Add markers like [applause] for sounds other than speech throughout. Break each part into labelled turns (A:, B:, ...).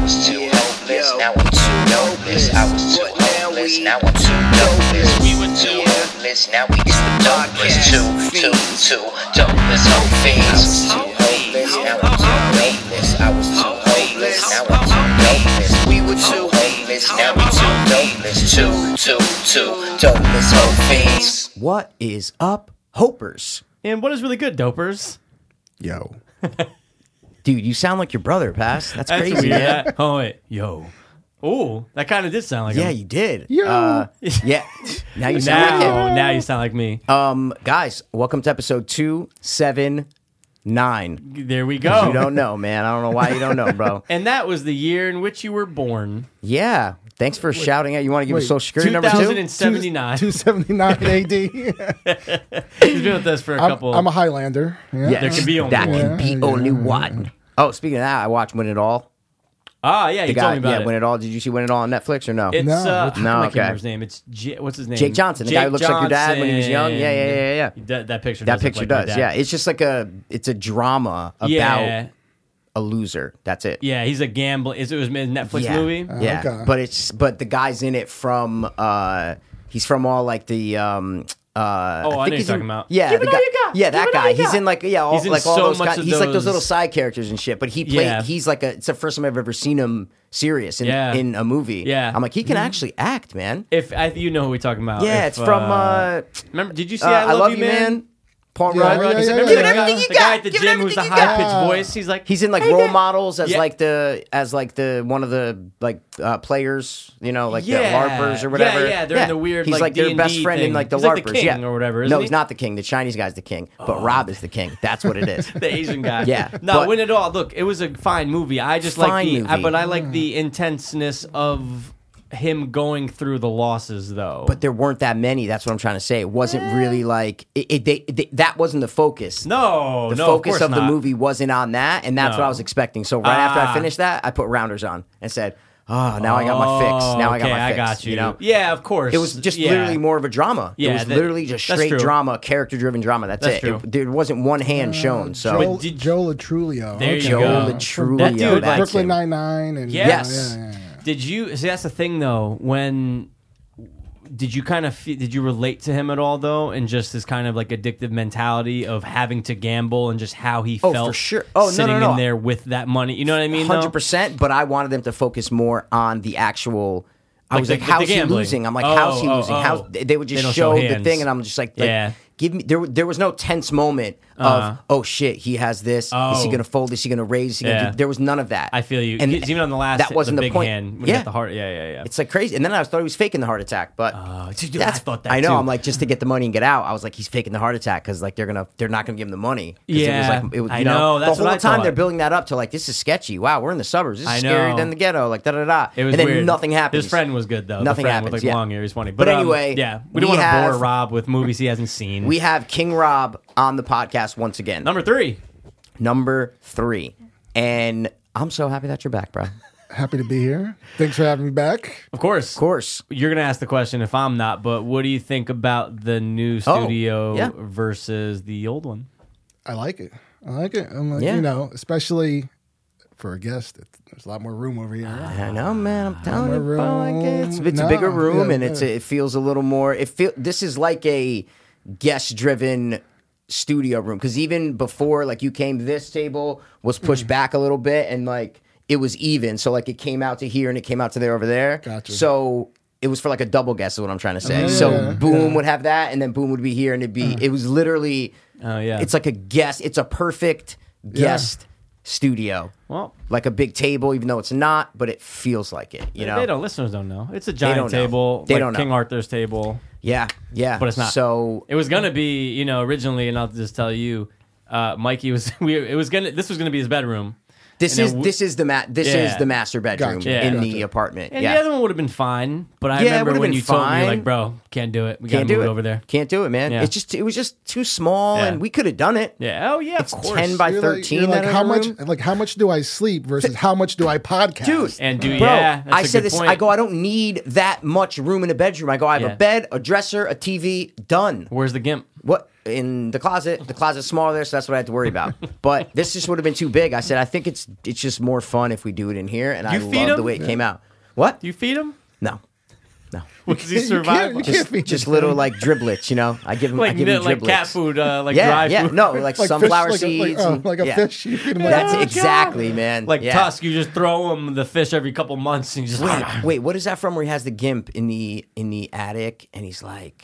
A: was too hopeless, now I'm too hopeless. I was too hopeless, now I'm too hopeless. We were too hopeless, now we just the dopeless. Two, two, two, dopeless, hope fiends. I was too hopeless, now I'm too hopeless. I was too hopeless, now I'm too hopeless. We were too hopeless, now we too dopeless. Two, two, two, dopeless, hope fiends.
B: What is up, Hopers?
C: And what is really good, dopers?
D: Yo.
B: Dude, you sound like your brother, Pass. That's,
C: That's
B: crazy,
C: weird.
B: man.
C: That- Oh wait, yo. Ooh, that kind of did sound like
B: Yeah,
C: him.
B: you did. Uh, yeah. Now you sound like
C: Now, now you sound like me.
B: it. Um, guys, welcome to episode 279.
C: There we go.
B: You don't know, man. I don't know why you don't
C: [laughs]
B: know, bro.
C: And that was the year in which you were born,
B: Yeah. Thanks for shouting out. You want to give a
D: wait,
B: social security number too?
C: 2079.
D: 279 AD.
C: He's been with us for a
D: I'm,
C: couple.
D: I'm a Highlander. Yeah.
C: There can be only
B: that
C: one.
B: can be only one. Oh, speaking of that, I watched Win It All.
C: ah, yeah, you
B: The
C: told me
B: guy,
C: about
B: yeah,
C: it.
B: Win It All. Did you see Win It All on Netflix or no?
C: It's
D: No,
C: uh,
D: what's-
C: I
B: No,
C: can't
B: okay.
C: remember his name. It's J- what's his name?
B: Jake Johnson, the guy who
C: Jake
B: looks like your dad when he was young.
C: Johnson.
B: Yeah, yeah, yeah, yeah.
C: That, that picture.
B: That
C: does look
B: picture
C: like my
B: does.
C: dad.
B: Yeah, it's just like a it's a drama about
C: yeah,
B: a loser. That's it.
C: yeah. He's a gambler. Is it was a Netflix
B: yeah. Uh-huh.
C: movie?
B: yeah.
D: Uh, okay.
B: But it's but the guy's in it from uh he's from all like the um uh,
C: Oh, I know
B: think
C: you're
B: he's
C: talking
B: in-
C: about.
B: Yeah,
C: Give
B: the
C: it all
B: guy,
C: you got.
B: yeah,
C: Give
B: that
C: it all
B: guy.
C: you
B: He's
C: got.
B: in like yeah, all,
C: He's in
B: like all
C: so
B: those
C: much
B: guys.
C: of
B: He's like those little
C: those-
B: side characters and shit. But he played.
C: Yeah.
B: He's like a. It's the first time I've ever seen him serious in
C: Yeah.
B: in a movie.
C: Yeah. Mm-hmm.
B: I'm like he can actually act, man.
C: If I, you know who we're talking about.
B: Yeah,
C: If,
B: it's from. Uh,
C: remember, did you see
B: uh,
C: I, love You, man?
B: Paul
D: Yeah,
B: Rudd.
D: yeah,
C: He's
D: yeah,
C: like,
D: yeah,
C: "Remember that
D: yeah, yeah.
C: guy- The guy at the
B: Give it
C: gym who's the
B: everything you
C: high pitched
D: got.
C: voice. He's like
B: He's in like
C: "Hey,
B: role
C: Dad."
B: models as
C: Yeah.
B: like the as like the one of the like uh, players, you know, like
C: Yeah.
B: the LARPers
C: Yeah,
B: or whatever.
C: yeah, they're in the weird,
B: He's
C: like,
B: like, their
C: D&D
B: best friend
C: thing.
B: in like the
C: He's
B: LARPers,
C: like the king
B: yeah.
C: or whatever,
B: no,
C: isn't
B: he's
C: he? Oh.
B: not the king. The Chinese guy's the king, but Rob is the king. That's what
C: [laughs]
B: it is.
C: the Asian guy.
B: [laughs] Yeah,
C: No,
B: but-
C: win it all. Look, it was a fine movie. I just like
B: Fine
C: the, I,
B: movie. Mm.
C: but I like the intenseness of him going through the losses, though.
B: but there weren't that many. That's what I'm trying to say. It wasn't really like it. it they, they, that wasn't the focus.
C: Eh. no,
B: The
C: no,
B: focus
C: course
B: of, the
C: not.
B: movie wasn't on that, and that's what
C: No.
B: I was expecting. So right after
C: Ah.
B: I finished that, I put rounders on and said, "Oh, now I got my
C: Oh,
B: fix. Now I got
C: okay,
B: my fix."
C: I got you.
B: you know?
C: Yeah, of course.
B: It was just
C: Yeah.
B: literally more of a drama.
C: Yeah,
B: it was
C: that-
B: literally just
C: that's
B: straight
C: true.
B: drama, character driven drama. That's,
C: That's
B: it.
C: true.
B: it. There wasn't one hand shown. So
D: Joel,
C: did-
D: Joel Atrulio.
C: There you
D: okay.
B: Joel
C: go.
B: Atrulio,
C: That dude,
B: that's
C: like,
B: it.
D: Brooklyn Nine Nine and
C: Yes.
D: yeah, yeah, yeah, yeah.
C: Did you see? That's the thing, though. When did you kind of fe- did you relate to him at all, though, and just this kind of like addictive mentality of having to gamble and just how he
B: Oh,
C: felt
B: for sure. Oh, no, no,
C: sitting
B: no.
C: in there with that money. You know what I mean? though?
B: hundred percent. But I wanted them to focus more on the actual. I was
C: the-
B: like,
C: the
B: "How's he
C: gambling."
B: losing?" I'm like,
C: Oh,
B: "How's he
C: oh,
B: losing?"
C: oh.
B: How they would just
C: They don't show
B: show, the
C: hands.
B: thing, and I'm just like, like,
C: Yeah. Uh-huh.
B: give me." There, there was no tense moment of, "Oh shit, he has this. Is he
C: Oh.
B: going to fold? Is he going to raise?" Is he
C: Yeah.
B: gonna do? There was none of that.
C: I feel you.
B: And
C: Because even on the last,
B: that wasn't
C: the
B: the,
C: big
B: point.
C: hand. When he
B: yeah,
C: got the heart. Yeah, yeah, yeah.
B: it's like crazy. And then I thought he was faking the heart attack, but
C: Oh, dude, I thought that
B: I know.
C: too.
B: I'm like just to get the money and get out. I was like, he's faking the heart attack because like they're gonna they're not gonna give him the money. 'Cause
C: Yeah,
B: it was like it was,
C: I
B: you know,
C: know, that's
B: the
C: what
B: whole
C: I
B: time
C: thought.
B: they're building that up to like this is sketchy. Wow, we're in the suburbs. This is
C: I
B: scarier
C: know.
B: than the ghetto. Like da da da.
C: It was
B: and then
C: weird.
B: nothing happens.
C: His friend was good though.
B: Nothing
C: the friend with,
B: happens,
C: like
B: yeah.
C: long hair. He's funny. But,
B: But
C: um,
B: anyway,
C: yeah, we
B: we
C: don't want to
B: have-
C: bore Rob with movies he hasn't seen.
B: We have King Rob on the podcast once again.
C: number three.
B: Number three, and I'm so happy that you're back, bro. Of
D: Happy to be here. Thanks for having me back.
C: Of course.
B: course.
C: You're gonna ask the question if I'm not, but what do you think about the new
B: Oh,
C: studio
B: yeah.
C: versus the old one?
D: I like it. I like it. I'm like,
B: Yeah.
D: you know, especially for a guest, it, there's a lot more room over here.
B: I know, man. I'm telling you,
D: Room.
B: bro, like, it's, it's a
D: No,
B: bigger room,
D: yeah,
B: and it's
D: yeah.
B: it feels a little more. It feel this is like a guest-driven studio room because even before, like you came, this table was
D: Hmm.
B: pushed back a little bit, and like it was even. So like it came out to here and it came out to there over there.
D: Gotcha.
B: So. It was for like a double guess, is what I'm trying to say.
D: Yeah,
B: so
D: yeah, Uh-huh.
B: boom would have that, and then boom would be here, and it'd be. It was literally.
C: Oh, yeah.
B: It's like a guest. It's a perfect guest studio
C: Well,
B: like a big table, even though it's not, but it feels like it. You know?
C: they don't. Listeners don't know. It's a giant
B: don't know.
C: table.
B: They
C: like
B: don't know.
C: King Arthur's table.
B: Yeah, yeah.
C: but it's not.
B: So
C: it was gonna be, you know, originally, and I'll just tell you, uh, Mikey was. [laughs] We, it was gonna. This was gonna be his bedroom.
B: this
C: and it
B: is
C: w-
B: this is the ma- this
C: Yeah.
B: is the master bedroom
D: Gotcha,
C: Yeah.
B: in the
D: gotcha.
B: apartment.
C: And
B: yeah,
C: the other one would have been fine, but I
B: Yeah, it would
C: remember
B: have
C: when
B: been
C: you told me, you're like,
B: fine.
C: bro, can't do it. We
B: can't
C: gotta
B: do
C: move
B: it
C: it over there.
B: Can't do it, man.
C: Yeah.
B: It's just it was just too small,
C: Yeah.
B: and we could have done it.
C: Yeah. Oh yeah. of course.
B: Ten by
D: You're like-
B: thirteen.
D: you're like,
B: that
D: how
B: other
D: much?
B: room.
D: Like, how much do I sleep versus how much do I podcast?
B: Dude,
C: And do
B: Bro,
C: yeah. That's
B: I
C: a
B: said
C: good
B: this.
C: Point.
B: I go. I don't need that much room in a bedroom. I go. I have
C: Yeah.
B: a bed, a dresser, a TV. Done.
C: Where's the gimp?
B: What? in the closet. The closet's smaller, so that's what I had to worry
C: [laughs]
B: about. but this just would have been too big. I said, I think it's it's just more fun if we do it in here, and I
C: You feed
B: love the
C: him?
B: way it came out. What?
C: Do you feed [laughs] him?
B: no, no,
C: Because
B: [laughs]
C: he
D: You can't-
C: survived.
D: you can't
B: just
D: feed
B: just
D: the
B: little
D: thing.
B: like driblets. You know, I give him I
C: like
B: give him
C: like
B: driblets.
C: cat food, uh, like
B: yeah,
C: dry
B: yeah,
C: food.
B: no, like,
D: fish-
B: sunflower
D: like a- like-
B: seeds,
D: oh,
B: and-
D: like a
B: yeah.
D: fish. You feed 'em like
B: That's
D: that.
B: exactly, man.
C: Like
B: yeah.
C: Tusk, you just throw him the fish every couple months and you just.
B: Wait, wait, what is that from? Where he has the gimp in the in the attic, and he's like,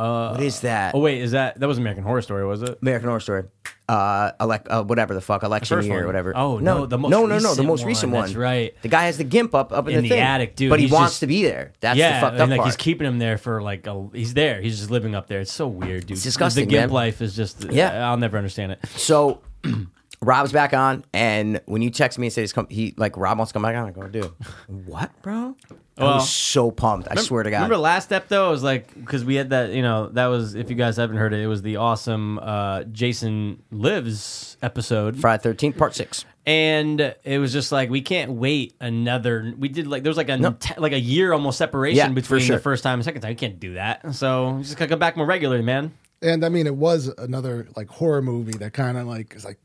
C: Uh,
B: "What is
C: [laughs]
B: that?"
C: oh wait, is that that was American Horror Story? Was it?
B: American Horror Story. Uh, elect, uh, whatever the fuck, election
C: first
B: year
C: one.
B: or whatever.
C: Oh, no, the most
B: no, no, no, the
C: recent
B: most recent
C: one,
B: one.
C: that's right.
B: The guy has the gimp up up
C: In
B: in, the,
C: the
B: thing,
C: attic, dude,
B: But he
C: he's
B: wants
C: just-
B: to be there. That's the
C: yeah,
B: fucked
C: and,
B: up
C: like
B: part.
C: he's keeping him there for like a. He's there. He's just living up there. It's so weird, dude. It's
B: disgusting,
C: The gimp
B: man.
C: life is just.
B: Yeah.
C: I'll never understand it.
B: so [clears throat] Rob's back on, and when you text me and say he's come, he like Rob wants to come back on. I go,
C: [laughs]
B: dude, what, bro? I
C: Well-
B: was so pumped. I swear to God.
C: Remember last step though, it was like because we had that you know that was if you guys haven't heard it, it was the awesome uh, Jason Lives episode,
B: Friday Thirteenth Part Six.
C: and it was just like we can't wait another. We did like there was like a te- like a year almost separation
B: Yeah, for
C: between
B: sure.
C: the first time and second time. We can't do that, so we just gotta go back more regularly, man.
D: And I mean, it was another like horror movie that kind of like is like,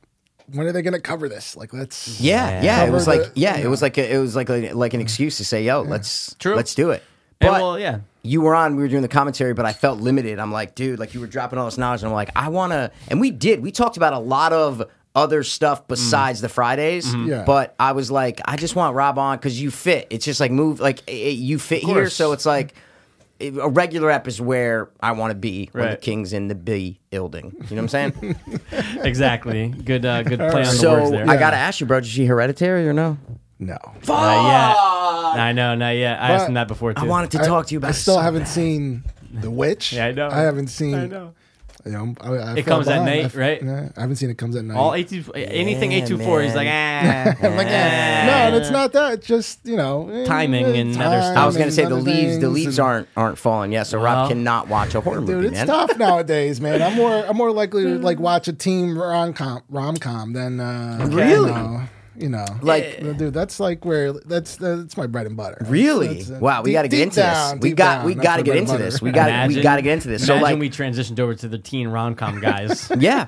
D: when are they going to cover this? Like, let's
B: Yeah, yeah. It
D: Cover
B: was
D: the-
B: like yeah, it was like a, it was like a, like an excuse to say, yo, let's
C: True.
B: let's do it.
C: And,
B: But
C: well, yeah.
B: you were on, we were doing the commentary, but I felt limited. I'm like, dude, like you were dropping all this knowledge, and I'm like, I want to. And we did. We talked about a lot of other stuff besides the Fridays.
D: Yeah.
B: But I was like, I just want Rob on because you fit. It's just like move, like it, it- you fit here.
C: course.
B: So it's like. it- A regular app is where I want to be when the
C: Right.
B: king's in the B building. You know what I'm saying?
C: exactly. Good, uh, good play on the words
B: so
C: there.
B: I gotta ask you, bro. Is she hereditary or no?
D: no.
C: not yet. I know, not yet. I asked
D: But
C: him that before too.
B: I wanted to talk to you about.
D: I still
B: so
D: haven't seen The Witch.
C: Yeah, I know.
D: I haven't seen.
C: I know.
D: You know, I, I
C: It
D: fell
C: comes at
D: behind.
C: night,
D: I f-
C: right?
D: Yeah, I haven't seen it comes at night.
C: all
D: [laughs]
C: eight two anything
B: Yeah,
C: eight two four. He's like,
B: [laughs]
C: ah,
D: I'm like, yeah. no, and it's not that. It's just you know eh,
C: Timing and other stuff.
B: I was gonna
D: and
B: say the
D: other
B: leaves. The
D: things
B: leaves
D: and-
B: aren't aren't falling. Yeah, so Rob
C: Well.
B: cannot watch a horror movie,
D: Dude, it's
B: man.
D: tough nowadays, man. I'm more I'm more likely
B: [laughs]
D: to like watch a team rom com rom com than uh,
C: Really?
D: You know, you know.
B: Like-
D: Well, dude, that's like where that's that's my bread and butter.
B: Really?
D: That's- that's-
B: wow, we
D: deep-
B: got to get
D: deep
B: into this.
D: down,
B: We
D: deep
B: got
D: down,
B: we
D: that's
B: got to
D: my
B: get
D: bread
B: into
D: and
B: this.
D: butter.
B: We got we
C: Imagine-
B: got to get into this. So
C: imagine
B: like,
C: we transitioned over to the teen rom
B: [laughs]
C: com guys.
B: yeah,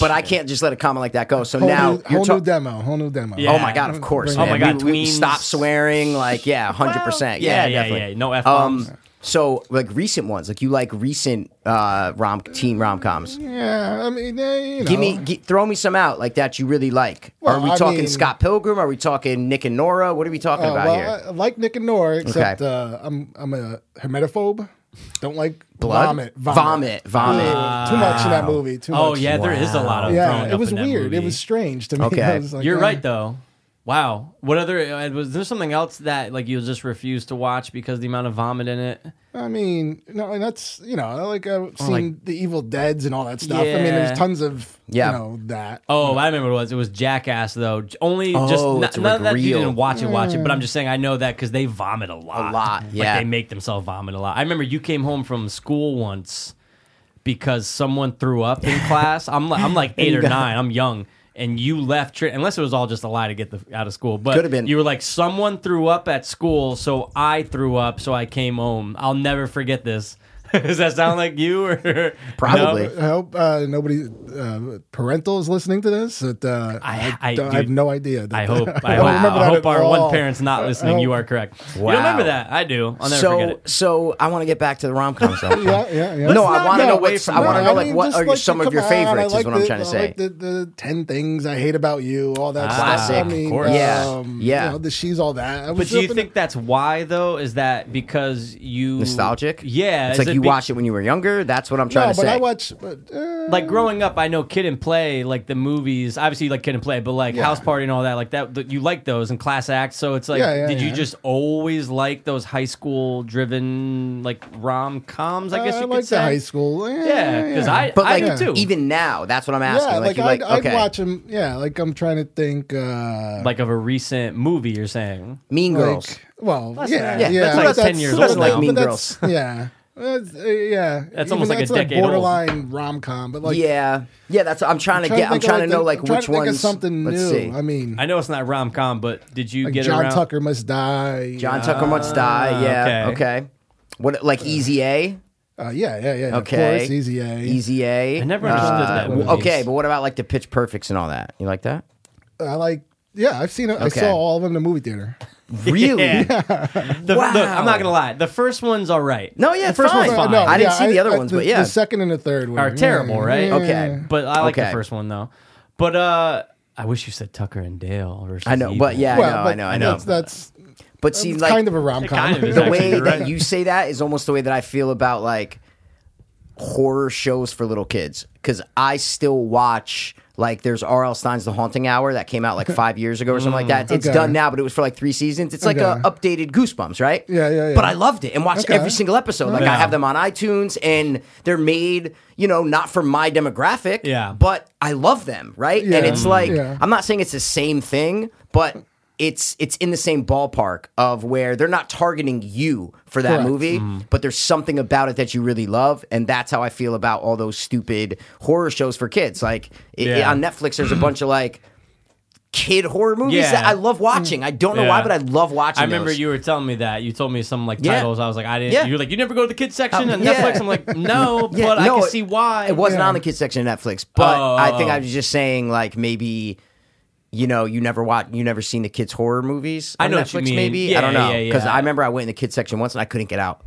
B: but I can't just let a comment like that go. So
D: whole
B: now
D: new,
B: you're
D: whole new
B: talking.
D: demo, whole new demo.
C: Yeah.
B: Oh my god! Of course.
D: Oh
B: man.
C: my God,
B: We, we
C: tweens.
B: stop swearing. Like yeah, hundred percent. Yeah,
C: yeah, yeah,
B: definitely.
C: yeah. No F-bombs.
B: Um, so like recent ones, like you like recent uh, rom teen rom coms.
D: Yeah, I mean, eh, you know.
B: Give me, gi- throw me some out like that you really like.
D: Well,
B: are we
D: I
B: talking
D: mean-
B: Scott Pilgrim? Are we talking Nick and Nora? What are we talking
D: Uh,
B: about
D: well,
B: here?
D: I- I like Nick and Nora, except uh, I'm I'm a hermetophobe. Don't like
B: Blood?
D: vomit,
B: Vomit,
D: vomit,
B: vomit.
D: Yeah, too much in that movie. Too
C: Oh
D: much.
C: yeah, there is a lot of throwing
D: yeah. It
C: up
D: was
C: in that
D: weird. It
C: movie.
D: was strange to me.
B: Okay.
D: [laughs] I was like,
C: You're
D: eh.
C: right though. Wow. What other uh, was there something else that like you just refuse to watch because the amount of vomit in it?
D: I mean, no, and that's you know, like
B: Oh
D: I've seen
C: like-
D: the Evil Dead's and all that stuff. I mean,
C: Yeah.
D: there's tons of
B: Yeah.
D: you know that.
C: Oh, I remember what it was. It was Jackass though. J- Only
B: Oh,
C: just not,
B: it's
C: not that you
B: real.
C: didn't watch it, watch it. But I'm just saying I know that because they vomit a lot.
B: A lot, yeah.
C: [laughs] Like they make themselves vomit a lot. I remember you came home from school once because someone threw up
B: [laughs]
C: in class. I'm like I'm like eight or nine. I'm young. And you left, tri- unless it was all just a lie to get the out of school. But
B: Could've been.
C: you were like, someone threw up at school, so I threw up, so I came home. I'll never forget this. [laughs] Does that sound like you or
B: Probably.
D: I hope uh, nobody uh, parental is listening to this. That uh,
C: I-
D: I,
C: I-
D: don't, I have
C: dude,
D: no idea. [laughs]
C: I hope. I,
D: don't
C: hope,
D: remember
C: I
D: that
C: hope
D: at
C: our
D: all.
C: one parent's not listening.
D: hope-
C: You are correct. You
B: Wow.
C: don't remember that? I do. I'll never
B: so,
C: forget it.
B: so I want to get back to the rom coms. though.
D: [laughs] Yeah, yeah, yeah.
B: No,
D: Let's
B: I
C: not
B: want to
C: get
B: know
C: away
B: what's.
C: from
B: I want
C: that.
B: to
C: I
B: know like what
D: just
B: are your- some of
D: come
B: your
D: on,
B: favorites
D: I
B: is what I'm
D: the-
B: trying to
D: I
B: say.
D: Like the, the ten things I hate about you, all
C: Ah,
D: that
C: Classic,
D: stuff.
C: of
D: I mean,
C: course.
B: Yeah,
D: um,
B: yeah.
D: You know, the she's all that. I
C: But
D: was
C: do you
D: up in-
C: think that's why though? Is that because
D: mm.
C: you
B: Nostalgic.
C: Yeah, is
B: it's like
C: it
B: you
C: be-
B: watched it when you were younger. That's what I'm
D: No,
B: trying
D: but
B: to say.
D: I watch. But, uh,
C: Like growing up, I know Kid and Play, like the movies. Obviously, like Kid and Play, but like House Party and all that, like that. that- You like those and Class Act. So it's like,
D: Yeah, yeah,
C: did you
D: yeah.
C: just always like those high school driven like rom coms? I guess
D: I
C: you
D: like
C: could say.
D: the high school.
C: Yeah, because I,
B: but
C: I
B: like
C: do too.
B: even now, that's what I'm asking.
D: Yeah,
B: like,
D: like,
B: you like
D: I'd, I'd
B: okay,
D: watch them. Yeah, like I'm trying to think. Uh,
C: like of a recent movie, you're saying.
B: Mean
D: like-
B: Girls.
D: well, yeah,
C: not-
D: yeah,
C: Yeah, that's
D: but
C: like 10 years old
D: but that's-
B: now. Mean
D: but
B: Girls.
D: that's- Yeah, that's, uh, yeah.
C: That's
D: Even
C: almost like a
D: that's
C: decade old.
D: borderline rom com, but like
B: yeah, yeah. That's what I'm trying to
D: trying
B: get. I'm
D: think of,
B: trying to know
D: the-
B: like
D: I'm trying
B: which
D: to think of
B: ones.
D: something
B: let's
D: new.
B: see.
D: I mean,
C: I know it's not rom com, but did you
D: like
C: get
D: John
C: around?
D: Tucker must die. Uh,
B: John Tucker must die.
C: Ah,
B: Yeah. Okay.
C: okay.
B: What like Easy A?
D: Uh, yeah, yeah, yeah.
B: Okay.
D: Of course, Easy A.
B: Easy A.
C: I never understood that
B: w-
C: movie.
B: Okay, but what about like the Pitch Perfects and all that? You like that?
D: I like. Yeah, I've seen it. I
B: Okay.
D: saw all of them in the movie theater.
C: [laughs]
B: Really?
C: Yeah. The-
B: Wow.
C: Look, I'm not gonna lie. The first one's all right.
B: No, yeah,
C: The first
B: fine.
C: one's fine.
B: no, I didn't
D: yeah,
B: see the other ones, but yeah.
D: the second and the third one
C: Are terrible, right?
B: okay.
C: but I like the
B: Okay.
C: first one though. But uh, I wish you said Tucker and Dale. Versus
B: I know,
C: Evil.
B: but yeah,
D: Well,
B: I know,
D: but
B: I know, I know.
D: That's, that's,
B: but see,
D: that's
B: like
D: kind of a rom com. [laughs]
C: kind of is
B: the
C: Exactly,
B: way
C: you're
B: that
C: right.
B: you say that is almost the way that I feel about like horror shows for little kids because I still watch like there's R.L. Stein's The Haunting Hour that came out like five years ago or something like that. It's
D: okay.
B: done now, but it was for like three seasons. It's like a updated Goosebumps, right?
D: Yeah, yeah, yeah.
B: But I loved it and watched
D: Okay.
B: every single episode. Like I
C: Yeah.
B: have them on iTunes and they're made, you know, not for my demographic.
C: Yeah.
B: but I love them, right?
D: Yeah,
B: And it's like
D: yeah.
B: I'm not saying it's the same thing, but it's it's in the same ballpark of where they're not targeting you for that
D: Correct.
B: movie,
C: Mm-hmm.
B: but there's something about it that you really love, and that's how I feel about all those stupid horror shows for kids. Like it, it-
C: Yeah.
B: on Netflix, there's a bunch of like kid horror movies
C: Yeah.
B: that I love watching. I don't know
C: Yeah.
B: why, but I love watching.
C: I remember
B: those.
C: you were telling me that. You told me some like
B: Yeah.
C: titles. I was like, I didn't.
B: Yeah. Oh,
C: You were like, you never go to the kids section on
B: yeah.
C: Netflix. I'm like, no,
B: [laughs] Yeah,
C: but I
B: no,
C: can see why.
B: It wasn't
D: Yeah.
B: on the kids section of Netflix, but
C: Oh,
B: I think
C: oh.
B: I was just saying like maybe you know you never watch you never seen the kids horror movies.
C: I
B: on
C: know
B: Netflix,
C: what you mean.
B: Maybe I
C: Yeah,
B: don't know
C: yeah, yeah.
B: because I remember I went in the kids section once and I couldn't
C: [laughs]
B: get out.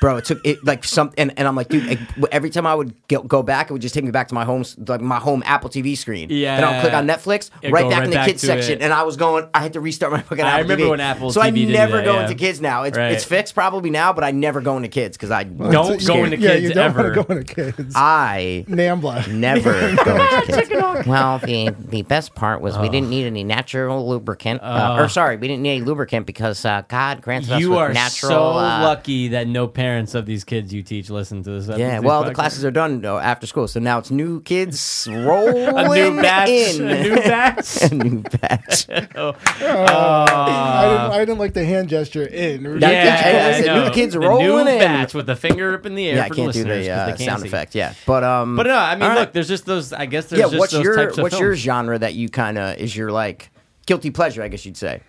B: Bro, it took it like some, and, and I'm like, dude. Like, every time I would go, go back, it would just take me back to my home, like my home Apple TV screen. and I'll click
C: Yeah.
B: on Netflix,
C: It'd
B: right
C: go
B: back
C: right
B: in the
C: back
B: kids
C: to
B: section,
C: it.
B: and I was going. I had to restart my fucking.
C: I
B: Apple
C: remember
B: TV.
C: when Apple
B: so I
C: TV did
B: never
C: that,
B: go
C: yeah.
B: into kids now. It's
C: Right.
B: it's fixed probably now, but I never go into kids because I
C: Don't go into
D: yeah,
C: kids
D: you don't
C: ever.
D: want to go into kids.
B: I
D: Nambla.
B: never go into kids. Well, the the best part was
C: Oh.
B: we didn't need any natural lubricant, uh, or sorry, we didn't need any lubricant because uh, God granted us
C: You
B: with
C: are
B: natural.
C: so
B: uh,
C: lucky that no parents of these kids you teach listen to this.
B: Yeah,
C: these
B: well, the
C: podcasts.
B: classes are done though, after school, so now it's new kids
C: [laughs]
B: rolling
C: a new batch,
B: in.
C: a new batch.
B: [laughs] A new
C: [laughs]
B: batch.
D: I, didn't, I didn't like the hand gesture in.
B: Yeah, yeah,
C: I
B: yeah,
C: know.
B: new kids
C: The
B: rolling
C: new
B: in.
C: batch with the finger up in the air.
B: yeah, I
C: for
B: can't do
C: listeners
B: the
C: 'cause
B: uh,
C: they can't
B: sound
C: see.
B: effect. Yeah, but um,
C: But no, I mean,
B: all right.
C: look, there's just those. I guess there's
B: yeah,
C: just
B: what's
C: those
B: your
C: types of
B: what's
C: films.
B: your genre that you kind of is your like guilty pleasure? I guess you'd say.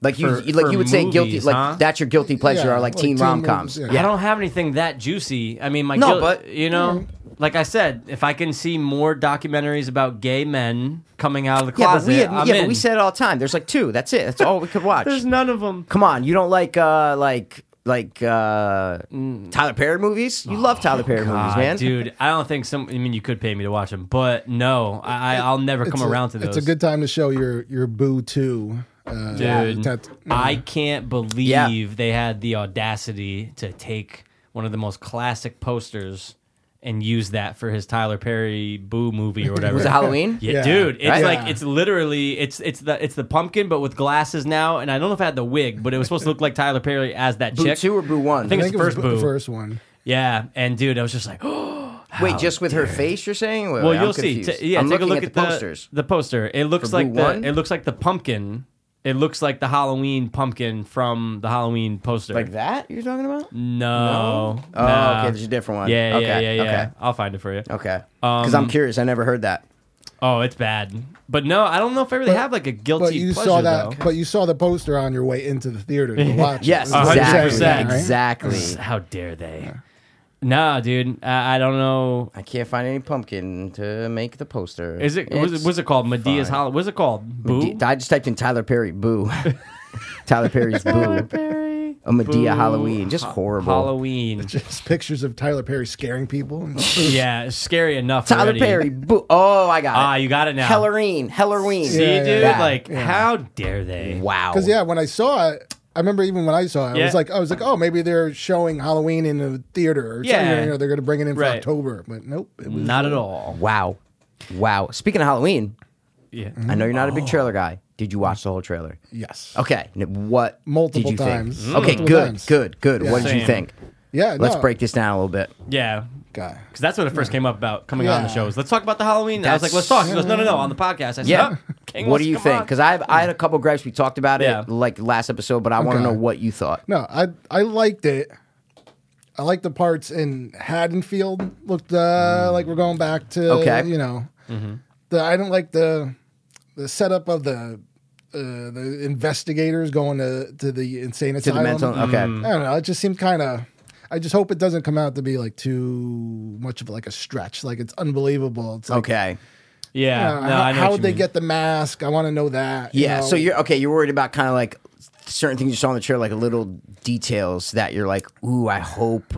B: Like you,
C: For-
B: you- like
C: for
B: you would say guilty,
C: movies,
B: like
C: huh?
B: that's your guilty pleasure
D: Yeah,
B: are like,
D: like
B: teen
D: teen
B: rom coms.
D: movies,
B: Yeah,
C: I don't have anything that juicy. I mean, my guilt-
B: No, but-
C: you know, like I said, if I can see more documentaries about gay men coming out of the
B: yeah,
C: closet,
B: but we,
C: I'm
B: had, yeah,
C: in.
B: but we said it all the time. There's like two. That's it. That's all we could watch.
C: there's none of them.
B: Come on, you don't like uh like like uh Tyler Perry movies? You love Tyler Perry movies,
C: Mm. Oh, God,
B: man.
C: Ah, dude, I don't think some. I mean, you could pay me to watch them, but no, I, I- I'll never come
D: a,
C: around to those.
D: It's a good time to show your your boo too. Uh,
C: dude.
D: tat-
C: I can't believe
B: Mm-hmm. Yeah.
C: they had the audacity to take one of the most classic posters and use that for his Tyler Perry Boo movie or whatever.
B: [laughs] Was it Halloween?
C: Yeah,
D: Yeah.
C: dude, it's
B: Right?
C: like
D: Yeah.
C: it's literally it's it's the it's the pumpkin but with glasses now, and I don't know if I had the wig, but it was supposed to look like Tyler Perry as that
B: Boo
C: chick.
B: two or Boo one?
C: think
D: I
C: it's
D: think
C: the
D: it was
C: first
D: b-
C: boo.
D: the first one.
C: yeah, and dude, I was just like, [gasps]
B: Wait, just with her face? You're saying? Wait,
C: Oh, well,
B: wait, I'm
C: you'll see.
B: confused.
C: T- yeah,
B: I'm
C: take a
B: looking
C: look at,
B: the posters.
C: The, poster. It looks
B: For
C: like
B: Boo
C: the
B: One?
C: it looks like the pumpkin. It looks like the Halloween pumpkin from the Halloween poster.
B: Like that you're talking about?
C: No.
B: Oh,
C: Nah.
B: okay, there's a different one.
C: Yeah,
B: okay,
C: yeah, yeah, yeah.
B: okay.
C: I'll find it for you.
B: Okay. Because
C: Um,
B: I'm curious. I never heard that.
C: Oh, it's bad. But no, I don't know if I really have like a guilty
D: But you
C: pleasure
D: saw that.
C: though.
D: But you saw the poster on your way into the
C: [laughs]
D: theater to watch. it.
B: Yes,
D: That's what you're saying,
C: 100%,
B: exactly.
D: right?
B: Exactly.
C: How dare they? Nah, dude. I, I don't know.
B: I can't find any pumpkin to make the poster.
C: Is it was, it-
B: It's-
C: was it called Medea's
B: fine.
C: Hollow? Was it called Boo?
B: D- I just typed in Tyler Perry boo. [laughs] Tyler Perry's boo.
C: Perry.
B: A Medea
C: Boo.
B: Halloween. Just
C: [laughs]
B: horrible.
C: Halloween.
D: Just pictures of Tyler Perry
C: [laughs]
D: scaring people.
C: yeah, it's scary enough.
B: Tyler
C: already.
B: Perry boo. Oh, I got it.
C: Ah, you got it now.
B: Halloween. Halloween.
C: See,
D: Yeah, yeah,
C: dude,
B: yeah.
C: like how dare they?
B: Wow.
D: Because yeah, when I saw it, I remember even when I saw it, I
C: Yeah.
D: was like, I was like, oh, maybe they're showing Halloween in a theater. Or
C: Yeah.
D: yeah, you know, they're going to bring it in for
C: Right.
D: October, but nope, it was
C: Not at all.
B: Wow. Wow. Speaking of Halloween,
C: Yeah.
B: I know you're not a
D: Oh.
B: big trailer guy. Did you watch the whole trailer?
D: yes.
B: Okay. n- What did
D: Multiple
B: you
D: times.
B: think?
D: Mm.
B: Okay.
D: Multiple
B: Good.
D: times.
B: Good. Good. What did you
C: Same.
B: think?
D: Yeah,
B: Let's
D: no.
B: break this down a little bit.
C: Yeah.
D: Guy.
C: Because that's when it first came up about coming on the
D: Yeah.
C: shows. Let's talk about the Halloween. I was like,
B: That's-
C: let's talk. He goes, no, no, no, on the podcast. I said,
B: Yeah.
C: "Oh, King
B: what
C: wants
B: do
C: to
B: you
C: come
B: think?
C: on."
B: Because I I had a couple gripes. We talked about it
C: Yeah.
B: like last episode, but I want to
D: Okay.
B: know what you thought.
D: No, I I liked it. I liked the parts in Haddonfield. Looked uh, like we're going back to
B: Mm. Okay. Mm-hmm.
D: you know. The I didn't like the the setup of the uh, the investigators going to to the insane
B: To
D: asylum. Mm.
B: the mental. Okay.
D: I don't know. It just seemed kind of. I just hope it doesn't come out to be like too much of like a stretch. Like it's unbelievable. It's like,
B: Okay.
C: Yeah.
D: uh,
C: no,
D: how,
C: I know
D: how
C: what
D: would
C: you
D: they
C: mean.
D: get the mask? I want to know that. you
B: Yeah.
D: know?
B: So you're okay. You're worried about kind of like certain things you saw in the trailer, like little details that you're like, ooh, I hope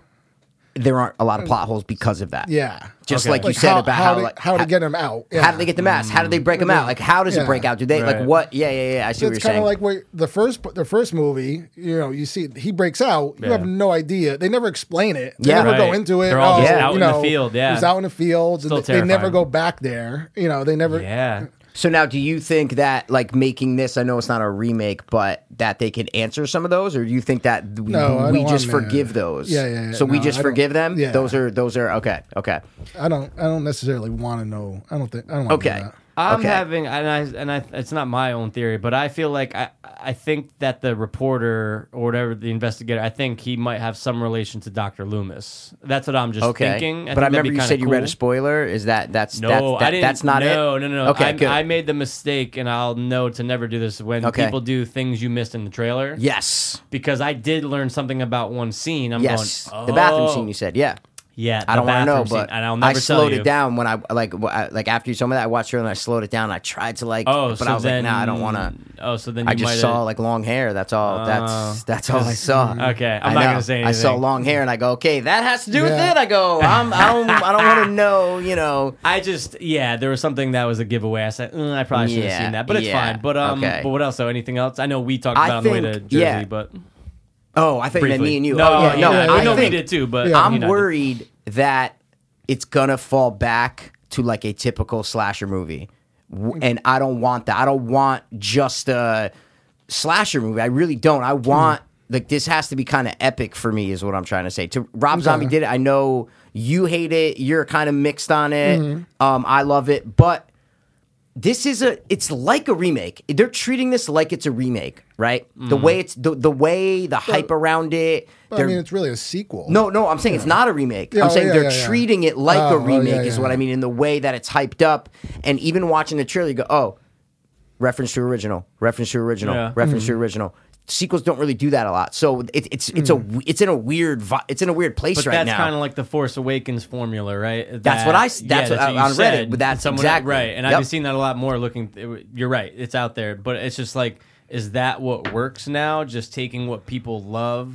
B: there aren't a lot of plot holes because of that.
D: yeah.
B: Just
C: Okay.
B: like you
D: Like,
B: said about how, Mm-hmm.
D: to,
B: like,
D: how to
B: ho-
D: get them out.
B: how do they get the mask? How do they break them out? Like how does it
D: Yeah.
B: break out? Do they like
C: Right.
B: what? Yeah, yeah, yeah. I see what
D: it's
B: you're saying.
D: kind of like where the first the first movie, you know, you see he breaks out. You
C: Yeah.
D: have no idea. They never explain it. They
B: Yeah.
D: never go
C: Right.
D: into it.
C: They're all
D: oh,
B: just
C: out
D: you
C: in the
D: know,
C: field, yeah.
D: he's out in the field.
C: Still
D: They, they never
C: terrifying.
D: go back there. You know, they never.
C: Yeah.
B: so now, do you think that like making this? I know it's not a remake, but that they could answer some of those, or do you think that we,
D: No, I don't
B: we just
D: want that.
B: forgive those?
D: Yeah, yeah, yeah.
B: So we
D: No,
B: just
D: I don't-
B: forgive them.
D: yeah.
B: Those are those are okay. Okay.
D: I don't. I don't necessarily want to know. I don't think. I don't. wanna
B: Okay.
D: know that.
C: I'm
B: okay.
C: having, and I, and I, it's not my own theory, but I feel like I, I think that the reporter or whatever the investigator, I think he might have some relation to Dr. Loomis. That's what I'm just
B: Okay,
C: thinking. I
B: but I
C: think that'd
B: remember
C: be
B: you
C: kinda
B: said you read
C: cool.
B: a spoiler. Is that that's
C: No,
B: that's, that,
C: I didn't.
B: that's not it?
C: no, No, no, no.
B: Okay,
C: I,
B: good.
C: I made the mistake, and I'll know to never do this when
B: Okay.
C: people do things you missed in the trailer.
B: yes,
C: Because I did learn something about one scene. I'm
B: yes,
C: going,
B: the bathroom
C: "Oh."
B: scene. You said, yeah.
C: Yeah,
B: I
C: the
B: don't want to know,
C: bathroom
B: but
C: scene, and I'll
B: I
C: never tell
B: slowed
C: you.
B: it down when I like wh- I, like after you told me that I watched it and I slowed it down. I tried to like,
C: Oh,
B: but
C: so
B: I was
C: then
B: like, nah, I don't want to.
C: Oh, so then you
B: I just
C: might Oh.
B: saw like long hair. That's all. that's that's all I saw.
C: [laughs] Okay,
B: I
C: I'm not
B: know.
C: gonna say
B: I saw
C: anything.
B: long hair and I go, okay, that has to do with
D: Yeah.
B: it. I go, I'm, I don't I
C: [laughs]
B: don't want to know. You know.
C: I just yeah, there was something that was a giveaway. I said mm, I probably should have
B: Yeah,
C: seen that, but it's
B: yeah,
C: fine. But um,
B: okay.
C: but what else? So anything else? I know we talked
B: I
C: about it on the way to
B: think-
C: Jersey,
B: yeah.
C: but
B: Oh, I think
C: briefly.
B: me and you.
C: No,
B: oh, yeah, no,
C: yeah,
B: I
C: we know
B: think-
C: we did too. But
D: Yeah.
B: I'm
C: you know,
B: worried that it's gonna fall back to like a typical slasher movie,
D: Mm.
B: W- and I don't want that. I don't want just a slasher movie. I really don't. I
D: Mm.
B: want like this has to be kind of epic for me, is what I'm trying to say. To Rob Zombie did it. I know you hate it. You're kind of mixed on it.
D: Mm-hmm.
B: Um, I love it, but this is a it's like a remake they're treating this like it's a remake right the way it's the, the way the hype around it
D: Mm. But, I
B: they're-
D: mean, it's really a sequel.
B: no, no, I'm saying it's not a remake.
D: Yeah,
B: I'm
D: oh,
B: saying
D: yeah,
B: they're
D: yeah, yeah.
B: treating it like
D: Oh,
B: a
D: oh, yeah,
B: remake, is
D: yeah.
B: what I mean, in the way that it's hyped up. And even watching the trailer, you go, oh, reference to original, reference to original,
C: Yeah.
B: reference
D: Mm-hmm.
B: to original. Sequels don't really do that a lot, so it, it's it's
D: Hmm.
B: a w- it's in a weird vi- it's in a weird place
C: But
B: right
C: that's
B: now.
C: kind of like the Force Awakens formula, right?
B: That's what I s- that's what I-
C: you
B: on Reddit, but that's
C: someone-
B: exactly-
C: right. And
B: Yep.
C: I've seen that a lot more. Looking, it w- you're right. It's out there, but it's just like, is that what works now? Just taking what people love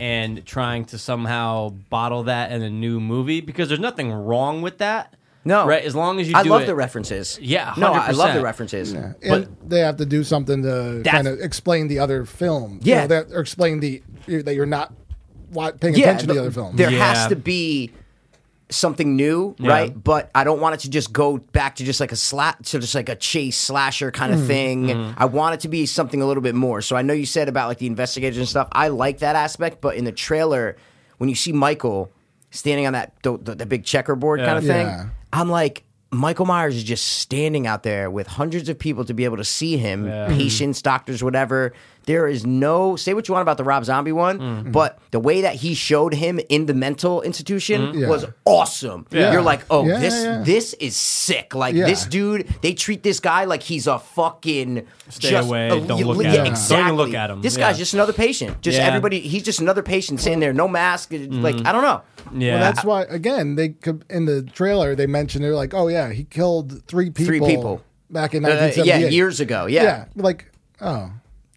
C: and trying to somehow bottle that in a new movie because there's nothing wrong with that.
B: no,
C: right. As long as you,
B: I
C: do
B: love
C: it-
B: the references.
C: Yeah,
B: no, I love the
C: 100%.
B: references. Yeah,
D: And they have to do something to
B: That's-
D: kind of explain the other film.
B: Yeah.
D: You know, that, or explain the that you're not wa- paying attention to the other film.
B: There
C: Yeah.
B: has to be something new,
C: Yeah.
B: right? But I don't want it to just go back to just like a slat to just like a chase slasher kind
D: Mm.
B: of thing.
C: Mm-hmm.
B: I want it to be something a little bit more. So I know you said about like the investigation and stuff. I like that aspect, but in the trailer, when you see Michael standing on that the, the, the big checkerboard kind of
D: Yeah.
B: thing,
D: Yeah.
B: I'm like. Michael Myers is just standing out there with hundreds of people to be able to see him, patients, doctors, whatever. There is no say what you want about the Rob Zombie one,
C: Mm-hmm.
B: but the way that he showed him in the mental institution
D: Yeah.
B: was awesome.
C: Mm-hmm. Yeah.
B: You're like, oh,
D: Yeah,
B: this
D: yeah, yeah.
B: this is sick. Like
D: Yeah.
B: this dude, they treat this guy like he's a fucking
C: Stay
B: just
C: away,
B: a-
C: don't look at
B: yeah,
C: him. Don't even
B: Exactly.
C: look at him.
B: This
C: Yeah.
B: guy's just another patient. Just
C: Yeah. Mm-hmm.
B: everybody. He's just another patient sitting there, no mask. Like I don't know.
C: Yeah,
D: Well, that's why again they could- in the trailer they mentioned they're like, oh yeah, he killed three people.
B: people.
D: back in
B: Uh,
D: 1978.
B: yeah, years ago.
D: Yeah,
B: yeah.
D: like oh,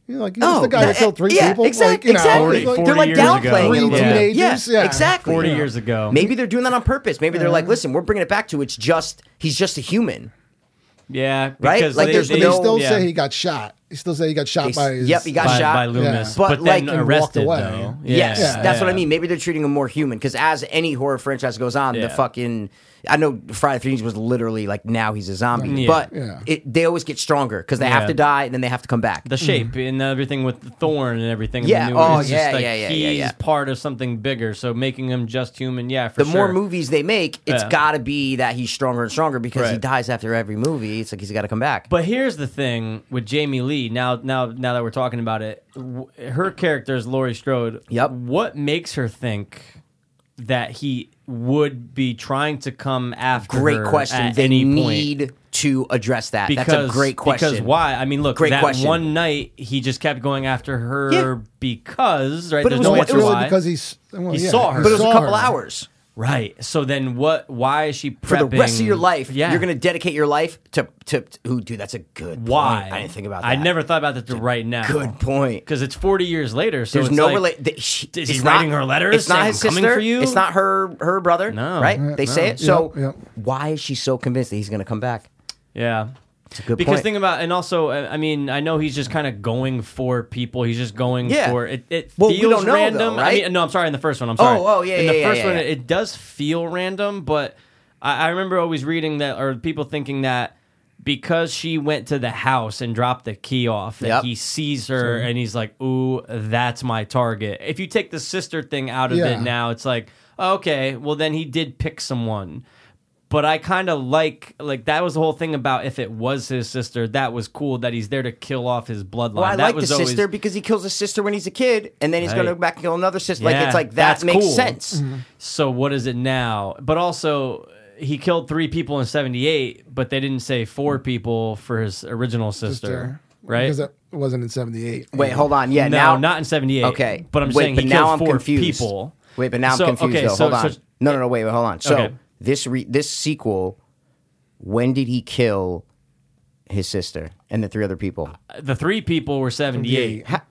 D: you're like he's
B: Oh,
D: the guy that
B: that-
D: killed three
B: yeah,
D: people.
B: exact-
D: like, you know,
B: exactly.
D: he's like,
C: 40
B: they're like
C: years ago.
B: downplaying it a
D: Three
B: little bit.
D: teenagers,
B: Yeah,
D: yeah.
B: exactly.
C: 40 years ago.
B: Maybe they're doing that on purpose. Maybe they're like, listen, we're bringing it back to it's just he's just a human.
C: yeah,
B: Right?
C: because
B: Like,
C: they-
B: there's
C: they-
D: They
B: no-
D: still
C: yeah.
D: say he got shot. He still say he got shot
B: He's-
D: by his.
B: yep, he got
C: by,
B: shot.
C: by Loomis,
D: Yeah.
B: But,
C: but, then
B: like- And
D: walked
C: arrested
D: away.
C: though.
B: yes,
C: Yeah.
B: that's what I
C: Yeah.
B: mean. Maybe they're treating him more human because as any horror franchise goes on, the
C: Yeah.
B: fucking I know Friday Thirteenth was literally like now he's a zombie,
C: Yeah.
B: but
D: Yeah.
B: It, they always get stronger because they have
C: Yeah.
B: to die and then they have to come back.
C: the shape and everything with the thorn and everything. in
B: Mm. Yeah,
C: The new
B: oh,
C: one. It's just
B: yeah,
C: like
B: yeah, yeah,
C: He's
B: yeah, yeah.
C: part of something bigger, so making him just human. Yeah, for
B: the
C: sure.
B: more movies they make, it's
C: Yeah.
B: got to be that he's stronger and stronger because he
C: Right.
B: dies after every movie. It's like he's got to come back.
C: But here's the thing with Jamie Lee. Now, now, now that we're talking about it, w- her character is Laurie Strode.
B: Yep.
C: What makes her think that he would be trying to come after?
B: Great
C: her
B: question.
C: At
B: They
C: any
B: need
C: point?
B: to to address that?
C: Because
B: That's a great question.
C: Because why? I mean, look,
B: Great
C: that
B: question.
C: one night he just kept going after her
B: Yeah.
C: because right.
B: But it
C: There's
B: was
C: no
B: one-
D: it's
C: answer
D: really
C: why.
D: because he's well,
C: He
D: yeah,
C: saw her.
B: But it was a
D: saw
B: couple
D: her.
B: hours.
C: right. So then what? Why is she prepping
B: For the rest of your life,
C: Yeah.
B: you're going to dedicate your life to to. to ooh, dude, that's a good.
C: why?
B: Point. I didn't think about that.
C: I never thought about that to right now.
B: Good point.
C: Because it's 40 years later. So
B: There's
C: it's
B: no
C: like,
B: relate. th- she-
C: is he
B: it's not-
C: writing her letters
B: It's not
C: saying,
B: his
C: "I'm
B: sister.
C: coming for you"?
B: It's not her her brother.
C: No.
B: right?
C: Yeah,
B: They say
D: no.
B: it. So
D: Yep, yep.
B: why is she so convinced that he's going to come back?
C: Yeah. It's
B: a good
C: because
B: point.
C: think about and also uh, I mean I know he's just kind of going for people he's just going
B: Yeah.
C: for it it
B: Well, we
C: feels
B: don't know, though,
C: random I
B: right?
C: mean no I'm sorry in the first one I'm sorry
B: oh, yeah,
C: in
B: yeah,
C: the
B: yeah,
C: first
B: yeah,
C: one
B: yeah.
C: it, does feel random but I, I remember always reading that or people thinking that because she went to the house and dropped the key off that
B: Yep.
C: he sees her and he's like ooh that's my target if you take the sister thing out of
D: Yeah.
C: it now it's like okay well then he did pick someone but I kind of like like that was the whole thing about if it was his sister, that was cool that he's there to kill off his bloodline.
B: Well, I
C: that
B: like the
C: was always,
B: sister because he kills his sister when he's a kid, and then he's going to
C: Right.
B: go back and kill another sister. like
C: Yeah,
B: it's like that
C: that's
B: makes
C: cool.
B: sense.
C: So what is it now? But also he killed three people in 78, but they didn't say four people for his original sister,
D: Sister.
C: right?
D: Because that wasn't in '78.
B: Wait, hold on. Yeah,
C: no,
B: now
C: not in 78.
B: Okay,
C: But I'm
B: wait,
C: saying
B: but
C: he
B: now
C: killed
B: I'm
C: four
B: confused.
C: people.
B: Wait, but now
C: So,
B: I'm confused
C: okay,
B: though.
C: so-
B: Hold on.
C: so-
B: no, no, no. Wait, wait, hold on. So
C: Okay.
B: this re- this sequel, when did he kill his sister and the three other people?
C: The three people were 78.
B: Ha-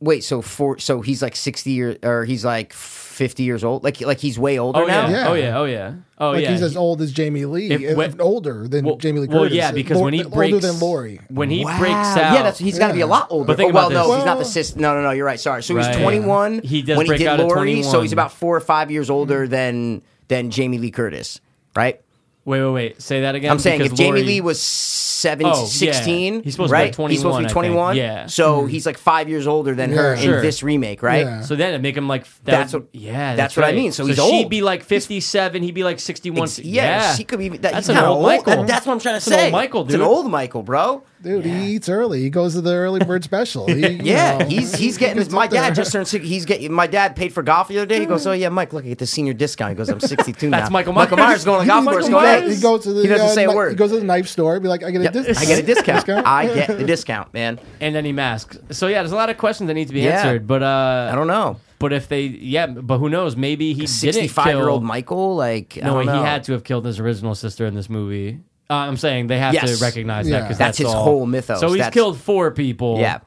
B: wait, so four? So he's like sixty years, or he's like fifty years old. Like like he's way older
C: Oh
B: now.
C: yeah.
D: Yeah.
C: oh yeah, oh yeah. Oh
D: Like
C: yeah.
D: he's as
C: He-
D: old as Jamie Lee,
C: If-
D: if-
C: when-
D: older than
C: well,
D: Jamie Lee
C: well,
D: Curtis. Uh,
C: yeah, because
D: More-
C: when he breaks
D: older than Lori,
C: when he
B: Wow.
C: breaks out,
B: Yeah, that's, he's got to be a
D: Yeah.
B: lot older.
C: But think
B: Oh, well,
C: about
B: no,
C: this.
B: he's not the
D: Well-
B: sister. No, no, no. You're right. Sorry. So he's
C: Right.
B: 21
C: He does
B: when
C: break
B: he did
C: out at
B: Lori, so
C: 21.
B: he's about four or five years older than than Jamie Lee Curtis, right?
C: Wait, wait, wait. Say that again.
B: I'm saying
C: because
B: if Jamie
C: Lori-
B: Lee was seven,
C: Oh, yeah.
B: 16,
C: He's supposed to be
B: right?
C: like 21,
B: he's supposed to
C: I
B: be
C: think.
B: 21.
C: Yeah. Hmm.
B: So he's like five years older than her
D: Yeah.
B: in
C: Sure.
B: this remake, right?
D: Yeah.
C: So then it make him like that
B: That's
C: would-
B: what-
C: yeah.
B: that's what I
C: right.
B: mean. So he's
C: she'd
B: old.
C: be like fifty seven. He'd be like sixty one.
B: Ex-
C: Yeah,
B: yeah, she could be. That,
C: that's
B: he's
C: an
B: kinda
C: old Michael.
B: That- that's what I'm trying to
C: That's an
B: say.
C: old Michael,
B: It's an
C: dude.
B: old Michael, bro.
D: dude, he eats early. He goes to
C: [laughs]
D: the early bird special. He, you
B: Yeah,
D: know,
B: he's
D: [laughs]
B: he's getting his.
D: gets
B: My
D: up there.
B: dad just turned. 60, He's getting. My dad paid for golf the other day. He goes, "Oh yeah, Mike, look, I get the senior discount." He goes, "I'm
C: [laughs]
B: 62 now."
C: That's Michael
B: Michael
C: Myers.
B: Myers
C: [laughs]
B: going to
C: He
B: golf
C: did
B: course.
C: Michael
B: He goes,
C: Myers.
D: He goes to the.
B: He doesn't
D: uh,
B: say a
D: kni-
B: word.
D: He goes to the knife store. Be like, I get a
B: Yep,
D: [laughs] discount.
B: I get a discount. I get the discount, man.
C: and then he masks. So yeah, there's a lot of questions that need to be
B: Yeah.
C: answered. But uh,
B: I don't know.
C: But if they, yeah, but who knows? Maybe he didn't kill.
B: Sixty-five-year-old Michael, like
C: No,
B: I
C: way,
B: don't
C: he
B: know.
C: had to have killed his original sister in this movie. Uh, I'm saying they have
B: Yes.
C: to recognize that
D: Yeah.
C: because
B: That's his
C: all.
B: whole mythos.
C: So he's
B: That's-
C: killed four people.
B: Yeah,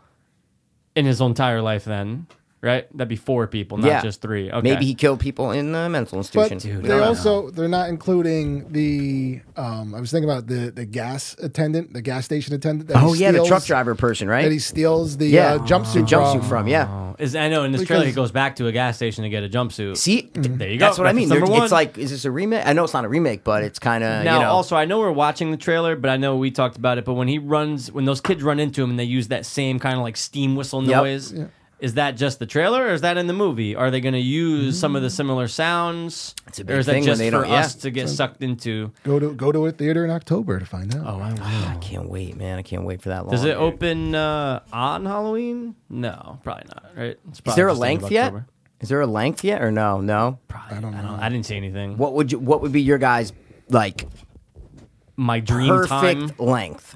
C: in his entire life. Then right, that'd be four people, not
B: yeah,
C: just three. Okay.
B: Maybe he killed people in the mental institution.
D: But
B: We
D: they
B: don't know.
D: also they're not including the. Um, I was thinking about the the gas attendant, the gas station attendant. That he
B: oh yeah, the
D: steals-
B: truck driver person,
D: that he
B: right?
D: steals the
B: Yeah,
D: uh, jumpsuit
B: Jumpsuit
D: from.
B: from yeah.
C: Is I know in this trailer he
D: Because-
C: goes back to a gas station to get a jumpsuit.
B: See,
C: There you go.
B: that's what I mean.
C: number
B: They're-
C: one.
B: It's like, is this a remake? I know it's not a remake, but it's kind of
C: now.
B: you know,
C: Also, I know we're watching the trailer, but I know we talked about it. But when he runs, when those kids run into him and they use that same kind of like steam whistle
B: Yep.
C: noise, is that just the trailer or is that in the movie? Are they going to use some of the similar sounds,
B: a big
C: or is that
B: thing when
C: just
B: they
C: for
B: don't- yeah.
C: us to get sucked into?
D: Go to go to a theater in October to find out. Oh,
B: I can't wait, man. I can't wait for that long.
C: Does it
B: dude.
C: open uh, on Halloween? No, probably not. Right? It's probably
B: Is there a
C: just the end of
B: length yet?
C: October.
B: Is there a length yet or no? No.
C: Probably. I don't, know. I didn't see anything.
B: What would you? What would be your guys like
C: My dream
B: perfect
C: time,
B: length?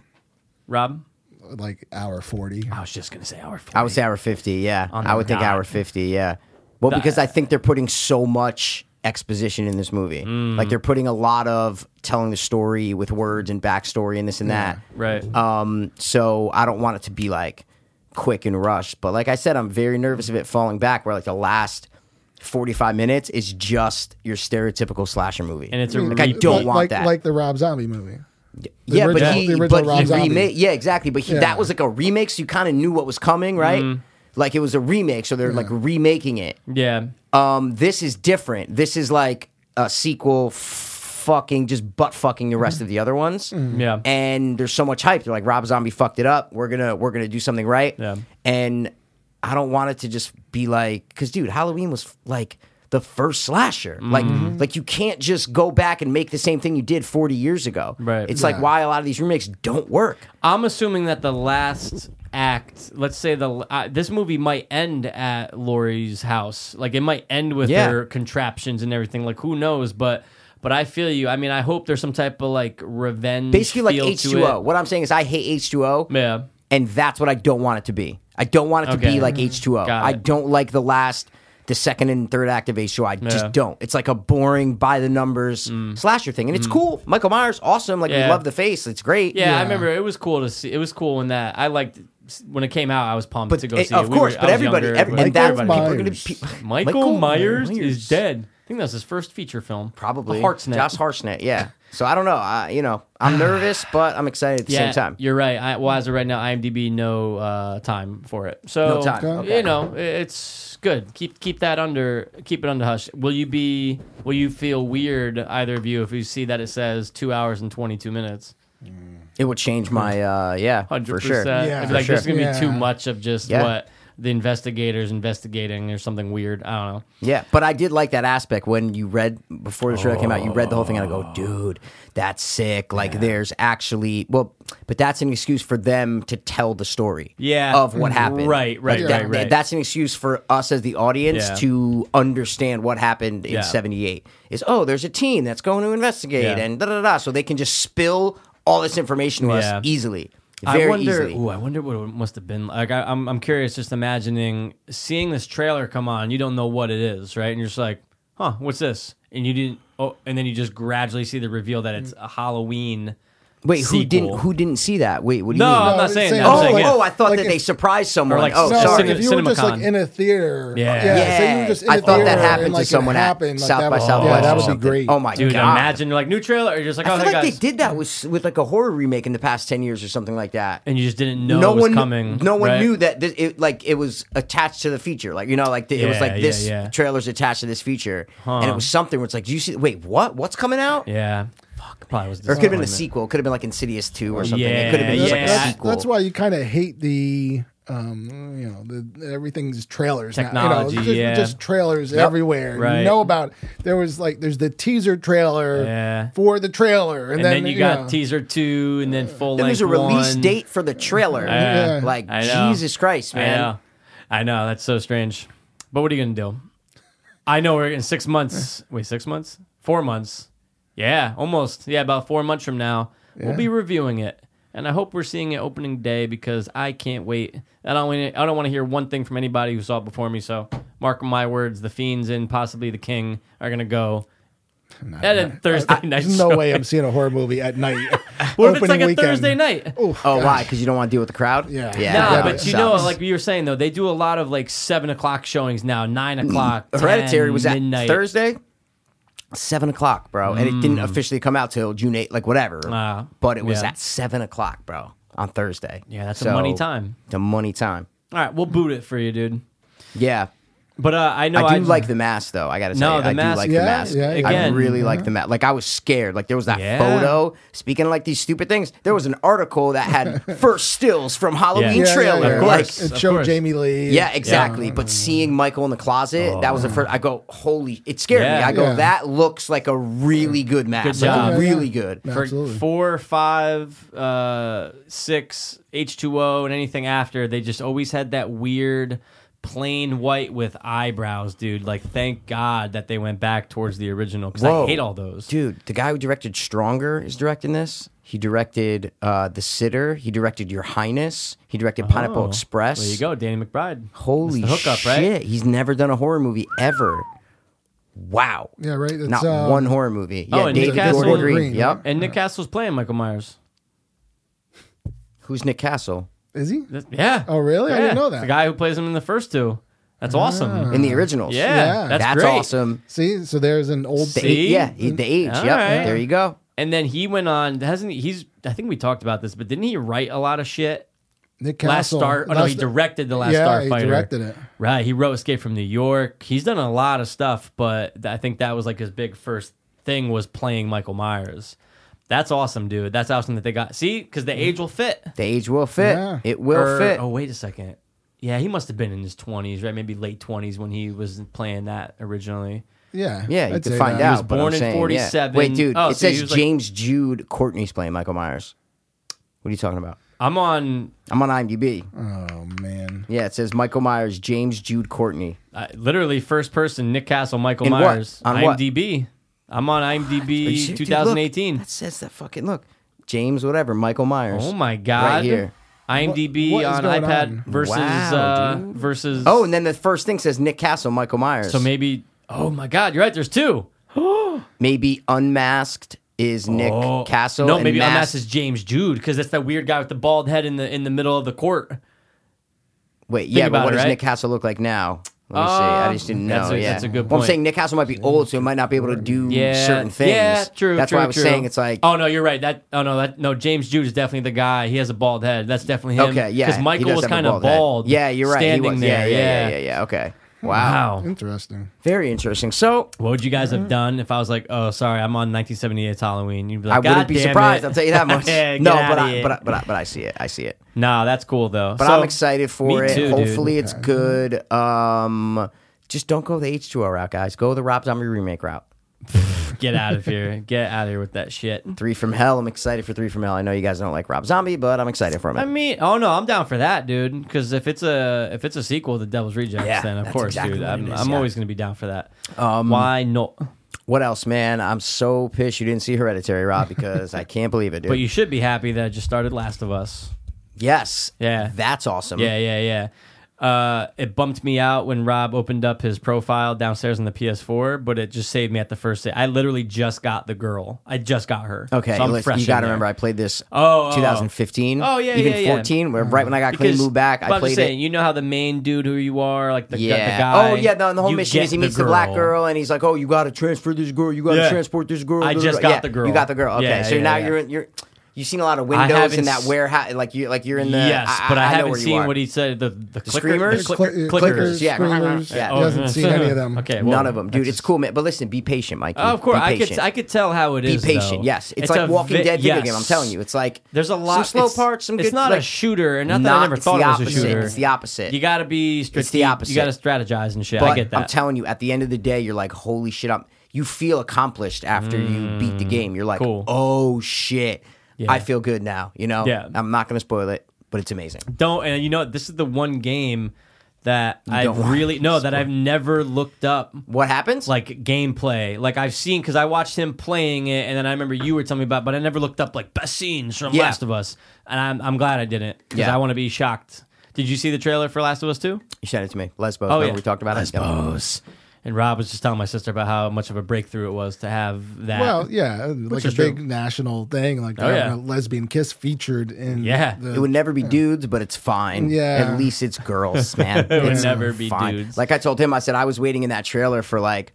C: Rob.
D: like hour forty.
C: I was just gonna say hour. 40.
B: I would say hour fifty. Yeah,
C: Oh,
B: I would think
C: God.
B: hour fifty. Yeah. Well, because I think they're putting so much exposition in this movie.
C: Mm.
B: Like they're putting a lot of telling the story with words and backstory and this and that.
C: right.
B: Um, so I don't want it to be like quick and rushed. But like I said, I'm very nervous of it falling back where like the last 45 minutes is just your stereotypical slasher movie.
C: and it's a
B: like I
C: re-
B: don't
D: like,
B: want
D: like,
B: that.
D: Like the Rob Zombie movie.
B: yeah,
D: original-
B: but he,
D: the original
B: but
D: Rob
B: he
D: Zombie.
B: remade, yeah, exactly. But he,
D: Yeah.
B: that was like a remake, so you kind of knew what was coming, right? Like it was a remake, so they're like remaking it.
C: yeah.
B: Um, this is different. This is like a sequel, f- fucking just butt fucking the rest of the other ones.
C: Yeah.
B: and there's so much hype. They're like, Rob Zombie fucked it up. We're gonna we're gonna do something right.
C: Yeah.
B: and I don't want it to just be like, because dude, Halloween was like the first slasher.
C: Mm-hmm.
B: Like like you can't just go back and make the same thing you did 40 years ago.
C: Right.
B: It's like why a lot of these remakes don't work.
C: I'm assuming that the last act, let's say the uh, this movie might end at Laurie's house. Like it might end with
B: Yeah.
C: her contraptions and everything. Like who knows? But But I feel you. I mean, I hope there's some type of like revenge.
B: Basically, like
C: feel to
B: H2O.
C: it.
B: What I'm saying is, I hate H2O.
C: Yeah.
B: and that's what I don't want it to be. I don't want it to
C: Okay.
B: be like H2O.
C: Got
B: I
C: it.
B: don't like the last, the second and third act of H2O. I
C: Yeah. Mm.
B: just don't. It's like a boring by the numbers slasher thing, and it's cool. Michael Myers, awesome. Like
C: Yeah.
B: we love the face. It's great.
C: yeah, I remember it was cool to see. It was cool when that I liked when it came out. I was pumped
B: But
C: to go
B: it-
C: see. it.
B: of
C: We
B: course,
C: were- I
B: but
C: was
B: everybody,
C: younger,
B: every,
C: but
B: and that's
D: Michael
B: people are gonna
D: Myers.
C: [laughs]
B: pe-
C: Michael, Myers, is dead. I think that was his first feature film.
B: Probably
C: A Hartsnet.
B: Josh Hartsnet. Yeah. So I don't know. I you know
C: [sighs]
B: I'm nervous, but I'm excited at the
C: yeah,
B: same time.
C: You're right. I, well, as of right now, IMDb no uh, time for it. So
B: No time. Okay.
C: you know, i- it's good. Keep keep that under keep it under hush. Will you be? Will you feel weird either of you if you see that it says two hours and twenty two minutes?
B: It would change my uh yeah
C: Hundred
B: for sure.
C: percent.
D: Yeah,
C: I'd be like
B: for
C: there's gonna be
D: sure.
C: too
D: Yeah.
C: much of just
B: Yeah.
C: what the investigators investigating or something weird. I don't know.
B: Yeah, but I did like that aspect when you read before the trailer came out. You read the whole thing, and I go, "Dude, that's sick!" Like, there's actually well, but that's an excuse for them to tell the story,
C: Yeah. Mm-hmm.
B: of what happened.
C: Right, right,
B: Like, that-
C: right, right.
B: That's an excuse for us as the audience
C: Yeah.
B: to understand what happened
C: Yeah.
B: in '78. Is oh, there's a team that's going to investigate,
C: Yeah.
B: and da da da. So they can just spill all this information to
C: Yeah.
B: us easily,
C: I
B: very
C: wonder.
B: easily.
C: Ooh, I wonder what it must have been like. I, I'm, I'm curious. Just imagining seeing this trailer come on. You don't know what it is, right? And you're just like, huh, what's this? And you didn't. Oh, and then you just gradually see the reveal that it's a Halloween.
B: Wait, who
C: sequel.
B: didn't who didn't see that? Wait, what do
C: No,
B: you mean?
C: I'm
D: No,
C: not
D: it's
C: saying
D: saying-
C: that. I'm
B: oh,
C: saying
B: oh,
C: it.
B: I thought
D: Uh, Like
B: that
D: if-
B: they surprised someone.
C: like,
B: oh,
D: No,
B: sorry.
D: like if you were just like
C: Cinemacon.
D: in a theater. uh,
C: Yeah.
D: yeah. Say you
B: Yeah.
D: were just in
B: I
D: a
B: thought that
D: theater
B: happened to
D: and, like, it
B: someone at
D: happened, like,
B: South
D: that
B: by
D: was-
B: Southwest
D: Yeah,
B: or
D: that would be
B: something.
D: great.
B: Oh my
C: Dude,
B: god!
C: imagine you're like new trailer. You're just like,
B: I
C: oh,
B: feel
C: hey
B: like
C: guys.
B: they did that with with like a horror remake in the past ten years or something like that.
C: And you just didn't know it was
B: one,
C: coming.
B: no one
C: right?
B: knew that this, it like it was attached to the feature. Like you know, like the, it was
C: Yeah,
B: like
C: yeah,
B: this
C: yeah.
B: trailer's attached to this feature, and it was something where it's like, do you see? Wait, what? What's coming out?
C: Yeah. Fuck. Probably was.
B: Or it could have been a
C: disappointment.
B: sequel. It could have been like Insidious two or something.
C: Yeah,
B: it could have been just like
C: yeah.
B: a
D: That's,
B: sequel.
D: that's why you kind of hate the, um, you know, the, everything's trailers. now, you know,
C: Technology,
D: just,
C: yeah.
D: just trailers everywhere.
C: Right.
D: You know about there was like there's the teaser trailer
C: Yeah.
D: for the trailer, and,
C: And then, you got
D: know, [laughs]
C: teaser two, and then full
B: Then
C: length.
B: there's a release
C: one.
B: date for the trailer.
C: Yeah.
B: Like
C: I know.
B: Jesus Christ, man.
C: I know. I know. That's so strange. But what are you going to do? I know we're in six
D: [laughs]
C: months. wait, six months? Four months. Yeah, almost. Yeah, about four months from now, we'll be reviewing it. And I hope we're seeing it opening day because I can't wait. I don't want I don't want to hear one thing from anybody who saw it before me. So mark my words, the fiends and possibly the king are gonna go. at a Thursday night.
D: There's no way I'm seeing a horror movie at night.
C: [laughs] What if it's
D: opening
C: like a
D: weekend.
C: Thursday night?
B: Oh, why? Because you don't want to deal with the crowd.
D: Yeah.
B: yeah.
C: Nah,
D: Yeah,
B: that
C: but you
B: sucks.
C: know, like you were saying though, they do a lot of like seven o'clock showings now, nine o'clock. 10,
B: Mm. Hereditary was at
C: midnight. Mm.
B: Thursday, seven o'clock, bro, and it didn't officially come out till June eight, like whatever.
C: Ah,
B: but it was
C: yeah.
B: at seven o'clock, bro, on Thursday.
C: Yeah, that's a money time.
B: The money time.
C: All right, we'll boot it for you, dude.
B: Yeah,
C: But uh, I know
B: I do like the mask though. I gotta say,
C: No, the
B: I
C: mask-
B: do like
D: Yeah,
B: the mask.
D: yeah, Mm-hmm. yeah.
B: I
C: Again.
B: really like the mask. Like I was scared. Like there was that
C: Yeah.
B: photo. Speaking of like these stupid things, there was an article that
C: [laughs]
B: had first stills from Halloween
C: Yeah,
D: yeah,
B: trailer.
D: Yeah, yeah.
C: Of
B: Like,
C: course,
D: it
C: of
D: showed
C: course.
D: Jamie Lee.
B: Yeah, exactly. But seeing Michael in the closet, that was the first. I go, holy! It scared me.
C: Oh. Yeah.
B: I go,
D: Yeah.
B: that looks like a really good
C: Good
B: mask.
C: job.
B: Like,
C: Yeah,
B: really good.
D: Yeah.
C: for
D: Absolutely.
C: four, five, uh, six, H two O, and anything after. They just always had that weird plain white with eyebrows, dude. Like, thank God that they went back towards the original because I
B: Whoa.
C: hate all those.
B: Dude, the guy who directed Stronger is directing this. He directed uh, The Sitter. He directed Your Highness. He directed Pineapple
C: Oh.
B: Express.
C: There you go, Danny McBride. That's
B: Holy
C: the hookup, right?
B: shit! He's never done a horror movie ever. Wow.
D: Yeah, right? It's,
B: Not
D: uh,
B: one horror movie.
C: Oh,
B: Yeah,
C: and
B: David
C: Nick Castle
B: Gordon
C: and-
B: Green.
D: Green,
B: Yep.
C: And Nick Castle's playing Michael Myers.
B: Who's Nick Castle
D: Is he?
C: That- Yeah.
D: Oh, really? I didn't
C: Yeah.
D: know that. Ah.
C: The guy who plays him in the first two. That's awesome.
B: in the originals?
C: Mm. Yeah,
D: Yeah.
C: that's,
B: that's,
C: great.
B: awesome.
D: See, so there's an old.
B: The
C: See?
B: age, yeah, he- the age.
C: All
B: yep.
C: right.
B: There you go.
C: And then he went on. Hasn't he, he's? I think we talked about this, but didn't he write a lot of shit?
D: Nick
C: Last
D: Castle.
C: Star. Oh no, he
D: Last-
C: directed the Last
D: yeah,
C: Starfighter.
D: he directed it.
C: Right. He wrote Escape from New York. He's done a lot of stuff, but th- I think that was like his big first thing was playing Michael Myers. That's awesome, dude. That's awesome that they got. See, because the age will fit.
B: The age will fit.
D: Yeah.
B: It will
C: Or-
B: fit.
C: Oh wait a second. Yeah, he must have been in his twenties, right? Maybe late twenties when he was playing that originally.
D: Yeah.
B: yeah, you
D: I'd
B: can
D: say
B: find
D: that.
B: out.
C: was
B: but I'm
C: born in
B: saying, yeah.
C: 47.
B: Wait, dude,
C: Oh,
B: it
C: so he
B: says
C: was like-
B: James Jude Courtney's playing Michael Myers. What are you talking about?
C: I'm on
B: I'm on IMDb.
D: Oh man.
B: Yeah, it says Michael Myers, James Jude Courtney.
C: Uh, literally first person Nick Castle, Michael
B: In what?
C: Myers,
B: On what?
C: IMDb. I'm on
B: You
C: IMDb
B: should- dude, look,
C: 2018.
B: that says that fucking look. James, whatever, Michael Myers.
C: oh my god!
B: here.
C: IMDb
D: What- what is
C: on
D: going
C: iPad
D: on?
C: versus
B: Wow,
C: uh,
B: dude.
C: versus.
B: Oh, and then the first thing says Nick Castle, Michael Myers.
C: so maybe. Oh my god! You're right. There's two.
B: maybe unmasked is Nick
C: Oh.
B: Castle.
C: No,
B: and
C: maybe
B: masked-
C: Unmasked is James Jude because that's that weird guy with the bald head in the in the middle of the court.
B: Wait, yeah,
C: about
B: but what
C: it,
B: does
C: right? Um,
B: Nick Castle look like now? Let me see. I just didn't know.
C: That's a-
B: yeah,
C: that's a good
B: Well, I'm
C: point.
B: saying Nick Castle might be old, so he might not be able to do
C: Yeah,
B: certain things.
C: Yeah, true.
B: That's
C: true,
B: why I was
C: true.
B: saying it's like.
C: Oh no, you're right. That oh no, that no. James Jude is definitely the guy. He has a bald head. That's definitely him.
B: Okay, yeah.
C: Because
B: he
C: Michael
B: does
C: was
B: have a
C: kind of
B: head.
C: bald.
B: Yeah, you're right.
C: Standing
B: he was.
C: there.
B: Yeah, yeah,
C: Yeah,
B: yeah, yeah, yeah. Okay. Wow.
C: Wow.
D: Interesting.
B: Very interesting. So
C: What would you guys have done if I was like, "Oh, sorry, I'm on 1978's Halloween"? You'd be like,
B: I wouldn't
C: "God
B: be
C: damn
B: surprised.
C: it."
B: I'll tell
C: [laughs]
B: you that much.
C: Yeah,
B: no,
C: get
B: but
C: outta
B: I,
C: here.
B: but I, but I, but I see it. I see it.
C: nah, that's cool though.
B: But
C: So-
B: I'm excited for
C: me
B: it.
C: too, dude.
B: Hopefully, it's good. Um, just don't go the H2O route, guys. Go the Rob Zombie remake route.
C: Get out
B: [laughs]
C: of here. Get out of here with that shit.
B: Three from Hell. I'm excited for Three from Hell. I know you guys don't like Rob Zombie, but I'm excited for him.
C: I mean, oh no, I'm down for that, dude. Because if it's a if it's a sequel to Devil's Rejects,
B: Yeah,
C: then of
B: that's
C: course,
B: exactly
C: dude,
B: what
C: I'm,
B: it is,
C: I'm
B: yeah. Um,
C: always gonna be down for that. Why not?
B: what else, man? I'm so pissed you didn't see
C: [laughs]
B: Hereditary, Rob, because I can't believe it, dude.
C: But you should be happy that I just started Last of Us.
B: yes,
C: Yeah.
B: that's awesome.
C: Yeah, yeah, yeah. Uh, it bumped me out when Rob opened up his profile downstairs on the PS4, but it just saved me at the first day. I literally just got the girl. I just got her.
B: Okay,
C: so I'm
B: listen,
C: fresh
B: you got
C: in
B: to
C: there.
B: remember I played this
C: Oh, oh, oh.
B: 2015.
C: Oh, yeah,
B: even
C: yeah, yeah.
B: 14. Where right when I got clean, moved back,
C: but
B: I
C: I'm just
B: played
C: saying,
B: it.
C: you know how the main dude who you are, like the, gu- the
B: Yeah.
C: guy.
B: oh yeah. No, and the whole
C: you
B: mission
C: get
B: is he meets the, black girl, and he's like, "Oh, you got to transfer this girl. You got to
C: Yeah.
B: transport this girl."
C: I
B: blah,
C: just
B: blah, blah."
C: got
B: Yeah,
C: the girl.
B: You got the girl. Okay,
C: Yeah,
B: so
C: yeah,
B: now
C: yeah.
B: you're in, you're you've seen a lot of windows
C: haven't
B: in that
C: s-
B: warehouse. Like you like you're in the
C: yes,
B: I- I-
C: but I,
B: I know
C: haven't
B: where you
C: seen
B: are.
C: what he said. The the clicker,
B: screamers?
C: the click-
D: Cli-
C: clickers. Oh,
D: clickers,
B: Yeah.
D: screamers.
B: Yeah.
D: uh, He hasn't seen any of them.
C: [laughs] Okay, well,
B: None of them, dude. It's cool, man. But listen, be patient, Mikey.
C: Oh, of course,
B: Be
C: I could
B: patient.
C: I could tell how it
B: be
C: is.
B: patient.
C: though.
B: Yes, it's,
C: It's
B: like
C: a
B: Walking
C: vi-
B: Dead video
C: yes.
B: game. I'm telling you, it's like
C: There's a lot.
B: some slow
C: it's-
B: parts, some
C: it's
B: good.
C: not
B: like,
C: a shooter, and not, that
B: not-
C: I never
B: it's
C: thought
B: the
C: it was a
B: opposite.
C: shooter.
B: It's the opposite.
C: You got to be strategic.
B: opposite.
C: You got to strategize and shit.
B: But
C: I get that.
B: am telling you, at the end of the day, you're like, holy shit, I'm, you feel accomplished after you beat the game. You're like,
C: Mm, cool.
B: oh shit,
C: Yeah.
B: I feel good now. You know,
C: Yeah.
B: I'm not gonna spoil it, but it's amazing.
C: don't and you know this is the one game that
B: don't
C: I've
B: want
C: really
B: to
C: no that I've never looked up
B: What happens?
C: like gameplay. Like I've seen because I watched him playing it, and then I remember you were telling me about, but I never looked up like best scenes from
B: Yeah.
C: Last of Us, and I'm I'm glad I didn't because
B: Yeah.
C: I want to be shocked. Did you see the trailer for Last of Us Two?
B: you sent it to me, Lesbos.
C: Oh,
B: remember
C: yeah.
B: we talked about it. Yep.
C: Lesbos. And Rob was just telling my sister about how much of a breakthrough it was to have that.
D: Well, yeah, like a
C: is true.
D: big national thing, like
C: Oh,
D: having
C: yeah.
D: a lesbian kiss featured in.
C: Yeah.
D: the-
B: It would never be dudes, but it's fine.
D: Yeah.
B: At least it's
C: [laughs]
B: girls, man. it
C: would never be dudes.
B: Like I told him, I said I was waiting in that trailer for like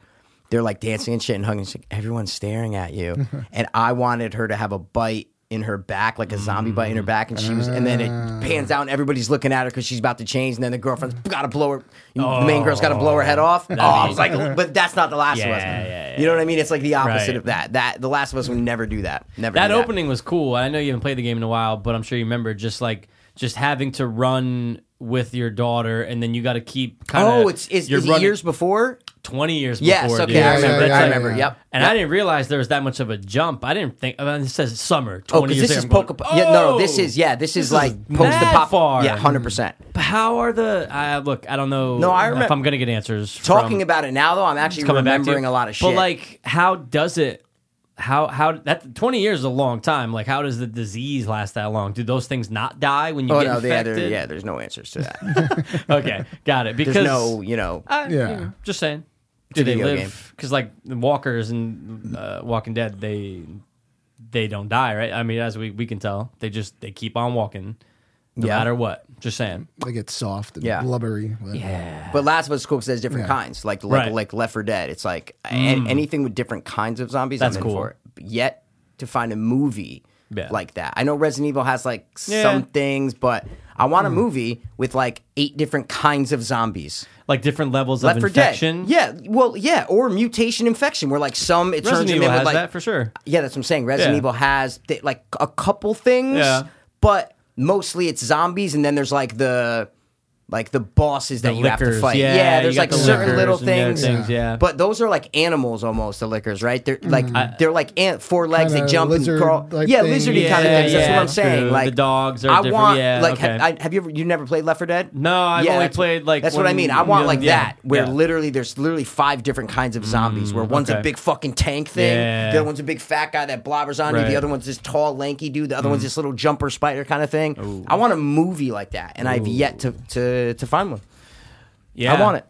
B: they're like dancing and shit and hugging. She's like, Everyone's staring at
C: [laughs]
B: you, and I wanted her to have a bite in her back, like a zombie bite in
C: Mm.
B: her back, and she was, and then
C: Ah.
B: it pans out and everybody's looking at her because she's about to change, and then the girlfriend's
C: Mm.
B: got to blow her, the main girl's got to blow her head off. Oh, I was
C: [laughs]
B: like, but that's not the Last of
C: Yeah,
B: Us.
C: yeah,
B: You know what I mean? It's like the opposite
C: Right.
B: of that. That the Last of Us would never do that. Never.
C: that
B: do
C: opening was cool. I know you haven't played the game in a while, but I'm sure you remember just like just having to run with your daughter, and then you got to keep kind of.
B: Oh, it's is,
C: you're
B: is it
C: running
B: years before?
C: twenty years.
B: Yes,
C: before,
B: okay,
C: dude.
B: I
D: Yeah,
B: remember.
D: yeah,
B: I
D: yeah,
B: remember.
D: yeah.
B: Yep.
C: And I didn't realize there was that much of a jump. I didn't think. I mean, it says summer. 20
B: Oh, because
C: years
B: this is
C: later. I'm
B: poke.
C: going,
B: yeah, no, no,
C: "Oh!"
B: this is yeah, this is
C: is
B: like post the
C: mad
B: pop.
C: far.
B: Yeah, hundred percent.
C: How are the? I look. I don't know.
B: No, I
C: If
B: remember-
C: I'm gonna get answers.
B: Talking
C: from,
B: about it now, though, I'm actually
C: coming back to you.
B: remembering a lot of shit.
C: But like, how does it? How how that twenty years is a long time. Like, how does the disease last that long? Do those things not die when you
B: oh
C: get
B: no, yeah,
C: infected?
B: there, yeah, there's no answers to that.
C: [laughs] okay, got it. Because
B: There's no, you know,
C: I- you
D: Yeah.
C: know, just saying. Do
B: a
C: they
B: video
C: live? Because like the walkers and uh, Walking Dead, they they don't die, right? I mean, as we we can tell, they just they keep on walking, no
B: Yeah.
C: matter what. Just saying.
D: like it's soft and
B: Yeah.
D: blubbery.
C: Yeah.
B: but Last of Us is cool because there's different
D: Yeah.
B: kinds, like like
C: Right. Mm.
B: like Left 4 Dead. It's like an- anything with different kinds of zombies.
C: That's
B: I'm in
C: cool.
B: for it. But Yet to find a movie
C: Yeah.
B: like that. I know Resident Evil has like
C: Yeah. Mm.
B: some things, but I want a movie with like eight different kinds of zombies.
C: Like different levels
B: Left
C: of
B: for
C: infection.
B: Dead. Yeah, well, yeah, or mutation infection, where like some it turns
C: Resident
B: them
C: Evil
B: in with
C: has
B: like
C: that for sure.
B: yeah, that's what I'm saying. Resident
C: Yeah.
B: Evil has th- like a couple things,
C: Yeah.
B: but mostly it's zombies, and then there's like the like the bosses that
C: The
B: you have to
C: liquors,
B: fight.
C: yeah,
B: Yeah,
C: you
B: there's
C: got
B: like
C: the
B: certain little
C: liquors and
B: things,
C: the things, yeah. Mm-hmm.
B: But those are like animals almost. The liquors, right? They're like they're like ant four legs.
D: Kinda
B: they jump
D: lizard
B: and crawl.
D: like
B: yeah,
D: thing.
B: lizardy kind of
C: Yeah,
B: things. That's
C: yeah,
B: what I'm saying.
C: true.
B: Like
C: The dogs are
B: I
C: different.
B: want
C: Yeah,
B: like
C: okay.
B: ha- I, have you ever you never played Left 4 Dead?
C: No, I've
B: Yeah,
C: only
B: that's-
C: played, like,
B: that's what I
C: one-
B: mean. I want
C: yeah,
B: like
C: yeah,
B: that where
C: yeah. Mm,
B: literally there's literally five different kinds of zombies where one's
C: okay.
B: a big fucking tank thing,
C: Yeah.
B: the other one's a big fat guy that blobbers on you,
C: Right. Mm-hmm.
B: the other one's this tall lanky dude, the other one's this little jumper spider kind of thing. I want a movie like that, and I've yet to to to find one.
C: Yeah.
B: I want it.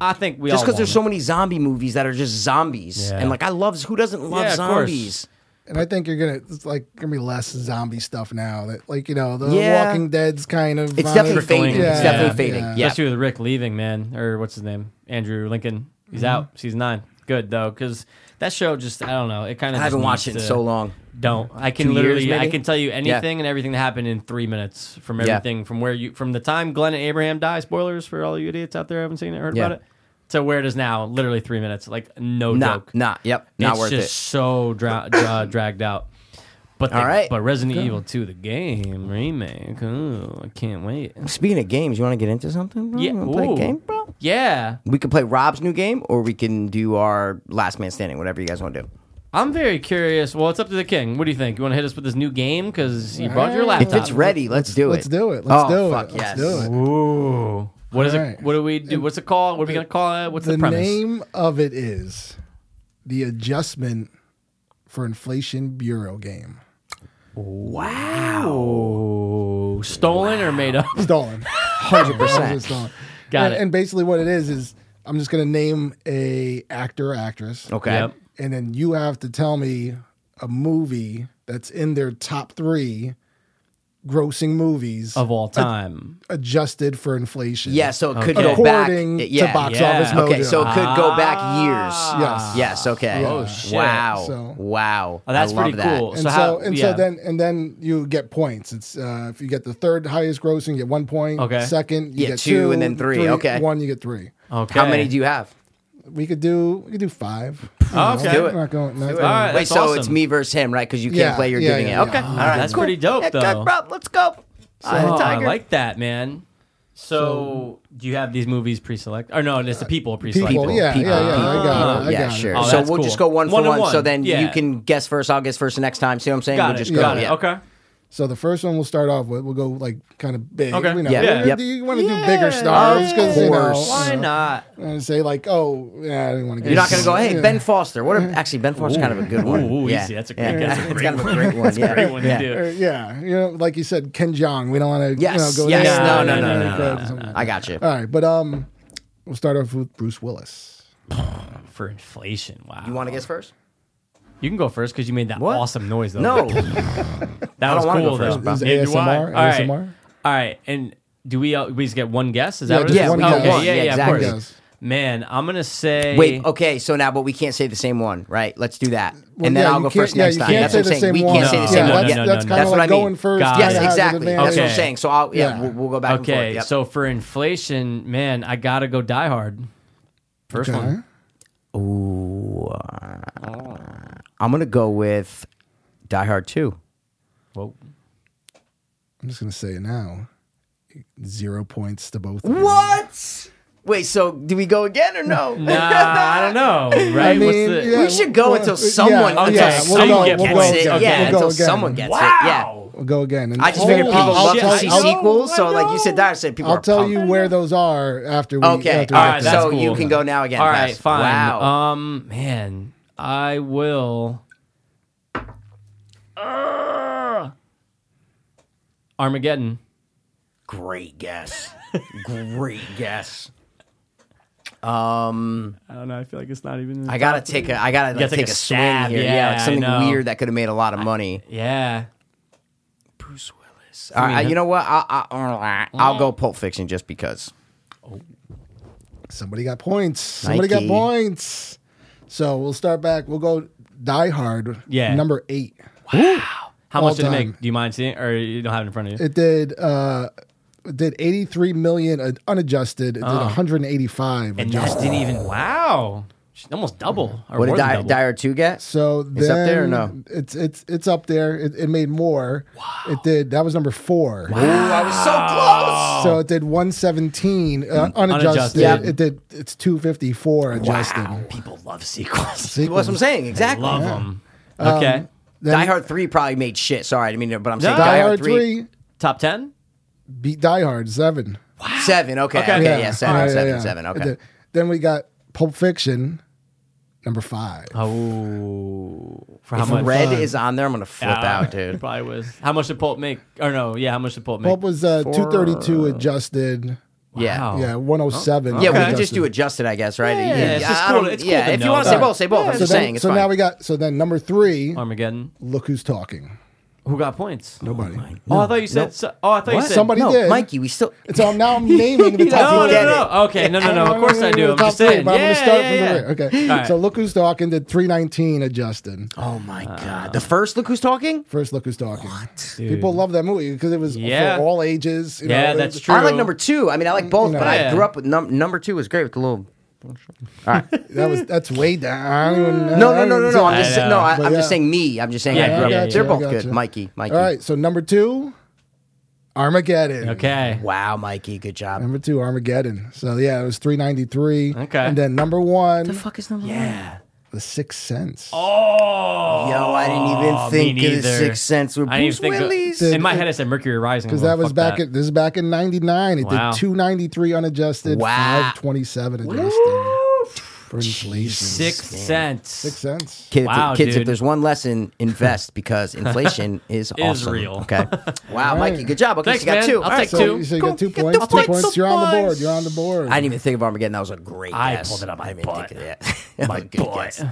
C: I think we
B: Just
C: all
B: because there's so
C: want
B: many zombie movies that are just zombies,
C: Yeah.
B: and like I love who doesn't love
C: Yeah, of course.
B: zombies?
D: And I think you're gonna it's like gonna be less zombie stuff now. That like you know the
B: Yeah.
D: Walking Dead's kind of
B: It's
D: on
B: definitely
D: its-
B: fading. It's
D: Yeah,
B: definitely fading.
D: yeah.
B: Yeah,
C: Especially with Rick leaving, man, or what's his name, Andrew Lincoln.
B: Mm-hmm.
C: He's out season nine. Good though, because that show just I don't know. It kind
B: I
C: of
B: haven't watched it in so long.
C: Don't I
B: Two
C: can
B: years,
C: literally I
B: maybe?
C: can tell you
B: Yeah.
C: anything and everything that happened in three minutes from
B: Yeah.
C: everything from where you from the time Glenn and Abraham die. Spoilers for all you idiots out there who haven't seen it, heard
B: Yeah.
C: about it. To where it is now, literally three minutes. Like no
B: Nah,
C: joke.
B: nah, yep, not
C: it's
B: worth
C: just
B: it.
C: so dra- dra- dragged out. But the,
B: All right.
C: but Resident Evil 2, the game remake. Ooh, I can't wait.
B: Speaking of games, you want to get into something? Bro?
C: Yeah,
B: You wanna play a
C: ooh.
B: game, bro.
C: Yeah,
B: We could play Rob's new game, or we can do our Last Man Standing, whatever you guys want to do.
C: I'm very curious. Well, it's up to the king. What do you think? You want to hit us with this new game because you brought your
B: If
C: laptop.
B: it's ready, let's do it.
D: Uh, Let's do it. Let's
B: oh,
D: do it.
B: Fuck
D: Let's
B: yes.
D: do it.
C: Ooh, what is
D: Alright.
C: it? What do we do? What's it called? What are we gonna call it? What's the,
D: The
C: premise?
D: name of it is the Adjustment for Inflation Bureau game.
C: Ooh, stolen or made up?
D: Stolen, hundred percent stolen.
C: Got
D: and,
C: it.
D: And basically, what it is is I'm just gonna name a actor or actress.
B: Okay.
C: Yep.
D: and then you have to tell me a movie that's in their top three grossing movies
C: Of all time.
D: adjusted for inflation.
B: Yeah, so it could
C: Okay.
B: go back.
D: According
B: Yeah.
D: to box
C: Oh, yeah.
D: office mojo.
B: Okay, so it could go back years.
D: yes.
B: Yes. Okay.
D: Ah. Oh,
C: shit.
B: Wow.
D: So-
B: Wow.
C: Oh, that's
B: I love
C: pretty
B: that.
C: cool.
D: And
C: So
D: so,
C: how-
D: and
C: yeah.
D: so then and then you get points. It's uh, if you get the third highest grossing, you get one point.
C: Okay.
D: Second, you
B: Yeah,
D: get
B: two,
D: two,
B: and then three. Okay. Oh.
D: One, you get three.
C: Okay.
B: How many do you have?
D: We could do we could
B: [laughs]
D: do five.
C: Okay.
B: Oh, Do it.
D: I'm not going. Not
C: All right.
B: Wait,
C: That's
B: so it's
C: awesome.
B: me versus him, right? Because you can't
D: Yeah,
B: play. You're
D: yeah,
B: giving
D: yeah,
B: it. Okay.
D: yeah.
B: All right.
C: That's
B: cool.
C: pretty dope,
B: Heck,
C: though.
B: Rob, let's go. Eye of
C: Oh,
B: the
C: I
B: tiger.
C: like that, man. So, do you have these movies pre-select? Or no, it's the people pre-selected.
D: People, yeah,
B: People,
D: yeah, yeah, I got it.
B: Oh,
D: I
B: yeah,
D: got it.
B: sure.
C: Oh,
B: so we'll
C: that's
B: just go
C: cool.
B: one for
C: One
B: one.
C: to one.
B: So then you
C: Yeah.
B: can guess first, I'll guess first the next time. See what I'm saying?
C: Got
B: we'll
C: it.
B: just go.
C: got it.
B: yeah.
C: Okay.
D: So the first one we'll start off with. We'll go like kind of big.
C: Okay.
D: You know,
B: Yeah.
D: you-
B: Yep.
D: you want to do bigger stars because you know. uh,
B: course.
C: Why not?
D: and say like, oh, yeah, I didn't want to.
B: You're not going to go, hey, Ben Foster. What? Are, actually, Ben Foster's kind of a good one.
C: Ooh,
B: yeah.
C: easy. That's a
B: yeah.
C: great- [laughs] that's a
B: It's
C: great
B: kind of a great one. Yeah.
C: Great one
B: yeah.
C: to do.
D: Uh, yeah, you know, like you said, Ken Jong. We don't want to.
B: Yes.
D: you know, go
B: yes.
D: there.
B: No,
C: Yeah,
B: no,
C: yeah,
B: no,
C: yeah,
B: no, no,
D: Okay,
B: no,
D: something like
B: I got you.
D: that. All right, but um, we'll start off with Bruce Willis.
C: For inflation, wow.
B: You want to guess first?
C: You can go first because you made that
B: What?
C: awesome noise though. [laughs] that
B: No.
C: was
B: don't wanna
C: cool
B: go first,
C: though.
B: bro.
D: Is it
C: Neither do I.
D: ASMR?
C: All right.
D: ASMR?
C: All right. And do we uh, we just get one guess? Is
D: Yeah,
C: that what
D: just
C: it is?
D: one
C: okay.
D: guess.
C: Yeah,
D: One,
C: yeah,
B: yeah,
C: of course.
D: exactly. Yes.
C: Man, I'm gonna say.
B: Wait, okay, so now, but we can't say the same one, right? Let's do that. and then
D: yeah,
B: I'll go
D: you can't-
B: first
D: yeah,
B: next
D: you
B: time. That's
D: can't say
B: what I'm
D: the
B: saying.
D: same
B: We
D: one.
B: can't say
C: No,
B: the same
C: no,
B: one.
C: no,
B: Yeah,
C: no,
D: that's
C: no,
D: kind
B: no.
D: of
B: That's
D: like
B: what I mean.
D: going first.
C: Got
D: kinda
C: it.
B: Yes,
D: has an
B: exactly.
D: advantage.
B: That's what I'm
C: Okay.
B: saying. So I'll, yeah,
D: Yeah.
B: We'll, we'll go back and
C: Okay,
B: forth. Yep.
C: so for inflation, man, I gotta go Die Hard. First
D: Okay.
C: one.
B: Ooh, uh, I'm gonna go with Die Hard Two.
D: [laughs]
C: Whoa.
D: I'm just gonna say it now. Zero points to both.
B: What? Wait, so do we go again or
C: [laughs]
B: no?
C: Nah, I don't know. Right?
D: I mean,
C: What's the,
D: yeah,
B: We should go
D: well,
B: until
D: uh,
B: someone
D: yeah,
B: until
D: yeah, we'll
B: someone
D: go-
B: gets
D: we'll go
B: it.
D: again.
B: Yeah,
D: We'll go
B: until
D: again.
B: someone gets it.
C: Wow.
D: We'll go again. And
B: Yeah. I just
D: I'll-
B: figured people
D: I'll-
B: love
C: shit,
B: to
D: I'll-
B: see
D: I'll-
B: sequels, so
C: I
B: like
C: know.
B: you said, Die Hard said people
D: I'll
B: are
D: tell
B: pumped.
D: you where those are after we.
B: Okay,
D: after
B: all
D: we
B: right.
D: finish.
C: that's
B: So you
C: cool.
B: can go now again.
C: All right,
B: Bess.
C: fine.
B: Wow.
C: Um, man, I will. Ugh. uh, Armageddon.
B: Great guess. Great guess.
C: I don't know. I feel like it's not even.
B: I gotta take a. I gotta, like,
C: gotta
B: take,
C: take
B: a,
C: a
B: swing
C: stab,
B: here. Yeah,
C: yeah,
B: like
C: I
B: something
C: know.
B: weird that could have made a lot of money.
C: yeah.
B: Bruce Willis. All right, you know what? I'll, I'll, I'll go Pulp Fiction just because.
D: Somebody got points. Somebody
B: Nike.
D: got points. So we'll start back. We'll go Die Hard.
C: Yeah.
D: Number eight.
C: How
D: All
C: much did it
D: time.
C: make? Do you mind seeing, or you don't have it in front of you?
D: It did. uh it did 83 million uh, unadjusted. It did 185.
C: Oh. and
D: adjusted.
C: that didn't even. Wow. almost double or
B: What
C: more
B: did
C: than
B: Di-
C: double.
B: Dire Two get?
D: So
B: It's up there or
D: then
B: no?
D: It's it's it's up there. It, it made more. Wow. It did. That was number four.
B: Ooh, I was so
D: So it did 117 uh, unadjusted.
C: Mm. Unadjusted.
B: Yep.
D: It did it's 254 adjusted.
C: Wow, people love sequels. [laughs]
B: close. That's what I'm saying. Exactly.
C: Love them.
D: Um,
C: Okay,
D: Then
B: Die Hard Three probably made shit. Sorry, I didn't mean, to, but I'm saying
C: Die
D: Die Hard 3
C: top ten.
D: beat Die Hard 7.
B: Seven. Okay. Okay.
C: Yeah.
B: Yeah. seven.
D: Yeah, yeah,
B: seven.
D: yeah.
B: Seven.
D: It
B: Okay.
D: did. Then we got Pulp Fiction number 5.
C: Oh, for how
B: if
C: much?
B: red is on there, I'm gonna flip
C: Yeah, [laughs]
B: out, dude.
C: Uh, Probably was. How much did Pulp make? Or no, yeah, how much did Pulp make?
D: Pulp was uh,
B: Four.
D: 232 adjusted.
B: Yeah.
C: Wow.
D: Yeah, 107.
B: Yeah, we
C: Okay.
B: can just do adjusted, I guess, right?
C: Yeah, yeah, it's just
B: I
C: cool-
B: don't-
C: it's cool
B: yeah,
C: to
B: if you
C: know
B: want to
C: that.
B: say both, say both. I'm
D: So,
B: just
D: then,
B: saying. It's
D: so
B: fine.
D: now we got so then number 3
C: Um, Armageddon.
D: Look Who's Talking.
C: Who got points?
D: Nobody.
C: Oh, I thought you said. so- oh, I thought you said
D: Somebody
B: no,
D: did.
B: Mikey, we still.
D: And so now I'm
C: [laughs]
D: naming the top
C: No, no,
D: three.
B: get
C: no. Okay, no, no, no. Of course I do. I'm
D: Top
C: just
D: three,
C: saying.
D: but I'm
C: Yeah,
D: gonna start
C: yeah,
D: from
C: yeah.
D: the rear. Okay.
C: All right.
D: So look who's talking did 319 adjusted.
B: Oh my
D: uh,
B: god! The first look who's talking.
D: First look who's talking. People love that movie because it was
C: Yeah.
D: for all ages. you
C: Yeah,
D: know,
C: that's
D: it-
C: true.
B: I like number two. I mean, I like both, but I
C: Yeah.
B: grew up with num- number two was great with the
D: [laughs]
B: little.
D: That was that's way down. I don't even-
B: Mm. No,
D: I
B: no,
D: don't
B: no, no,
D: even
B: no.
D: know.
B: I'm just
C: I
B: no. I,
D: know,
B: I'm
D: but yeah.
B: just saying me. I'm just saying
C: Yeah,
B: I grew up.
C: yeah,
B: with- They're
C: yeah,
B: both
D: I
B: good,
D: gotcha.
B: Mikey. Mikey.
D: All right, so number two, Armageddon.
C: Okay.
B: Wow, Mikey, good job.
D: Number two, Armageddon. So yeah, it was 393.
C: Okay.
D: And then number one,
B: the
D: The,
B: fuck is number one?
C: Yeah.
D: Sixth Sense.
C: Oh.
B: Yo, I didn't even
C: me
B: think of the
C: neither.
B: Sixth Sense with
C: I didn't
B: Bruce
C: even think of-
B: Willis.
C: in my head, I said Mercury Rising.
D: Because
C: Oh,
D: that was
C: fuck
D: back
C: that.
D: at this is back in '99. It
C: Wow.
D: did 293 unadjusted,
B: Wow.
D: 527 adjusted for inflation.
C: Sixth Sense.
D: Six cents.
B: Kid,
C: Wow,
B: if, kids, if
C: dude.
B: there's one
C: [laughs]
B: lesson, invest because inflation is, awesome.
C: real. [laughs]
B: Okay. Wow, Mikey, good job. Okay,
C: Thanks,
B: she got
C: man.
B: two.
C: I'll
B: All
C: take
B: right,
D: So,
C: two.
D: so you
B: Go
D: got two
B: get the
D: points. Two
B: points,
D: points.
B: the
D: You're on the board.
B: points.
D: You're on the board.
B: I didn't even think of Armageddon. That was a great.
C: I
B: guess.
C: pulled it up
B: I didn't
C: my
B: even think of
C: [laughs]
B: that.
C: My
B: Good
C: butt.
B: guess.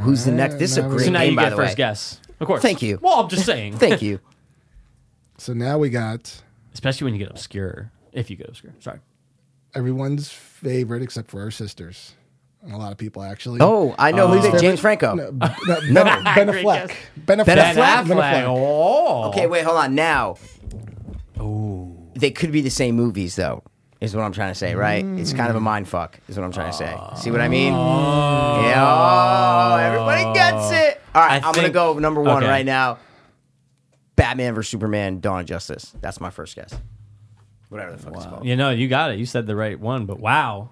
B: Who's the next? This is a
D: now we-
B: great
D: So
C: now
B: game,
C: you
B: by
C: get
B: the
C: first
B: way.
C: guess. Of course.
B: Thank you.
C: Well, I'm just saying.
B: Thank you.
D: So now we got
C: Especially when you get obscure. If you get obscure. Sorry.
D: everyone's favorite except for our sisters. And a lot of people actually.
B: Oh, I know
C: Uh,
B: who did. James Franco. [laughs]
D: No, b- no, no, Ben
C: Great
D: Affleck.
C: guess.
D: Ben Affleck.
B: Ben Affleck.
C: Oh.
B: Okay, wait, hold on. Now, they could be the same movies, though. Is what I'm trying to say, right? It's kind of
C: Mm.
B: a mind fuck. Is what I'm trying to say. See what I mean? Yeah, oh, everybody gets it. All right,
C: I
B: I'm gonna
C: think-
B: go number one
C: okay.
B: right now. Batman versus Superman: Dawn of Justice. That's my first guess. Whatever the fuck it's called.
C: You know, you got it. You said the right one, but wow.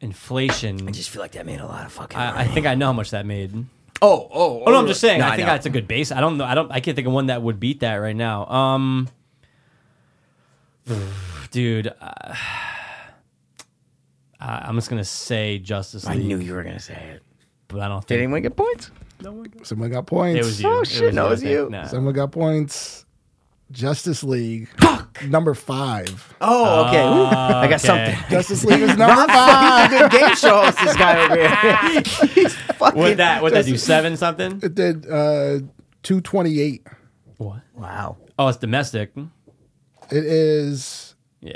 C: Inflation.
B: I just feel like that made a lot of fucking.
C: I, I
B: money.
C: think I know how much that made.
B: oh, oh,
C: Oh no, I'm just saying.
B: No,
C: I think
B: know.
C: that's a good base. I don't know. I don't. I can't think of one that would beat that right now. Um, [sighs] dude, uh, [sighs] I- I'm just gonna say Justice
B: I
C: League,
B: knew you were gonna say it.
C: but I don't
B: Did
C: think
B: anyone get points?
D: Someone got points.
C: it was you.
B: Oh,
C: It
B: shit,
C: I
B: no, it was
C: think.
B: you.
C: Nah.
D: Someone got points. Justice League. Fuck. Number five.
B: Oh, okay. Ooh, I got
C: okay.
B: something.
D: Justice League is number
B: He's a
D: five.
B: good Uh,
D: [laughs]
B: game show host, this guy over here. [laughs] He's fucking.
C: Would that? Would that do seven something?
D: It did uh, 228.
C: What?
B: Wow.
C: Oh, it's domestic.
D: It is.
C: Yeah.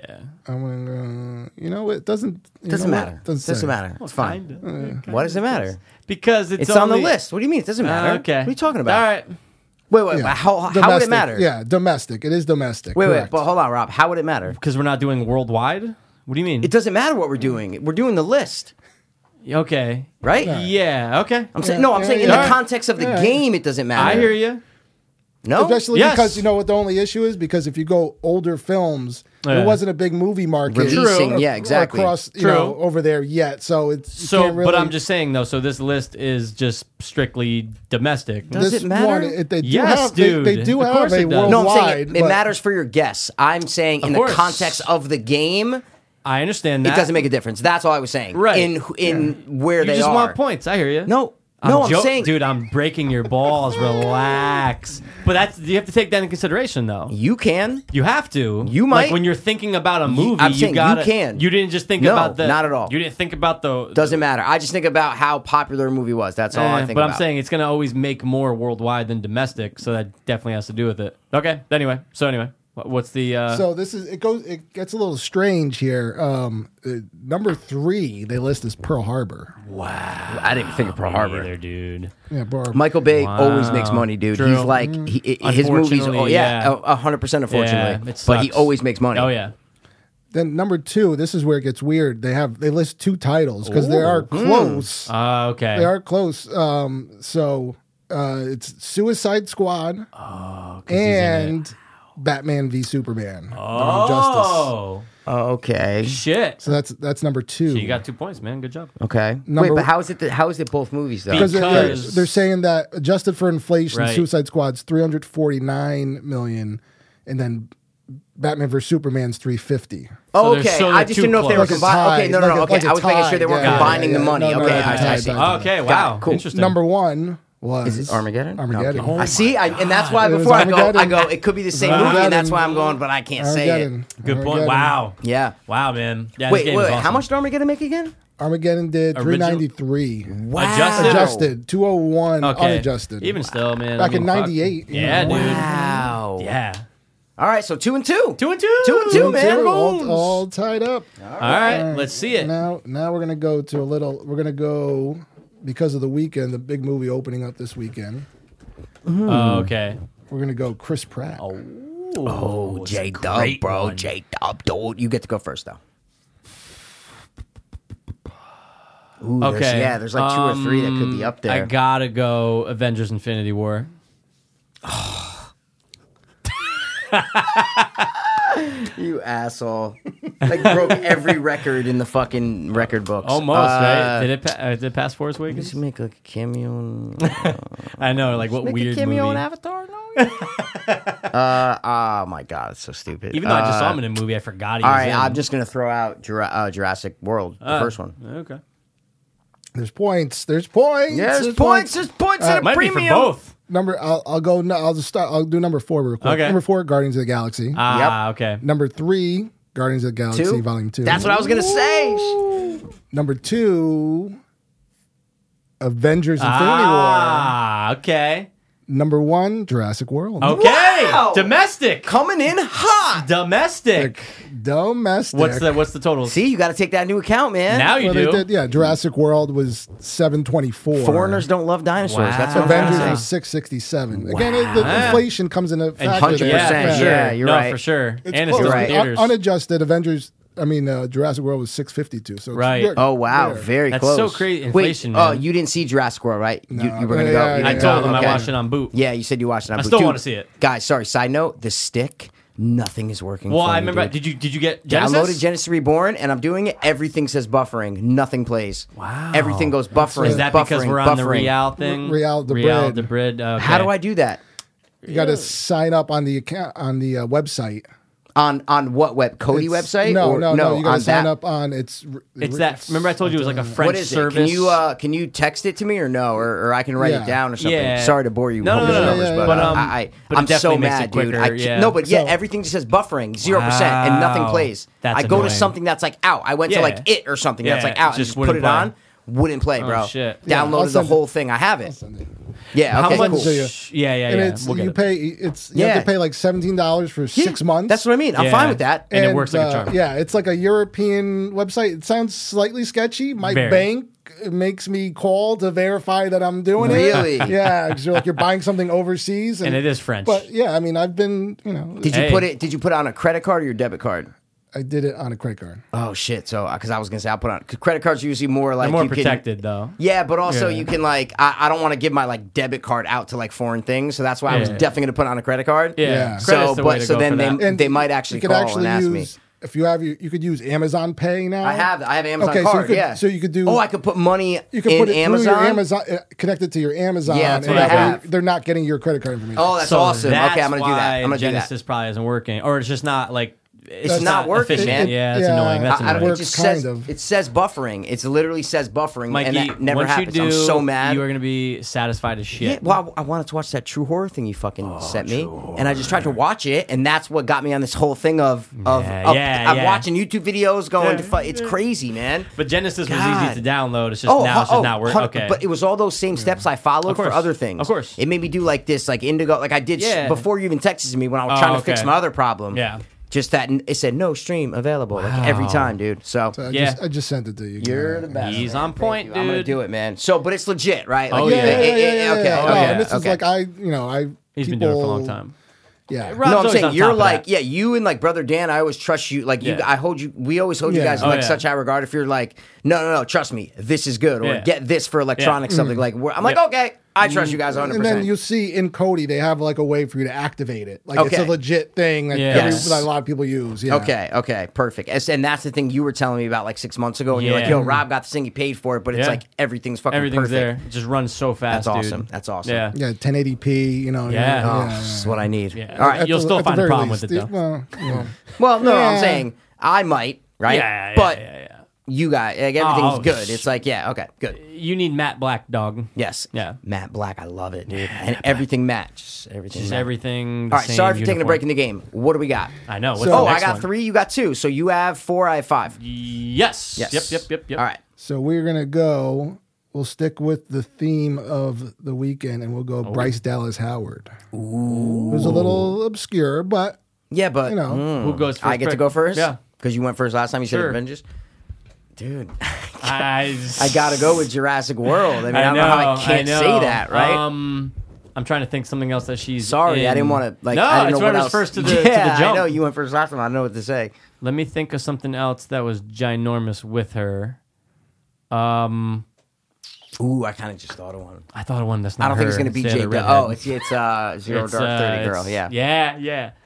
D: I'm gonna. You know what? It doesn't. you
B: Doesn't
D: know what?
B: matter.
D: Doesn't,
B: Doesn't,
D: say.
B: matter. It's fine.
C: Kinda.
B: Why does it matter?
C: Because it's,
B: It's on the
C: only- Uh,
B: list. What do you mean? It doesn't matter.
C: okay.
B: What are you talking about?
C: All right.
B: Wait, wait.
D: Yeah.
B: How, how would it
D: Domestic.
B: matter?
D: Yeah, domestic. It is domestic.
B: Wait,
D: correct.
B: wait. But hold on, Rob. How would it matter?
C: Because we're not doing worldwide. What do you mean?
B: It doesn't matter what we're doing. We're doing the list,
C: okay.
B: right?
C: Yeah. Okay.
B: I'm saying no. I'm
D: Yeah,
B: saying in
D: yeah.
B: the context of the
D: Yeah.
B: game, it doesn't
C: I
B: matter.
C: hear you.
B: No.
D: Especially
C: Oh, Yes.
D: because you know what the only issue is because if you go older films,
C: Yeah.
D: there wasn't a big movie market
B: Releasing,
D: ac-
B: yeah, exactly.
D: across you
C: True.
D: know over there yet. So it's you
C: So,
D: can't really,
C: but I'm just saying though. So this list is just strictly domestic.
B: Does
D: this
B: it matter?
D: One, it, they do
C: Yes,
D: have, they- They,
C: dude.
D: do
C: Of
D: have
C: course
D: a
C: it does.
D: worldwide.
C: No,
B: No, I'm saying it, it
D: but-
B: matters for your guess. I'm saying in the
C: course.
B: context of the game,
C: I understand that.
B: it doesn't make a difference. That's all I was saying.
C: Right.
B: In in where
C: You
B: they
C: just
B: are.
C: want points. I hear you.
B: No. No, I'm
C: jo-
B: saying-
C: dude, I'm breaking your
B: [laughs]
C: balls. Relax. But that's you have to take that into consideration, though.
B: You can.
C: You have to.
B: You
C: like
B: might.
C: when you're thinking about a movie.
B: I'm saying
C: you
B: you
C: got
B: can.
C: You didn't just think
B: No,
C: about the.
B: not at all.
C: You didn't think about the.
B: Doesn't matter. I just think about how popular a movie was. That's all I
C: Eh,
B: think
C: but I'm
B: about.
C: saying it's gonna always make more worldwide than domestic, so that definitely has to do with it. Okay. Anyway, so anyway, what- what's the? Uh,
D: So this is it goes it gets a little strange here. Um, uh, number three they list is Pearl Harbor.
B: I didn't think of Pearl Harbor.
C: either, dude.
D: Yeah, Pearl Harbor.
B: Michael Bay
C: Wow.
B: always makes money, dude.
C: True. Mm-hmm.
B: He's like he, his movies.
C: Unfortunately,
B: Oh yeah,
C: yeah.
B: a hundred percent.
C: Yeah,
B: Unfortunately,
C: it
B: but he
C: sucks.
B: always makes money.
C: Oh yeah.
D: Then number two, this is where it gets weird. They have they list two titles because they are
C: Hmm.
D: close.
C: Uh, okay.
D: They are close. Um, so uh, it's Suicide Squad
C: Oh,
D: and Batman v Superman. Dawn of Justice.
C: oh
B: Okay.
C: shit!
D: So that's that's number two.
C: you got two points, man. Good job.
B: Okay.
D: Number-
B: Wait, but how is it? That, how is it both movies though?
D: because they're, they're,
C: Because-
D: they're saying that adjusted for inflation,
C: Right.
D: Suicide Squad's three hundred forty nine million, and then Batman vs Superman's three fifty.
C: So
B: oh,
C: they're-
B: okay.
C: so
B: I
C: they're
B: just
C: too
B: didn't know if they were
C: close. Like
B: combining.
D: a
B: Okay,
D: tie,
B: no, no, no.
D: like a-
B: Okay,
D: like a
B: I was making sure they
D: tie.
B: weren't
D: Yeah, yeah,
B: combining
D: yeah.
B: the money.
D: No, no,
B: okay,
D: no,
B: I, I
D: tie,
B: see.
D: tie.
C: Okay, wow.
B: cool.
C: Interesting.
D: Number one was
B: Is it Armageddon?
D: Armageddon.
B: Okay.
D: Oh
B: I see. I, and that's why
D: It was
B: before I go, I
D: Armageddon.
B: go. It could be the same movie, and that's why I'm going. But I can't say it.
D: Armageddon.
C: Good point.
D: Armageddon.
C: Wow.
B: Yeah.
C: Wow, man. Yeah, this
B: Wait,
C: game
B: wait.
C: is
B: How
C: awesome.
B: much did Armageddon make again?
D: Armageddon did three
C: Original-
D: ninety three.
B: Wow.
C: Adjusted?
D: Adjusted two hundred one unadjusted.
C: Even still, man.
D: Back
C: I mean,
D: in
C: fuck.
D: 98, you
C: Yeah,
D: know.
C: dude.
B: Wow.
C: Yeah.
B: All right. So two and two.
C: Two and two.
B: Two and two, man.
D: Two,
B: Bones.
D: all, all tied up.
C: All right, let's see it.
D: Now, now we're gonna go to a little. We're gonna go because of the weekend, the big movie opening up this weekend.
C: Oh, okay.
D: We're gonna go Chris Pratt. Oh,
B: Oh, J Dub,
C: great
B: bro.
C: one.
B: J Dub, dude. You get to go first, though. Ooh, there's-
C: Okay. Um,
B: yeah, there's like two or three that could be up there.
C: I gotta go Avengers Infinity War.
B: you asshole. Like, broke every record in the fucking record books.
C: Almost,
B: Uh,
C: right? Did it, pa- uh, did it pass Force
B: Just
C: Awakens?
B: make like a
C: [laughs]
B: cameo. in-
C: I know, like, what
B: Make
C: weird
B: a cameo in
C: movie.
B: Avatar? No. [laughs] uh, oh my god, it's so stupid.
C: Even though I just
B: Uh,
C: saw him in a movie, I forgot he
B: All
C: was
B: right,
C: in.
B: I'm just gonna throw out Jura- uh, Jurassic World, the
C: Uh,
B: first one.
C: Okay.
D: there's points. There's points.
B: Yeah, there's points. There's points
D: Uh,
B: at a
C: Might
B: premium.
C: be for both.
D: Number. I'll, I'll go. no, I'll just start. I'll do number four real quick.
C: Okay.
D: Number four, Guardians of the Galaxy.
C: Ah, okay.
D: number three, Guardians of the Galaxy
B: Two?
D: Volume Two.
B: That's what I was gonna say.
D: Number two, Avengers: Infinity War.
C: Ah, okay.
D: Number one, Jurassic World.
C: Okay.
B: Wow.
C: Domestic.
B: Coming in hot.
C: Domestic.
D: Domestic.
C: What's the what's the total?
B: See, you got to take that into account, man.
C: now you
D: Well,
C: do.
D: they did, yeah, Jurassic World was seven twenty four.
B: Foreigners Oh, don't love dinosaurs.
C: Wow.
B: That's what
D: Avengers
B: I'm
D: was
B: saying.
D: six sixty seven. Again, it, the inflation comes in a factor.
B: 100%,
D: there.
C: Yeah, for
B: Yeah,
C: sure.
B: you're
C: no,
B: right.
C: for sure.
D: It's
C: and it's
D: close.
B: still
C: just in
B: You're right.
C: theaters.
D: Un- unadjusted Avengers. I mean, uh, Jurassic World was six fifty two. So it's
C: Right.
D: there-
B: Oh wow,
D: there.
B: very
C: That's
B: close.
C: so crazy. Inflation,
B: Wait, oh,
C: man.
B: you didn't see Jurassic World, right? You,
D: No.
B: you were gonna
D: Yeah,
B: go.
D: yeah,
B: You
D: yeah.
C: I
B: didn't
C: told
B: go.
C: him
B: Okay.
C: I watched it on boot.
B: Yeah, you said you watched it. On
C: I still
B: Vudu.
C: wanna see it.
B: guys. Sorry. Side note: the stick, nothing is working.
C: Well,
B: for
C: I
B: me,
C: remember.
B: dude.
C: Did you did you get
B: I
C: Genesis?
B: loaded Genesis Reborn, and I'm doing it. Everything says buffering. Nothing plays.
C: Wow.
B: Everything goes buffering.
C: Is that
B: buffering,
C: because we're on
B: buffering.
C: the Real thing?
D: Real de
C: Real
D: Brid.
C: de Brid. Okay.
B: How do I do that?
D: You got to sign up on the account on the uh, website.
B: On on what web? Cody
D: It's-
B: website?
D: No,
B: Or-
D: no, no, You got
B: on
D: to sign
B: that
D: up on it's. r-
C: It's
D: r-
C: that. Remember, I told you it was like a French
B: what is
C: service.
B: it? Can you uh, can you text it to me or no, or, or I can write
D: Yeah.
B: it down or something.
C: Yeah.
B: Sorry to bore you
C: No,
B: with
C: no,
B: all these
D: no, no,
B: numbers, but,
D: yeah, yeah.
B: uh,
C: But, um,
B: I, I
C: but it
B: I'm so
C: definitely makes
B: mad,
C: it quicker,
B: dude. I,
C: yeah.
B: No, but yeah,
D: So-
B: everything just says buffering, zero percent, and nothing
C: Wow.
B: plays.
C: That's
B: I go
C: annoying.
B: to something that's like out. I went
C: Yeah.
B: to like it or something that's
C: Yeah,
B: like out.
C: it
B: and
C: just
B: just put it
C: wouldn't play. Oh,
B: on, wouldn't play, bro.
C: shit.
D: Yeah, I'll
B: Downloaded the
D: send it.
B: whole thing. I have it.
D: Sunday.
B: Yeah.
C: How
B: Okay.
C: much?
B: cool.
D: So, yeah.
C: Yeah, yeah,
D: And
C: yeah.
D: it's
C: We'll get
D: you
C: it.
D: pay it's you
B: Yeah.
D: have to pay like seventeen dollars for six
B: Yeah,
D: months.
B: That's what I mean. I'm
C: Yeah.
B: fine with that.
C: And it works like a charm.
D: uh, Yeah, it's like a European website. It sounds slightly sketchy. My
C: Very.
D: bank makes me call to verify that I'm doing
B: Really?
D: it. [laughs] Yeah, because you're like you're buying something overseas, and,
C: And it is French.
D: But yeah, I mean, I've been, you know,
B: Did you
C: Hey.
B: put it? Did you put it on a credit card or your debit card?
D: I did it on a credit card.
B: Oh shit! So because I was gonna say I'll put on 'cause credit cards are usually more like
C: They're more
B: you can-
C: protected though.
B: Yeah, but also
C: Yeah.
B: you can like I, I don't want to give my like debit card out to like foreign things, so that's why I was
C: Yeah.
B: definitely gonna put on a credit card.
C: Yeah.
D: Yeah.
B: So,
C: Credit's the way
B: but
C: to
B: so
C: go
B: then
C: for
B: they
C: that.
B: they might actually
D: you
B: call
D: could actually
B: and ask
D: use
B: me.
D: if you have your, you could use Amazon Pay now.
B: I have I have an Amazon
D: Okay, so you
B: card.
D: could-
B: yeah.
D: so you could do-
B: Oh, I could put money
D: You can
B: in
D: put it
B: Amazon.
D: through your Amazon, uh, connected to your Amazon.
B: Yeah, that's
D: and
B: what I
D: that way
B: have.
D: They're not getting your credit card information.
B: Oh, that's
C: So
B: awesome.
C: that's
B: okay, I'm gonna do that.
C: why
B: I'm gonna
C: Genesis
B: do that.
C: probably isn't working, or it's just not like it's
B: It's not working,
C: efficient.
B: man.
C: Yeah, that's
D: Yeah.
C: annoying. That's
B: I, I
C: annoying.
B: don't, it
D: Works
B: just says
D: kind of.
B: it says buffering. It literally says buffering,
C: Mikey,
B: and that never
C: once
B: happens.
C: you do,
B: I'm so mad.
C: You are gonna be satisfied as shit.
B: Yeah, well, I, I wanted to watch that True Horror thing you fucking
D: Oh,
B: sent me, and I just tried to watch it, and that's what got me on this whole thing of of,
C: Yeah,
B: of-
C: yeah,
B: I'm
C: yeah.
B: watching YouTube videos going
C: Yeah,
B: to fu- it's crazy, man.
C: but Genesis was
B: God.
C: easy to download. It's just now it's just not working.
B: hun-
C: Okay,
B: But it was all those same steps I followed
C: Of
B: for
C: course.
B: other things.
C: Of course.
B: It made me do like this, like Indigo, like I did s-
C: Yeah.
B: before you even texted me when I was
C: Oh,
B: trying to fix
C: okay.
B: my other problem.
C: Yeah.
B: Just that n- it said no stream available like every
C: Wow.
B: time, dude. So
D: I
C: Yeah.
D: just, I just sent it to you.
B: you're the best.
C: he's
B: man.
C: on point, dude.
B: I'm gonna do it, man. So, but it's legit, right? Like,
C: Oh,
B: you-
C: yeah. Oh,
B: it-
D: yeah,
B: it-
D: yeah, yeah, yeah,
B: okay,
D: yeah.
B: okay,
D: and this is
B: okay.
D: like I, you know, I.
C: He's
D: people,
C: been doing it for a long time.
D: Yeah.
C: Rob's
B: no, I'm
C: always
B: saying
C: on
B: you're
C: top of
B: like,
C: that.
B: yeah, you and like brother Dan, I always trust you. Like you,
C: Yeah.
B: I hold you. We always hold you
D: Yeah.
B: guys in
C: Oh,
B: like
C: yeah.
B: such high regard. If you're like, no, no, no, trust me, this is good, or
C: Yeah. Mm.
B: get this for electronics, something like. We're, I'm like,
C: Yeah.
B: okay, I trust you guys 100.
D: And then
B: percent
D: you see in Cody, they have like a way for you to activate it. Like it's
B: Okay.
D: a legit thing that,
C: Yes.
D: every, that a lot of people use. Yeah.
B: Okay, okay, perfect. As- And that's the thing you were telling me about like six months ago, and you're like,
C: Yeah.
B: yo, Rob got this thing, he paid for it, but it's
C: Yeah.
B: like everything's fucking
C: Everything's
B: perfect.
C: there. It just runs so fast.
B: That's
C: dude.
B: awesome. That's awesome.
C: Yeah.
D: Yeah, 1080p. You know.
C: Yeah.
B: Oh,
D: yeah.
B: this is what I need.
C: Yeah.
B: All
C: At
B: right.
C: You'll
D: the-
C: still
D: at the
C: find a
D: very
C: problem with it,
D: Yeah,
C: though.
D: Well, you know.
B: Well, no, no, I'm
D: Yeah.
B: saying I might, right?
C: Yeah, yeah,
B: but
C: yeah, yeah,
B: you got like,
C: Oh,
B: everything's good.
C: sh-
B: It's like, yeah, okay, good.
C: You need Matt Black, dog.
B: Yes.
C: Yeah.
B: Matt Black, I love it, dude. and everything matches. Everything.
C: Just
B: matches.
C: everything.
B: All right. Sorry for taking a break in the game. What do we got?
C: I know. What's
D: So-
C: the
B: oh, I
C: next
B: got
C: one?
B: three. You got two. So you have four. I have five.
C: Yes.
B: Yes.
C: Yep. Yep. Yep. Yep.
B: All right.
D: So we're gonna go. We'll stick with the theme of the weekend, and we'll go
C: Oh.
D: Bryce Dallas Howard. Ooh. It was a little obscure, but
B: Yeah, but hmm.
D: you know,
C: Who goes first?
B: I get to
C: pick?
B: go first.
C: Yeah.
B: Because you went first last time. You said
C: Sure.
B: Avengers. Dude,
C: I,
B: [laughs] I gotta go with Jurassic World. I mean, I,
C: I
B: don't know, how I can't say
C: know.
B: that, right?
C: Um, I'm trying to think something else that she's.
B: Sorry, I
C: in.
B: didn't want to. Like,
C: no,
B: I didn't
C: it's
B: know what
C: whoever's
B: else. [laughs]
C: first to the,
B: yeah,
C: to the jump.
B: I know you went first last time. I don't know what to say.
C: Let me think of something else that was ginormous with her. Um,
B: Ooh, I kind of just thought of one.
C: I thought of one that's not.
B: I don't think it's
C: her.
B: gonna be
C: the other
B: Jake.
C: redhead.
B: Oh, it's it's uh Zero
C: It's,
B: Dark
C: uh,
B: Thirty Girl.
C: it's-
B: Yeah.
C: Yeah. Yeah.
D: [laughs]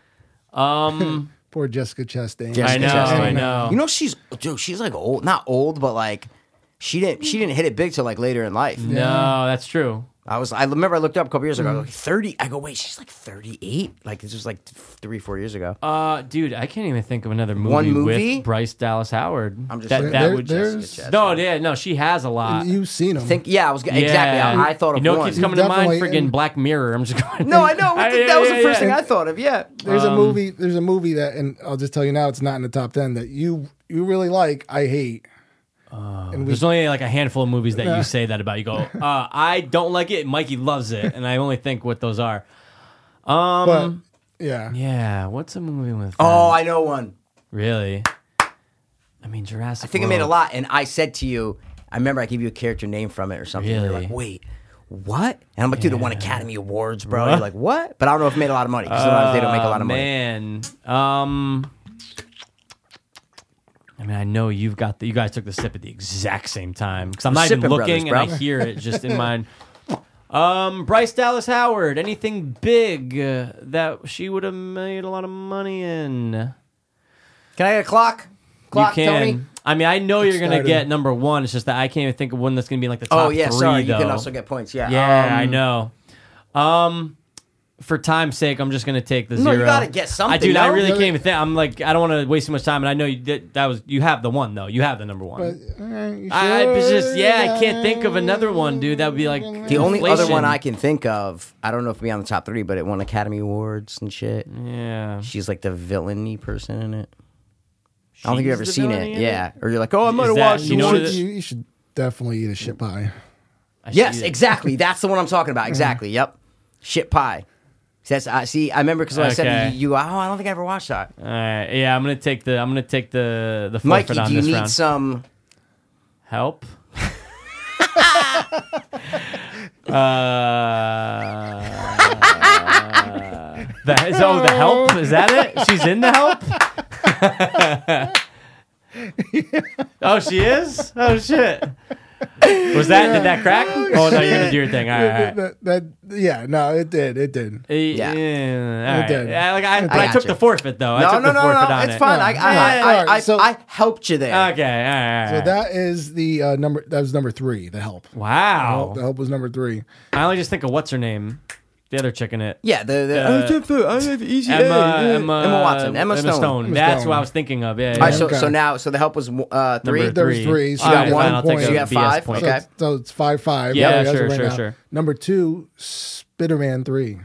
C: Um,
D: poor Jessica Chastain.
B: Jessica
C: I know.
B: Chastain.
C: I know.
B: You know she's dude, she's like old, not old, but like she didn't she didn't hit it big till like later in life.
C: No, Mm. that's true.
B: I was I remember I looked up a couple years ago. I go, like, thirty. I go wait, she's like thirty eight. Like this was like th- three four years ago.
C: Uh, dude, I can't even think of another movie,
B: One movie?
C: with Bryce Dallas Howard.
B: I'm just
C: that,
B: saying.
C: that
D: There-
C: would
D: there's-
B: Jessica Chastain.
C: no, yeah, no, she has a lot.
D: You've seen him.
B: think yeah, I was exactly.
C: Yeah.
B: I, I thought of
C: you know, what
B: one.
C: keeps coming to mind
D: Definitely,
C: friggin'
D: and-
C: Black Mirror. I'm just going.
B: [laughs] no,
C: [laughs]
B: I know. What the-
C: Yeah,
B: that was the
C: yeah,
B: first
C: yeah. Uh,
B: thing I thought of. Yeah.
D: there's
C: Um,
D: a movie. There's a movie that, and I'll just tell you now, it's not in the top ten that you you really like. I hate. and we
C: Uh, There's only like a handful of movies that you say that about.
D: [laughs]
C: You go, uh, I don't like it. Mikey loves it, and I only think what those are.
D: but yeah.
C: um, Yeah, what's a movie with?
B: Oh,
C: that?
B: I know one.
C: really? I mean, Jurassic.
B: I think I made a lot, and I said to you, I remember I gave you a character name from it or something. and You're
C: Really?
B: like, wait, what? And I'm like, dude, it won Academy Awards, bro. You're like, what? But I don't know if it made a lot of money. 'cause Sometimes they don't make a lot of money.
C: Ah, Man, um, I mean, I know you've got the, you guys took the sip at the exact same time because I'm not even
B: Sippin' brothers,
C: looking
B: bro.
C: and I hear it just
B: [laughs]
C: in mind. Um, Bryce Dallas Howard, anything big uh, that she would have made a lot of money in?
B: Can I get a clock? Clock,
C: Oh, you can.
B: Tony.
C: I mean, I know you're gonna
D: started.
C: get number one. It's just that I can't even think of one that's gonna be in, like the top
B: Oh yeah,
C: three.
B: sorry. You can
C: though.
B: also get points. Yeah.
C: Yeah, I
B: Um,
C: know. Um, for time's sake, I'm just gonna take the
B: No,
C: zero.
B: you gotta get
C: I
B: something,
C: do. I
B: no?
C: really
B: Yeah,
C: can't even think. I'm like, I don't want to waste too much time. And I know you did. That was you have the one though. You have the number one.
D: eh,
C: I, I was just yeah. I can't think of another one, dude. That would be like
B: The only other one I can think of, I don't know if it'll be on the top three, but it won Academy Awards and shit.
C: Mm. yeah.
B: She's like the villainy person in it. I don't think you've ever
C: She's the
B: seen
C: villainy
B: it.
C: in
B: Yeah. Or you're like, oh, I'm gonna
C: Is that-
B: watch.
C: you
D: You,
C: know
B: Awards.
C: what
D: should,
C: it-
D: you, you should definitely eat a shit pie.
C: I
B: Yes,
C: see it.
B: exactly. That's the one I'm
C: [laughs]
B: talking about.
C: Mm-hmm.
B: Exactly. Yep. Shit pie. See, That's I see. I remember because when I said
C: Okay.
B: to you, you, oh, I don't think I ever watched that.
C: All right. Yeah, I'm gonna take the. I'm gonna take the the
B: Mikey,
C: forfeit on
B: do you
C: this
B: need
C: round.
B: some? [laughs]
C: Help. uh, that is, oh, the help? Is that it? She's in the help?
B: [laughs]
C: oh, she is? Oh, shit. Was that, did that crack? Oh, no, you're going to do your thing. All right. all right.
D: That, that, yeah, no, it did, it did.
C: Uh,
B: Yeah.
C: Yeah. all right.
D: did.
C: Yeah, like I, but I,
B: got
C: took
B: you.
C: the forfeit though. I
B: No,
C: took
B: no,
C: the
B: no,
C: forfeit
B: no.
C: on
B: It's
C: it.
B: fine. I,
D: Yeah,
B: I, I, I,
D: alright, so-
B: I helped you there.
C: Okay. All right. all
D: So
C: right.
D: that is the uh, number. That was number three. The help.
C: wow.
D: The help was number three.
C: I only just think of what's her name, the other chick in it.
B: Yeah. The, the,
C: Uh,
B: I have easy.
C: Emma, Emma,
B: Emma Watson. Emma Stone.
C: That's
D: Stone.
C: what I was thinking of. Yeah.
B: All right,
C: yeah.
B: so,
D: Okay.
B: so now, so the help was uh, three.
C: Number
D: There was three. She
C: All
B: got
C: right,
B: one
C: fine, I'll take
B: point.
C: a
B: You got
C: BS
B: five?
C: point.
D: So,
B: Okay.
D: it's, so it's five five.
C: Yeah,
D: we got it
C: sure, sure, sure.
D: Number two, Spider-Man three.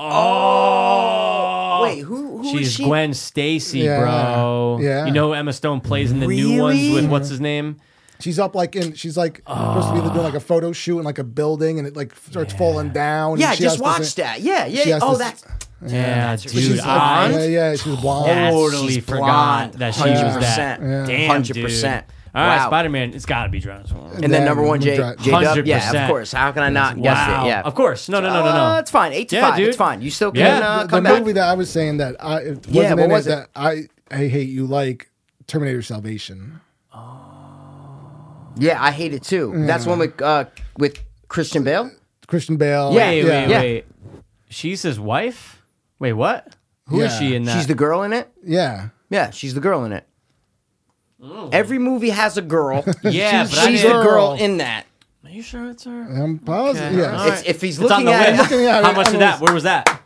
C: Oh,
B: Wait, who? Who is
C: She's
B: she?
C: Gwen Stacy,
D: Yeah,
C: bro.
D: yeah.
C: You know Emma Stone plays in the new ones
B: Really?
C: with what's his name?
D: She's up like in. She's like supposed to be doing like a photo shoot in like a building, and it like starts falling down. and
B: Yeah, I
D: she has
B: just
D: to
B: watched
D: sing-
B: that. Yeah, yeah.
D: she has
B: Oh,
D: to-
B: that's
C: Yeah, dude.
B: she's
D: She's
C: I
D: like, yeah, yeah, she's blonde.
C: totally
B: she's
C: forgot
B: blonde.
C: that she was
B: 100%.
C: that.
D: Yeah.
C: Damn,
B: Hundred
C: dude.
B: percent.
C: All right,
B: Wow.
C: Spider Man. It's got to be Transformers.
B: And then,
D: Then
B: number one, J,
D: Dra-
B: J Dub. Yeah, of
C: 100%.
B: course. How can I not guess
C: Wow.
B: it? Yeah,
C: Of course. No, no, no, no, no.
B: Uh, it's fine. Eight to
C: Yeah,
B: five.
C: dude.
B: It's fine. You still can
C: Yeah.
B: uh,
D: the
B: come back.
D: movie that I was saying that I it wasn't
B: Yeah, what
D: in
B: was
D: it,
B: it?
D: that I I hate you like Terminator Salvation.
B: yeah, I hate it too. That's one with uh, with Christian Bale.
D: Christian Bale.
B: Yeah,
C: Wait, wait,
B: yeah.
C: wait. She's his wife. Wait, what? Who is
D: Yeah.
C: she in that?
B: She's the girl in it.
D: yeah.
B: Yeah, she's the girl in it. Every movie has a girl.
C: Mm. [laughs] yeah,
B: she's
C: but I
B: the
C: didn't-
D: a-
B: girl in that.
C: Are you sure it's her?
D: I'm positive.
C: Okay.
D: Yes.
C: All right.
B: It's, if he's
C: It's on
B: looking
C: the list.
B: at it,
D: Looking at it,
C: How much
D: I
C: of that?
D: was-
C: Where was that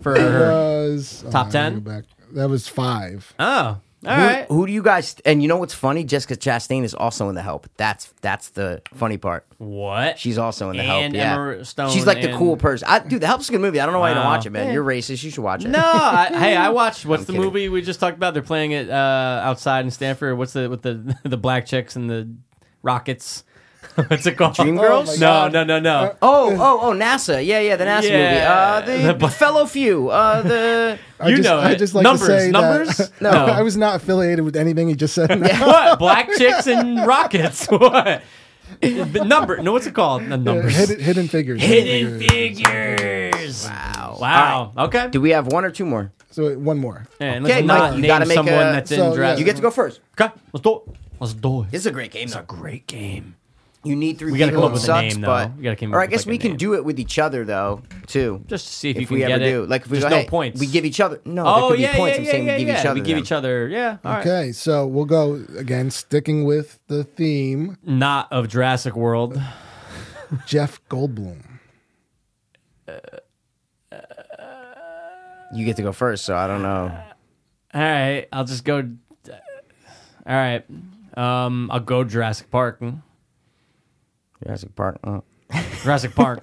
C: for her?
D: was oh,
C: Top
D: I gotta
C: 10?
D: go back. That was five.
C: Oh, [laughs] all
B: who,
C: right.
B: who do you guys? And you know what's funny? Jessica Chastain is also in the Help. That's that's the funny part.
C: What?
B: She's also in the
C: And
B: Help. Yeah,
C: Emma Stone
B: she's like the
C: and- Uh,
B: cool person. I, dude, the Help's a good movie. I don't know why you don't
C: Wow.
B: watch it, man. You're racist. You should watch it.
C: no, I, hey, I watched. What's the
B: kidding.
C: movie we just talked about? They're playing it uh, outside in Stanford. What's the with the [laughs] the black chicks and the rockets? [laughs] What's it called?
B: Dream Girls?
C: no,
D: God.
C: no, no, no.
B: Oh, oh, oh, NASA. Yeah, yeah, the NASA
C: Yeah.
B: movie. Uh, the,
C: The-
B: fellow few. Uh, the
D: I
C: you
D: just,
C: know
D: I
C: it.
D: just like
C: numbers,
D: to say
C: numbers.
D: [laughs] That,
C: no,
D: I was not affiliated with anything he just said.
C: what? Black chicks and rockets. [laughs] What? The number. No, what's it called? The numbers.
D: hidden, hidden figures.
C: Hidden figures. Wow. Wow. Okay.
B: do we have one or two more?
D: So wait, one more.
C: And
B: Okay,
C: let's
B: Mike,
C: not
B: you
C: name
B: gotta make
C: someone
B: a-
C: that's
D: so,
C: in
D: yeah.
C: draft.
B: You get to go first.
C: okay. Let's do it. Let's do it.
B: This is a great game. Though.
C: great game.
B: You need three.
C: We gotta
B: people.
C: come up with
B: it
C: a
B: sucks,
C: name, though.
B: but
C: We gotta come
B: or
C: up
B: I
C: with,
B: guess
C: like, a
B: we can
C: name.
B: do it with each other though too.
C: Just to see if, you
B: if
C: can
B: we
C: get
B: ever
C: it.
B: do, like if we
C: Just
B: go,
C: no
B: hey,
C: points.
B: we give each other. No,
C: Oh
B: there could
C: yeah,
B: be points.
C: yeah,
B: I'm
C: yeah,
B: saying
C: yeah,
B: we give each
C: yeah.
B: other.
C: We give
B: them.
C: each other. Yeah. All right.
D: Okay, so we'll go again, sticking with
B: [laughs]
D: the theme.
C: Not of Jurassic World.
D: Jeff Goldblum.
B: You get to go first, so I don't know.
C: All right. I'll just go. All right. Um, I'll go Jurassic Park.
B: Jurassic Park. uh,
C: Jurassic
B: [laughs]
C: Park.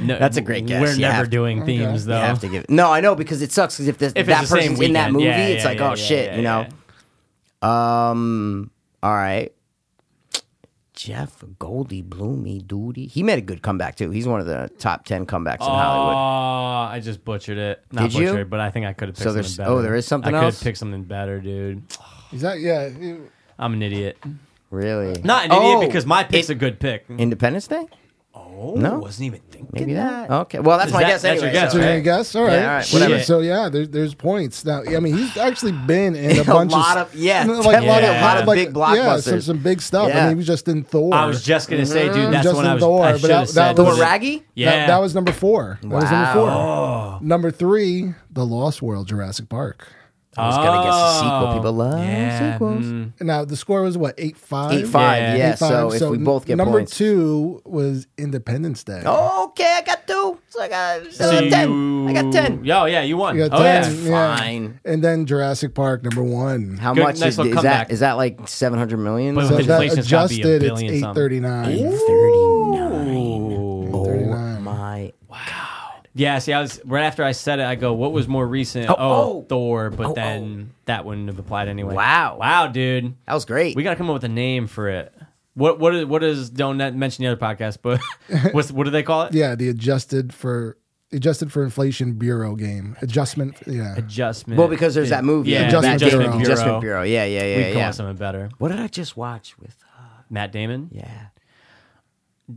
C: No,
B: That's a great guess.
C: We're
B: You
C: never
B: have to-
C: doing themes
B: You
C: though.
B: have to give. No, I know because it sucks. Because if, this,
C: If it's
B: that
C: the same
B: person's in that
C: weekend.
B: movie,
C: Yeah,
B: it's
C: yeah,
B: like,
C: yeah,
B: oh
C: yeah,
B: shit,
C: yeah,
B: you know. Um. All right. Jeff Goldie Bloomy Duty. He made a good comeback too. He's one of the top ten comebacks in Hollywood.
C: Oh, I just butchered it. Not
B: Did you?
C: butchered, but I think I could have picked
B: So there's-
C: something better.
B: oh, there is something
C: I
B: else?
C: could have picked something better, dude.
D: Is that yeah? you-
C: I'm an idiot.
B: Really?
C: Not an
B: Oh,
C: idiot because my pick's
B: it-
C: a good pick.
B: Independence Day.
C: Oh,
B: No.
C: wasn't even thinking
B: Maybe that. Okay. Well, that's
C: Is
B: my
C: that-
B: guess
C: that's your
B: anyway.
C: guess,
B: so-
D: So
C: right?
D: I guess all right.
B: all right, whatever.
D: Shit. So yeah, there's there's points now. I mean, he's actually been
B: [laughs]
D: in a,
B: A
D: bunch
B: lot of- yeah,
D: [laughs] like a lot of,
C: definitely.
D: lot of like,
B: Big
D: yeah, some,
B: blockbusters.
D: some big stuff. I
B: Yeah.
D: mean, he was just in Thor.
C: I was just gonna say,
B: Mm-hmm.
C: dude, that's
D: Just
C: when
D: in
C: I was.
D: Thor,
C: I
D: but
C: should
D: that-
C: have
D: that
C: said
D: was-
B: Thor
C: that.
B: Raggy.
C: Yeah,
D: that, that was number four. That was number four.
B: Oh.
D: Number three, The Lost World, Jurassic Park.
B: I was gonna guess a sequel.
C: Oh,
B: People love
C: yeah, Mm. Oh,
B: sequels.
D: Now the score was what eight five.
B: Eight five. Yeah.
C: Yeah.
D: Eight, five.
B: So, if we both get
D: number
B: points. Oh,
D: two was Independence Day.
B: Okay, I got two. So I got, so I got
C: you-
B: ten. I got ten.
C: Yeah, oh, yeah, you won.
D: You got
C: oh
D: ten.
C: yeah.
D: Yeah.
B: Fine.
D: And then Jurassic Park number one.
B: How
C: Good-
B: much
C: nice
B: is,
C: little
B: is that?
C: comeback.
B: Is that like seven hundred million?
C: But
B: So-
D: So
C: with
D: that
C: inflation's gotta be a
D: adjusted, it's
C: billion
D: eight
C: something.
D: thirty nine.
B: Thirty-nine. Oh
D: 39.
B: my!
C: Yeah, see, I was right after I said it. I go, "What was more recent?" Oh,
B: oh.
C: Thor, but
B: Oh,
C: then that wouldn't have applied anyway.
B: Wow.
C: wow, dude,
B: That was great.
C: we gotta come up with a name for it. What what is what is? Don't not mention the other podcast,
B: [laughs]
C: but what's what do they call it?
D: Yeah, the adjusted for adjusted for inflation bureau game adjustment. Yeah,
C: Adjustment.
B: well, because there's that movie.
C: Yeah,
D: Adjustment
B: that
D: Bureau.
B: David Adjustment Bureau. Yeah, yeah,
C: We
B: yeah,
C: call
B: yeah.
C: it something better.
B: What did I just watch with? Uh,
C: Matt Damon.
B: yeah,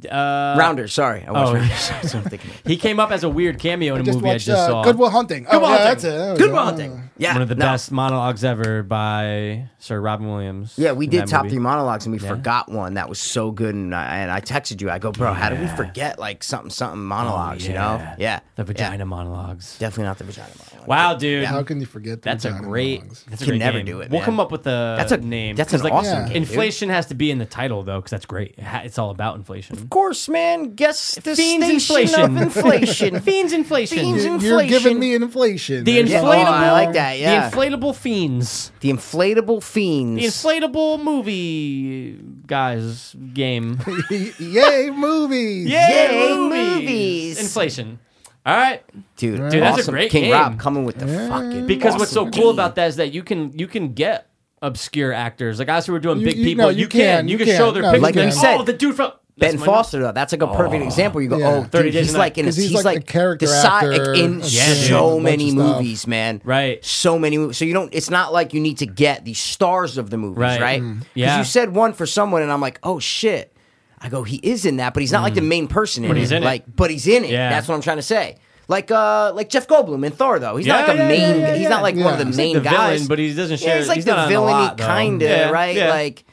C: Uh,
B: Rounders. Sorry, I watched
C: oh.
B: Rounders. [laughs] That's what
C: [laughs]
B: I'm thinking.
C: He came up as a weird cameo in a movie I just saw.
D: uh, Goodwill Hunting. Goodwill
C: Hunting.
D: That's it. uh, There we
B: Good
D: go.
B: Will Hunting. uh, Yeah,
C: One of the
B: no.
C: best monologues ever by Sir Robin Williams.
B: Yeah, we
C: in
B: did
C: that
B: top
C: movie.
B: three monologues and we forgot one that was so good. And I, and I texted you. I go, bro, how do we forget like something something monologues? You know? Yeah.
C: Oh, The
B: Yeah.
C: vagina monologues.
B: Definitely not the vagina monologue.
C: Wow, dude.
D: How can you forget? the
C: That's a
D: vagina
C: great.
D: monologues?
C: That's a
B: Can
C: great
B: never
C: game.
B: do it,
C: We'll
B: man.
C: come up with a
B: That's a-
C: name.
B: that's
C: 'cause,
B: an awesome
D: game, dude.
C: Inflation has to be in the title though, because that's great. It ha- It's all about inflation.
B: Of course, man. Guess the
C: Fiends inflation. [laughs]
B: station of inflation.
C: Fiends inflation.
B: Fiends
C: The
B: in-
D: You're giving
B: Inflation.
D: me an inflation.
C: inflatable.
D: There's-
B: Yeah. Oh, I like that, yeah.
C: The inflatable fiends.
B: [laughs] the inflatable
C: The
B: fiends.
C: inflatable movie guys
B: [laughs]
C: game.
D: [laughs] Yay, movies.
B: Yay, movies.
C: Inflation. All right.
B: dude,
C: Dude, that's a
B: awesome.
C: great
B: King
C: game.
B: Rob coming with the fucking.
C: Because what's so
B: awesome
C: cool
B: game.
C: about that is that you can you can get obscure actors. Like I said, we're doing
D: You-
C: big
D: you-
C: people.
D: no,
C: you,
D: you
C: can,
D: can,
C: You
D: you
C: can,
D: can.
C: show their
D: No,
C: pictures.
B: Like
C: and
B: you
C: be
B: said-
C: oh, the dude from
B: Ben
C: my
B: Foster, though, that's like a perfect example. You go,
D: Yeah.
B: oh,
C: 30
B: dude,
C: Days
B: he's
C: and
B: like in a,
D: Because
B: he's, like,
D: a character
B: the side- like,
D: actor,
B: in
D: a
C: shit,
B: so
D: dude, a bunch
B: many
D: of stuff.
B: movies, man.
C: Right.
B: So many movies. So you don't. It's not like you need to get the stars of the movies,
C: Right.
B: right?
C: Mm.
B: 'Cause
C: Yeah.
B: you said one for someone, and I'm like, oh shit. I go, he is in that, but he's not like the main person. But in
C: Mm-hmm. he's
B: it.
C: in it.
B: like, but he's in it.
C: Yeah.
B: That's what I'm trying to say. Like, uh, like Jeff Goldblum in Thor, though. He's
C: Yeah,
B: not like a
C: yeah, yeah,
B: main.
C: yeah,
B: he's
C: yeah.
B: not like one of the
C: He's
B: main
C: like the
B: guys.
C: villain, but he doesn't share.
B: yeah, he's like
C: he's
B: the
C: not in a
B: villainy
C: lot, though.
B: kind of
C: Yeah,
B: right.
C: yeah.
B: Like,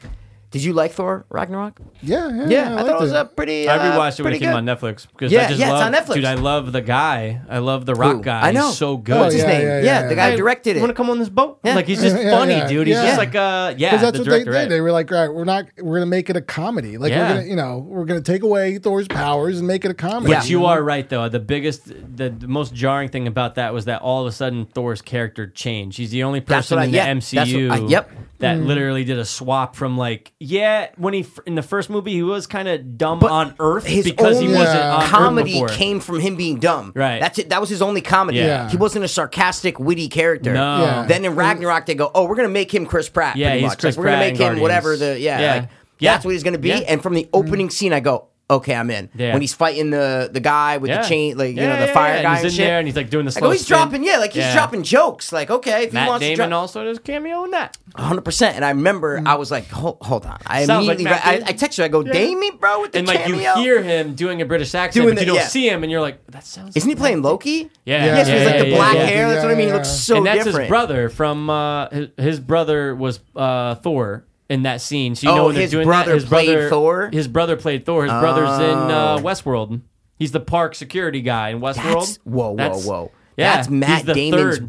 B: did you like Thor Ragnarok?
D: Yeah, yeah.
B: Yeah, I, thought it
D: liked
B: was a pretty.
C: I
B: uh,
C: rewatched it when
B: pretty
C: it came
B: good.
C: on Netflix because I
B: Yeah,
C: just
B: yeah, it's
C: love,
B: on Netflix.
C: dude. I love the guy. I love the rock
B: Ooh,
C: guy.
B: I know.
C: He's so good.
B: What's his
D: Oh, yeah,
B: name?
D: yeah,
B: Yeah,
D: yeah.
B: the guy who directed it.
C: Want to come on this boat?
B: Yeah.
C: Like he's just
D: Yeah, yeah,
C: funny,
D: yeah.
C: dude. He's
D: Yeah.
C: just like uh, yeah,
D: Because that's
C: the
D: what
C: director.
D: they
C: right?
D: did. They were like, right, we're not, we're gonna make it a comedy. Like
C: Yeah.
D: we're gonna, you know, we're gonna take away Thor's powers and make it a comedy.
B: Yeah.
C: But
D: [laughs]
C: you are right, though. The biggest, the, the most jarring thing about that was that all of a sudden Thor's character changed. He's the only
B: That's
C: person
B: what I-
C: in the
B: yeah, that's what
C: MCU
B: I- yep. Mm.
C: that literally did a swap from like, yeah, when he f- in the first movie he was kind of dumb
B: But
C: on Earth
B: his
C: because he
B: only uh,
C: wasn't
D: Yeah.
C: on Earth
B: comedy
C: before.
B: came from him being dumb.
C: Right.
B: That's it. That was his only comedy.
C: Yeah.
D: Yeah.
B: He wasn't a sarcastic, witty character.
C: No. Yeah.
B: Then in Ragnarok, they go, "Oh, we're gonna make him Chris Pratt.
C: Yeah,
B: pretty
C: he's
B: much.
C: Chris
B: like, we're gonna
C: Pratt
B: make
C: in
B: him
C: Guardians.
B: whatever the yeah.
C: Yeah.
B: Like,
C: Yeah.
B: That's what he's gonna be."
C: Yeah.
B: And from the
D: Mm-hmm.
B: opening scene, I go, "Okay, I'm in."
C: Yeah.
B: When he's fighting the the guy with
C: Yeah.
B: the chain, like
C: Yeah,
B: you know, the
C: yeah,
B: fire
C: yeah.
B: guy
C: He's
B: and
C: in
B: shit.
C: there and he's like doing the
B: I go,
C: slow
B: he's
C: spin.
B: dropping, yeah, like he's
C: Yeah.
B: dropping jokes. Like, okay, if he
C: Matt
B: wants
C: Damon
B: to drop,
C: also does a cameo in that.
B: hundred percent. And I remember I was like, hold, hold on. I
C: Mm. Sounds like
B: immediately
C: Matt
B: I,
C: Damon.
B: I text you. I go, Damon, bro, with the
C: and like
B: cameo?
C: you hear him doing a British accent,
B: Doing
C: but you
B: the-
C: don't
B: yeah.
C: see him, and you're like, that sounds.
B: Isn't he playing Loki?
C: Yeah.
B: Yes,
C: Yeah,
B: he's like
C: yeah,
B: the
C: yeah,
B: black
C: yeah.
B: hair. That's what I mean. He
D: Yeah.
B: looks so
C: and that's
B: different.
C: his brother from uh, his, his brother was uh, Thor in that scene. So you
B: Oh,
C: know when
B: his
C: they're doing
B: brother
C: that, his
B: played
C: brother
B: Thor? Oh.
C: His brother played Thor. His brother's in uh, Westworld. He's the park security guy in Westworld.
B: That's- whoa, whoa,
C: That's-
B: whoa.
C: Yeah,
B: That's
C: he's
B: Matt
C: the
B: Damon's
C: third.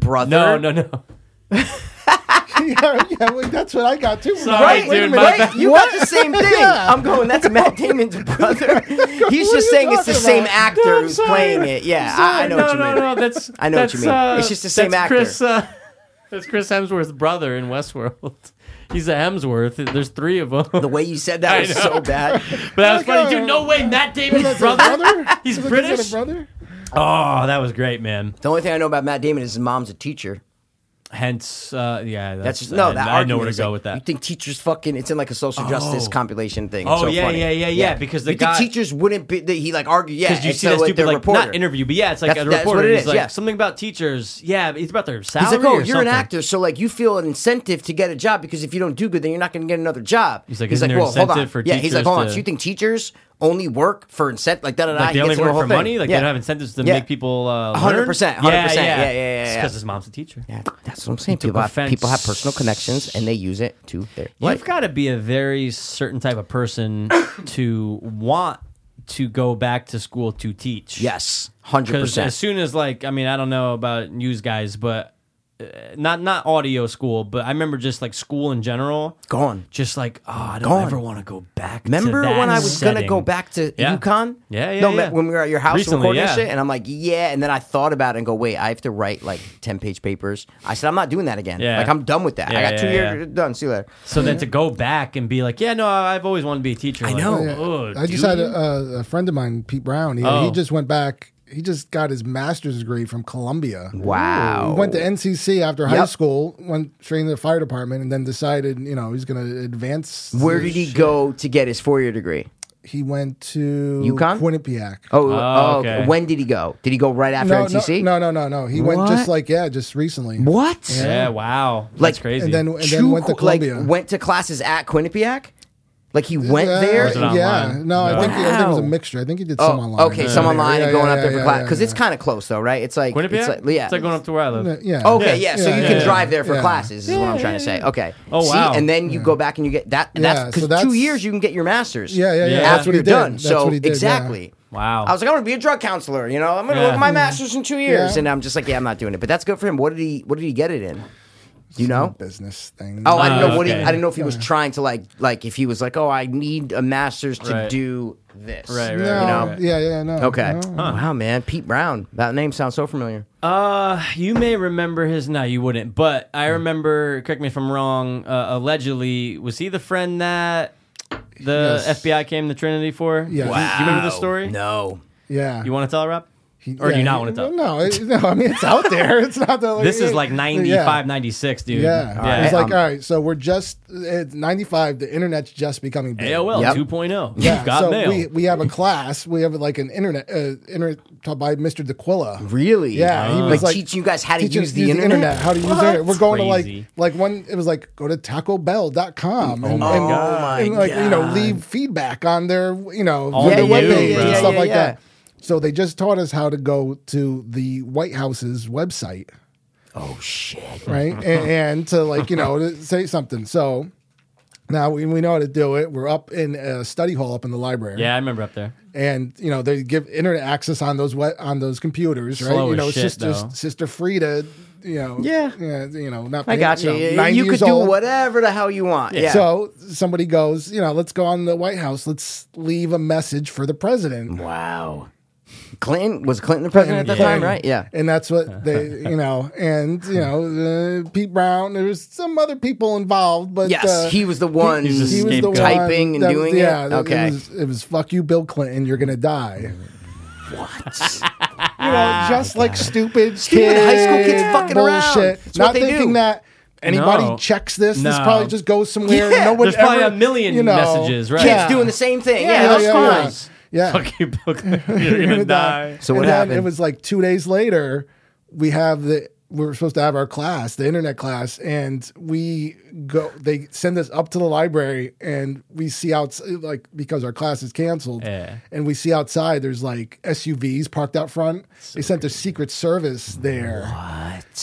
C: No,
B: brother?
C: no, no.
D: yeah, yeah, well, that's what I got too.
C: Sorry,
B: Right,
C: Wait a minute.
B: right. You got
D: What?
C: [laughs]
B: the same thing.
D: Yeah.
B: I'm going. That's Matt Damon's brother. He's
D: What
B: just
D: are you
B: saying it's the
D: talking
B: same
D: about?
B: actor
C: No, I'm
B: who's
C: sorry.
B: playing it. Yeah, I, I know
C: no,
B: what you
C: no,
B: mean.
C: No, that's
B: [laughs] I know what
C: that's,
B: you mean.
C: uh,
B: It's just the same
C: that's
B: actor.
C: Chris, uh, that's Chris Hemsworth's brother in Westworld. [laughs] He's a Hemsworth. There's three of them.
B: The way you said that
C: I
B: was
C: know.
B: so bad.
C: [laughs] But that was
D: Like,
C: funny,
D: uh,
C: dude. No way, Matt Damon's
D: Is that a
C: brother.
D: brother?
C: [laughs] He's
D: Is that- is that a
C: British.
D: brother?
C: Oh, that was great, man.
B: The only thing I know about Matt Damon is his mom's a teacher.
C: Hence, uh, yeah, that's,
B: That's just, no.
C: I,
B: That
C: I know where
B: argument
C: to
B: is
C: go
B: like,
C: with
B: You
C: that.
B: think teachers fucking? It's in like a social justice
C: Oh.
B: compilation thing. It's
C: Oh,
B: so
C: yeah,
B: funny.
C: yeah, yeah, yeah, because the
B: you
C: guy-
B: think teachers wouldn't be. That he like argue. Yeah,
C: Because you
B: and
C: see
B: so,
C: that stupid,
B: their
C: like,
B: reporter.
C: not interview, but yeah, it's like
B: That's-
C: a
B: that's
C: reporter.
B: what it
C: he's
B: is,
C: like,
B: yeah.
C: something about teachers. Yeah, it's about their
B: He's
C: salary.
B: like, oh,
C: or
B: you're an
C: something."
B: actor, so like you feel an incentive to get a job because if you don't do good, then you're not going to get another job.
C: He's like, isn't there
B: hold on,
C: incentive for
B: yeah. He's like,
C: teachers
B: hold on,
C: to-
B: so you think teachers only work for incentive? Like, da da da.
C: Like
B: he
C: they only
B: gets into the
C: work
B: whole
C: for
B: thing.
C: money. Like
B: yeah.
C: they don't have incentives to
B: Yeah.
C: make people. uh,
B: 100%,
C: learn? Yeah,
B: 100%, yeah, yeah, yeah,
C: It's
B: yeah.
C: because his mom's a teacher.
B: Yeah, that's what I'm saying. People have,
C: offense.
B: people have personal connections and they use it to their
C: You've
B: life.
C: got to be a very certain type of
B: [coughs]
C: person to want to go back to school to teach.
B: yes, hundred
C: because as
B: percent.
C: soon as like I mean I don't know about news guys, but uh, not not audio school, but I remember just like school in general.
B: Gone.
C: Just like oh, I don't
B: Gone.
C: ever want to go back. to
B: Remember
C: that
B: when I was
C: setting.
B: gonna go back to
C: Yeah.
B: UConn?
C: Yeah, yeah,
B: No,
C: yeah.
B: ma- when we were at your house
C: Recently,
B: recording
C: yeah.
B: shit, and I'm like, yeah. And then I thought about it and go, wait, I have to write like ten page papers. I said, I'm not doing that again.
C: Yeah.
B: Like I'm done with that. I
C: Yeah,
B: got two
C: yeah,
B: years
C: yeah.
B: done. See you later.
C: So then to go back and be like, yeah, no, I've always wanted to be a teacher. I
B: know.
D: Yeah.
C: Oh,
D: I just
C: dude.
D: had a, a, a friend of mine, Pete Brown. He,
C: Oh.
D: he just went back. He just got his master's degree from Columbia.
B: Wow.
D: He went to NCC after high
B: Yep.
D: school, went straight into the fire department, and then decided, you know, he's going to advance.
B: Where did he go to get his four year degree?
D: He went to
B: UConn?
D: Quinnipiac.
B: Oh,
C: Oh,
B: oh, okay.
C: okay.
B: When did he go? Did he go right after
D: no,
B: NCC?
D: no, no, no, no. He went
B: What?
D: just like yeah, just recently.
B: What?
C: yeah, wow,
B: Like-
C: that's crazy.
D: And then and
B: Two
D: then went to
B: co- like
D: Columbia.
B: went to classes at Quinnipiac. Like he went
D: Yeah,
B: there.
C: it online?
D: Yeah, no, I
C: No.
D: think I think it was a
B: Wow.
D: mixture. I think he did
B: Oh,
D: some online.
B: okay,
D: Yeah.
B: some online
D: Yeah,
B: and going
D: yeah,
B: up there for
D: yeah,
B: class
D: yeah,
B: because it's
D: yeah.
B: kind of close though, right? It's like
C: Quinnipiac.
B: it's like, yeah,
C: it's like going up to where I live.
D: yeah.
B: Okay, yeah. So you can
D: yeah,
B: drive there for
D: yeah.
B: classes, is what I'm
C: Yeah,
B: trying to
C: yeah,
B: say. Okay.
C: Oh, wow.
B: See, and then you go back and you get that. That's
D: Yeah, so
B: because
D: that's-
B: two years you can get your master's.
D: Yeah, yeah, yeah.
C: Yeah.
B: After
C: That's what he
B: you're
D: did.
B: done.
D: That's
B: so
D: what he did, yeah.
B: exactly.
C: Wow.
B: I was like, I'm gonna be a drug counselor. You know, I'm gonna
C: Yeah.
B: work my master's in two years,
D: Yeah.
B: and I'm just like, yeah, I'm not doing it. But that's good for him. What did he? What did he get it in? You
D: [laughs]
B: know.
D: business thing.
B: Oh, I didn't know
C: Oh,
B: what he,
C: okay.
B: I didn't know if he was trying to like like if he was like, oh, I need a master's to
C: Right.
B: do this.
C: Right, right,
D: no,
B: know?
D: yeah, yeah, no.
B: Okay.
D: no.
B: Wow, man, Pete Brown. That name sounds so familiar.
C: Uh, you may remember his. No, you wouldn't. But I
D: Hmm.
C: remember. Correct me if I'm wrong. Uh, allegedly, was he the friend that the
D: Yes.
C: FBI came to Trinity for?
D: Yes.
C: Do you remember the story?
B: No.
D: Yeah.
C: You want to tell it, Rob?
D: He,
C: Or do you not want to talk?
D: No, it- no. I mean, it's out [laughs] there. It's not that. Like,
C: This is like
D: Oh, yeah.
C: 95, 96, dude.
D: Yeah,
C: yeah.
D: it's like
B: I'm-
D: all right. So we're just it's 95. The internet's just becoming big.
C: AOL
B: Yep.
C: 2.0.
D: Yeah,
C: oh. You've got
D: so
C: mail.
D: we we have a class. We have like an internet uh, internet taught by Mr. DeQuilla.
B: Really? Oh.
D: Yeah, he was
B: like,
D: like
B: teaching you guys how to
D: teach us
B: use the internet.
D: how to use
C: What?
D: the internet. We're going
C: Crazy. Oh
D: to like like one. It was like go to TacoBell.com and,
B: my
D: and,
B: God.
D: and like you know
B: Oh my
D: leave feedback on their you know
C: On
D: on their
C: you,
D: webpage
C: bro.
D: and
C: Yeah,
D: stuff
B: yeah,
D: like
B: yeah.
D: that. So they just taught us how to go to the White House's website
B: Oh shit!
C: [laughs]
D: right? and, and to like you know to say something. So now we, we know how to do it. We're up in a study hall up in the library,
C: yeah, I remember up
D: [laughs]
C: there.
D: And you know they give internet access on those wet on those computers, right?
C: Slow
D: you
C: as
D: know,
C: shit,
D: sister
C: though.
D: sister Frida, you know,
B: Yeah.
D: you know, not
B: I got you.
D: know,
B: You,
D: nine
B: could
D: years
B: do
D: old.
B: whatever the hell you want. Yeah.
D: So somebody goes, you know, let's go on the White House. Let's leave a message for the president.
B: wow. Clinton was Clinton the president at that time, right? Yeah.
D: And that's what they, you know, and you know, uh, Pete Brown. There was some other people involved, but
B: Yes,
D: uh,
B: he was the one.
C: he was the
D: was
C: scapegoat.
B: Typing and
D: that-
B: doing it?
D: yeah, that-
B: Okay.
D: It was, it was fuck you, Bill Clinton. You're gonna die. [laughs] What? you know, just like stupid,
B: Ah. [laughs] Stupid
D: kid
B: high school kids fucking around.
D: bullshit.
B: It's what
D: Not
B: they
D: thinking
B: do.
D: that anybody
C: No.
D: checks this. This
C: No.
D: probably just goes somewhere.
B: Yeah.
D: No one
C: There's probably
D: ever-
C: a million
D: you know,
C: messages, right?
B: Kids
D: Yeah.
B: doing the same thing. Yeah,
D: yeah,
B: that's
D: yeah,
B: fine.
D: yeah. Yeah.
C: Fuck you, Bill
D: [laughs]
C: Clinton. [laughs] You're going to die.
B: So what
D: And then
B: happened?
D: It was like two days later. We have the we were supposed to have our class, the internet class, and we go. They send us up to the library, and we see out like because our class is canceled,
C: Yeah.
D: and we see outside there's like SUVs parked out front. they sent their Secret Service there.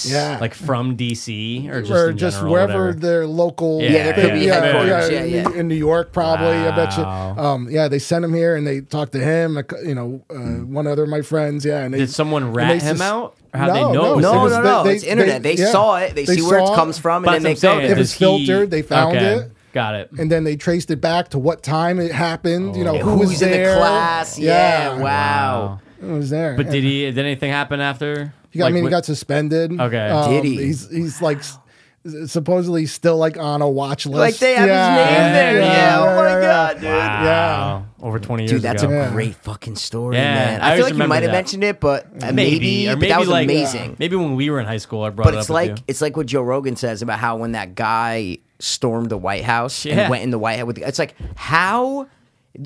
D: Yeah,
C: Like from DC or just,
D: or
C: in
D: just
C: general,
D: wherever
C: whatever.
D: their local
C: Yeah, Yeah, it could be
B: headquarters. Yeah, yeah.
D: in New York probably I bet you
C: Wow.
D: um, yeah they sent him here and they talked to him a cou- you know uh, one other of my friends yeah and they,
C: Hmm. Did someone rat
D: they
C: him
D: sus-
C: out? Or how'd they know it was
B: No,
C: Because
B: no,
D: they-
B: no.
D: they-
B: it's internet. They,
D: yeah.
B: saw it. They, see where
D: saw
B: it comes from,
C: But
B: and then they
C: that's
B: go
C: what I'm saying.
B: there.
D: It was
C: Does he-
D: filtered, they found
C: Okay.
D: it.
C: Got it.
D: and then they traced it back to what time it happened
C: Oh.
D: you know who
B: Who's
D: was
B: in
D: there.
B: the class? Yeah. wow.
D: it was there
C: But did he? Did anything happen after?
D: He got, I mean, he
C: wh-
D: got suspended. Um,
C: Okay.
B: Did he?
D: He's he's like s- supposedly still like on a watch list.
B: Like they have
D: Yeah,
B: his name there. Yeah. oh my
D: yeah,
B: god, dude.
C: Wow. Over 20 years
B: Dude, that's
C: ago.
B: a
D: Yeah.
B: great fucking story,
C: Yeah,
B: man.
C: I
B: I,
C: always
B: feel like you
C: remember
B: might have
C: that.
B: mentioned it, but uh, maybe,
C: maybe, or
B: but
C: maybe
B: that was
C: like,
B: amazing.
C: Maybe when we were in high school, I brought
B: But
C: it
B: it's
C: up
B: like
C: with you.
B: it's like what Joe Rogan says about how when that guy stormed the White House
C: Yeah.
B: and went in the White House with the, it's like how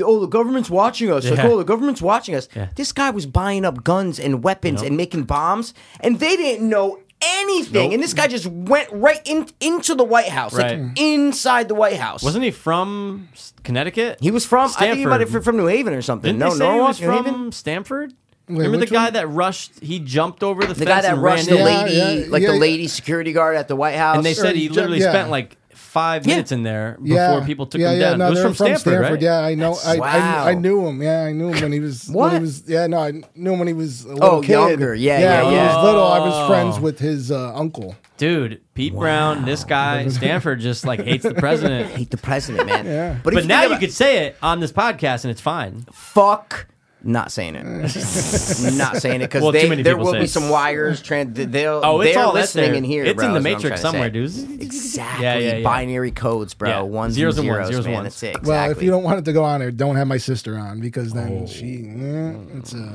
B: oh the government's watching us like
C: Yeah.
B: oh the government's watching us.
C: Yeah.
B: This guy was buying up guns and weapons and making bombs, and they didn't know anything.
C: Nope.
B: And this guy just went right in, into the White House,
C: Right.
B: like inside the White House.
C: Wasn't he from S- Connecticut?
B: He was from I think he might
C: Stanford.
B: have been from New Haven or something.
C: Didn't
B: no,
C: they say
B: no,
C: he was
B: New
C: from
B: Haven?
C: Stanford? Remember the
D: which
C: guy
D: one?
C: that rushed? He jumped over the,
B: the
C: fence
B: guy that
C: and
B: rushed the
C: ran in,
D: Yeah,
B: lady,
D: yeah,
B: like
D: yeah,
B: the
D: yeah.
B: lady security guard at the White House.
C: and they said he
D: ju-
C: literally
D: yeah.
C: spent like five
B: Yeah.
C: minutes in there before
D: Yeah.
C: people took
D: yeah,
C: him
D: yeah,
C: down.
D: No,
C: it was
D: they're
C: from Stanford, right?
D: Yeah, I know. I,
B: wow.
D: I I knew him. Yeah, I knew him when he was when
B: What?
D: he was. Yeah, no, I knew him when he was a little
B: Oh,
D: kid.
B: younger. Yeah, yeah,
D: When he
B: yeah.
D: was little, I was friends
C: Oh.
D: with his uh, uncle.
C: Dude, Pete Brown, this guy, Stanford, just like hates the president.
B: hate the president, man. But, if
C: but
B: you
C: now
B: think
C: you
B: about-
C: could say it on this podcast and it's fine.
B: fuck not
C: [laughs]
B: saying it. not saying it because
C: Well, too many
B: there
C: people
B: will
C: say
B: be
C: it.
B: some wires. Trans- they'll,
C: Oh, it's
B: they're
C: all that's
B: listening
C: there.
B: in here.
C: It's
B: bro,
C: in the
B: is what I'm
C: Matrix
B: trying to
C: somewhere,
B: say.
C: dude.
B: Exactly.
C: Yeah, yeah, yeah.
B: Binary codes, bro.
C: Yeah.
B: Ones
C: Zeros
B: and
C: and
B: zeros,
C: ones, zeros and
B: man.
C: ones.
B: That's it. Exactly.
D: Well, if you don't want it to go on there, don't have my sister on because
C: Oh.
D: then she eh, it's a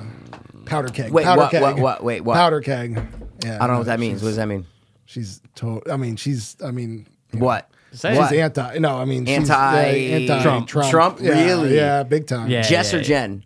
D: powder keg.
B: Wait,
D: powder
B: what,
D: keg.
B: what, what, wait, what?
D: Powder keg. Yeah,
B: I don't know what that
D: she's-
B: means. What does that mean?
D: She's total. I mean, she's. I mean,
B: What?
C: Say it.
D: she's
B: What?
D: anti. No, I mean, she's,
B: Anti-
D: anti
C: Trump.
B: Trump,
D: Yeah,
B: really?
D: Yeah, big time.
C: Yeah.
B: Jess or
C: yeah.
B: Jen?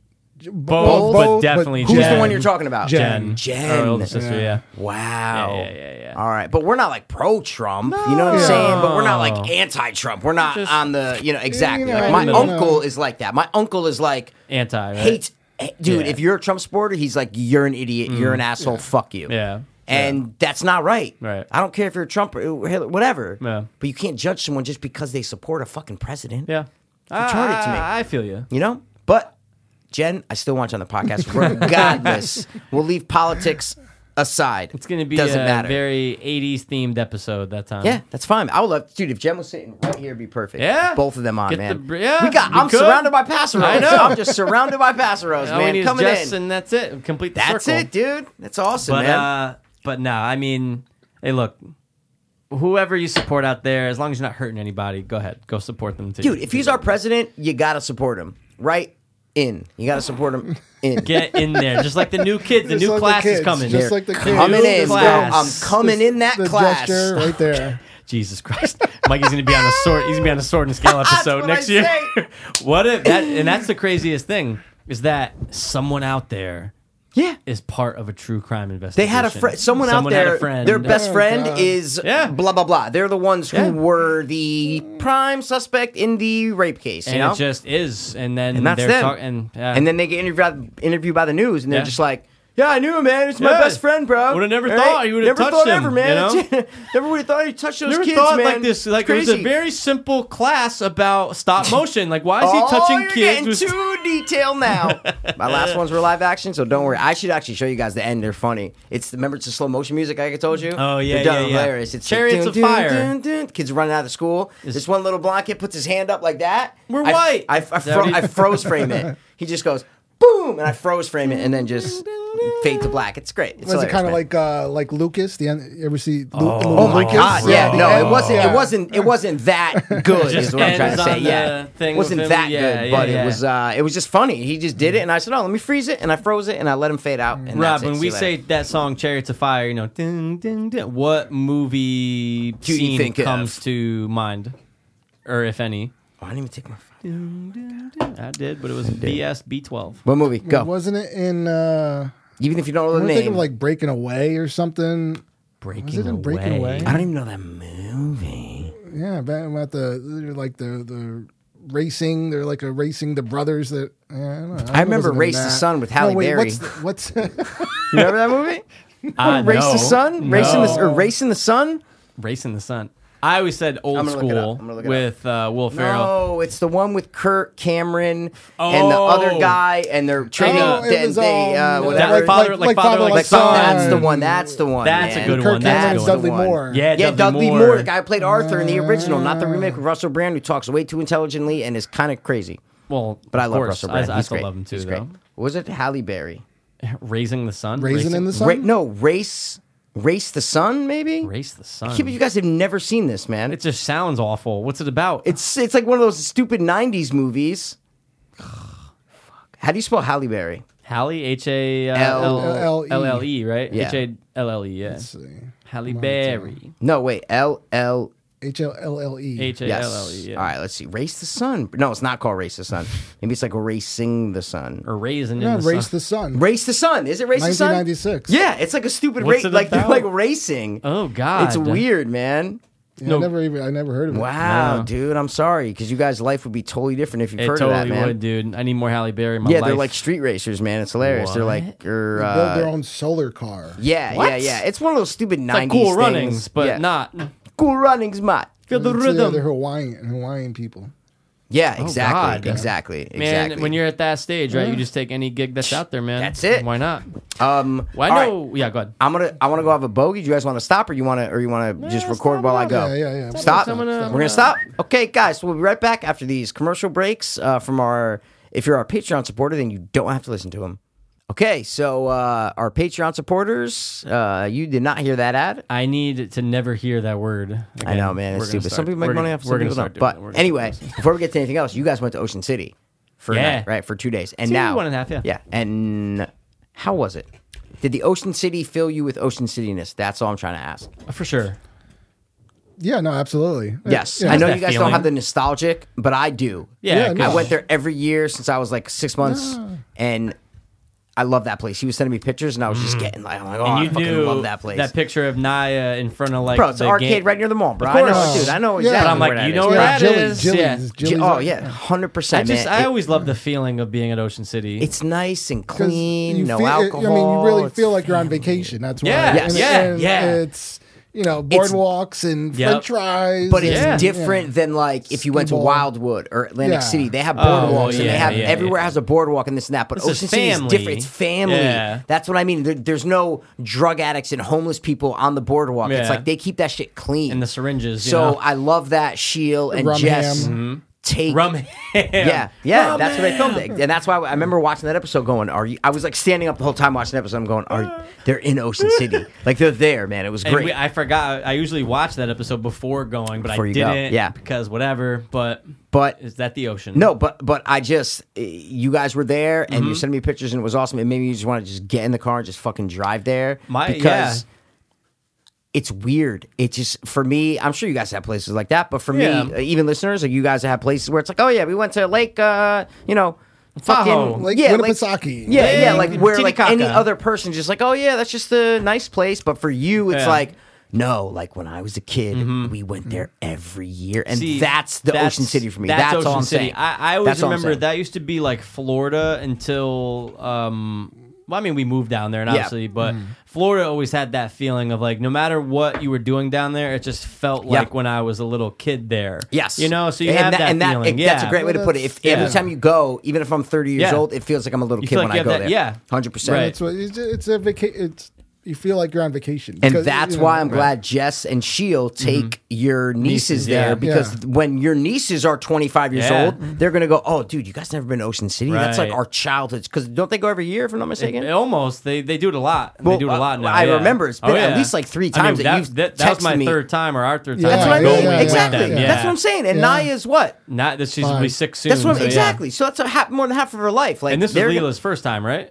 C: Both, but definitely
B: Who's the
C: Jen.
B: one you're talking about?
D: Jen.
B: Jen.
C: Our older sister, yeah.
B: Wow.
C: Yeah, yeah, yeah, yeah.
B: All right, but we're not like pro Trump. You know what I'm saying? But we're not
C: No.
B: like anti Trump. We're not
C: Just-
B: on the you know exactly.
D: know,
B: like my
C: in the middle.
B: uncle is like that. My uncle is like
C: Anti, right?
B: hates. eh, Dude,
C: Yeah. Mm.
B: if you're a Trump supporter, he's like, you're an idiot, you're an asshole, fuck you.
C: Yeah.
B: And that's not right.
C: Right.
B: I don't care if you're a Trump or Hitler, whatever.
C: Yeah.
B: But you can't judge someone just because they support a fucking president.
C: Yeah.
B: retarded to me.
C: I, I feel you.
B: You know? But Jen, I still want you on
C: [laughs]
B: the podcast regardless. we'll leave politics aside.
C: It's going to be
B: Doesn't
C: a
B: matter.
C: very 80s themed episode that time.
B: yeah, that's fine. I would love, dude. If Jen was sitting right here, it'd be perfect.
C: Yeah.
B: both of them on,
C: Get
B: man.
C: the br- yeah,
B: we got.
C: we
B: I'm
C: could.
B: surrounded by passeros.
C: I know.
B: I'm just surrounded
C: [laughs]
B: by passeros,
C: All we
B: man.
C: need
B: Coming
C: is Jess
B: in.
C: and that's it. Complete the
B: That's
C: circle.
B: it, dude. That's awesome,
C: But
B: man.
C: uh, but no, I mean, hey, look, whoever you support out there, as long as you're not hurting anybody, go ahead, go support them too,
B: dude, if he's our president, you gotta support him, right? in. You got to support them in.
C: Get in there, just like the new kids. The
D: Just
C: new
D: like
C: class
D: kids,
C: is coming.
D: Just like the kids.
B: Coming
C: New
B: in, bro.
C: class.
B: I'm coming in that
D: the
B: class.
D: gesture right there.
C: Jesus Christ, Mikey's gonna be on a sword. He's gonna be on a sword and
B: [laughs]
C: scale episode
B: what
C: next
B: I
C: year.
B: say.
C: [laughs] what if that? And that's the craziest thing is that someone out there
B: Yeah.
C: is part of a true crime investigation.
B: They had a friend. Someone, out
C: had
B: there.
C: a friend.
B: Their best
D: Oh,
B: friend
D: God.
B: is
C: Yeah.
B: blah blah blah. They're the ones who
C: Yeah.
B: were the prime suspect in the rape case. You
C: and
B: know?
C: it just is, and then
B: And that's
C: they're
B: them.
C: talking, and, yeah.
B: And then they get interviewed interviewed by the news, and they're
C: Yeah.
B: just like, "Yeah, I knew him, man. It's my
C: Yeah.
B: best friend, bro.
C: Would've never
B: All
C: thought you would've
B: never
C: touched
B: thought
C: him,
B: ever,
C: you
B: man.
C: know?
B: [laughs] never would have thought you touched those
C: never
B: kids,
C: thought
B: man.
C: like this. Like
B: it's
C: it
B: crazy.
C: was a very simple class about
B: [laughs]
C: stop motion. Like why is he
B: oh,
C: touching
B: you're
C: kids?
B: getting
C: with-
B: too
C: [laughs]
B: detailed now. My last ones were live action, so don't worry. I should actually show you guys the end. They're funny. It's remember it's the slow motion music I told you.
C: Oh, yeah,
B: They're done
C: yeah, yeah.
B: hilarious. It's
C: Chariots
B: like,
C: of Fire.
B: Kids running out of school. this one little blonde kid puts his hand up like that.
C: We're
B: I-
C: white.
B: I, I, fro-
C: That'd be-
B: I froze frame
C: [laughs]
B: it. He just goes boom, and I froze frame it, and then just fade to black. It's great. It's
D: Was it
B: hilarious,
D: kind
B: man.
D: of like uh, like Lucas? The end, you ever see? Lu-
C: Oh,
B: Oh
D: Lucas?
B: my god!
C: bro.
B: Yeah, no, it
D: Yeah.
B: wasn't.
D: Yeah.
B: It wasn't. It
C: [laughs]
B: wasn't that good.
C: Oh. just
B: is what I'm trying
C: ends
B: to say.
C: on
B: Yeah,
C: the thing
B: wasn't
C: with him.
B: that
C: Yeah,
B: good,
C: yeah,
B: but
C: yeah.
B: it was. Uh, it was just funny. He just did it, and I said, "Oh, let me freeze it," and I froze it, and I let him fade out.
C: [laughs]
B: And
C: Rob,
B: that's it.
C: when
B: See
C: we
B: you later.
C: say that song "Chariots of Fire," you know, dun, dun, dun, what movie
B: you
C: scene
B: think of?
C: comes to mind, or if any?
B: oh, I didn't even take my. phone.
C: I did, but it was BS B twelve.
B: What movie? Go.
D: Wasn't it in? Uh,
B: even if you don't know
D: I'm
B: the
D: thinking
B: name,
D: of like Breaking Away or something.
C: Breaking
D: Was it in Breaking Away?
B: I don't even know that movie.
D: Yeah, back about the they're like the the racing. They're like a racing the brothers that. Yeah, I, don't know. I,
B: remember
D: wasn't in
B: Race the
D: that.
B: Sun with Halle
D: no, wait,
B: Berry.
D: What's, the- what's [laughs]
B: You [laughs] remember that
C: [laughs]
B: movie?
C: I
B: Race
C: know.
B: the Sun, racing the
C: No.
B: or racing the sun.
C: Racing the Sun. I always said old
B: gonna look it up.
C: school
B: I'm gonna look it up.
C: with uh, Will Ferrell.
B: No, it's the one with Kurt Cameron and the other
C: Oh.
B: guy, and they're training.
C: Oh,
D: it
B: they,
D: was,
B: they, uh,
D: um,
B: whatever.
C: Like father- like father,
D: Oh,
C: like
B: Like,
C: son.
B: that's the one. That's the one.
C: That's
B: man.
C: a good
D: Kirk
C: one.
D: Cameron
C: That's
D: and
C: a good
D: Dudley
C: one.
D: Moore.
C: Yeah,
B: Yeah,
C: Dudley,
B: Dudley
C: Moore.
B: Moore. the guy who played Arthur in the original, not the remake with Russell Brand, who talks way too intelligently and is kind of crazy.
C: Well,
B: But I
C: of
B: love
C: course.
B: Russell Brand.
C: I, I
B: He's
C: still
B: great.
C: love him too,
B: He's
C: though.
B: Great. Was it Halle Berry?
C: [laughs] Raising the Sun.
D: Raisin in the Sun?
B: Ra- no, race, race the sun, maybe.
C: Race the Sun.
B: I can't believe you guys have never seen this, man.
C: It
B: It's
C: just sounds awful. What's it about?
B: it's, it's like one of those stupid '90s movies. [sighs] How do you spell Halle Berry?
C: Hallie H A uh,
D: L-
C: L
D: L- E.
C: L L E, right?
B: Yeah.
C: H A L L E. Yeah. Halle Berry.
B: No, wait, L L
D: H L L L E?
C: H A
B: Yes.
C: L L E.
B: All
C: yeah.
B: right, let's see. Race the sun. No, it's not called race the sun. Maybe it's like racing the sun.
C: Or raising
D: No,
C: in the
D: Race
C: Sun.
D: the Sun.
B: Race the sun. Is it race the sun?
D: 1996.
B: Yeah, it's like a stupid
C: What's
B: race.
C: it
B: Like they're
C: about?
B: like racing.
C: Oh God.
B: It's weird, man.
D: Yeah,
C: No.
D: I never even I never heard of it.
B: Wow,
C: Yeah.
B: dude. I'm sorry because you guys' life would be totally different if you
C: It
B: heard
C: totally
B: of that, man.
C: would, dude. I need more Halle Berry in my
B: Yeah,
C: life.
B: they're like street racers, man. It's hilarious. They're like,
C: What?
B: or,
D: They build their
B: uh,
D: own solar car.
B: yeah, yeah,
C: What?
B: yeah. It's one of those stupid
C: It's like
B: '90s
C: cool
B: things.
C: runnings, but
B: Yeah. Mm.
C: not
B: cool runnings, Matt.
C: feel the
D: It's, uh,
C: rhythm.
D: They're Hawaiian Hawaiian people.
B: Yeah, exactly,
C: Oh, God.
B: exactly,
C: Man,
B: exactly.
C: when you're at that stage, right, you just take any gig that's out there, man.
B: That's it.
C: Why not?
B: um,
C: Well,
B: all
C: I
B: right.
C: know. Yeah, go ahead.
B: I'm gonna I want to go have a bogey. Do you guys want to stop or you want to or you want to just record while I go?
D: Yeah, uh, yeah, yeah.
B: Stop.
D: I'm
C: gonna-
B: We're
C: I'm
B: gonna
C: gonna-
B: stop. Okay, guys, we'll be right back after these commercial breaks uh, from our. If you're our Patreon supporter, then you don't have to listen to them. Okay, so uh, our Patreon supporters, uh, you did not hear that ad.
C: I need to never hear that word.
B: I
C: again.
B: know, man,
C: We're
B: it's
C: gonna
B: stupid. Some
C: start-
B: people make
C: we're
B: money
C: gonna- we're
B: off, some
C: gonna
B: people
C: start
B: don't.
C: doing
B: But
C: it. We're gonna start
B: anyway,
C: doing it.
B: before we get to anything else, you guys went to Ocean City for a
C: Yeah.
B: night, right? For two days, and
C: Two,
B: now
C: one and a half, yeah.
B: yeah. And how was it? Did the Ocean City fill you with Ocean Cityness? That's all I'm trying to ask.
C: for sure.
D: Yeah, no, absolutely.
B: Yes,
D: Yeah.
B: I know
C: That
B: you guys don't
C: feeling.
B: have the nostalgic, but I do.
C: Yeah,
D: Yeah, no.
B: I went there every year since I was like six months, and I love that place. He was sending me pictures, and I was just getting like, I'm like, oh,
C: Mm. and you
B: I fucking
C: knew
B: love that place.
C: That picture of Naya in front of like
B: bro, it's
C: the
B: an arcade
C: game-
B: right near the mall, bro.
C: Of
B: I know,
C: course.
B: it, dude. I know
D: Yeah.
B: exactly.
D: But I'm
B: where
C: like,
B: that
C: you
B: is.
C: know
D: Yeah,
C: where that
D: Jilly-
C: is,
D: Jilly's-
C: yeah.
D: Jilly's
B: J-
D: out
B: Oh
D: there.
B: yeah, hundred
C: I
B: percent, man.
C: just I
B: It-
C: always love the feeling of being at Ocean City.
B: it's nice and
D: 'Cause
B: clean,
D: you
B: no
D: feel- it-
B: alcohol.
D: I mean, you really
B: It's-
D: feel like you're on vacation. That's why.
C: Yeah,
B: Yes.
D: And-
C: yeah,
D: and
C: yeah.
D: It's you know boardwalks and
C: Yep.
D: French fries.
B: But
D: and-
B: it's
C: Yeah.
B: different than like if you went to
D: Skee-ball.
B: Wildwood or Atlantic
D: Yeah.
B: City. They have
C: Oh,
B: boardwalks and
C: yeah,
B: they have
C: yeah,
B: everywhere
C: yeah.
B: has a boardwalk and this and that. But
C: This is
B: Ocean City is
C: family.
B: different. It's family.
C: Yeah.
B: That's what I mean. There, there's no drug addicts and homeless people on the boardwalk. It's
C: Yeah.
B: like they keep that shit clean. [laughs]
C: And the syringes, you
B: So
C: know?
B: I love that Sheil and
D: Rum
B: Jess.
D: ham.
B: take
C: Rum
B: Yeah, yeah,
C: Oh,
B: that's where they filmed it, and that's why I remember watching that episode. Going, are you? I was like standing up the whole time watching the episode. I'm going, are they're in Ocean
C: [laughs]
B: City? Like they're there, man. It was
C: And
B: great.
C: we, I forgot. I usually watch that episode before going, but
B: Before
C: I
B: you go,
C: didn't.
B: yeah.
C: because whatever. But
B: but
C: is that the ocean?
B: no, but but I just eh, you guys were there, and
C: Mm-hmm.
B: you sent me pictures, and it was awesome. And maybe you just want to just get in the car and just fucking drive there,
C: My- yeah.
B: because. It's weird. It just for me. I'm sure you guys have places like that, but for
C: Yeah.
B: me, eh, even listeners, like you guys have places where it's like, oh yeah, we went to Lake, uh, you know,
C: Tahoe.
B: fucking
D: Like
B: yeah,
D: Winnipesaukee.
B: Yeah,
C: Yeah,
B: yeah,
C: yeah,
B: like
C: yeah.
B: where like any
C: Titicaca.
B: other person just like, oh yeah, that's just a nice place. But for you, it's
C: Yeah. Mm-hmm.
B: like, no, like when I was a kid, we went there every year, and
C: See,
B: that's the Ocean City for me. That's, all I'm saying.
C: I, I always
B: That's all I'm
C: remember
B: saying.
C: that used to be like Florida until. Um, well, I mean, we moved down there, and
B: Yeah. Mm-hmm.
C: obviously, but Florida always had that feeling of like, no matter what you were doing down there, it just felt
B: Yeah.
C: like when I was a little kid there.
B: Yes,
C: you know, so you
B: and
C: have that,
B: and
C: feeling.
B: it-
C: yeah,
B: that's a great way to put it. If
C: Yeah.
B: every time you go, even if I'm 30 years
C: Yeah.
B: old, it feels like I'm a little
C: You
B: kid
C: feel
B: when
C: like you
B: I
C: have
B: go
C: that-
B: there.
C: yeah.
B: hundred
C: Right.
B: percent.
D: It's, what- it's, it's a vacation. It's you feel like you're on vacation,
B: And
D: Because,
B: that's
D: you know,
B: why I'm glad Jess and she'll take your nieces,
C: Mm-hmm. Nieces,
B: there
C: yeah.
B: because when your nieces are 25 years
C: Yeah.
B: old, they're gonna go, "Oh, dude, you guys never been to Ocean City? That's like
C: Right.
B: our childhood." Because don't they go every year, if I'm not mistaken?
C: It almost they they do it a lot.
B: Well,
C: they do it a lot now.
B: I
C: yeah.
B: remember it's been at least, like, three times that you've
C: that, that was my
B: texted me.
C: third time or our third time.
D: Yeah,
B: that's what I
D: yeah,
B: mean.
D: yeah, yeah.
B: exactly.
D: With them,
B: That's what I'm saying. And
D: Yeah.
B: Naya's what?
C: Not that she's
D: Fine.
C: gonna be sick soon.
B: That's what I'm,
C: so, yeah.
B: exactly. So that's a half, more than half of her life. Like
C: And this was
B: they're gonna-
C: Leela's first time, right?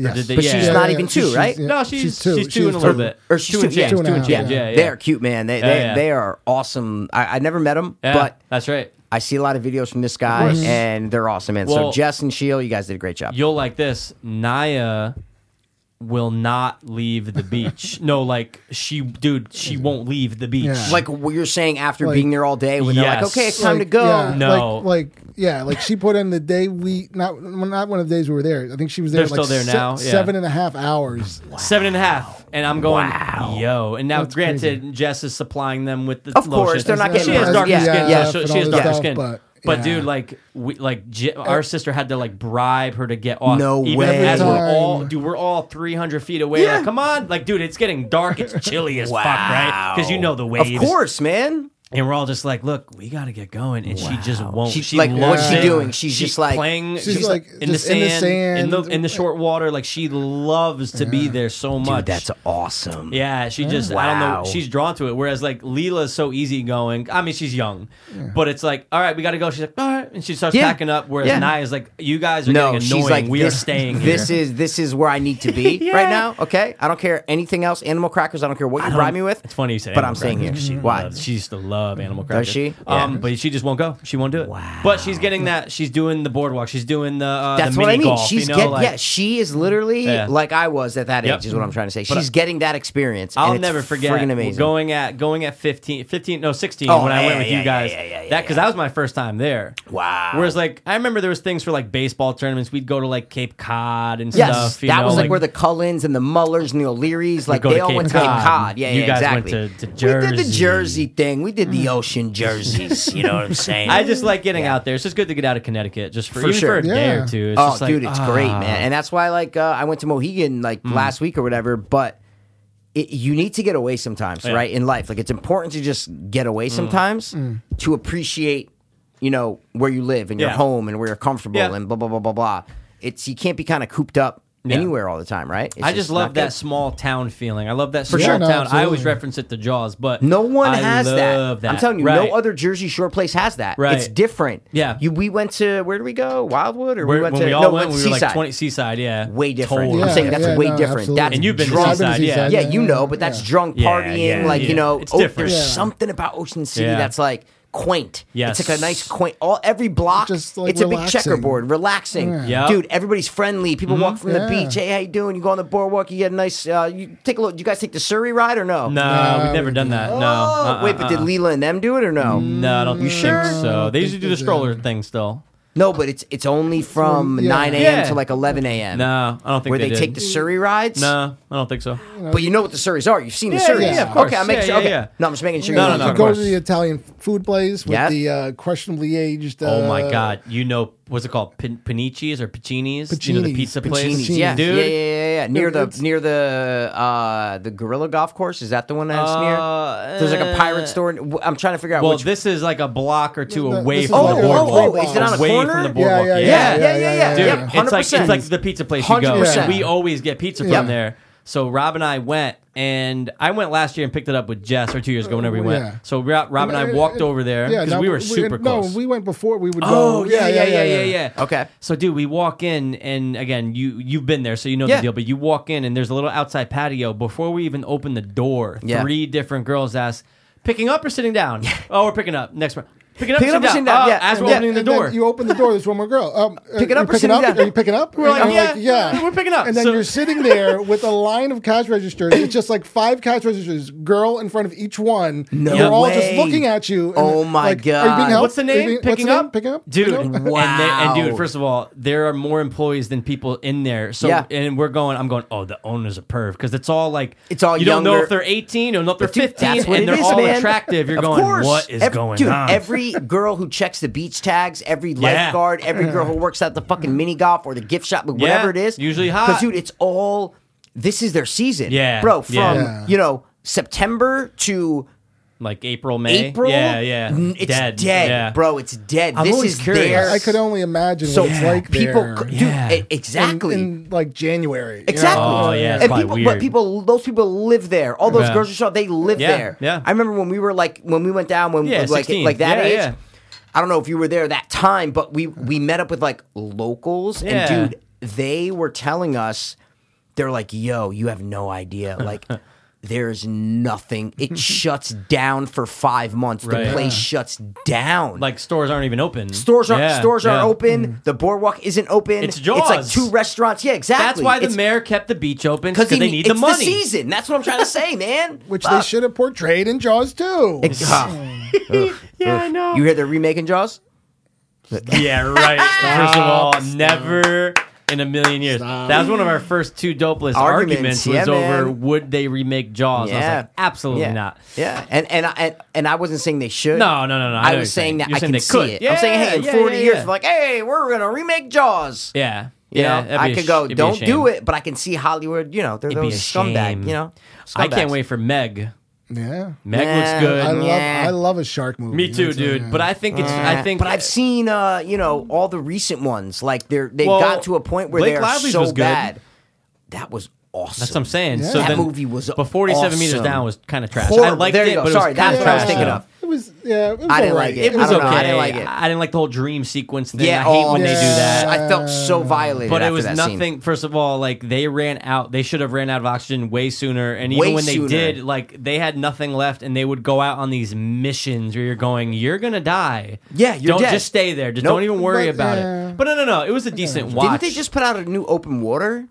D: Yes.
C: did they-
B: but
C: yeah.
B: she's
C: Yeah,
B: not
D: yeah,
B: even
D: yeah.
B: two,
D: She's-
B: right?
D: yeah.
C: No, she's
D: She's two.
C: She's two
D: She's
C: in a little
D: two.
C: bit.
B: Or she's
C: two and
B: two- yeah,
C: change.
D: two and a half,
C: change,
D: yeah.
C: yeah.
B: They're cute, man. They they,
C: yeah.
B: they are awesome. I, I never met them,
C: Yeah,
B: but
C: that's right.
B: I see a lot of videos from this guy,
D: course.
B: and they're awesome, man. so
C: Well-
B: Jess and Sheil, you guys did a great job.
C: You'll like this. Naya will not leave the
B: [laughs]
C: beach. no, like she, dude, she won't leave the beach.
D: Yeah.
B: like what you're saying after
D: Like-
B: being there all day, when they're like,
C: Yes.
B: "Okay, it's time to
D: Like,
B: go."
D: yeah,
C: No.
D: like, like- yeah, like she put in the day we not well, not one of the days we were there. I think she was there
C: They're
D: like
C: still there
D: se-
C: now, yeah.
D: seven and a half hours.
C: Seven and a half, and I'm going,
B: Wow.
C: yo. And now,
D: That's
C: granted, Jess is supplying them with the
B: Of course,
C: lotion.
B: they're not
C: She
B: getting
C: has
B: it.
C: darker
B: Yeah,
C: skin.
B: yeah,
C: so
D: and
C: she
D: all
C: has
D: this
C: darker
D: stuff,
C: skin. But,
D: but, yeah.
C: dude, like we, like J- our sister had to like bribe her to get off.
B: No
C: even
B: way.
C: As we're
D: Every
C: all,
D: time.
C: dude, we're all 300 feet away. Like, come on, like, dude, it's getting dark. It's chilly as fuck, right? Because you know the waves.
B: Of course, man.
C: And we're all just like, look, we gotta get going, and she just won't.
B: She-
C: She,
B: like, what's
C: loves
D: she
C: it.
B: doing? She's just like-
C: playing.
D: She's like,
C: in, the
D: just in the
C: sand, in the
D: sand.
C: in the short water. Like she loves to be there so much.
B: Dude, that's awesome.
C: yeah, she just I don't
B: Wow.
C: know. She's drawn to it. Whereas like Leela's so easygoing. I mean, she's young, but it's like, all right, we gotta go. She's like, all right, and she starts
B: Yeah.
C: packing up. Whereas
B: Yeah.
C: Naya's like, you guys are
B: No,
C: getting
B: she's
C: annoying.
B: like,
C: we
B: this,
C: are staying here.
B: This is this is where I
C: [laughs]
B: need to be right now. Okay, I don't care anything else. Animal crackers. I don't care what you bribe me with.
C: Um, It's funny you said,
B: but
C: animal
B: I'm staying here.
C: crackers, 'cause She
B: Why?
C: loves- she used to love animal crackers.
B: she?
C: Um,
B: Yeah.
C: but she just won't go. She won't do it.
B: Wow.
C: But she's getting that. She's doing the boardwalk. She's doing the. Uh,
B: That's
C: the
B: what I
C: mini
B: mean.
C: golf,
B: She's
C: you know,
B: getting
C: like,
B: yeah. She is literally
C: Yeah.
B: like I was at that
C: Yep.
B: age. Is what I'm trying to say. She's
C: I-
B: getting that experience. and
C: I'll
B: it's
C: never forget
B: Freaking amazing.
C: going at going at 15, 15 no 16
B: Oh,
C: when I
B: yeah,
C: went with
B: yeah,
C: you guys.
B: yeah, yeah, yeah,
C: that because
B: yeah.
C: that was my first time there.
B: Wow.
C: Whereas like I remember there was things for like baseball tournaments. We'd go to like Cape Cod and
B: Yes,
C: stuff. You
B: that
C: know,
B: was like, where the Cullens and the Mullers and the O'Learys, like
C: go
B: they
C: to
B: all
C: Cape
B: went to Cape
C: Cod.
B: Cod. Yeah,
C: You
B: yeah,
C: guys went
B: exactly.
C: to- to
B: We did the
C: Jersey. Mm.
B: Jersey thing. We did the ocean jerseys. You
C: [laughs]
B: know what I'm saying?
C: I just like getting out there. It's just good to get out of Connecticut just for, even
B: sure.
C: for a day
D: Yeah.
C: or two. It's
B: oh,
C: just like,
B: dude, it's great,
C: ah. Mm.
B: man, and that's why like uh, I went to Mohegan like last week or whatever. But it, you need to get away sometimes,
C: Yeah. Mm.
B: right? In life, like it's important to just get away sometimes to appreciate, you know, where you live and your
C: Yeah.
B: home and where you're comfortable
C: Yeah.
B: and blah blah blah blah blah. It's you can't be kind of cooped up anywhere all the time, right? It's
C: I just
B: not
C: love that
B: good.
C: small town feeling. I love that small
D: sure. No,
C: town. I always
D: absolutely.
C: reference it to Jaws, but
B: No one
C: I
B: has
C: love
B: that.
C: that.
B: I'm telling you,
C: Right.
B: no other Jersey Shore place has that. It's
C: Right.
B: different.
C: Yeah.
B: You, we went to where did we go? Wildwood or
C: Where-
B: we went
C: when
B: to
C: we all
B: no,
C: went,
B: to
C: we were like
B: Seaside.
C: 20 seaside. Yeah,
B: way different.
C: Totally.
B: I'm saying that's
D: Yeah,
B: way
D: no,
B: different.
D: absolutely.
B: That's
C: And you've been to
B: drunk.
C: Seaside, yeah.
B: yeah, you know, but that's drunk
C: Yeah,
B: partying.
C: yeah,
B: like you
C: yeah.
B: know,
C: It's
B: oh,
C: different.
B: there's
D: Yeah.
B: something about Ocean City
C: Yeah.
B: that's like quaint.
C: Yes.
B: it's like a nice quaint. All every block,
D: Just, like,
B: it's a big
D: relaxing. Mm-hmm.
B: checkerboard, relaxing.
C: Yeah.
B: dude, everybody's friendly. People walk from the
D: Yeah.
B: beach. Hey, how you doing? You go on the boardwalk. You get a nice. Uh, you take a look. You guys take the Surrey ride or no?
C: No, we've never done that. No.
B: Oh,
C: Uh-uh,
B: wait, but did
C: uh-uh.
B: Leela and them do it or no?
C: No, I don't think
B: sure?
C: so. They usually do the
D: they
C: stroller thing still.
B: No, but it's it's only from
D: Yeah.
B: nine a.m.
C: Yeah.
B: to like eleven a.m.
C: No, I don't think
B: where
C: they,
B: they, take the
C: did.
B: Surrey rides.
C: No, I don't think so.
D: know,
B: But you know what the series are. You've seen the
C: Yeah,
B: series.
D: yeah, of
C: course.
B: Okay, I'm making
C: Yeah,
B: sure.
C: yeah,
B: okay.
C: yeah.
B: No, I'm just making sure.
C: No,
B: you
C: no,
D: you
C: no, of
D: go
C: course.
D: to the Italian food place with
B: Yeah.
D: the uh, questionably aged. Uh,
C: Oh my god! You know what's it called? Pin- Panici's or Pacini's? You know the
D: Pacini's.
C: pizza place.
D: Pacini's,
B: Yeah,
C: dude.
B: yeah, yeah, yeah, yeah. Near the
D: It's-
B: near the uh the gorilla golf course. Is that the one that's
C: Uh,
B: near? There's like a
C: eh.
B: pirate store. in- I'm trying to figure out
C: Well,
B: which.
C: this is like a block or two
D: No, no,
C: away
D: this is
C: from
D: like
C: the
D: a
C: boardwalk.
D: boardwalk. Oh, is it on a
C: away
B: corner?
C: from the
B: Yeah,
C: boardwalk.
D: yeah,
B: yeah, yeah, yeah, yeah,
D: yeah,
B: yeah.
D: yeah.
C: dude. It's like it's
B: 100%.
C: like the pizza place you go.
B: 100%.
C: We always get pizza
D: Yeah.
C: from there. So Rob and I went, and I went last year and picked it up with Jess, or two years ago, whenever we went.
D: Yeah.
C: So Ro- Rob and I walked over there because
D: no,
C: we were super close.
D: No, we went before. We would
C: Oh
D: go.
C: yeah, yeah, yeah, yeah, yeah,
B: Okay.
C: So, dude, we walk in, and again, you you've been there, so you know
B: Yeah.
C: the deal. But you walk in, and there's a little outside patio. Before we even open the door,
B: Yeah.
C: three different girls ask, "Picking up or sitting down?" oh, we're picking up. Next one, picking up,
B: Picking
C: or sitting down.
B: yeah.
C: Oh, As we're
B: Yeah.
C: opening the
D: And then
C: door,
D: You open the door. There's one more girl. Um,
B: Pick it
D: are
B: up
D: you
B: or
D: picking
B: sitting
D: up?
B: down?
D: Are you picking up?
C: We're like,
D: And I'm
C: yeah, we're picking up.
D: And then
C: So-
D: you're sitting there with a line of
C: [coughs]
D: cash registers. It's just like five cash registers, girl in front of each one.
B: No
D: They're all just
B: way.
D: looking at you. and
B: Oh
D: like,
B: my
D: are you being
B: God.
D: helped?
C: What's the
D: Are you
C: name?
D: being- what's
C: Picking
D: the name?
C: up?
D: Picking up,
C: dude.
D: Picking up?
C: And, they, and
B: Wow.
C: dude, first of all, there are more employees than people in there. So
B: Yeah.
C: and we're going. I'm going. Oh, the owner's a perv because it's all like
B: It's all
C: You don't know
B: younger-
C: if they're 18, you don't know if they're
B: Dude,
C: 15,
B: that's what [laughs]
C: and
B: it
C: they're
B: is,
C: all
B: man.
C: attractive. You're
B: Of
C: going.
B: course.
C: What is
B: Every-
C: going
B: dude,
C: on?
B: Every girl who checks the beach tags, every lifeguard, every girl
C: [laughs]
B: who works at the fucking mini golf or the gift shop, but
C: Yeah,
B: whatever it is,
C: usually hot.
B: Because dude, it's all. This is their season,
C: Yeah,
B: bro. From
C: yeah.
B: you know September to
C: like April, May.
B: April,
C: Yeah, yeah.
B: n- It's dead,
C: Yeah.
B: bro. It's dead.
C: I'm
B: this
C: always
B: is
C: curious.
B: their.
D: I, I could only imagine
B: so
D: what it's like
B: people,
D: there.
B: dude,
C: Yeah.
B: e-
D: in-
B: exactly.
D: in, like January. you know?
B: Exactly.
C: Oh, yeah, it's
B: And
C: probably
B: people,
C: weird.
B: but people, those people live there. All those
C: Yeah.
B: girls you saw, they live
C: Yeah,
B: there.
C: yeah.
B: I remember when we were like when we went down when
C: Yeah,
B: like
C: 16.
B: like that
C: Yeah,
B: age.
C: yeah.
B: I don't know if you were there that time, but we we met up with like locals
C: Yeah.
B: and dude, they were telling us they're like, "Yo, you have no idea."
C: [laughs]
B: Like. There's nothing. It shuts down for five months.
C: Right.
B: The place shuts down.
C: Like stores aren't even open.
B: Stores aren't
C: Yeah,
B: stores
C: yeah. Mm.
B: aren't open. The boardwalk isn't open.
C: It's
B: like
C: Jaws.
B: two restaurants. Yeah, exactly.
C: That's why the
B: It's-
C: mayor kept the beach open because
B: he-
C: they need the
B: it's
C: money.
B: season. That's what I'm trying to
C: [laughs]
B: say, man.
D: Which they
B: Fuck.
D: should have portrayed in Jaws too.
B: Ah,
C: yeah, I know.
B: you hear they're remaking Jaws?
C: Yeah, right. first of all, never in a million years.
D: Stop.
C: That was one of our first two dopeless arguments,
B: Arguments,
C: was
B: yeah,
C: over
B: man.
C: would they remake Jaws? I was
B: Yeah.
C: like, absolutely
B: yeah.
C: not.
B: Yeah, and and I and, and I wasn't saying they should.
C: No, no, no, no. I know what
B: I,
C: you're
B: was
C: saying.
B: saying that
C: You're
B: I
C: saying
B: can
C: they
B: see
C: could.
B: it.
C: Yeah,
B: I'm saying, hey, in
C: yeah,
B: 40
C: yeah,
B: years,
C: yeah.
B: like, hey, we're gonna remake Jaws.
C: Yeah.
B: You
C: yeah, that'd
B: know,
C: be
B: I
C: a
B: could
C: sh-
B: go.
C: it'd be a
B: Don't
C: shame.
B: do it, but I can see Hollywood. You know, they're
C: It'd be
B: those
C: a
B: scumbags.
C: shame.
B: You know,
C: I can't
B: scumbags.
C: wait for Meg.
D: Yeah.
C: Meg
B: Yeah,
C: looks good.
D: I love
B: Yeah.
D: I love a shark movie.
C: Me too,
D: That's what-
C: dude.
D: yeah.
C: But I think it's. I think.
B: but I've seen, uh, you know, all the recent ones. Like they're they
C: Well,
B: got to a point where
C: Blake
B: they're
C: Lively's
B: so
C: was good.
B: bad. That was awesome.
C: That's what I'm saying. So
B: That
C: then
B: movie was
C: before 47 meters
B: awesome.
C: down was kind of trash. I
B: Horrible.
C: liked
B: There you
C: it,
B: go.
C: but
B: Sorry,
C: it was kind
B: that's
C: of
B: what I was
C: trash.
B: thinking
C: though.
B: of.
D: It was yeah. It was
B: I didn't
D: alright.
B: like
C: It
B: I
C: was
B: don't
C: okay.
B: know. I didn't like it.
C: I didn't like the whole dream sequence thing.
B: Yeah,
C: I hate
B: oh,
C: when they do
D: yeah.
C: that.
B: I felt so violated.
C: But it
B: after
C: was
B: that
C: nothing.
B: Scene.
C: First of all, like they ran out. They should have ran out of oxygen way sooner. And even
B: Way
C: when they
B: sooner.
C: did, like they had nothing left, and they would go out on these missions where you're going, you're gonna die.
B: Yeah, you're
C: don't
B: dead.
C: just stay there. Just
B: Nope.
C: don't even worry
D: But,
C: about
D: yeah.
C: it. But no, no, no. It was a decent watch.
B: Didn't they just put out a new open water?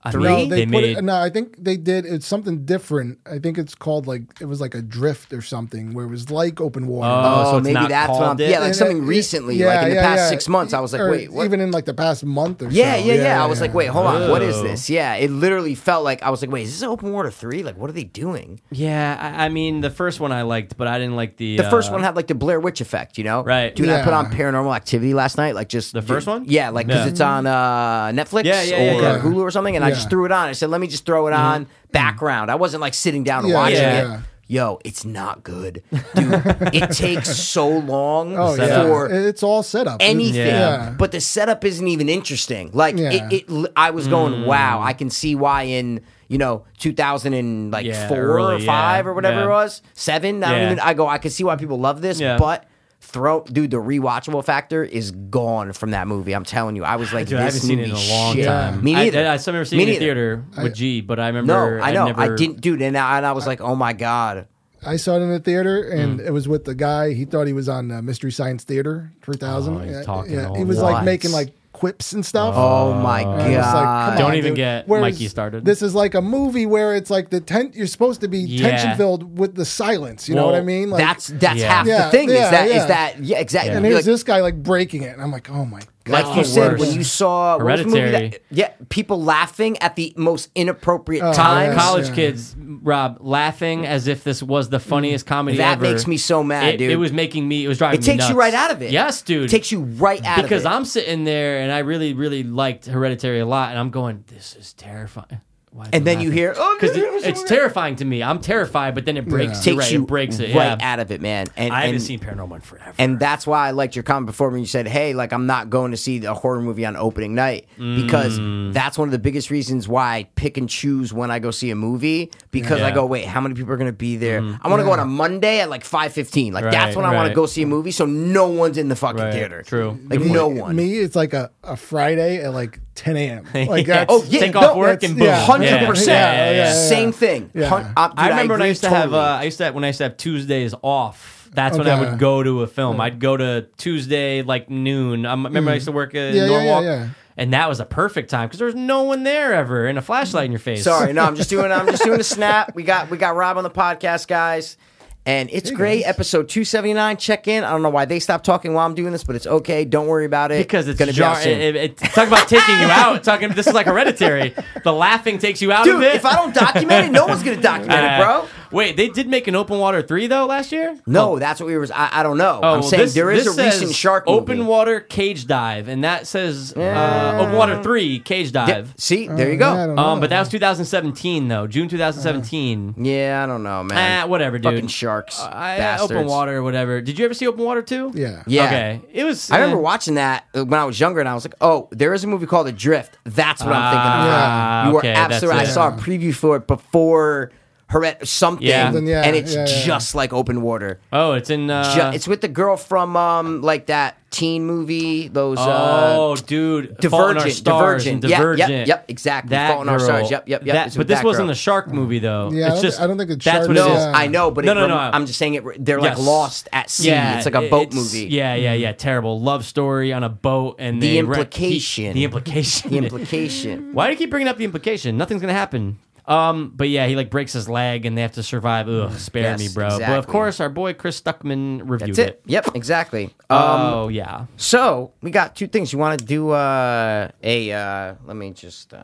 C: I
B: three?
D: No,
C: mean,
D: they,
C: they,
D: put
C: made
D: it, no, I think they did. It's something different. I think it's called like it was like a drift or something where it was like open water.
C: Oh, so it's
B: maybe
C: not
B: that's what
C: called
B: I'm.
C: it?
B: Yeah, like
D: And
B: something
D: it-
B: recently,
D: yeah,
B: like in the
D: yeah,
B: past
D: yeah.
B: six months. I was like,
D: Or
B: wait, what?
D: even in like the past month or
B: yeah,
D: so.
B: yeah, yeah, I was like, wait, hold on, what is
C: Oh.
B: this? Yeah, it literally felt like I was like, wait, is this open water three? Like, what are they doing?
C: Yeah, I, I mean the first one I liked, but I didn't like the
B: The first
C: uh,
B: one had like the Blair Witch effect, you know?
C: Right.
B: Dude, I put
D: Yeah.
B: on Paranormal Activity last night, like just the
C: first one?
B: Yeah, like because
C: Yeah.
B: it's on uh, Netflix
C: Yeah, yeah, yeah,
B: or
C: yeah.
B: Hulu or something, and I
D: Yeah. Mm-hmm. Mm.
B: just threw it on. I said, let me just throw it on background. I wasn't like sitting down and
D: Yeah,
B: watching
C: yeah,
B: it.
D: yeah.
B: Yo, it's not good, dude.
D: [laughs]
B: it takes so long
D: Oh yeah.
B: for
D: it's all set up. It's-
B: anything.
C: Yeah.
B: But the setup isn't even interesting. Like
D: Yeah.
B: it, it, I was going,
C: Hmm.
B: wow, I can see why in you know 2000 and like
C: Yeah,
B: four or
C: early,
B: five
C: yeah,
B: or whatever
C: yeah.
B: it was, seven. I don't
C: Yeah.
B: even. I go, I can see why people love this,
C: Yeah.
B: but. Throw, dude, the rewatchable factor is gone from that movie. I'm telling you, I was like,
C: Dude,
B: this
C: I haven't seen it in
B: movie
C: a long
B: shit.
C: time.
B: Me neither.
C: I, I, still remember
B: Me
C: seeing it in the
B: neither.
C: theater with G, but I remember.
B: No, I know. I
C: never-
B: didn't, dude. And I, and I was like, oh my god,
D: I saw it in the theater,
B: Mm.
D: and it was with the guy. He thought he was on uh, Mystery Science Theater 3000.
C: Oh, he's
D: yeah,
C: talking
D: yeah,
C: all
D: he was
B: nuts.
D: like making like quips and stuff.
B: oh my
D: And I was like,
B: god.
D: come
C: Don't
D: on,
C: even get
D: dude.
C: Mikey started.
D: This is like a movie where it's like the tent. You're supposed to be
C: Yeah.
D: tension filled with the silence. You know
C: Well,
D: what I mean? Like,
B: that's that's
C: Yeah.
B: half
D: Yeah,
B: the thing.
D: yeah,
B: is that is
D: yeah.
B: that yeah exactly?
D: and
B: You're
D: here's
B: like,
D: this guy like breaking it. And I'm like, oh my
B: Like
C: That's
B: you
C: the
B: said,
C: worst.
B: when you saw what was the movie
C: Hereditary.
B: that- yeah, people laughing at the most inappropriate
D: Oh,
B: times.
D: yes.
C: college
D: yeah.
C: kids, Rob, laughing as if this was the funniest comedy
B: Mm. That
C: ever.
B: makes me so mad,
C: it,
B: dude.
C: It was making me. It was driving. me
B: It takes you
C: nuts.
B: right out of it.
C: Yes, dude.
B: It takes you right out
C: because
B: of it.
C: I'm sitting there and I really, really liked Hereditary a lot, and I'm going, this is terrifying. Why is
B: and
C: it
B: then you
C: laughing?
B: hear, oh, [laughs]
C: because it, it's terrifying to me. I'm terrified, but then it breaks.
B: takes
C: you right.
B: you
C: it breaks it. yeah.
B: right out of it, man. And,
C: I haven't
B: and-
C: seen Paranormal in forever.
B: And that's why I liked your comment before when you said, "Hey, like I'm not going to see a horror movie on opening night because
C: Mm.
B: that's one of the biggest reasons why I pick and choose when I go see a movie because I
C: Yeah. Mm-hmm.
B: go, wait, how many people are going to be there? I want to go on a Monday at like five fifteen. Like
C: Right,
B: that's when I want to
C: right.
B: go see a movie, so no one's in the fucking
C: Right,
B: theater.
C: true.
B: like
C: Good point.
B: no one.
D: Me, it's like a, a Friday at like 10 a.m. Like
C: Yeah.
D: that's-
B: Oh [laughs] yeah,
C: Take off
B: no,
C: work
D: that's-
C: and boom.
D: yeah.
B: hundred percent.
C: Yeah, yeah, yeah, yeah.
B: Same thing.
D: Yeah.
B: Hun- uh, dude,
C: I remember when I
B: agree
C: used to have.
B: totally.
C: Uh, I used to have, when I used to have Tuesdays off. That's when I
D: Okay.
C: would go to a film. I'd go to Tuesday like noon. I remember I used to work at
D: Mm. Yeah, yeah, yeah,
C: Norwalk,
D: yeah.
C: and that was a perfect time because there was no one there ever, and a flashlight in your face.
B: Sorry, no, I'm just doing. I'm just doing a snap. We got we got Rob on the podcast, guys, and it's great. Episode 279. Check in. I don't know why they stopped talking while I'm doing this, but it's okay. Don't worry about it
C: [laughs] because it's
B: gonna
C: jar-
B: be out soon.
C: it- it- it- talk about taking you out. Talking this is like
B: [laughs]
C: hereditary. The laughing takes you out of
B: Dude,
C: it. [laughs]
B: if I don't document it, no one's gonna document it,
C: Uh,
B: bro.
C: Wait, they did make an open water three though last year.
B: No, that's what we were. I, I don't know.
C: Oh,
B: I'm
C: well,
B: saying
C: this-
B: there is
C: this
B: a recent
C: says
B: shark
C: open
B: movie.
C: water cage dive, and that says uh, open water three cage
B: Yeah,
C: dive.
B: see, there you
D: Oh, yeah, I
B: go.
D: don't know.
C: Um, but
B: Oh.
C: that was 2017 though, June 2017.
B: Yeah, I don't know, man.
C: Ah, whatever, dude.
B: Uh,
C: Uh,
B: Fucking sharks,
C: I,
B: bastards.
C: open water or whatever. Did you ever see open water too?
D: Yeah.
B: Yeah.
C: Okay. It was.
B: I remember
C: eh.
B: watching that uh, when I was younger, and I was like, "Oh, there is a movie called Adrift." That's what I'm thinking of.
C: Ah,
B: You were
C: okay, that's
B: absolutely. I
C: it.
B: saw a preview for it before Heret something,
C: Yeah. Something,
D: yeah,
B: and it's
D: yeah, yeah.
B: just like Open Water.
C: Oh, it's in. Uh,
B: Ju- it's with the girl from um like that teen movie. Those uh,
C: Oh, dude, Fault in Our
B: Divergent,
C: Stars and
B: Divergent. Yep, yep,
C: Divergent.
B: yep, exactly.
C: That
B: Fault in Our
C: girl.
B: Stars. Yep, yep, yep,
C: That-
B: it's
C: but
B: with
C: this
B: that
C: wasn't
B: girl.
C: a shark movie though.
D: Yeah, I
C: it's
D: don't-
C: just
D: I don't think it's
C: that's
D: shark
C: what
D: movie.
B: no,
C: it is.
D: Yeah.
B: I know, but
C: No,
B: it
C: no, no.
B: rem- I'm just saying it. re- They're
C: Yes.
B: like lost at sea. it's like a
C: it-
B: boat
C: it's-
B: movie. Mm.
C: Yeah, yeah, yeah. Terrible love story on a boat and
B: The
C: they wreck-
B: implication.
C: the implication. [laughs]
B: The implication.
C: Why do you keep bringing up the implication? Nothing's gonna happen. Um, but yeah, he like breaks his leg and they have to survive. Ugh, spare
B: Mm, Yes,
C: me, bro. But of
B: exactly.
C: course, our boy Chris Stuckman reviewed
B: That's it. Um,
C: it.
B: Yep, exactly.
C: Oh yeah,
B: So we got two things. You want to do uh, a? Uh, let me just uh,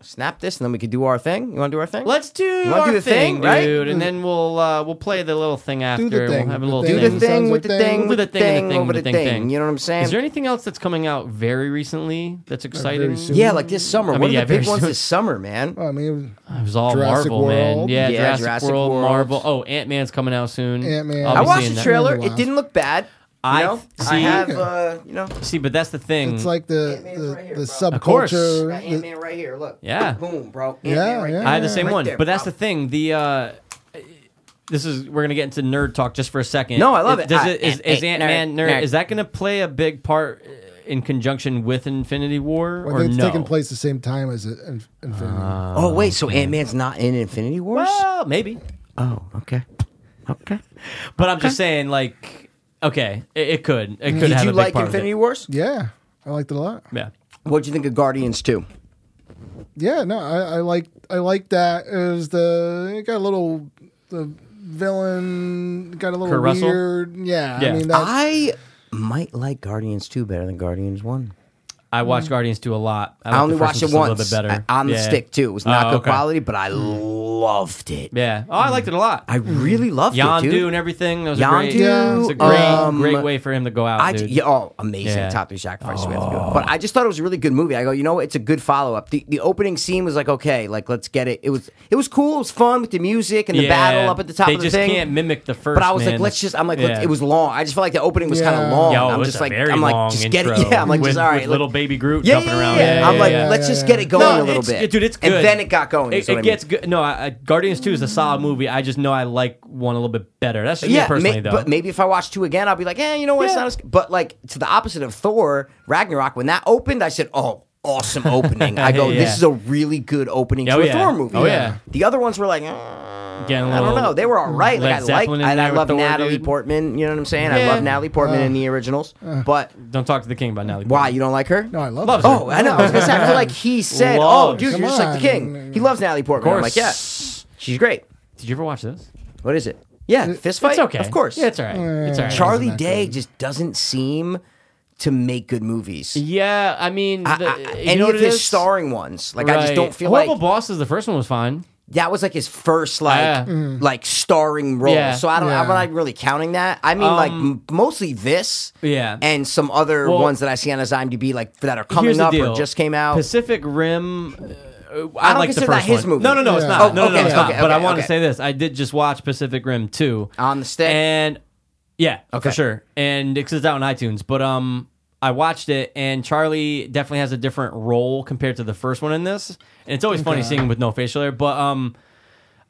B: snap this, and then we could do our thing. You want to do our thing?
C: let's do
B: wanna
C: our
B: do the
C: thing,
B: thing, right?
C: dude, and then we'll uh, we'll play the little thing after.
D: the
C: and
D: thing,
C: We'll have a
D: the
C: little
D: thing.
B: do
D: it.
B: the
D: Sounds
B: thing
D: like
B: with the
D: thing.
B: thing with the
C: and
B: thing
C: the thing
B: over
C: with the
B: the
C: thing
B: thing.
C: thing.
B: You know what I'm saying?
C: Is there anything else that's coming out very recently that's exciting?
D: very soon.
B: yeah, like this summer.
C: I mean,
B: One
C: yeah,
B: of the big
C: very
B: ones
C: soon.
B: this summer, man.
D: I mean,
C: It was all
D: Jurassic
C: Marvel, man.
D: World.
C: Yeah,
B: Yeah,
C: Jurassic,
B: Jurassic
C: World,
B: World.
C: Marvel. Oh, Ant Man's coming out soon.
D: Ant-Man.
C: I'll be
B: I
D: I've
B: watched
C: seeing
B: the
C: that.
B: trailer.
D: Wow.
B: It didn't look bad. You
C: I-
B: know,
C: see-
B: I have uh, you know.
C: See, but that's the thing.
D: it's like the
B: Ant-Man's
D: the,
B: right here,
D: the
B: bro.
C: Of course.
D: subculture.
B: Got Ant Man right here. Look.
C: Yeah.
B: Boom, bro. Ant-Man
D: Yeah,
B: right
D: yeah.
B: there.
C: I had the same
B: Uh, Right
C: one,
B: there,
C: but that's
B: bro.
C: the thing. The uh, this is we're gonna get into nerd talk just for a second.
B: No, I love it.
C: Does
B: I-
C: it is,
B: eh,
C: is
B: eh,
C: Ant Man
B: nerd,
C: nerd,
B: nerd.
C: Is that gonna play a big part uh, in conjunction with Infinity War
D: I
C: or
D: think it's
C: no?
D: taking place the same time as it, in- Infinity.
B: Oh wait, so Ant Man's not in Infinity Wars?
C: Well, maybe.
B: Oh, okay, okay.
C: But I'm just saying, like, okay, it, it could. It could
B: Did
C: have
B: you
C: a big
B: like
C: part
B: Infinity
C: Of
B: Wars?
D: yeah, I liked it a lot.
C: it. Yeah.
B: What'd you think of Guardians 2?
D: Yeah, no, I, I like I like that. It was the it got a little the villain got a little
C: Kurt Russell?
D: weird. Yeah,
C: Yeah.
D: I mean that,
B: I might like Guardians 2 better than Guardians 1.
C: I watched Guardians 2 a lot.
B: I,
C: like
B: only
C: Oh, the first
B: watched
C: one
B: it
C: just
B: once
C: A little bit better.
B: I- on the
C: Yeah.
B: stick, too. It was not
C: Oh,
B: good
C: okay.
B: quality, but I loved it.
C: Yeah. Oh, I liked it a lot.
B: I really loved it,
C: Yondu
B: dude.
C: and everything. That was a great,
B: Yondu,
D: Yeah.
C: it's a great,
B: um,
C: great way for him to go out.
B: I,
C: dude.
B: yeah, oh, amazing
C: Yeah. Oh.
B: top three sacrifice. we have to do. But I just thought it was a really good movie. I go, you know what? It's a good follow up. The, the opening scene was like, okay, like let's get it. It was it was cool. It was fun with the music and the
C: Yeah.
B: battle up at the top
C: They
B: of the
C: just
B: thing.
C: can't mimic the first.
B: But I was
C: man.
B: like, let's just. I'm like, let's,
C: Yeah.
B: it was long. I just felt like the opening was
D: Yeah.
B: kind of long.
C: Yo, it
B: I'm
C: was
B: just
C: a
B: like,
C: very
B: I'm like,
C: long
B: just
C: intro
B: get it. [laughs] Yeah, I'm like,
C: with,
B: just all right,
C: with
B: like-
C: little baby Groot
B: yeah,
C: jumping
B: yeah,
C: around.
B: yeah. I'm like,
D: yeah,
B: let's
D: yeah,
B: just
D: yeah.
B: get it going
C: No,
B: a little
C: it's-
B: bit,
C: dude, it's
B: And
C: good.
B: then it got going.
C: It,
B: is what I
C: it
B: mean.
C: gets good. No, I, I- Guardians Two is a solid movie. I just know I like one a little bit better. That's just me
B: Yeah,
C: personally,
B: may-
C: though.
B: but maybe if I watch two again, I'll be like, eh, you know what? It's
C: Yeah.
B: not as. But like to the opposite of Thor Ragnarok, when that opened, I said, oh.
C: [laughs]
B: Awesome opening. I go,
C: Yeah.
B: this is a really good opening
C: Oh,
B: to a
C: yeah.
B: Thor movie.
C: Oh, yeah.
B: The other ones were like, eh,
C: Again, a
B: I don't
C: little
B: know. They were all right. Like
C: Led
B: I like,
C: Zeppelin in
B: I, I
C: there with
B: love
C: Thor,
B: Natalie
C: dude.
B: Portman. You know what I'm saying? I
C: Yeah. Uh.
B: love Natalie Portman in the originals. but
C: Don't talk to the king about Natalie.
B: why you don't like her?
D: no, I love
C: Loves
D: it.
C: her.
B: Oh, I know. I was gonna say, I feel like he said,
C: Love.
B: "Oh, dude,
D: Come
B: you're just like the
D: on.
B: king." He loves Natalie Portman. I'm like, yeah,
C: course.
B: she's great.
C: Did you ever watch this?
B: What is it? Yeah, fist fight.
C: It's okay.
B: Of course.
C: Yeah, it's all right. It's all right.
B: Charlie
D: Isn't that
B: Day just doesn't seem to make good movies.
C: Yeah, I mean,
B: I-
C: the,
B: I-
C: you
B: any
C: know what
B: of
C: it
B: his
C: is?
B: starring ones, like I just
C: Right.
B: don't feel
C: Horrible
B: like
C: Bosses. The first one was fine.
B: that was like his first like
C: Yeah.
B: Mm. like starring role.
C: Yeah. Um,
B: So I don't,
D: Yeah.
B: I'm not really counting that. I mean, like m- mostly this,
C: Yeah.
B: and some other
C: Well-
B: ones that I see on his IMDb, like that are
C: Here's
B: coming
C: the
B: up
C: deal.
B: or just came out.
C: Pacific Rim. uh, I,
B: don't
C: like the
B: consider
C: first
B: that his
C: one.
B: movie.
C: No, no, no, it's
D: Yeah.
C: not.
B: Oh,
C: No, no, no,
B: okay,
C: it's not.
B: okay,
C: but I
B: okay,
C: want
B: okay.
C: to say this: I did just watch Pacific Rim two
B: On the stick?
C: and yeah,
B: Okay.
C: for sure. And because it's out on iTunes, but um, I watched it, and Charlie definitely has a different role compared to the first one in this. And it's always funny seeing him with no facial hair, but um.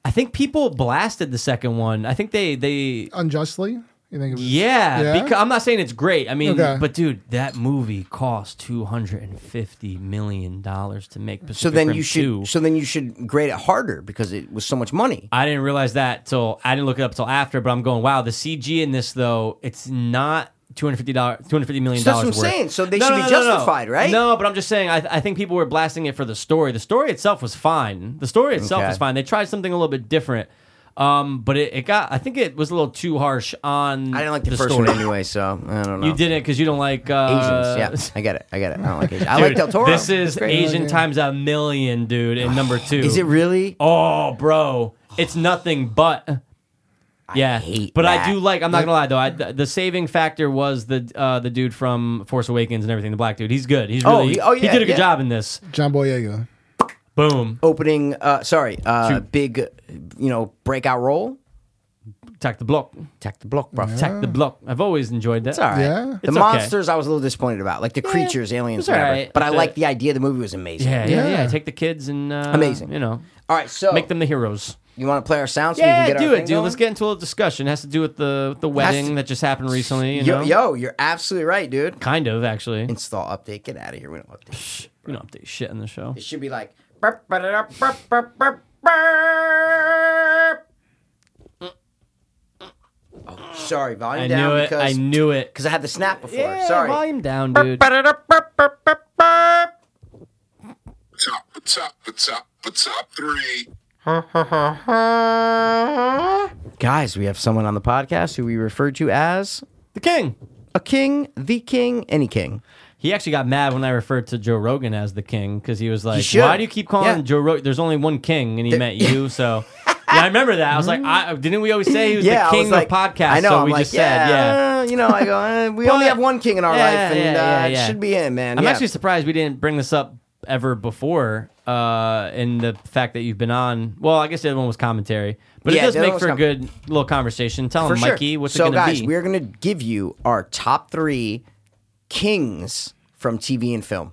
C: I think people blasted the second one. I think they they
D: unjustly. You think it was?
C: yeah,
D: Yeah?
C: Because, I'm not saying it's great. I mean,
D: Okay.
C: but dude, that movie cost 250 million dollars to make. Pacific
B: so then
C: Rim
B: you should
C: 2.
B: so then you should grade it harder because it was so much money.
C: I didn't realize that till I didn't look it up till after. But I'm going, wow, the CG in this though, it's not. 250 dollars 250 million
B: So that's
C: dollars
B: what I'm
C: worth.
B: saying. So they should be justified, right?
C: no but i'm just saying I, I think people were blasting it for the story the story itself was fine the story itself
B: Okay.
C: was fine they tried something a little bit different um but it, it got i think it was a little too harsh on
B: I didn't like the, first
C: story.
B: one anyway, so I don't know.
C: you didn't because you don't like uh, [laughs]
B: Oh. Asians, yeah, I get it. I get it. I don't like Asians. I like
C: Dude,
B: Del Toro.
C: This is
B: Great.
C: Asian times a million, dude. In
B: [sighs]
C: number two,
B: Is it really?
C: Oh, bro, it's nothing but. Yeah,
B: hate
C: but
B: that.
C: I do like. I'm not gonna lie though. I, the the saving factor was the uh, the dude from Force Awakens and everything. The black dude. He's good. He's
B: Oh,
C: really.
B: he- oh, yeah,
C: did a good
B: yeah.
C: job in this.
D: John Boyega.
C: Boom.
B: Opening, uh, sorry, uh,
C: Shoot.
B: big, you know, breakout role.
C: Attack the block.
B: Attack the block, bro. Attack-
C: Attack the block. I've always enjoyed that.
B: It's all right.
D: Yeah.
B: The
C: It's okay.
B: monsters, I was a little disappointed about, like the creatures, aliens,
C: it's all
B: whatever.
C: right.
B: But I
C: The-
B: like the idea. The movie was amazing.
C: Yeah, yeah, yeah,
D: Yeah.
C: Take the kids and uh,
B: Amazing. Oh.
C: You know,
B: All right, so
C: make them the heroes.
B: You want to play our sound? So
C: yeah,
B: we can get
C: do
B: our
C: it,
B: thing
C: dude.
B: going?
C: Let's get into a little discussion. It has to do with the the wedding
B: to-
C: that just happened recently. You
B: Yo,
C: know?
B: yo, you're absolutely right, dude.
C: Kind of actually.
B: Install update. Get out of here. We don't update.
C: We don't update shit in the show.
B: It should be like. burp, ba-da-da, burp, burp, burp, burp. Oh, sorry, volume
C: I
B: down
C: knew it. I
B: because
C: knew it.
B: because I had the snap before.
C: Yeah,
B: sorry.
C: volume down, dude.
E: top, top, top, top three.
B: Guys, we have someone on the podcast who we refer to as
C: The king.
B: a king, the king, any king.
C: He actually got mad when I referred to Joe Rogan as the king because he was like,
B: should.
C: "Why do you keep calling
B: Yeah.
C: him Joe Rogan? There's only one king, and he
B: [laughs]
C: meant you." So, yeah, I remember that. I was like, I, "Didn't we always say he was the
B: yeah, I
C: king
B: was
C: of
B: like,
C: podcasts?"
B: I know.
C: So
B: I'm
C: we
B: like,
C: just said, "Yeah."
B: uh, you know, I go. Uh, we only
C: But-
B: have one king in our
C: Yeah,
B: life, and
C: yeah,
B: uh,
C: yeah, yeah.
B: it should be him, man.
C: I'm
B: Yeah.
C: actually surprised we didn't bring this up ever before. Uh, in the fact that you've been on, well, I guess the other one was commentary, but
B: Yeah,
C: it does
B: the other
C: make
B: one
C: for a
B: was
C: good little conversation. Tell
B: for
C: him,
B: sure.
C: Mikey, what's
B: so,
C: it gonna
B: guys,
C: be?
B: we're gonna give you our top three kings from TV and film.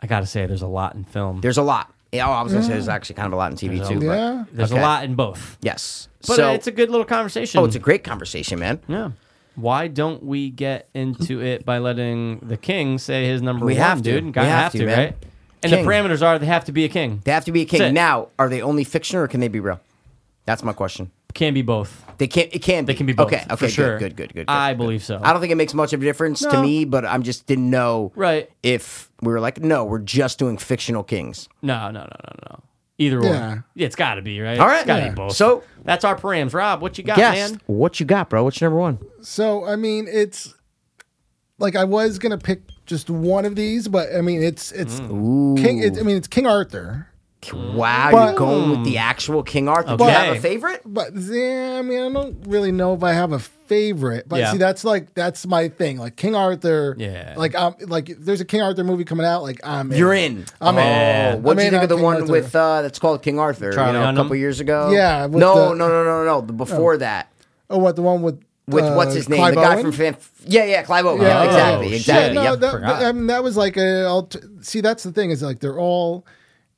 C: I gotta say, there's a lot in film.
B: There's a lot. Yeah, Oh, I was gonna say there's actually kind of a lot in TV
C: Mm. There's a
B: too.
C: lot.
B: but-
D: Yeah.
C: There's
B: Okay.
C: a lot in both.
B: yes.
C: But
B: so
C: uh, it's a good little conversation.
B: oh, it's a great conversation, man.
C: yeah. Why don't we get into it by letting the king say his number
B: We
C: one,
B: have to.
C: dude? Kinda
B: We have
C: have
B: to,
C: to,
B: man.
C: right? And
B: King.
C: the parameters are they have to be a king.
B: They have to be a king.
C: That's it.
B: Now, are they only fiction or can they be real? That's my question.
C: Can be both.
B: They can. It can. Be.
C: They can be both.
B: Okay. Okay.
C: for sure.
B: Good. Good. Good. Good. good,
C: I
B: good.
C: believe so.
B: I don't think it makes much of a difference to
C: No.
B: me, but I'm just didn't know
C: Right.
B: if we were like, no, we're just doing fictional kings.
C: No, no, no, no, no. Either
D: Yeah.
C: or. Yeah, it's got to be right.
B: All right.
C: it's got to
B: Yeah.
C: be both.
B: So-
C: that's our params. Rob, what you got,
B: Guess
C: man?
B: what you got, bro? What's your number one?
D: So I mean, it's like I was gonna pick just one of these, but I mean, it's it's
C: Mm.
D: King. It, I mean, it's King Arthur.
B: Wow, you're
D: But-
B: going with the actual King Arthur. Do you
C: Hmm. Okay.
B: have a favorite?
D: But yeah, I mean, I don't really know if I have a favorite. But
C: Yeah.
D: see, that's like that's my thing. Like King Arthur.
C: Yeah.
D: Like I'm like if there's a King Arthur movie coming out. Like I'm.
B: You're in. Oh,
D: I'm
C: Yeah.
D: in.
B: What do you
D: I'm in
B: think
D: on
B: of the
D: King
B: one
D: Arthur.
B: with uh, that's called King Arthur? you
C: Charlie
B: know, a
C: Hunnam?
B: couple years ago.
D: Yeah, with
B: No,
D: the-
B: no, no, no, no. The before that,
D: oh what the one with
B: with
D: uh,
B: what's his name,
D: Clive
B: the guy
D: Owen?
B: from Fan- Yeah, yeah, Clive Owen.
D: Yeah.
B: Yeah,
D: Oh,
B: exactly,
C: shit.
B: exactly.
D: Yeah, no,
B: yep.
D: that,
C: forgot.
D: I mean, that was like a. I'll t- see, that's the thing is like they're all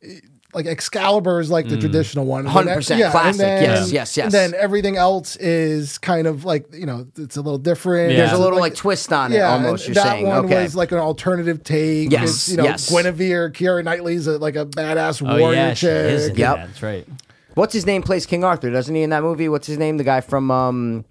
D: eh, like Excalibur is
C: Mm.
D: like the traditional one, And then
B: 100% classic. Yes, yes, yes.
D: And then everything else is kind of like you know it's a little different.
C: Yeah.
B: There's a
C: Yeah.
B: little like, twist on it,
D: Yeah, and
B: almost. You're
D: that
B: saying
D: one
B: okay.
D: was like an alternative take.
B: Yes,
D: It's, you know,
B: yes.
D: Guinevere, Keira Knightley's a, like a badass
C: Oh
D: warrior
C: yeah, she
D: chick.
C: is in
B: Yep.
C: that. That's right.
B: What's his name plays King Arthur, doesn't he? In that movie, what's his name? The guy from, um,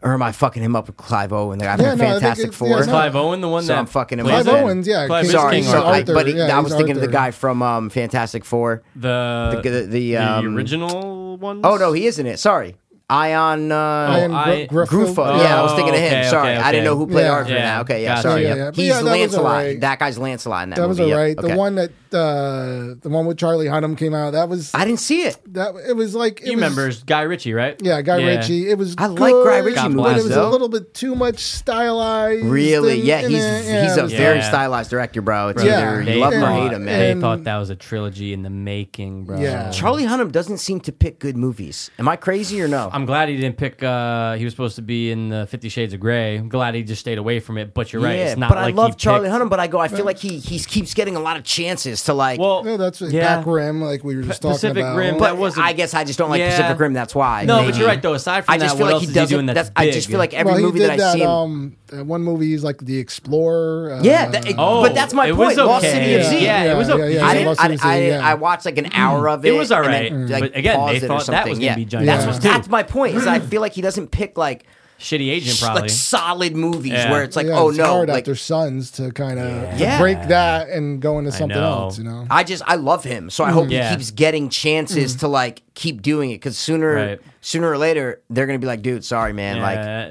B: or am I fucking him up with Clive Owen? The guy from
D: Yeah, no, I think
B: Fantastic
D: it's-
B: Four.
D: yeah,
C: Is
D: no.
C: Clive Owen the one
B: So
C: that
B: I'm fucking him
C: plays
B: up. Clive
C: it?
D: Owens, yeah,
C: Clive
D: King-
C: is
B: Sorry,
C: King
B: sorry,
C: Arthur.
D: Arthur,
B: but he,
D: yeah,
B: I
D: he's
B: was thinking of the
D: Arthur.
B: guy from um, Fantastic Four.
C: the
B: The, the, the,
C: Uh, the
B: um,
C: original ones.
B: Oh no, he isn't it. Sorry, Ion uh,
D: Ian Gru-
C: Oh, I-
D: Gruffo.
B: Grufo. yeah, I was
C: Oh,
B: thinking of him.
C: okay,
B: sorry,
C: okay,
B: I didn't
C: okay.
B: know who played
D: Yeah.
B: Arthur
C: Yeah.
B: now. Okay, yeah,
C: Gotcha.
B: sorry.
C: Yeah,
D: yeah. But
B: He's
D: yeah, that was
B: Lancelot.
D: alright.
B: That guy's Lancelot in that,
D: That was
B: movie.
D: all
B: yep.
D: right.
B: Okay.
D: The one that uh, the one with Charlie Hunnam came out. That was
B: I didn't see it.
D: that. It was like it
C: You
D: was,
C: remember it's Guy Ritchie, right?
D: Yeah, Guy Ritchie. It was.
B: I like Guy
D: good,
B: Ritchie
D: but
C: movies,
D: It was
B: though.
D: a little bit too much stylized.
B: Really?
D: and-
B: Yeah,
D: and,
B: he's
D: uh, yeah,
B: he's
D: it
B: a
D: was-
B: very
C: Yeah.
B: stylized director, bro. It's
D: Yeah.
B: either
C: They
B: you love him or
C: thought,
B: hate him, man.
C: They
D: And-
C: thought that was a trilogy in the making, bro.
D: Yeah.
B: Charlie Hunnam doesn't seem to pick good movies. Am I crazy or no?
C: I'm glad he didn't pick. Uh, he was supposed to be in the Fifty Shades of Grey. I'm glad he just stayed away from it. But you're right.
B: yeah,
C: It's not
B: but
C: like
B: I love
C: he
B: Charlie
C: picked-
B: Hunnam. But I go, I feel like he he keeps getting a lot of chances to like.
C: Well,
D: Yeah, that's
C: Yeah.
D: back rim, like we were just talking
C: Pacific
D: about.
C: Rim,
B: but
C: that wasn't-
B: I guess I just don't like
C: Yeah.
B: Pacific Rim. That's why.
C: No, but
B: maybe.
C: you're right though. Aside from
B: I just
C: that, what
B: feel like
C: else
B: he
C: is he
B: doesn't.
C: doing that's,
B: that's, I just
C: big?
B: feel like every
D: well, he
B: movie
D: did
B: that I see him.
D: um, that one movie he's like the explorer. Uh,
B: yeah, that,
C: Oh,
B: but that's my
C: it
B: point.
C: was
B: Lost
C: okay.
B: City of Z.
C: Yeah, it was
D: yeah,
C: okay.
D: yeah,
B: I
D: yeah,
B: didn't.
D: Lost
B: I,
D: City,
B: I,
D: yeah.
B: I watched like an hour of it.
C: It was all right,
B: and then,
C: but again,
B: paused
C: they
B: it or
C: thought that
B: something.
C: was gonna
B: yeah.
C: be giant.
B: That's
D: Yeah.
B: what- that's my point. [laughs] Is I feel like he doesn't pick like
C: Shitty agent,
B: sh-
C: probably.
B: like solid movies
C: Yeah.
B: where it's like,
D: yeah,
B: oh
D: it's
B: no,
D: hard
B: like
D: after Sons to kind of
B: Yeah.
D: break that and go into something
C: know.
D: else. You know,
B: I just I love him, so I hope
C: Yeah.
B: he keeps getting chances to like keep doing it because sooner
C: Right.
B: sooner or later they're gonna be like, dude, sorry man,
C: Yeah,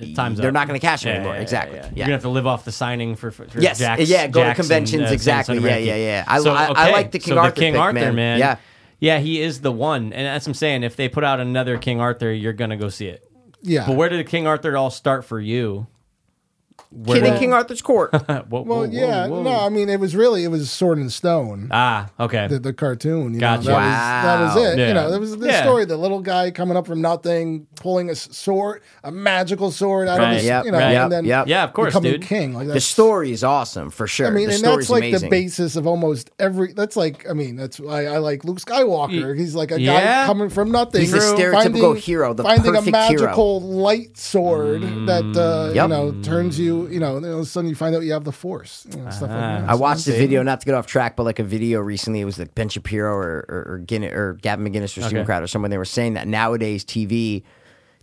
B: like
C: time's
B: they're
C: up.
B: not gonna cash him
C: Yeah,
B: anymore.
C: yeah, yeah,
B: exactly. Yeah.
C: You're gonna have to live off the signing for, for for
B: Yes,
C: Jax-
B: yeah, go to
C: Jackson,
B: conventions,
C: uh, Sam
B: exactly. Yeah,
C: Soderbergh.
B: yeah, yeah. I-
C: So,
B: I- I
C: okay,
B: like the King
C: so
B: Arthur
C: The King
B: pick,
C: Arthur,
B: man.
C: man.
B: Yeah.
C: yeah, he is the one, and that's what I'm saying. If they put out another King Arthur, you're gonna go see it.
D: yeah.
C: But where did King Arthur all start for you? Where
B: Kid in
C: did-
B: King
C: [laughs]
B: Arthur's court.
C: Whoa, whoa,
D: well,
C: whoa,
D: yeah,
C: whoa.
D: no, I mean it was really it was Sword and Stone.
C: Ah, okay.
D: the, the cartoon. You
C: Gotcha.
D: Know, that, was, that
B: Wow.
D: was it.
C: Yeah.
D: You know, there was the
C: Yeah.
D: story: the little guy coming up from nothing, pulling a s- sword, a magical sword out
C: Right.
D: of his,
B: Yep,
D: you know,
B: right.
D: and then
B: Yep, yep.
C: yeah, of course,
D: becoming
C: dude.
D: king. Like
B: the
D: that's,
B: story is awesome for sure.
D: I mean,
B: the
D: and that's
B: story's
D: like
B: amazing.
D: the basis of almost every. That's like, I mean, that's why I like Luke Skywalker. He's like a
C: Yeah.
D: guy coming from nothing.
B: He's the
D: True.
B: stereotypical hero, the
D: finding
B: perfect
D: a
B: hero.
D: magical light sword that uh,
B: Yep.
D: you know turns you. You know, and all of a sudden you find out you have the Force. You know, stuff like that.
B: Uh-huh. I watched a video, not to get off track, but like a video recently. It was like Ben Shapiro or or, or, Guin- or Gavin McGinnis or Steven
C: Okay.
B: Crowder or someone. They were saying that nowadays TV,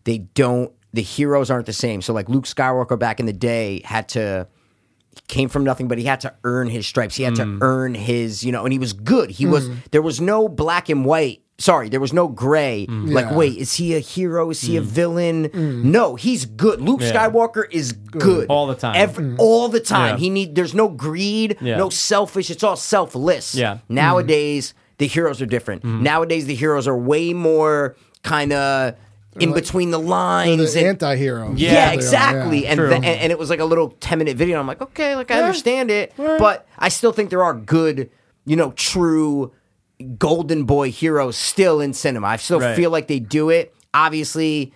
B: they don't the heroes aren't the same. So like Luke Skywalker back in the day had to he came from nothing, but he had to earn his stripes. He had
C: Mm.
B: to earn his you know, and he was good. He was there was no black and white. Sorry, there was no gray.
C: Mm.
B: Like,
D: Yeah.
B: wait, is he a hero? Is he a villain? No, he's good. Luke Skywalker is good
C: All the time.
B: Every- all the
C: Mm.
B: time.
C: Yeah.
B: He need there's no greed,
C: Yeah.
B: no selfish. It's all selfless.
C: Yeah. Mm-hmm.
B: Nowadays the heroes are different. Nowadays the heroes are way more kind of in between the lines.
D: The
B: and-
D: anti-hero.
B: yeah,
D: They are,
B: exactly. And,
C: True.
B: the- and and it was like a little ten minute video. I'm like, okay, like I understand it, but I still think there are good, you know, true golden boy heroes still in cinema. I still
C: Right.
B: feel like they do it. Obviously,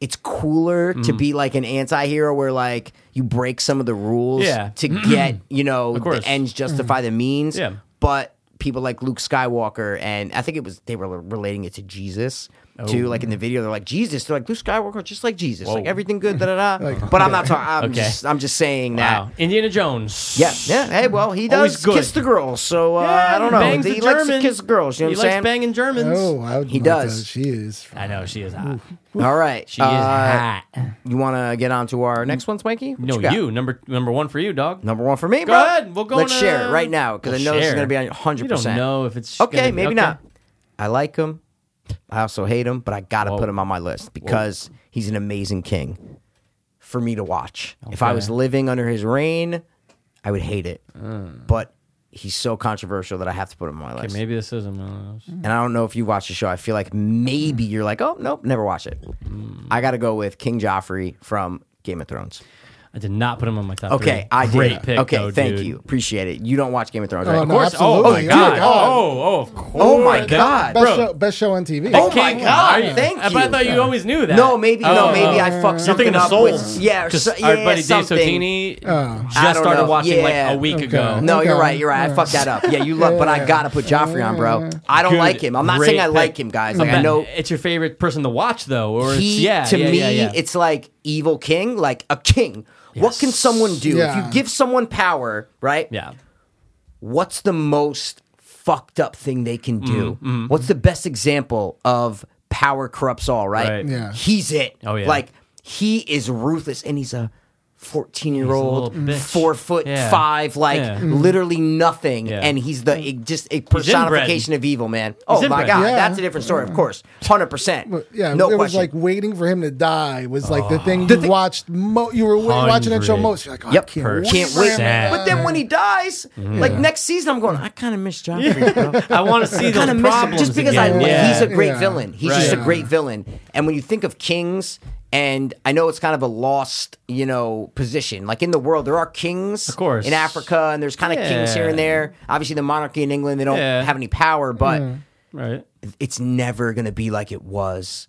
B: it's cooler to
C: Mm-hmm.
B: be like an anti-hero where like you break some of the rules
C: Yeah. [clears throat]
B: to get you know the
C: course. Mm-hmm.
B: ends justify the means.
C: Yeah.
B: but. People like Luke Skywalker, and I think it was they were relating it to Jesus too.
C: Oh.
B: Like in the video, they're like Jesus. They're like Luke Skywalker, just like Jesus. Like everything good, da da da. but I'm not talking. I'm,
C: Okay.
B: just, I'm just saying that.
C: wow, Indiana Jones.
B: Yeah, yeah. Hey, well, he
C: Always
B: does
C: good.
B: kiss the girls, so uh, I don't know.
C: Bangs
B: he
C: the
B: likes
C: German.
B: to kiss girls. You know
C: he
B: what I'm
C: likes
B: saying?
C: banging Germans.
D: Oh, I would
B: He
D: love
B: does.
D: to- She is.
C: I know she is hot.
B: All right,
C: She
B: uh,
C: is hot.
B: You want to get on to our next ones, Mikey? What
C: No,
B: got?
C: you, number number one for you, dog.
B: Number one for me,
C: Go
B: bro.
C: ahead. We'll go
B: Let's
C: on,
B: share it
C: uh,
B: right now because I
C: we'll
B: know this is
C: share.
B: going to be on 100.
C: You don't
B: percent
C: know if it's
B: Okay,
C: gonna be-
B: maybe
C: okay.
B: not. I like him. I also hate him, but I gotta put him on my list because he's an amazing king for me to watch. If I was living under his reign, I would hate it. But he's so controversial that I have to put him on my list.
C: Mm. Maybe this isn't. uh,
B: And I don't know if you watch the show. I feel like maybe you're like, oh nope, never watch it.
C: Mm.
B: I gotta go with King Joffrey from Game of Thrones.
C: I did not put him on my top.
B: Okay,
C: three.
B: I did.
C: Great pick.
B: okay,
C: though,
B: thank
C: dude.
B: you. Appreciate it. You don't watch Game of Thrones, right?
D: Oh,
B: Of
D: no,
B: course.
C: Of course. Oh,
D: Absolutely.
C: my
D: Dear
C: god.
D: God.
C: Oh, oh, of course.
B: Oh my god.
D: Best
C: Bro.
D: show, best show on TV.
B: Oh my
C: King-
B: God,
C: Are you-
B: thank
C: But I
B: you.
C: thought you always knew that.
B: No, maybe no,
C: Oh, oh.
B: maybe I fucked
C: You're
B: something
C: thinking of
B: up
C: Souls.
B: with yeah, or so,
C: 'Cause
B: yeah,
C: our buddy Dave
B: something.
C: Sotini
B: I
C: just
B: don't
C: started
B: know.
C: watching
B: Yeah.
C: like a week
D: Okay.
C: ago.
B: No, you're
D: Okay.
B: right. You're right. I fucked that up. Yeah, [laughs] you love, but I gotta put Joffrey on, bro. I don't
C: Good,
B: like him. I'm not
C: great
B: saying I
C: pick.
B: like him, guys. Like
C: But
B: I know
C: it's your favorite person to watch though, or it's,
B: he
C: yeah,
B: to
C: yeah,
B: me
C: yeah, yeah.
B: it's like evil king, like a king. What can someone do if
D: Yeah.
B: you give someone power, right?
C: yeah.
B: what's the most fucked up thing they can do?
C: Mm,
B: What's the best example of power corrupts all, right?
C: Right.
D: Yeah.
B: He's it.
C: Oh, yeah.
B: Like he is ruthless and he's a 14 year
C: little
B: old,
C: bitch.
B: four foot
C: Yeah.
B: five, like
C: Yeah.
D: Mm-hmm.
B: literally nothing.
C: Yeah.
B: And he's the it just a personification of evil, man. Oh my
C: inbred.
B: God.
D: Yeah. Mm-hmm.
B: That's a different story, of course. 100%.
D: Yeah,
B: no
D: it was
B: question. Ah.
D: like waiting for him to die was like the thing you watched. Mo- you were wa- watching that show
C: Hundred
D: most. You're like, oh,
B: Yep.
D: I can't
C: Percent.
D: wait.
B: can't
D: for
B: wait.
D: him to
B: But then
D: die.
B: when he dies, like next season, I'm going, I kind of miss John.
C: [laughs] I want
B: [laughs]
C: to see those
B: kind of miss him
C: problems
B: just because
C: again.
B: I
C: yeah.
B: he's a great
D: Yeah.
B: villain. He's just a
C: Right.
B: great villain. And when you think of kings, and I know it's kind of a lost, you know, position. Like in the world, there are kings, of
C: course.
B: in Africa, and there's kind of kings here and
C: Yeah.
B: there. Obviously, the monarchy in England, they don't
C: Yeah.
B: have any power, but
C: right. Oh
B: it's never going to be like it was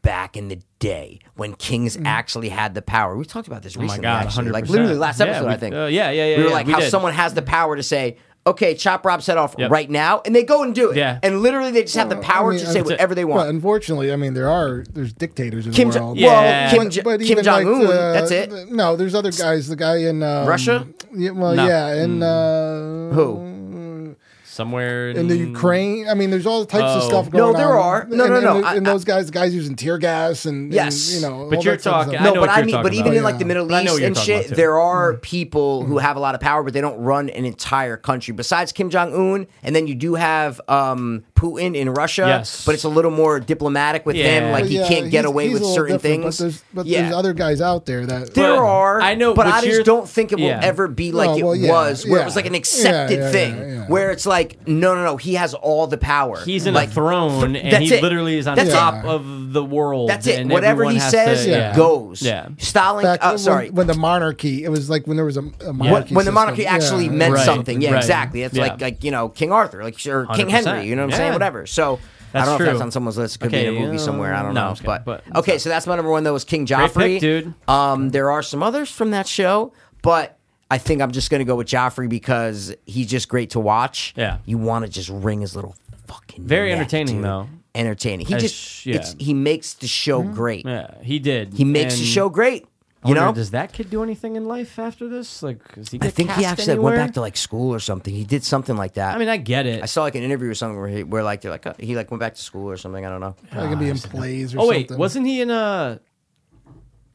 B: back in the day when kings actually had the power. We talked about this
C: Oh my
B: recently,
C: god,
B: actually.
C: hundred
B: like literally last episode, I think.
C: Uh, yeah, yeah, yeah.
B: We were
C: yeah,
B: like, how
C: did.
B: someone has the power to say, okay, chop Rob's head off
C: Yep.
B: right now, and they go and do it.
C: Yeah.
B: And literally, they just have the power
D: mean,
B: to say
D: that's it.
B: whatever they
D: Well,
B: want.
D: unfortunately, I mean, there are there's dictators in
B: Kim
D: the
B: Jo-
D: world.
C: Yeah.
B: Well, Kim,
C: But-
B: Jo-
D: but
B: Kim
D: even like
B: Jong Un.
D: the-
B: that's it.
D: the- no, there's other guys. The guy in um,
B: Russia?
D: Yeah, well,
C: No. Mm.
D: yeah, and uh,
B: Who?
C: somewhere
D: in the Ukraine. I mean, there's all types of
C: Mm. Oh.
D: stuff going
B: No,
D: on.
B: there are. No,
D: and,
B: no,
D: and
B: no.
D: the-
B: I-
D: And those guys, the guys using tear gas and
B: Yes.
D: and, you know.
C: But
D: all
C: you're
D: that type of
C: talking-
D: stuff.
C: I know
B: no, but
C: what
B: I
C: you're
B: mean, but
C: talking
B: even
C: about.
B: in like the
D: Yeah.
B: Middle
C: But I know
B: East
C: what you're
B: and
C: talking
B: shit,
C: about, too. Mm-hmm.
B: there are people who have a lot of power, but they don't run an entire country. Besides Kim Jong Un, and then you do have um, Putin in Russia,
C: Yes.
B: but it's a little more diplomatic with him.
C: Yeah.
B: Like
D: But
B: he
D: yeah,
B: can't get
D: he's-
B: away
D: he's
B: with
D: a little
B: certain
D: different,
B: things.
D: But there's, but
B: yeah.
D: there's other guys out there that.
B: There
C: But
B: are.
C: I know,
B: but,
C: but
B: I just
C: you're-
B: don't think it will
C: yeah.
B: ever be like
D: No,
B: it
D: well, yeah,
B: was, where it was
D: yeah.
B: like an
D: Yeah,
B: accepted
D: yeah, yeah,
B: thing,
D: yeah.
B: where it's like, no, no, no, he has all the power.
C: he's in
B: like,
C: a throne
B: th-
C: and
B: that's
C: he
B: it.
C: literally is on
B: That's it.
C: top of the world.
B: That's it.
C: and
B: Whatever
C: everyone
B: he
C: has
B: says
C: to, yeah.
B: goes.
C: Yeah.
B: Styling.
D: Back
B: uh,
D: when-
B: sorry.
D: when, the monarchy, it was like when there was a, a monarchy.
B: when, when the
D: system.
B: monarchy
D: Yeah.
B: actually meant
C: Right,
B: something. Yeah,
C: right.
B: exactly. It's
C: Yeah.
B: like like you know King Arthur, like or King
C: 100%.
B: Henry. You know what I'm saying?
C: Yeah.
B: Whatever. So. I
C: That's
B: don't know if
C: true.
B: that's on someone's list. It could be in a
C: Okay,
B: movie somewhere. I don't
C: no,
B: know.
C: okay,
B: but,
C: but-
B: okay, so that's my number one. Though was King Joffrey,
C: pick, dude.
B: Um, there are some others from that show, but I think I'm just gonna go with Joffrey because he's just great to watch.
C: Yeah.
B: you want to just wring his little fucking
C: Very
B: neck,
C: entertaining,
B: dude.
C: though.
B: Entertaining. He
C: As-
B: just
C: yeah. Mm-hmm.
B: it's, he makes the show great.
C: Yeah, he did.
B: He makes the
C: And
B: show great.
C: I
B: You
C: wonder,
B: know,
C: does that kid do anything in life after this? Like, does he
B: I
C: get
B: think he
C: cast
B: actually
C: anywhere?
B: went back to like school or something. He did something like that.
C: I mean, I get it.
B: I saw like an interview or something where, he, where like they're like uh, he like went back to school or something. I don't know.
D: Probably gonna be in plays or
C: oh
D: something.
C: wait, wasn't he in a?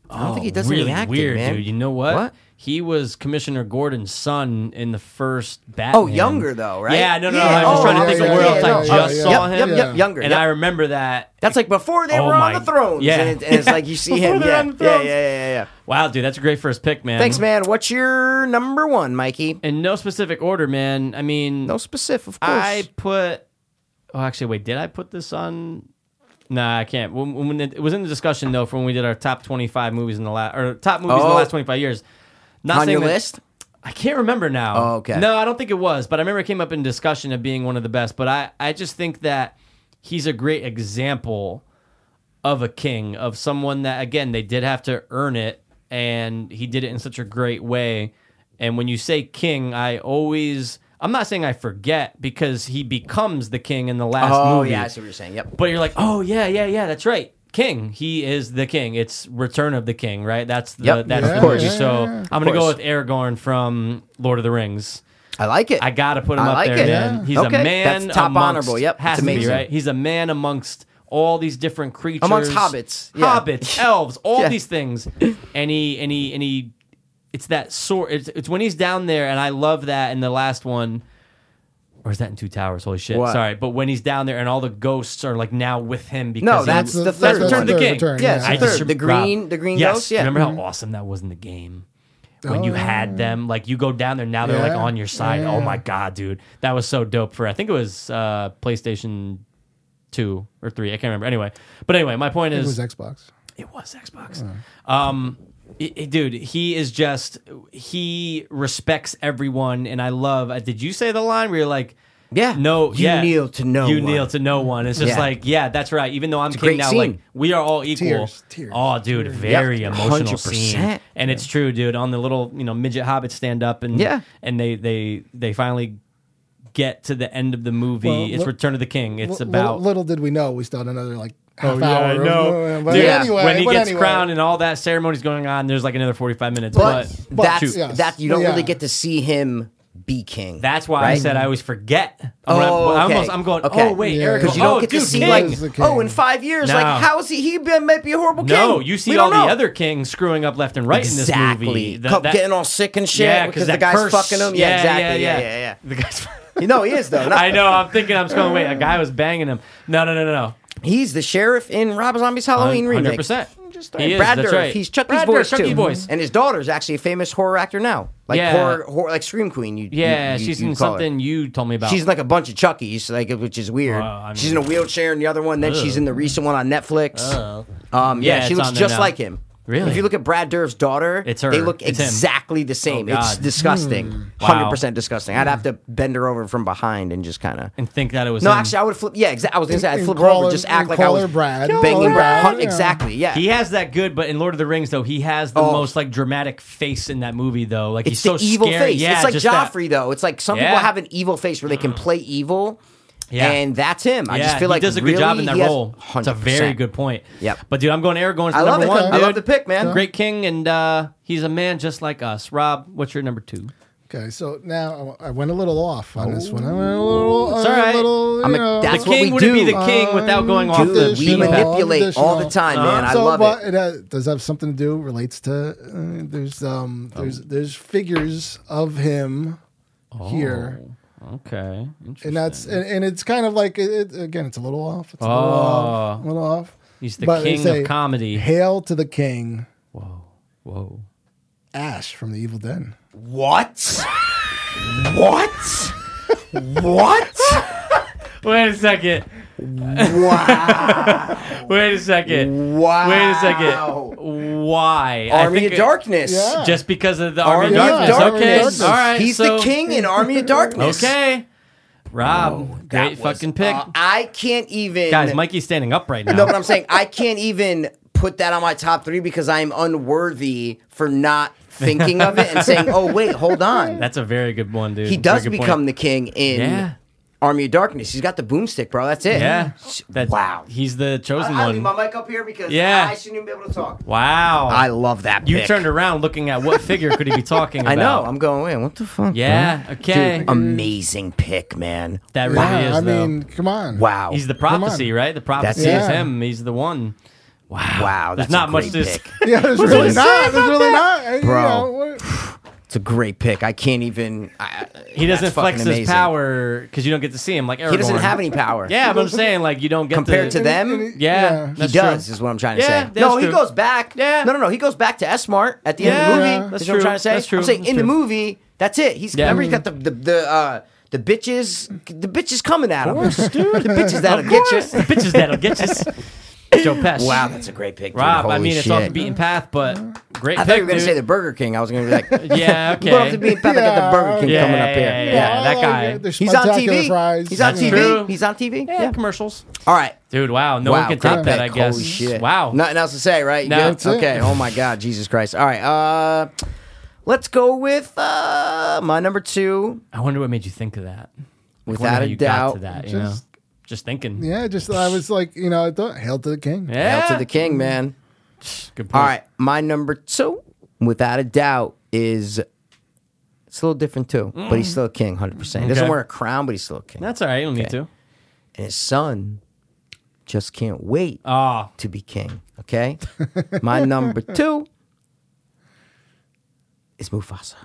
B: I don't think he
C: Oh,
B: does
C: really
B: any acting,
C: weird,
B: man.
C: dude. You know what?
B: What?
C: He was Commissioner Gordon's son in the first Batman.
B: Oh, younger though, right?
C: Yeah, no, no.
B: Yeah.
C: I was
B: Oh,
C: trying to
B: yeah,
C: think of
B: yeah,
C: where
B: yeah,
C: else
B: yeah,
C: I
B: yeah,
C: just
B: yeah.
C: saw
B: Yep,
C: him.
B: yep, yep, younger,
C: And
B: yep.
C: I remember that.
B: That's like before they
C: Oh
B: were on
C: my-
B: the thrones.
C: yeah.
B: and, it- and it's like you see him.
C: [laughs] Before they were
B: Yeah.
C: on the
B: yeah, yeah,
C: thrones.
B: yeah, yeah, yeah.
C: Wow, dude, that's a great first pick, man.
B: Thanks, man. What's your number one, Mikey?
C: In no specific order, man. I mean,
B: No specific, of course.
C: I put. Oh, actually, wait. Did I put this on? Nah, I can't. When, when it, it was in the discussion though, from when we did our top twenty-five movies in the last or top movies in
B: Oh.
C: the last twenty-five years. Not
B: on
C: saying
B: your
C: that-
B: list.
C: I can't remember now.
B: Oh, okay.
C: No, I don't think it was, but I remember it came up in discussion of being one of the best. But I, I just think that he's a great example of a king, of someone that, again, they did have to earn it, and he did it in such a great way. And when you say king, I always, I'm not saying I forget because he becomes the king in the last
B: Oh
C: movie.
B: yeah, I see what you're saying. Yep.
C: But you're like, oh yeah, yeah, yeah, that's right. King, he is the king. It's Return of the King, right? That's the
B: Yep.
C: that's
B: Yeah,
C: the
B: of course.
C: movie. So
D: Yeah, yeah, yeah.
C: I'm gonna go
B: course.
C: with Aragorn from Lord of the Rings.
B: I like it.
C: I gotta put him
B: I
C: up
B: like
C: there,
B: it.
C: man.
B: Yeah.
C: He's
B: Okay.
C: a man.
B: That's top
C: amongst-
B: honorable. Yep.
C: has
B: It's
C: to be
B: amazing.
C: right. He's a man amongst all these different creatures,
B: Amongst hobbits. Yeah. [laughs]
C: hobbits, elves, all
B: Yeah.
C: these things. And he and he and he. It's that sort. It's, it's when he's down there, and I love that in the last one. Or is that in Two Towers? Holy shit!
B: What?
C: Sorry, but when he's down there and all the ghosts are like now with him because
B: No,
C: he-
B: that's the
D: That's
B: third.
D: the
B: one.
C: Return of the
D: third
C: King.
D: Return,
B: Yeah,
D: yeah.
B: it's
D: I
B: the
C: just-
B: third. The green, the green
C: yes.
B: ghost. Yeah. Mm-hmm.
C: Remember how awesome that was in the game? When you had them, like you go down there, now they're like
D: Oh. Yeah.
C: on your side. Oh
D: Yeah.
C: my god, dude. That was so dope for I think it was uh PlayStation two or three. I can't remember. Anyway. But anyway, my point
D: It was
C: is
D: Xbox.
C: it was Xbox. Um, i- i- dude, he is just he respects everyone, and I love. Uh, did you say the line where you're like,
B: Yeah.
C: no,
B: You
C: yeah,
B: kneel to no
C: you
B: one.
C: kneel to no one." It's just
B: Yeah.
C: like, yeah, that's right. Even though I'm
B: great
C: king now, like
B: scene.
C: we are all equal.
D: Tears, tears,
C: oh, dude, very
B: Yep.
C: emotional
B: 100%.
C: scene, and it's true, dude. On the little you know midget hobbit stand up, and
B: Yeah.
C: and they they they finally. Get to the end of the movie.
D: Well,
C: it's
D: look-
C: Return of the King. It's
D: Li-
C: about Oh,
D: little, little did we know we still had another like half
C: yeah,
D: hour.
C: I
D: of-
C: know.
D: But
C: Dude,
D: anyway,
C: when he
D: but
C: gets
D: anyway.
C: crowned and all that ceremony's going on, there's like another 45 minutes.
B: but,
C: But,
D: but-
B: that's
D: yes.
B: that you don't
D: Yeah.
B: really get to see him be king.
C: That's why I
B: right?
C: said I always forget. I'm,
B: Oh,
C: I
B: okay.
C: almost, I'm going,
B: Okay.
C: oh, wait,
D: Yeah.
C: Eric.
B: because you don't
C: oh,
B: get
C: dude,
B: to see
C: king.
D: was the
B: like
D: king.
B: oh in five years like
C: No.
B: how is he he been might be a horrible king
C: No, you see
B: We
C: all
B: don't
C: the
B: know.
C: other kings screwing up left and right
B: exactly
C: in this movie. The-
B: Cup
C: that- [laughs]
B: getting all sick and shit
C: yeah,
B: because
C: that
B: the guy's
C: curse.
B: fucking him yeah, exactly yeah yeah yeah,
C: The guy's.
B: You know he is though No.
C: I know. I'm thinking. I'm just going. Wait, a guy was banging him. No, no, no, no, no.
B: he's the sheriff in Rob Zombie's Halloween Oh, remake
C: 100%.
B: Just
C: He is,
B: Brad
C: that's
B: Dourif
C: right.
B: he's Chucky's
C: Brad Dourif,
B: voice
C: Chucky's
B: too
C: voice.
B: and his daughter's actually a famous horror actor now like
C: Yeah.
B: horror, horror like scream queen you
C: Yeah,
B: you- you-
C: she's
B: you
C: in
B: call her.
C: something you told me about.
B: She's in, like a bunch of Chuckies, like which is weird.
C: Well, I
B: she's in a wheelchair in the other one. Then she's in the recent one on Netflix.
C: Uh,
B: Um, yeah,
C: Yeah,
B: she
C: it's
B: looks
C: on there
B: just
C: now.
B: like him.
C: Really?
B: If you look at Brad Dourif's daughter,
C: It's her.
B: they look
C: It's him.
B: exactly the same.
C: Oh,
B: it's
C: God. Hmm.
B: disgusting.
C: Wow.
B: Hundred percent disgusting. I'd have to bend her over from behind and just kind of.
C: and think that it was
B: No,
C: him.
B: actually, I would flip. Yeah, exactly. I was gonna say I'd
D: And
B: flip her over,
D: call
B: just
D: her-
B: act
D: and
B: like I
D: call
B: was
D: her Brad.
B: banging
D: Call her
B: Brad.
D: Brad, yeah.
B: Exactly. Yeah.
C: He has that good, but in Lord of the Rings, though, he has the
B: Oh.
C: most like dramatic face in that movie, though. Like
B: it's
C: he's so
B: the evil
C: scary.
B: face.
C: Yeah,
B: it's like
C: just that-
B: Joffrey, though. It's like some people
C: Yeah.
B: have an evil face where they can play evil,
C: Yeah.
B: and that's him. I
C: yeah,
B: just feel like
C: he does a good
B: really,
C: job in that
B: he has-
C: role. It's a
B: 100%.
C: very good point.
B: Yep.
C: But dude, I'm going Aragorn. going
B: I love
C: number
B: it.
C: one.
B: I love
C: dude.
B: the pick, man.
C: Great king, and uh, he's a man just like us. Rob, what's your number two?
D: Okay, so now I I went a little off on this one. I went a little.
C: It's
D: a
C: all right.
D: little, you
B: I'm a-
D: know,
B: that's
C: the
B: what
C: king
B: we
C: wouldn't be
B: do.
C: the king without going off
B: Dude,
C: the
D: Conditional,
B: we
C: beaten path.
B: manipulate all the
D: conditional.
B: time, man. I
D: so,
B: love
D: but
B: it.
D: it has, does have something to do. Relates to uh, there's um
B: Oh.
D: there's there's figures of him here,
B: Oh,
C: Okay. Interesting.
D: and that's and, and it's kind of like it, it- again it's a little off. It's a little
C: Oh.
D: off. A little off.
C: He's the
D: But they
C: king
D: say,
C: of comedy.
D: Hail to the king,
C: Whoa. Whoa.
D: Ash from the Evil Den.
B: What? what? what?
C: Wait a second.
B: Wow.
C: Wait a second.
B: Wow.
C: Wait a second. Why? I
B: Army
C: think
B: of
C: it-
B: Darkness.
D: Yeah.
C: Just because of the Army,
D: Army
C: of
D: of
C: Darkness.
D: Darkness.
C: Okay.
D: Darkness.
C: All right.
B: He's
C: so-
B: the king in Army of Darkness.
C: Okay. Rob,
B: That
C: great
B: was-
C: fucking pick.
B: uh, I can't even.
C: Guys, Mikey's standing up right now.
B: [laughs] No, but I'm saying I can't even put that on my top three because I am unworthy for not thinking of it and saying, "Oh wait, hold on."
C: That's a very good one, dude.
B: he does become the king in
C: Yeah.
B: Army of Darkness. He's got the boomstick, bro. That's it.
C: Yeah.
B: S-
C: That,
B: wow.
C: He's the chosen
B: I, I leave
C: one.
B: my mic up here because
C: Yeah.
B: I shouldn't even be able to talk.
C: Wow.
B: I love that.
C: you
B: pick.
C: turned around looking at what figure
B: [laughs]
C: could he be talking about.
B: I know. I'm going. Wait, what the fuck?
C: Yeah,
B: bro?"
C: okay.
B: Dude, amazing pick, man.
C: that really
D: Yeah,
C: is,
D: I
C: though.
D: mean, come on.
B: Wow.
C: he's the
D: on.
C: prophecy, right? The prophecy
D: That's
C: is
D: it.
C: him. He's the one. Wow.
B: wow.
C: There's
B: That's
C: not
B: a
C: much
B: great
C: to s-
B: pick.
D: [laughs] Yeah, there's really
B: say
D: not. There's
B: about
D: really
B: that?
D: not. You
B: Bro.
D: know, what-
B: [laughs] It's a great pick. I can't even. I,
C: He doesn't
B: that's
C: flex
B: fucking
C: his
B: amazing.
C: power because you don't get to see him like Aragorn.
B: He doesn't have any power.
C: [laughs] Yeah,
B: [laughs]
C: but I'm saying like you don't get
B: Compared to them,
D: and
B: he
D: it-
C: Yeah,
B: He
C: that's
B: does
C: true.
B: is what I'm trying to
C: Yeah,
B: say.
C: that's
B: No, he
C: true.
B: goes back.
C: Yeah.
B: No, no, no. He goes back to S Smart at the end of
C: Yeah,
B: the movie.
D: yeah.
B: That's,
C: That's
B: what I'm
C: true.
B: trying to say.
C: That's true.
B: I'm saying
C: That's
B: in the
C: true.
B: movie, that's it. He's
C: Yeah.
B: remember he's got the the the uh, the bitches the bitches coming at him. [laughs] The bitches that'll get you.
C: the bitches that'll get you. [laughs] Joe Pesci.
B: Wow, that's a great pick. dude.
C: Rob, I
B: Holy
C: mean, it's
B: shit.
C: off the beaten path, but great.
B: I thought
C: pick,
B: you were gonna
C: dude.
B: say the Burger King. I was gonna be like,
C: [laughs]
B: [laughs]
C: Yeah, okay.
B: Go off the beaten path. I got the Burger King
C: Yeah,
B: coming up here.
C: yeah, yeah,
D: Oh, Yeah,
C: that
D: I
C: guy.
D: it. Their
B: He's on
D: spectacular
B: TV.
D: fries.
B: He's on
C: That's
B: TV.
C: true.
B: He's on TV.
C: yeah, commercials.
B: All right.
C: Dude, wow. No one can
B: great
C: top that, I
B: pick.
C: guess.
B: Holy shit.
C: Wow.
B: Nothing else to say, right? You
C: No.
B: good?
C: That's
D: it.
B: Okay. Oh my God. Jesus Christ. All right. Uh, let's go with uh, my number two.
C: I wonder what made you think of that. Like, wonder
B: Without
C: how
B: a
C: you
B: doubt.
C: got to that, you
D: Just-
C: know? Just thinking.
D: Yeah, just I was like, you know, I thought hail to the king.
C: Yeah.
B: Hail to the king, man.
C: Good
B: All
C: point.
B: right. My number two, without a doubt, is. It's a little different too, but he's still a king, hundred percent. He doesn't
C: Okay.
B: wear a crown, but he's still a king.
C: That's all right. You don't need to.
B: And his son just can't wait
C: Oh,
B: to be king. Okay, [laughs] my number two is Mufasa.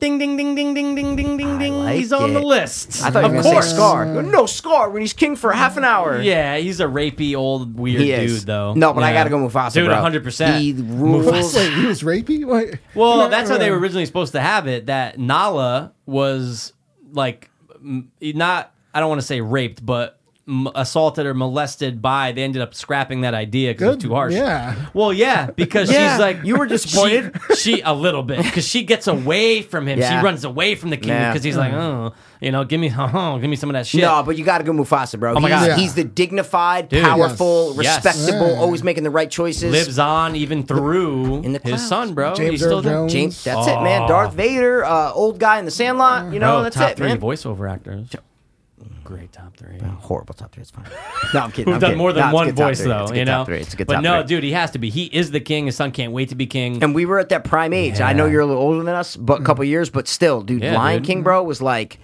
C: ding, ding, ding, ding, ding, ding, ding, ding, ding.
B: like
C: he's on the
B: it.
C: list.
B: I thought
C: of
B: you were going to
C: course.
B: say Scar. No, Scar when he's king for half an hour.
C: Yeah, he's a rapey old weird
B: He is.
C: dude though.
B: No, but I
C: Yeah.
B: gotta go Mufasa,
C: Dude,
B: bro.
C: hundred percent.
B: He rules.
D: Wait, he was rapey. Wait.
C: Well, that's how they were originally supposed to have it. That Nala was like m- not. I don't want to say raped, but m- assaulted or molested by. They ended up scrapping that idea because it was
D: Good,
C: too harsh.
D: yeah.
C: Well, yeah, because
B: Yeah,
C: she's like
B: you were
D: [laughs]
B: disappointed.
C: She, she- a little bit because she gets away from him.
B: Yeah.
C: She runs away from the king
B: Yeah. Mm-hmm.
C: because he's like, oh, you know, give me, [laughs] uh-huh, give me some of that shit.
B: No, but you gotta go Mufasa, bro. Oh
C: my
B: he's,
D: God.
B: he's the dignified,
C: Dude.
B: powerful,
C: Yes. Yes.
B: respectable,
D: Yeah.
B: always making the right choices.
C: lives on even through
B: In the
C: his
B: clouds.
C: son, bro.
D: James
C: he's still
D: Earl
C: there.
D: Jones.
B: James, that's it, man. Darth Vader, uh, old guy in the Sandlot. You know,
C: Bro,
B: that's
C: top
B: it,
C: three
B: man.
C: voiceover actors. great top three.
B: Horrible top three. It's fine. [laughs] No, I'm kidding.
C: We've
B: I'm
C: done
B: kidding.
C: more
B: No,
C: than
B: it's a
C: one
B: good top
C: voice
B: three.
C: though,
B: It's a good
C: you know.
B: top three. It's a good
C: but
B: top
C: no,
B: three.
C: dude, he has to be. He is the king. His son can't wait to be king.
B: And we were at that prime age. I know
C: Yeah. Mm-hmm.
B: you're a little older than us, but a couple years. But still, dude,
C: Yeah,
B: Lion
C: dude.
B: King, bro, was like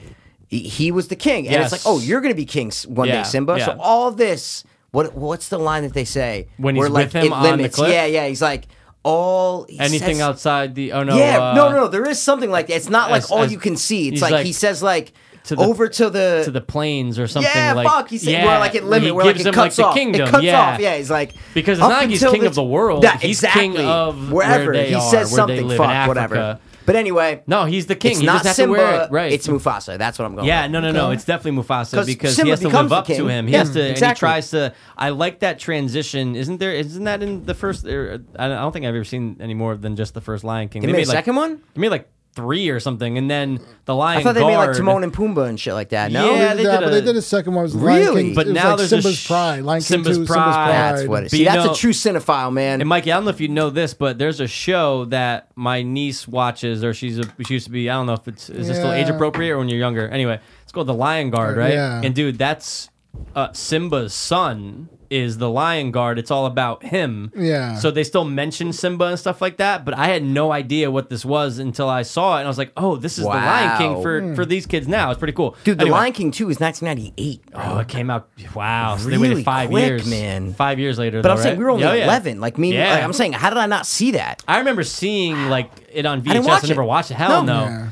B: he- he was the king, and it's
C: Yes.
B: like, oh, you're gonna be king s- one
C: Yeah,
B: day, Simba. So
C: yeah.
B: all this, what what's the line that they say
C: When he's
B: Where, like,
C: with him
B: it
C: on the
B: limits.
C: cliff?
B: Yeah, yeah. He's like all he
C: Anything
B: says-
C: outside the oh no
B: yeah,
C: uh,
B: no, no, no. There is something like that. It's not like
C: as-
B: all
C: as-
B: you can see. It's
C: he's
B: like,
C: like,
B: he says like
C: to the-
B: over to the
C: to the plains or something
B: yeah,
C: like
B: fuck. He said
C: yeah,
B: we're like at
C: he
B: limit. We're like
C: gives
B: it
C: him,
B: cuts
C: the
B: off.
C: Kingdom.
B: it cuts
C: yeah.
B: off. Yeah, he's like
C: Because it's
B: up
C: not like he's
B: until
C: king of the world.
B: Yeah,
C: He's
B: exactly.
C: king of where
B: wherever
C: they
B: he
C: are,
B: says
C: where they
B: something.
C: live in
B: fuck whatever.
C: Africa.
B: But anyway,
C: No, he's the king.
B: It's
C: he
B: not
C: just has
B: Simba.
C: to wear it. Right.
B: It's Mufasa. That's what I'm going.
C: Yeah,
B: with.
C: no, no, no. It's definitely Mufasa
B: 'Cause
C: because
B: Simba
C: he has to live
B: becomes the
C: up to
B: king.
C: him. He
B: Yeah,
C: has to. and
B: exactly.
C: he tries to. I like that transition. Isn't there? Isn't that in the first? er, I don't- I don't think I've ever seen any more than just the first Lion King.
B: They made a second one?
C: They made like three or something, and then the Lion.
B: I thought they
C: guard,
B: made like Timon and Pumbaa and shit like that. No,
C: Yeah, they
D: They did that,
C: did
D: but they
C: a-
D: did a second one. It was Lion
B: Really?
D: King.
C: But
D: it was
C: now
D: like
C: there's a
D: Simba's
C: sh-
D: Pride. Lion King
C: Simba's
D: 2, Simba's
C: Pride.
D: Pride.
B: that's what. It is.
C: But
B: See,
C: you
B: that's
C: know-
B: a true cinephile, man.
C: And Mikey, I don't know if you know this, but there's a show that my niece watches, or she's a, she used to be. I don't know if it's is this still
D: Yeah. Uh,
C: age appropriate or when you're younger. Anyway, it's called The Lion Guard, right?
D: Yeah.
C: And dude, that's uh, Simba's son is the Lion Guard. It's all about him.
D: Yeah.
C: So they still mention Simba and stuff like that, but I had no idea what this was until I saw it, and I was like, oh, this is the Lion King
B: Wow.
C: for for these kids now. It's pretty cool,
B: Dude, The
C: Anyway.
B: Lion King two is 1998. bro.
C: Oh, it came out. Wow, so they
B: Really
C: waited five
B: quick,
C: years,
B: man.
C: Five years later,
B: But
C: though,
B: I'm saying
C: right? Oh,
B: we were only
C: Yeah, yeah.
B: 11. Like me,
C: Yeah.
B: like, I'm saying, how did I not see that?
C: I remember seeing like it on VHS. I,
B: didn't watch
C: never
B: it.
C: watched it. Hell
B: No.
C: no.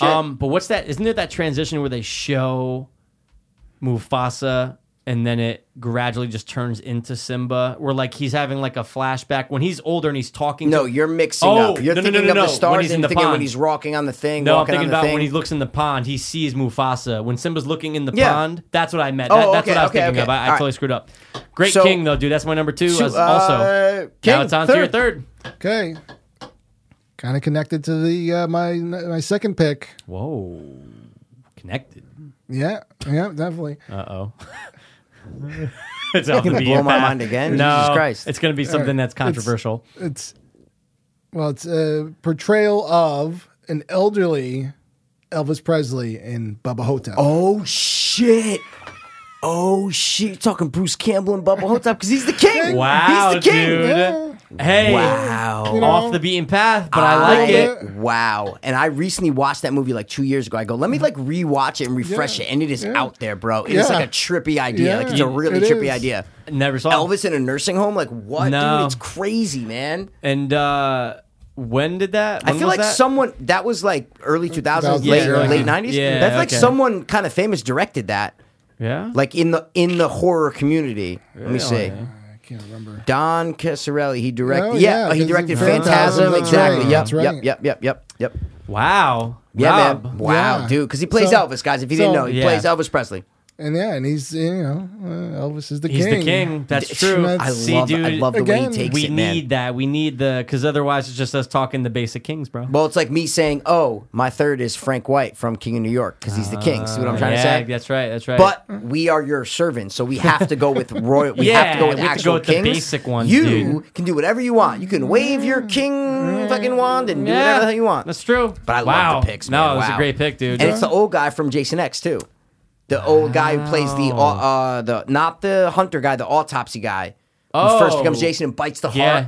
D: Yeah.
C: Um, but what's that? Isn't there that transition where they show Mufasa and then it gradually just turns into Simba, where like he's having like a flashback when he's older and he's talking.
B: No,
C: to,
B: you're mixing
C: Oh,
B: up. You're
C: no, no, no,
B: thinking
C: no,
B: of
C: no.
B: the
C: When
B: stars
C: he's in
B: and
C: the
B: thinking when
C: pond.
B: he's rocking on the thing.
C: no, I'm
B: walking
C: thinking
B: on the
C: about
B: thing.
C: when he looks in the pond, he sees Mufasa. When Simba's looking in the
B: Yeah.
C: pond, that's what I meant.
B: Oh,
C: That- that's
B: okay,
C: what I was
B: okay,
C: thinking
B: okay.
C: of. I, I
B: All right.
C: totally screwed up. Great
B: So-
C: King though, dude. That's my number two.
B: So,
C: as- also,
B: uh,
C: now
B: King,
C: it's on to your third.
D: Okay. Kind of connected to the uh, my my second pick.
C: Whoa, connected.
D: Yeah, yeah, definitely.
C: Uh oh. [laughs] it's all
B: gonna
C: be
B: blow
C: a
B: my
C: bad-
B: mind again?
C: No,
B: Jesus Christ.
C: It's going to be something that's
D: It's-
C: controversial.
D: It's well, it's a portrayal of an elderly Elvis Presley in Bubba Hotep.
B: Oh shit. Oh shit! You're talking Bruce Campbell and Bubba Hotep because he's the king.
C: wow,
B: he's the king.
C: dude.
D: Yeah.
C: Hey,
B: Wow. You know?
C: off the beaten path, but I, like it.
D: bit.
B: Wow. And I recently watched that movie like two years ago. I go, let me like rewatch it and refresh
D: Yeah,
B: it. And it is
D: yeah.
B: out there, bro. It's
D: Yeah.
B: like a trippy idea. Like it's a
D: Yeah,
B: really
D: it
B: trippy
D: is.
B: idea.
C: Never saw it.
B: Elvis in a nursing home? Like
C: Oh.
B: what?
C: No.
B: Dude, it's crazy, man.
C: And uh, when did that?
B: I
C: when
B: feel
C: was
B: like
C: that?
B: someone that was like early 2000s,
D: Yeah,
B: late
D: yeah.
B: late 90s.
C: Yeah,
B: That's like
C: okay.
B: someone kind of famous directed that.
C: Yeah.
B: Like in the in the horror community. Let me see.
C: Really?
D: I can't remember.
B: Don Casarelli. He directed.
D: Oh,
B: yeah,
D: yeah,
B: he
D: this
B: directed
D: is Phantasm,
B: Phantasm.
D: that's
B: Exactly.
D: right,
B: Yep,
D: that's
B: yep.
D: right.
B: Yep. Yep. Yep. Yep.
C: wow.
B: Yeah,
C: Rob.
B: man. Wow,
D: Yeah.
B: dude. Because he plays
D: So-
B: Elvis, guys. If you didn't
D: so-
B: know, he
C: Yeah.
B: plays Elvis Presley.
D: And yeah, and he's you know uh, Elvis is the
C: He's
D: king.
C: the king. That's true.
D: that's-
B: I
C: See,
B: love.
C: dude,
B: I love the way
D: again,
B: he takes
C: we
B: it, man.
C: need that. We need the because otherwise it's just us talking the basic kings, bro.
B: Well, it's like me saying, "Oh, my third is Frank White from King of New York because he's the king." See what I'm trying
C: yeah,
B: to say?
C: That's right. That's right.
B: But we are your servants, so we have to
C: [laughs]
B: go with royal. We have to go
C: Yeah,
B: with
C: we have to
B: actual
C: go with the
B: kings.
C: basic ones,
B: You
C: dude. Mm.
B: can do whatever you want. You can wave your king fucking wand and do whatever the hell you want.
C: That's true.
B: But I
C: wow.
B: love the picks.
C: No,
B: man.
C: that's
B: Wow.
C: a great pick, dude.
B: And it's the old guy from Jason X too, the old guy who plays the au- uh the not the hunter guy, the autopsy guy. who first
C: Oh.
B: becomes Jason and bites the
C: Yeah.
B: heart,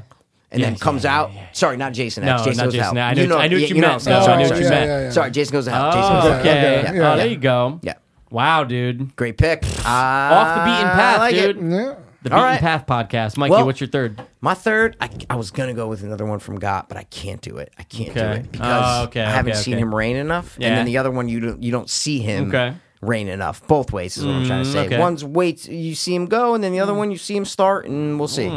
B: and
C: Yeah,
B: then comes
C: yeah,
B: out. Sorry, not Jason X.
C: No,
B: Jason
C: not
B: goes
C: Jason
B: out.
C: X. I knew- I knew what you
B: know
C: meant.
B: I'm
C: No,
B: saying.
C: I knew what
B: sorry,
C: you
B: sorry.
C: meant.
D: Yeah, yeah, yeah.
B: Sorry, Jason goes out. Jason goes
C: oh, okay.
B: out.
D: okay, yeah.
C: Oh, there you go.
B: Yeah.
C: Wow, dude.
B: Great pick.
C: Off the beaten path,
B: like it.
C: dude.
D: Yeah.
C: The
B: All
C: beaten
B: right.
C: path podcast. Mikey,
B: Well-
C: what's your third?
B: My third, I, I was gonna go with another one from Gott, but I can't do it. I can't do
C: Okay.
B: it because
C: Oh, okay,
B: I haven't
C: okay,
B: seen
C: okay.
B: him rain enough.
C: Yeah.
B: And then the other one, you don't you don't see him
C: Okay. Mm,
B: rain enough. Both ways is what I'm trying to say.
C: okay. Mm.
B: One's wait, you see him go, and then the other one you see him start, and we'll see.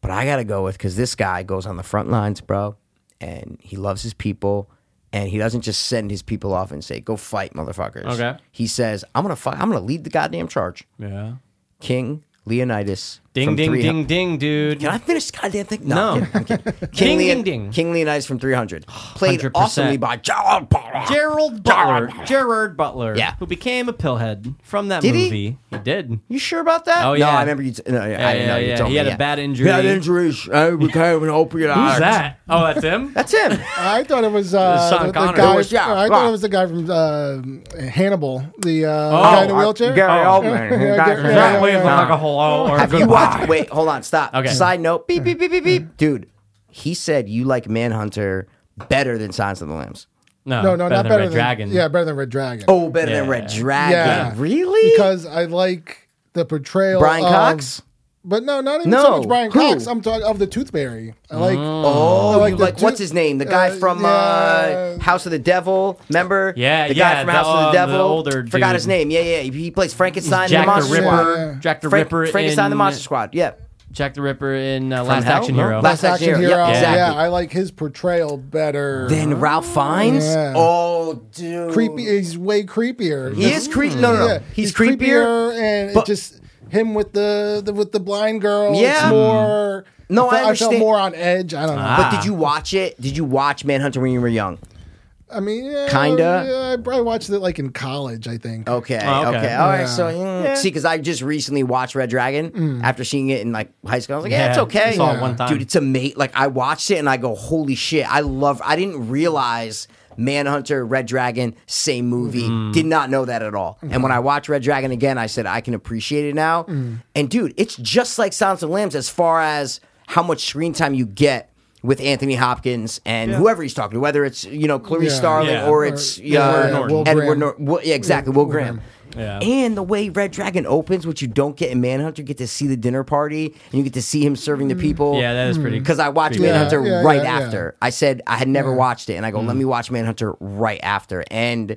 B: But I gotta go with because this guy goes on the front lines, bro, and he loves his people, and he doesn't just send his people off and say, "Go fight, motherfuckers."
C: Okay.
B: He says, "I'm gonna fight. I'm gonna lead the goddamn charge."
C: Yeah.
B: King Leonidas
C: Ding
B: from
C: ding
B: 300
C: ding ding, dude.
B: Can I finish goddamn thing?
C: No.
B: I'm kidding, I'm kidding. King
C: [laughs] Ding,
B: Leon-
C: ding, ding.
B: King Leonidas from 300. Played
C: 100%.
B: awesomely by Gerald Butler.
C: Gerald Butler. Gerard Butler.
B: Yeah.
C: Who became a pillhead from that
B: Did he?
C: movie. He? did.
B: You sure about that?
C: Oh,
B: No,
C: yeah.
B: I remember you. T- no, yeah, I
C: yeah,
B: didn't know you
C: yeah.
B: told
C: He
B: me.
C: had a
B: yeah.
C: bad injury.
B: Bad injuries. I uh, became an opiate addict.
C: Who's that? Oh, that's him? [laughs]
B: That's him.
D: I thought it was uh,
C: Sean
D: the, the
C: Connery.
D: guy.
B: It was- yeah,
D: I
B: right.
D: thought it was the guy from uh, Hannibal, the uh,
C: Oh,
D: guy in the
B: I-
D: wheelchair.
B: Gary
D: Oh.
B: Oldman.
D: Yeah,
B: Guy
D: yeah,
B: from Hannibal.
D: yeah, yeah,
C: Not waving
D: yeah.
C: like a hello or
B: Have you
C: goodbye.
B: watched? Wait, hold on, stop.
C: Okay.
B: Side note.
C: [laughs]
B: Beep beep beep beep beep. Dude, he said you like Manhunter better than Signs of the Lambs.
C: No,
D: No, no,
C: better
D: not
C: than
D: better
C: Red
D: than
C: Dragon.
D: Yeah, better than Red Dragon.
B: Oh, better than
C: Yeah. um,
B: Red Dragon.
D: Yeah.
B: Really?
D: because I like the portrayal.
B: Brian
D: of-
B: Cox.
D: but no, not even
B: No.
D: so much Brian
B: Who?
D: Cox. I'm talking of the Toothberry. I
C: Mm.
D: like.
B: Oh,
D: I
B: like,
D: the
B: like what's
D: two-
B: his name? The guy
D: uh,
B: from uh,
D: yeah.
B: House of the Devil. Remember?
C: Yeah,
B: the guy
C: yeah,
B: from House
C: the,
B: of the
C: uh, the
B: Devil.
C: older
B: Forgot
C: dude.
B: his name. Yeah, yeah. He, he plays Frankenstein in
C: Jack
B: the
C: the
B: Monster
C: Ripper.
B: Squad.
D: Yeah, Uh-huh. yeah.
C: Jack the
B: Frank-
C: Ripper
B: Frankenstein
C: in
B: the Monster Squad. Yeah.
C: Jack the Ripper in uh,
B: From
C: Last
B: Hell?
C: Action
B: No?
C: Hero.
B: Last-
D: Last Action
B: Action
D: Hero.
B: Hero.
D: Yeah,
B: Exactly.
D: I like his portrayal better.
B: Then Ralph Fiennes.
D: Yeah.
B: Oh, dude.
D: creepy. He's way creepier.
B: He is creepy. No, no, no.
D: Yeah,
B: He's, creepier.
D: and
B: but-
D: it just him with the, the with the blind girl.
B: Yeah.
D: it's more.
B: No, I
D: felt-
B: understand. Ah.
D: felt more on edge. I don't know.
B: But did you watch it? Did you watch Manhunter when you were young?
D: I mean, yeah,
B: Kinda.
D: Yeah, I probably watched it like in college. I think.
B: Okay.
C: Oh,
B: okay.
C: okay.
B: All right.
D: Yeah.
B: So mm, see, because I just recently watched Red Dragon after seeing it in like high school. I was like, yeah,
C: Mm. Yeah,
B: it's okay.
C: I saw it Yeah. one time.
B: dude. It's a mate. Like I watched it and I go, holy shit! I love. I didn't realize Manhunter, Red Dragon, same movie.
C: Mm-hmm.
B: Did not know that at all. And when I watched Red Dragon again, I said I can appreciate it now.
C: Mm.
B: And dude, it's just like Silence of the Lambs as far as how much screen time you get. With Anthony Hopkins and whoever he's talking to, whether it's you know Clarice
D: Yeah.
B: Starling
C: Yeah.
B: or
C: Or-
B: it's
D: yeah,
B: uh,
D: Norton. Will
B: Edward
D: Graham.
B: Norton. Well, yeah, exactly. Will Graham.
C: Yeah.
B: And the way Red Dragon opens, which you don't get in Manhunter, you get to see the dinner party and you get to see him serving the people.
C: Yeah, that is pretty.
B: Because I watched
D: Mm. Yeah,
B: Manhunter
D: yeah,
B: right
D: yeah, Mm. yeah.
B: after. I said I had never watched it, and I go, let me watch Manhunter right after. And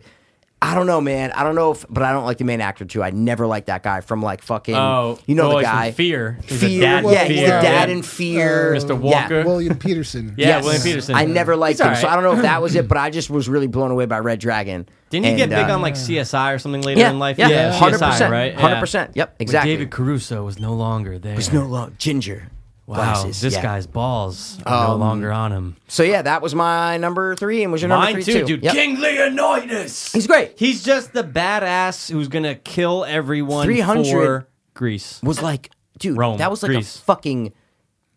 B: I don't know, man. I don't know if, but I don't like the main actor too. I never liked that guy from like fucking,
C: Oh,
B: you know
C: oh,
B: the
C: he's from
B: guy,
C: Fear. He's the
B: fear.
C: dad in
B: yeah, he's the
C: Fear.
B: dad
C: Yeah.
B: in fear.
C: Mr.
B: Yeah.
C: Walker.
D: William
B: [laughs]
D: Peterson.
C: Yeah,
B: Yes.
C: William Peterson.
B: I never liked
C: He's
B: him,
C: alright.
B: so I don't know if that was it. But I just was really blown away by Red Dragon.
C: Didn't he get
B: And,
C: big
B: uh,
C: on like CSI or something later
B: yeah,
C: in life?
B: Yeah, hundred
C: CSI,
B: percent,
C: right?
B: Hundred
C: Yeah.
B: percent. Yep,
C: When
B: exactly.
C: David Caruso was no longer there.
B: It's no long ginger.
C: wow,
B: glasses,
C: this
B: yeah. Um,
C: guy's balls are no longer on him.
B: So yeah, that was my number three, and was your
C: Mine
B: number three
C: too, dude.
B: Yep.
C: King Leonidas.
B: He's great.
C: He's just the badass who's gonna kill everyone
B: 300
C: for Greece.
B: was like, dude,
C: Rome,
B: that was like
C: Greece.
B: a fucking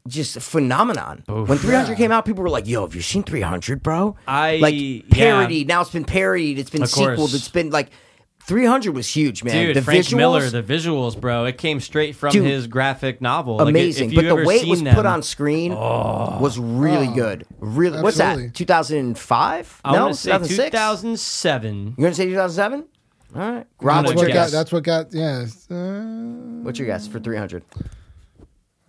B: just phenomenon. When 300 came out, people were like, "Yo, have you seen 300, bro?"
C: I-
B: like parodied. Now it's been parodied. It's been
C: Of course.
B: sequeled. It's been like 300 was huge, man.
C: Dude,
B: the
C: Frank
B: visuals,
C: Miller, the visuals, bro. It came straight from
B: Dude.
C: his graphic novel. Like, if
B: amazing.
C: you've
B: but the
C: ever
B: way it
C: seen
B: was
C: them- oh.
B: put on screen was really good. Really, what's
D: Absolutely.
B: that? 2005?
C: I
B: no,
C: want to say
B: 2006.
C: 2007.
B: You're gonna say 2007? All right,
C: I'm
B: Rob,
C: gonna
D: That's
B: what's your
D: what
C: guess.
D: got.
B: guess?
D: That's what got. Yeah. Uh,
B: What's your guess for 300?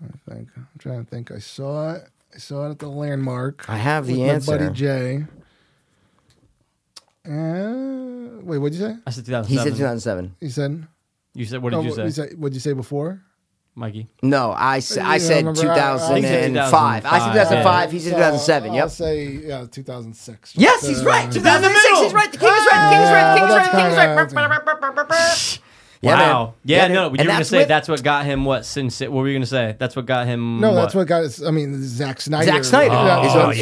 D: I think. I'm trying to think. I saw it. I saw it at the landmark.
B: I have the
D: with
B: answer.
D: My buddy Jay. Uh, wait, what'd you say?
C: I said
B: He said
C: 2007.
B: 2007.
D: You said.
C: You said what did
D: oh,
C: you
D: what-
C: say,
D: you said- What'd you say before?
C: Mikey?
B: No, I, s- I
D: Yeah,
B: said
D: remember, I- I- I think
C: it's
B: 2005.
C: Uh,
B: I said 2005. He said
D: So,
B: 2007.
D: I'll
B: Yep.
D: say yeah, 2006.
B: Yes, he's right.
D: Uh,
B: 2006. He's right. The king is right. The king is right. The king is right. The king is right.
D: Yeah, well,
B: Yeah, man.
C: wow. Yeah,
B: dude.
C: no,
B: And
C: you were gonna
B: that's
C: say
B: with-
C: that's what got him what Sin City. What were you gonna say? That's what got him.
D: No, that's what got us. I mean, Zack Snyder.
B: Zack Snyder.
D: Yeah,
B: is
C: Oh,
B: what-
D: that's
C: yeah.
D: why-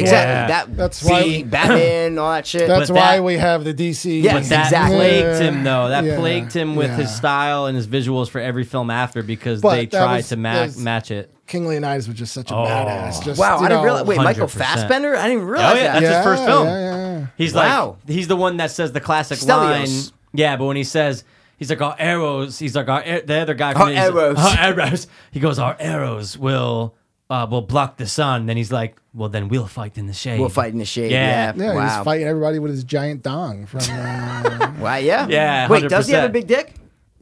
B: Exactly. That,
D: That's
B: see,
D: why-
B: Batman, all that shit.
D: That's
C: But
D: why
C: that-
D: we have the DC.
B: Yes,
C: But that
B: exactly.
C: plagued him, though. That
D: Yeah.
C: plagued him with his
D: Yeah.
C: style and his visuals for every film after because
D: But
C: they
D: that
C: tried
D: was-
C: to ma-
D: that was-
C: match it.
D: King Leonidas was just such
C: Oh.
D: a badass. Just,
B: wow,
D: you
B: I didn't
D: know,
B: realize. Wait, Michael
C: 100%.
B: Fassbender? I didn't realize
C: Oh, yeah,
B: that.
C: that's his
D: yeah,
C: first film.
D: Yeah, yeah.
C: He's
B: Wow.
C: like, he's the one that says the classic
B: Stelios.
C: line. Yeah, but when he says, he's like, our arrows, he's like, our ar- the other guy
B: Our
C: from the- he's like,
B: arrows.
C: Our arrows. He goes, our arrows will uh, will block the sun. Then he's like, well, then we'll fight in the shade.
B: We'll fight in the shade. Yeah.
C: Yeah.
D: Yeah, he
B: wow.
D: was fighting everybody with his giant dong from, uh,
B: [laughs] Wow, yeah.
C: Yeah,
B: Wait, does he have a
C: 100%.
B: big dick?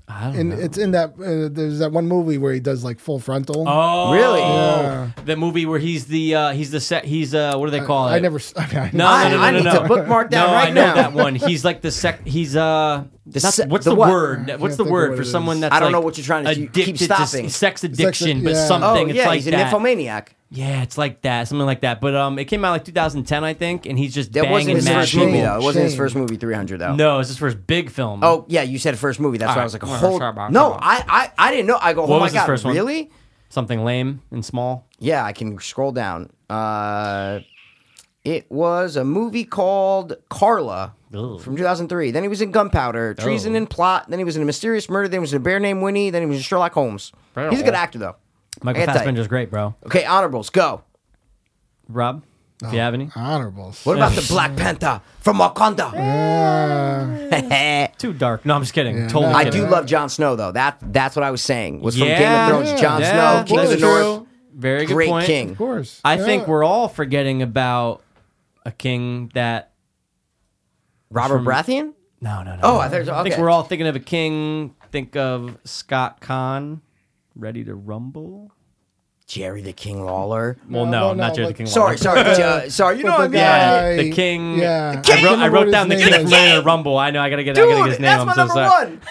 C: I don't
D: and
C: know.
D: it's in that. Uh, there's that one movie where he does like full frontal.
C: Oh,
B: Really?
C: The movie where he's the uh, he's the set he's uh what do they call it?
D: I never. s- I mean, I
C: No,
B: I-
C: no, no, no,
B: I
C: no,
B: need
C: no.
B: to bookmark that
C: no,
B: right
C: I know
B: now.
C: that one. He's like the sec. He's uh. not-
B: se-
C: what's
B: the
C: the,
B: what?
C: word? What's the
D: think of
C: word
D: what
C: for
D: it
C: someone
D: is.
C: that's
B: I don't
C: like
B: know what you're trying to- you keep
C: addicted
B: stopping.
C: to s- sex addiction, but
D: yeah.
C: something.
B: Oh,
C: it's
B: yeah.
C: like
B: he's an
C: that.
B: infomaniac.
C: Yeah, it's like that, something like that. But um, it came out like 2010, I think, and he's just
B: That
C: banging
B: wasn't his
C: mad
B: first movie,
C: people.
B: though. It wasn't his
D: Shame.
B: first movie, 300, though.
C: No, it's his first big film.
B: Oh yeah, you said first movie. That's why I was like,
C: Alright,
B: hold.
C: sorry about that.
B: No, I, I I didn't know. I go, oh
C: What
B: my
C: was his
B: god,
C: first one?
B: really?
C: Something lame and small.
B: Yeah, I can scroll down. Uh, it was a movie called Carla
C: Ooh.
B: from 2003. Then he was in Gunpowder, Treason
C: Oh.
B: and Plot. Then he was in A Mysterious Murder. Then he was in A Bear Named Winnie. Then he was in Sherlock Holmes. He's a good actor, though.
C: Michael
B: I gotta tell you.
C: Fassbender's great, bro.
B: Okay, honorables, go.
C: Rob,
D: Oh.
C: if you have any,
D: Honorables.
B: What about the Black Panther
C: [laughs]
B: from Wakanda? [laughs]
D: Uh,
C: too dark. No, I'm just kidding.
D: Yeah,
C: totally.
D: no,
B: I
C: kidding.
B: do love Jon Snow, though. That That's what I was saying. Was from
C: Yeah.
B: Game of Thrones. Jon
C: Yeah.
B: Snow, King of the
D: That's
B: North,
D: true.
C: Very good
B: great
C: point.
B: king.
D: of course.
C: I think
D: Yeah.
C: we're all forgetting about a king that
B: Robert Baratheon?
C: No, no, no.
B: Oh,
C: no.
B: I thought it was-
C: I think
B: okay.
C: we're all thinking of a king. Think of Scott Kahn, ready to rumble.
B: Jerry the King Lawler.
C: Well,
D: no,
C: no,
D: no,
C: not Jerry the
D: like-
C: King.
B: Sorry,
C: Lawler.
B: sorry, uh, sorry. You know
D: But
B: what I
D: the
B: mean?
D: guy-
C: Yeah, the king.
D: Yeah.
C: I wrote, I wrote
D: King!
C: down the
D: His name
C: king
D: is-
C: ready to rumble. I know. I gotta get. I
B: Dude,
C: gotta get his name.
B: that's
C: I'm
B: my
C: so
B: number
C: sorry.
B: one. [laughs]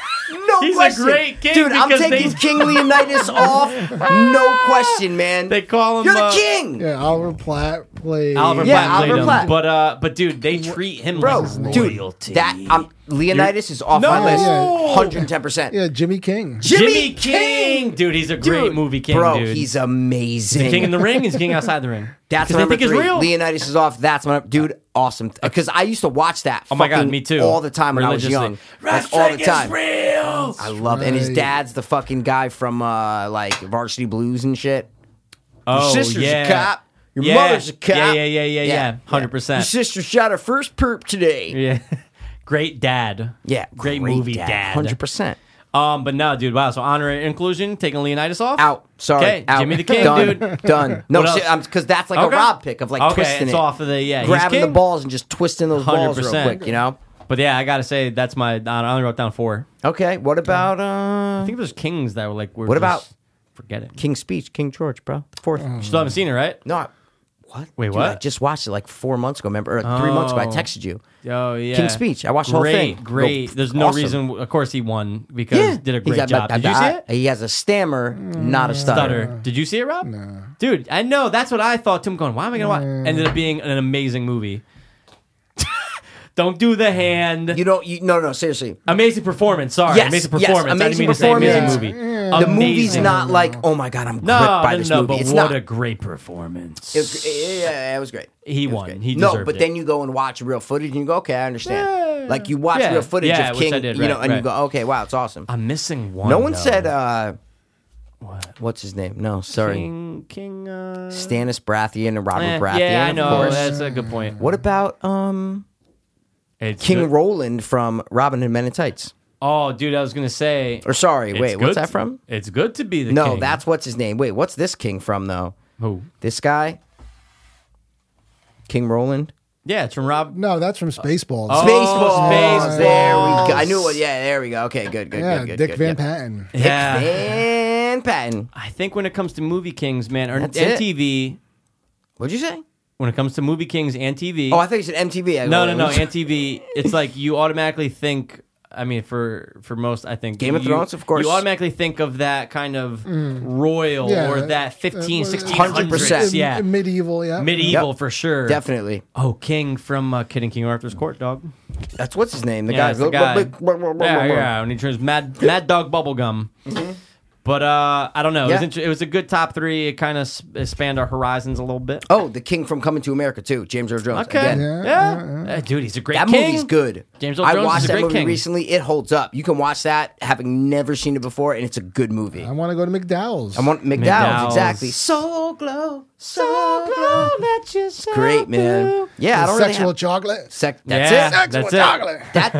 B: No
C: He's a
B: question.
C: great king
B: Dude, I'm
C: because
B: taking
C: they- [laughs]
B: King Leonidas off. No question, man.
C: They call him.
B: You're the
C: uh,
B: king.
D: Yeah, Oliver Platt played.
C: Oliver
B: Yeah,
C: Platt played
B: Oliver
C: him,
B: Platt.
C: but uh, but dude, they treat him
B: Bro,
C: like
B: dude,
C: royalty.
B: that um, Leonidas is off my
C: No!
B: list,
D: Yeah.
B: hundred ten percent.
D: Yeah, Jimmy King.
C: Jimmy, King. dude, he's a great movie king,
B: bro.
C: dude.
B: He's amazing.
C: king in the ring. He's king outside the ring.
B: That's
C: 'Cause they
B: number
C: think he's
B: three.
C: real. Uh,
B: Leonidas is off. That's my dude. Awesome. Because I used to watch that.
C: Oh my god,
B: fucking
C: me too.
B: All the time when I was young.
C: Religiously.
B: Like, all the
C: Wrestling
B: time.
C: Is real.
B: I love and his
D: Right.
B: dad's the fucking guy from uh like Varsity Blues and shit. Your
C: Oh,
B: sister's
C: yeah.
B: a cop. Your
C: Yeah.
B: mother's a cop.
C: Yeah, yeah, yeah, yeah, yeah. Hundred
B: Your
C: percent.
B: sister shot her first perp today.
C: Yeah. [laughs] Great dad.
B: Yeah,
C: Great, movie dad.
B: Hundred percent.
C: Um, but no, dude, wow. So honorary inclusion, taking Leonidas off.
B: Out. Sorry.
C: Okay,
B: Out.
C: Jimmy the King,
B: Done.
C: dude.
B: Done. No,
C: What else?
B: because that's like
C: Okay.
B: a Rob pick of like
C: okay,
B: twisting
C: it's
B: it,
C: off of the yeah, he's
B: grabbing the
C: king.
B: balls and just twisting those balls real
C: 100%.
B: quick. You know.
C: But yeah, I gotta say that's my. I only wrote down four.
B: Okay. What about
C: I
B: uh
C: think there's kings that were like. We're
B: What
C: just-
B: about-
C: Forget it.
B: King's Speech? King George, bro. Fourth.
C: Still haven't seen it, right?
B: No. I-
C: Oh.
B: what?
C: Wait,
B: Dude, I
C: what?
B: just watched it like four months ago. Remember, or three months ago. I
C: Oh.
B: texted you.
C: Oh yeah,
B: King's Speech. I watched the whole
C: great,
B: thing.
C: Great.
B: Go-
C: There's no
B: awesome.
C: reason. Of course, he won because he did a
B: He's
C: great
B: got-
C: job. Did you see it?
B: He has a stammer, not a stutter.
C: Stutter. Did you see it, Rob? No. Dude, I know. That's what I thought. Tim going, why am I gonna watch? Ended up being an amazing movie. [laughs] Don't do the hand.
B: You don't. You, no, no. Seriously,
C: Amazing performance. Sorry,
B: Yes,
C: amazing
B: yes,
C: performance. I didn't
B: amazing
C: mean to say amazing
B: performance.
C: movie.
B: the
C: Amazing.
B: movie's not like, oh my god, I'm gripped
C: No,
B: by
C: no,
B: this
C: no,
B: movie.
C: but
B: it's
C: what
B: not.
C: a great performance.
B: it was, yeah, it was great.
C: He
B: It was
C: won.
B: great.
C: He
B: no,
C: deserved
B: but
C: it.
B: then you go and watch real footage, and you go, okay, I understand. Like you watch
C: Yeah,
B: real footage
C: yeah,
B: of
C: which
B: King,
C: I did,
B: you know,
C: right,
B: and you
C: right.
B: go, okay, wow, it's awesome.
C: I'm missing one.
B: no one
C: though.
B: said, uh,
C: What?
B: what's his name? No, sorry,
C: King. King. Uh,
B: Stannis Baratheon and Robert
C: eh,
B: Baratheon.
C: yeah, I
B: of
C: know.
B: course.
C: That's a good point.
B: What about um
C: It's
B: King
C: good.
B: Roland from Robin Hood Men in Tights?
C: Oh, dude, I was gonna say.
B: Or sorry,
C: it's
B: wait, what's
C: good
B: that
C: to-
B: from?
C: It's good to be the
B: No,
C: king.
B: that's what's his name. Wait, what's this king from though?
C: who.
B: This guy, King Roland.
C: Yeah, it's from Rob.
D: No, that's from Spaceballs.
C: Oh, Spaceballs.
B: There we go. I knew it. Yeah, there we go. Okay, good, good,
D: yeah,
B: good, good.
D: Dick
B: good,
D: Van
B: good.
D: Patten.
C: yeah.
B: Van Patten.
C: I think when it comes to movie kings, man, or
B: That's it.
C: MTV.
B: What'd you say?
C: When it comes to movie kings and TV.
B: Oh, I thought you said MTV. I
C: no, no,
B: go,
C: no, and TV. It's like you automatically think. I mean, for for most, I think
B: Game of
C: you-
B: Thrones, of course.
C: You automatically think of that kind of royal
D: Yeah.
C: or that 15,
D: Uh,
B: 100%.
C: 1600s. Yeah,
D: Medieval, yeah.
C: medieval
B: Yep.
C: for sure.
B: Definitely.
C: Oh, King from uh, Kid in King Arthur's Court, dog.
B: That's what's his name. The
C: Yeah,
B: guy.
C: it's the guy. yeah, yeah. When he turns Mad Mad Dog Bubblegum. But uh, I don't know. It, was
B: Mm-hmm. Yeah.
C: inter- it was a good top three. It kind of sp- expanded our horizons a little bit.
B: Oh, the king from Coming to America too, James Earl Jones.
C: Okay.
B: Again.
C: Yeah.
D: Yeah,
C: Uh, dude, he's a great
B: That
C: king.
B: movie's good.
C: James Earl
B: I
C: Jones is
B: watched
C: a
B: that
C: great
B: movie
C: king.
B: recently. It holds up. You can watch that having never seen it before, and it's a good movie.
D: I want to go to McDowell's.
B: I want McDowell's,
C: McDowell's.
B: exactly. So glow, so glow, that you so Great man. Yeah, I don't really
D: sexual
B: have,
D: chocolate.
B: sec- That's
C: Yeah,
B: it.
C: that's it.
B: That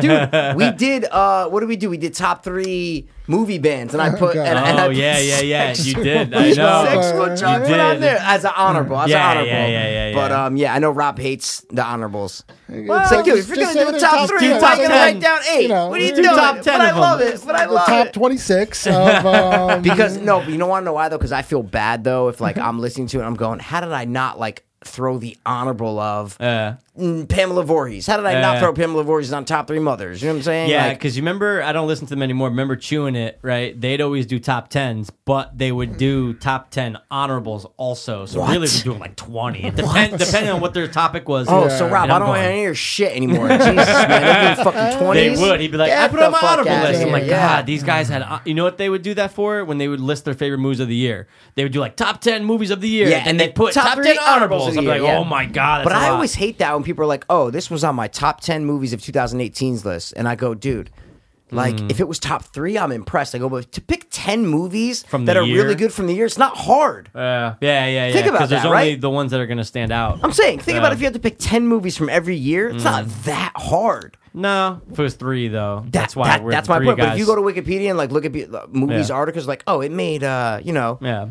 C: [laughs]
B: dude, we did. uh What did we do? We did top three movie bands, and I put. And, I- and I
C: Oh
B: put
C: yeah, yeah,
B: [laughs]
C: yeah. You did. I
D: chocolate.
C: know.
D: Sexual
C: You
B: I put it on
C: did.
B: there as an honorable. As
C: Yeah,
B: an honorable.
C: yeah, yeah, yeah, yeah.
B: But um, yeah, I know Rob hates the honorables.
D: Well,
B: it's like, dude,
D: just-
B: if you're
D: just
B: gonna do
D: say
B: a
D: the
B: top
D: top
B: three,
D: ten.
B: you're not gonna
C: Top
B: write
C: ten.
B: down eight.
D: You know,
B: what are you
D: do
B: doing?
C: top ten
B: But I
C: of
B: love
C: them.
B: it. But I
D: The
B: love
D: top
B: it. [laughs]
D: 26 of. Um,
B: Because no, but you don't want to know why though, because I feel bad though if like I'm listening to it, I'm going, how did I not like throw the honorable of
C: Yeah.
B: mm, Pamela Voorhees. How did I
C: Yeah.
B: not throw Pamela Voorhees on top three mothers? You know what I'm saying?
C: Yeah,
B: Like,
C: because you remember, I don't listen to them anymore. Remember chewing it, right? They'd always do top tens, but they would do top ten honorables also. So really, they're doing like twenty. It depend, depending on what their topic was.
B: oh, so Rob,
C: And
B: I
C: I'm
B: don't want
C: going,
B: any of your shit anymore. [laughs] Jesus, man, they're doing fucking
C: They
B: twenties.
C: would. He'd be like,
B: Get
C: I put
B: the
C: on my
B: fuck
C: honorable
B: outta
C: list. I'm
B: here,
C: like,
B: yeah.
C: God, these guys had. uh, You know what they would do that for? When they would list their favorite movies of the year, they would do like top ten movies of the year.
B: Yeah,
C: then
B: and
C: they
B: then
C: put
B: top
C: top,
B: three
C: ten
B: honorables
C: honorables.
B: of the
C: I'm like,
B: year, yeah.
C: oh my God.
B: But
C: that's a
B: I
C: lot.
B: always hate that when people are like, "Oh, this was on my top ten movies of 2018's list," and I go, "Dude." Like
C: Hmm.
B: if it was top three, I'm impressed. I go, but to pick ten movies
C: From
B: that
C: the
B: are
C: year?
B: really good from the year, it's not hard.
C: Uh, Yeah, yeah, yeah. yeah.
B: Think about
C: 'Cause there's
B: that,
C: only
B: right?
C: the ones that are going to stand out.
B: I'm saying, think about
C: Yeah. Hmm.
B: if you had to pick ten movies from every year, it's not that hard.
C: no, if it was three though,
B: That-
C: that's why
B: that-
C: we're
B: that's
C: three
B: my point.
C: Guys.
B: But if you go to Wikipedia and like look at be- like, movies
C: Yeah.
B: articles, like, oh, it made uh, you know,
C: yeah,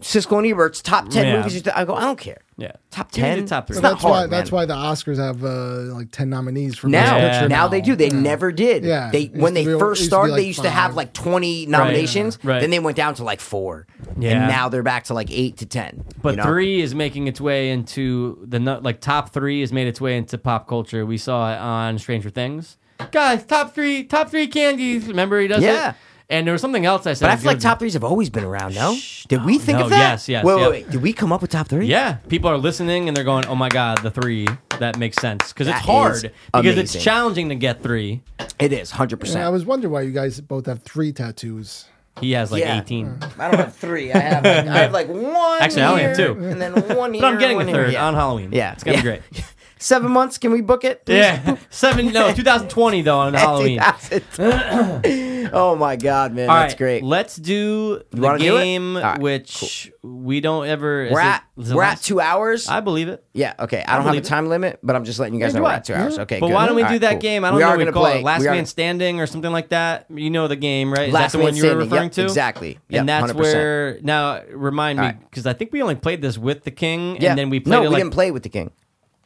B: Siskel and Ebert's top ten
C: Yeah.
B: movies. I go, I don't care.
C: yeah,
B: Top
C: Give me
B: ten,
C: the top three.
B: It's
D: But
B: not
D: that's
B: hard,
D: why
B: man.
D: that's why the Oscars have uh, like ten nominees for
B: Now,
D: Best Picture.
B: now they do. They never did.
D: Yeah.
B: They
D: It
B: when
D: used
B: they
D: to be-
B: first
D: it used to be
B: started,
D: like
B: they used to have
D: five.
B: like twenty nominations.
C: Right.
B: Then they went down to like four.
C: Yeah.
B: And now they're back to like eight to ten.
C: But
B: you know?
C: three is making its way into the nu- like top three has made its way into pop culture. We saw it on Stranger Things. Guys, top three, top three candies. Remember he does
B: Yeah.
C: it. And there was something else I said.
B: But I feel like
C: Dude,
B: top threes have always been around. No,
C: Shh,
B: did we think
C: no,
B: of that?
C: yes, yes,
B: Wait, wait,
C: yeah.
B: wait. Did we come up with top three?
C: Yeah, people are listening and they're going, "Oh my god, the three that makes sense because it's
B: That is
C: hard because
B: amazing.
C: it's challenging to get three.
B: it is hundred percent.
D: Yeah, I was wondering why you guys both have three tattoos.
C: He has like
B: Yeah.
C: eighteen.
B: I don't have three. I have like, I
C: [laughs]
B: have like one.
C: Actually, I only have
B: here,
C: two.
B: and then one
C: [laughs]
B: here.
C: But I'm getting a
B: one here.
C: third
B: Yeah.
C: on Halloween.
B: Yeah,
C: it's gonna be
B: yeah.
C: great.
B: Seven months? Can we book it? please?
C: Yeah, seven.
B: [laughs]
C: No, 2020 though on [laughs] Halloween. All
B: 2000. [laughs] oh my god, man, that's
C: right,
B: great.
C: Let's do the
B: wanna do it?
C: game,
B: All right,
C: which we don't ever. is
B: we're
C: it-
B: at
C: is it
B: we're at
C: last-
B: two hours.
C: I believe it.
B: Yeah, okay. I don't have a
C: believe it.
B: time limit, but I'm just letting you guys
C: Neither
B: know we're
C: do I. Mm-hmm.
B: at two hours. Okay,
C: But
B: good.
C: why don't we
B: All
C: do
B: right,
C: that
B: cool.
C: game? I don't
B: we
C: know
B: are
C: what we
B: gonna
C: call
B: play.
C: it. Last
B: we are-
C: man standing or something like that. You know the game, right? Is
B: Last
C: that the
B: man
C: one you were
B: standing.
C: referring
B: Yep,
C: to?
B: exactly. Yep,
C: and that's
B: 100%.
C: where now remind me
B: All right.
C: because I think we only played this with the king,
B: Yeah.
C: and then we played
B: no,
C: it
B: we
C: like
B: didn't play with the king.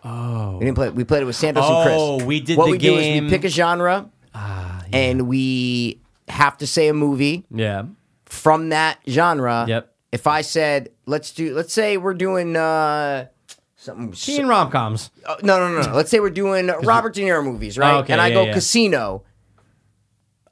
B: Oh, we didn't play. We played it with Santos and Chris.
C: Oh, we did
B: What
C: the
B: we do is
C: game-
B: we pick a genre,
C: ah,
B: and we have to say a movie
C: yeah.
B: from that genre.
C: Yep.
B: If I said, let's do, let's say we're doing uh, something.
C: Teen rom coms.
B: uh, no, no, no, no. Let's say
C: [laughs]
B: we're doing Robert De Niro movies, right?
C: Oh, okay,
B: and I
C: yeah,
B: go
C: yeah.
B: Casino.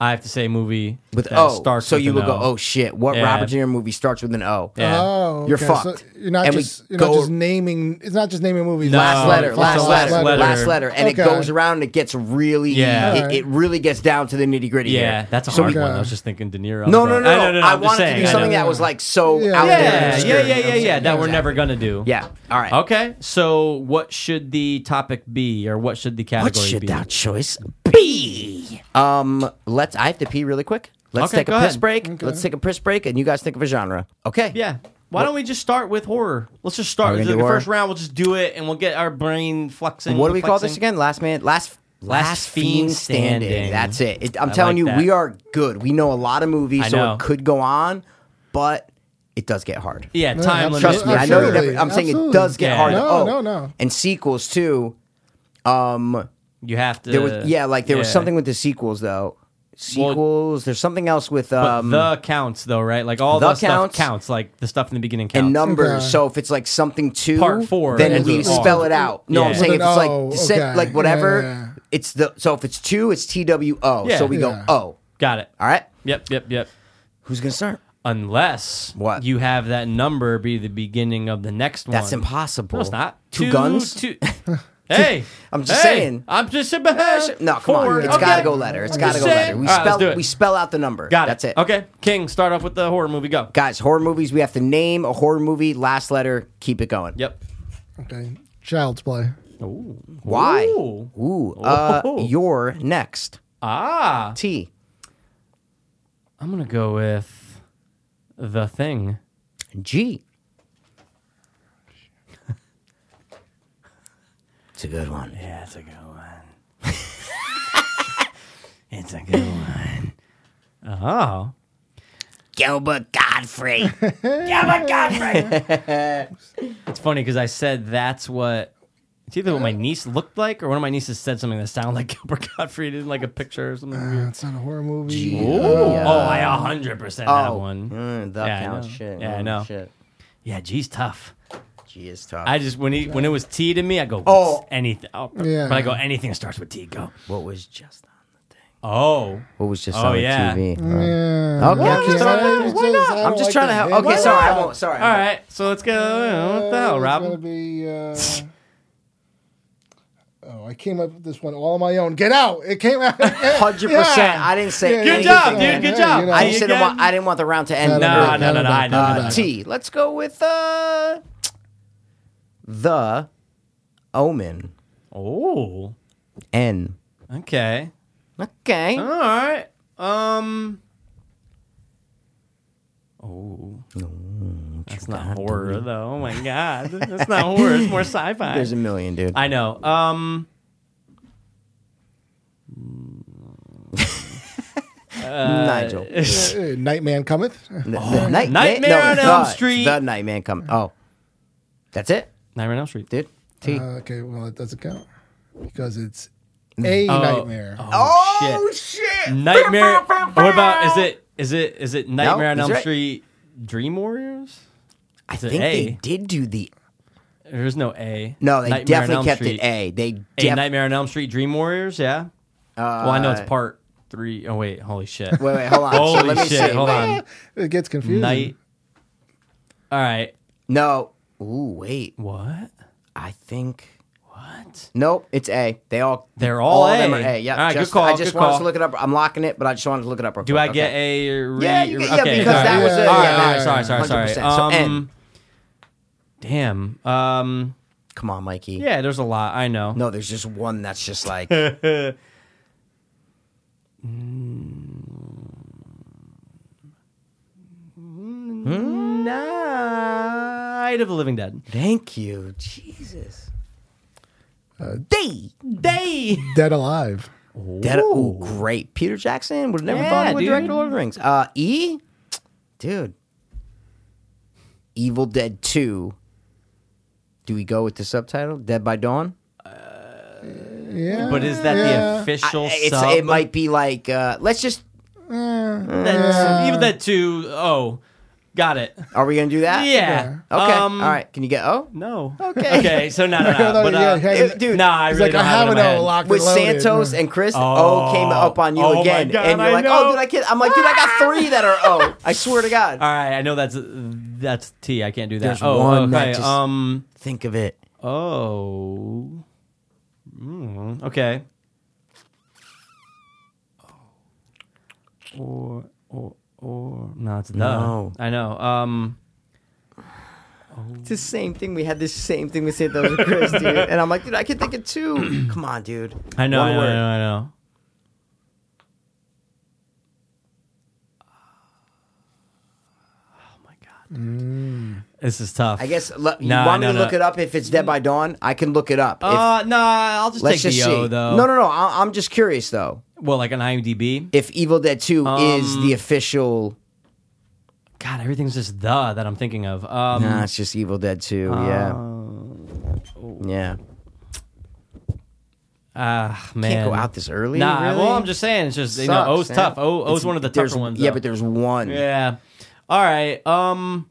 C: I have to say movie
B: With
C: that
B: O,
C: starts
B: so
C: with
B: you
C: an
B: would go,
C: O.
B: oh shit! What
C: Yeah.
B: Robert De Niro movie starts with an O?
C: Yeah.
D: Oh,
B: You're
D: okay.
B: fucked.
D: So you're not
B: And we
D: just you're not
B: go-
D: just naming. It's not just naming movies.
C: No.
B: last
C: Oh,
B: letter,
C: it's
B: last,
C: the last
B: letter,
C: letter.
B: last letter, and it
D: Okay.
B: goes around. and It gets really,
C: Yeah.
B: it, it really gets down to the nitty gritty.
C: yeah, that's a
B: so
C: hard
B: we-
C: one. I was just thinking De Niro.
B: No,
C: but-
B: no, no,
C: I,
B: no.
C: no, no, no,
B: I
C: I'm just
B: wanted to
C: saying,
B: do
C: I
B: something
C: know.
B: that was like so
D: Yeah.
B: out
D: Yeah,
B: there.
C: Yeah, yeah, yeah, yeah, yeah. That we're
B: Exactly.
C: never gonna do.
B: Yeah. All right.
C: Okay, so what should the topic be, or what should the category
B: What should
C: be?
B: thou choice be? Um, let's. I have to pee really quick. Let's
C: Okay,
B: take a
C: go
B: piss
C: ahead.
B: break. Let's take a piss break, and you guys think of a genre. Okay.
C: Yeah. Why don't we just start with horror? Let's just start.
B: we
C: with
B: gonna
C: the
B: do
C: first
B: horror?
C: round, we'll just do it, and we'll get our brain flexing.
B: What do we call this
C: flexing.
B: again? Last man, last
C: Last Fiend Standing.
B: That's it. It- I'm
C: I
B: telling
C: like
B: you,
C: that.
B: we are good. We know a lot of movies,
C: I
B: so
C: know.
B: it could go on, but it does get hard.
C: Yeah, time limit.
B: Trust me, I know. you're
D: Absolutely.
B: never- I'm saying it
D: Absolutely.
B: does get
C: Yeah.
B: hard.
C: No,
B: oh,
D: no, no.
B: And sequels too. Um,
C: You have to.
B: there was yeah, like there was
C: yeah.
B: something with the sequels though. Sequels. there's something else with
C: But
B: um
C: the counts though, right? Like all
B: the
C: the stuff
B: counts-
C: counts. Like the stuff in the beginning counts.
B: and numbers.
D: Okay.
B: So if it's like something two,
C: Part four
B: then
C: ends
B: we
C: with
B: spell
C: R.
B: it out. No, I'm
C: Yeah.
B: saying if
D: With
B: it's
D: an
B: like
D: O,
B: dissent-
D: Oh, okay.
B: like whatever.
D: Yeah.
B: It's the so if it's two, it's T W O.
C: Yeah.
B: So we go
D: Yeah.
B: O.
C: Got it.
B: All right.
C: Yep. Yep. Yep.
B: Who's gonna start?
C: Unless
B: What?
C: you have that number be the beginning of the next one.
B: That's impossible.
C: No, it's not.
B: Two, guns.
C: Two.
B: [laughs]
C: hey,
B: I'm just
C: hey,
B: saying.
C: I'm just saying. but-
B: No, come
C: Four,
B: on. It's
C: okay.
B: gotta go letter. It's
C: I'm
B: gotta
C: just
B: go letter.
C: saying.
B: We
C: All right, let's
B: spell
C: do it.
B: we spell out the number.
C: Got
B: That's it.
C: Okay, King, start off with the horror movie. Go.
B: Guys, horror movies, we have to name a horror movie, last letter, keep it going.
C: Yep.
D: Okay. Child's Play.
C: Ooh.
B: Why?
C: Ooh.
B: Ooh. Uh,
C: Oh.
B: you're next.
C: Ah,
B: T.
C: I'm gonna go with the thing.
B: G. It's a good one.
C: Yeah, it's a good one.
B: [laughs]
C: it's a good one. Oh,
B: Gilbert [laughs] Godfrey. [laughs]
C: it's funny because I said that's what. It's either what my niece looked like, or one of my nieces said something that sounded like [laughs] Gilbert Gottfried in like a picture or something weird.
D: That's Uh, not a horror movie.
C: Oh, I 100% have one.
B: Mm, the
C: Yeah, I
B: count
C: know.
B: shit.
C: Yeah, I
B: mm,
C: know.
B: Shit.
C: Yeah, G's tough.
B: She is tough.
C: I just when he when it was T to me, I go
B: Oh.
C: oh anything. Oh,
D: Yeah.
C: But I go anything that starts with T. Go
B: what was just on?
C: oh
B: What was just
C: Oh,
B: on the
C: yeah.
B: TV?
D: Mm, Yeah.
B: Okay, I'm just trying to-
D: why not?
B: I'm just trying to help. Okay, sorry. I won't. Sorry. I
C: all
B: won't.
C: right. So let's go. What the hell,
D: It's gonna
C: Rob?
D: be. Uh, oh, I came up with this one all on my own. Get out! It came out. [laughs]
B: Hundred percent. I didn't say.
D: Yeah,
C: Good
B: anything.
C: job,
D: yeah,
C: dude. Good
D: yeah,
C: job.
D: you know.
B: I
D: You
B: just didn't want. I didn't want the round to end.
C: no,
B: early.
C: no, no, no, no, I know.
B: Uh, T. Let's go with uh, the Omen.
C: Oh,
B: N.
C: okay.
B: Okay.
C: All right. Um. Oh, that's not horror though. Oh my god, that's not horror. It's
B: [laughs]
C: more sci-fi.
B: There's a million, dude.
C: I know. Um. [laughs]
B: Nigel.
D: Uh, Nightman cometh.
B: The- the night-
C: Oh, Nightmare
B: no,
C: on
B: the-
C: Elm Street.
B: The Nightman come. Oh, that's it,
C: Nightmare on Elm Street.
B: dude.
D: Uh,
B: T.
D: okay, well it doesn't count because it's a
C: Oh.
D: nightmare.
C: Oh, shit! Nightmare. what about? Is it? Is it? Is it Nightmare on
B: he's
C: Elm
B: right.
C: Street? Dream Warriors?
B: I
C: It's an
B: think
C: A.
B: they did do the.
C: There's no A.
B: No, they
C: Nightmare on Elm
B: definitely kept
C: Street.
B: it A. They def-
C: A Nightmare on Elm Street, Dream Warriors. Yeah. well, I know it's
B: Uh,
C: part three. Oh wait, holy shit!
B: [laughs] Wait, wait, hold on. So
C: holy
B: let me
C: shit!
B: see.
C: Hold
B: Wait. [laughs]
C: on.
D: It gets confusing.
C: Night. All right.
B: No. Ooh, wait.
C: What?
B: I think.
C: What?
B: Nope, it's A. They all.
C: They're all
B: of them
C: A.
B: are A. Yeah.
C: All right, good
B: just-
C: call,
B: I just
C: good
B: wanted
C: call.
B: to look it up. I'm locking it, but I just wanted to look it up. Real
C: Do
B: quick.
C: I
B: Okay.
C: get a? Re-
B: Yeah, you get- yeah,
C: okay,
B: because
C: all
B: that
D: was a-
C: all right,
D: yeah,
C: all right,
D: yeah,
C: sorry,
D: yeah,
C: sorry, sorry.
B: 100%. So, N.
C: Um, damn. Um,
B: Come on, Mikey.
C: yeah, there's a lot. I know.
B: No, there's just one that's just
C: [laughs]
B: like.
C: Night of the Living Dead.
B: Thank you, Jesus.
C: Uh,
B: Day.
C: Day.
D: Dead alive.
B: That, ooh, great. Peter Jackson would have never
C: Yeah,
B: thought he would
C: dude.
B: direct Lord of the Rings. Uh, e, dude. Evil Dead Two. Do we go with the subtitle Dead by Dawn?
D: Yeah. [laughs]
C: But is that
D: Yeah.
C: the official
B: I- it's,
C: sub?
B: It might be like uh, let's just.
D: Yeah.
C: That's, even that two. Oh, got it.
B: Are we gonna do that?
C: Yeah.
B: Okay.
C: Um,
B: All right. Can you get O?
C: No.
B: Okay.
C: Okay. So
D: [laughs]
C: no, no,
D: Yeah,
C: no. but, uh,
D: hey,
B: it- dude,
C: nah, I
D: he's
C: really
D: like,
C: don't
D: I
C: have
D: have
C: it in
D: an
C: my
D: O
C: head.
D: locked and
B: With
D: loaded.
B: Santos and Chris, O
C: Oh.
B: came up on you
C: Oh my
B: again,
C: God,
B: and you're
C: I
B: like, "Oh,
C: know."
B: dude, I kid." I'm like, "Dude, I got three that are O." I swear to God.
C: All right, I know that's that's T. I can't do that.
B: There's
C: oh,
B: one that
C: okay.
B: just-
C: Um.
B: Think of it.
C: Oh. Mm, okay. Or or or no, it's the.
B: No.
C: I know. Um.
B: It's the same thing. We had this same thing with Santos and Chris,
C: [laughs]
B: dude. And I'm like, dude, I can think of two. [clears throat] Come on, dude.
C: I know.
B: One
C: I know,
B: word.
C: I know. I know. Oh my god. This is tough.
B: Mm. I guess le- you
C: Nah,
B: want me
C: no,
B: to
C: no.
B: look it up if it's Dead by Dawn? I can look it up. If-
C: Uh, no, I'll just
B: let's
C: take
B: just
C: the O
B: see.
C: though.
B: No, no, no. I- I'm just curious though.
C: Well, like an IMDb.
B: If Evil Dead 2
C: Um,
B: is the official,
C: God, everything's just the that I'm thinking of. Um,
B: nah, it's just Evil Dead 2.
C: Oh.
B: yeah, yeah.
C: Ah, man.
B: Can't go out this early.
C: Nah,
B: really?
C: well, I'm just saying. It's just you
B: Sucks,
C: know, O's
B: man.
C: tough. O O's
B: It's-
C: one of the
B: there's-
C: tougher ones.
B: Yeah,
C: though.
B: but there's one.
C: yeah. All right. Um.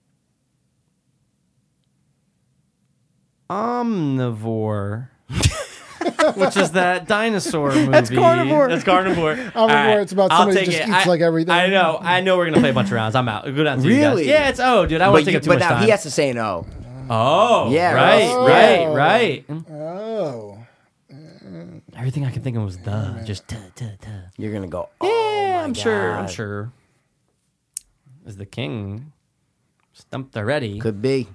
B: [laughs]
C: Omnivore, which is that dinosaur movie. That's
D: carnivore.
C: That's
B: [laughs]
C: carnivore. All
D: it's about somebody
C: I'll
D: who
C: take
D: just
C: it. I-
D: eats, like, everything.
C: I know. I know. We're gonna play a bunch of rounds. I'm out. Go down to you guys.
B: Really?
C: Yeah, it's O, dude. I
B: But,
C: won't
B: you,
C: take up too
B: but
C: much
B: now
C: time.
B: he has to say no.
C: Oh,
B: Yeah,
C: right,
B: right,
D: yeah.
C: right, right.
D: Oh.
C: Everything I can think of was the just. Duh, duh, duh.
B: You're gonna go. oh,
C: yeah, I'm sure. I'm
B: God.
C: sure. Is the king stumped already?
B: Could be.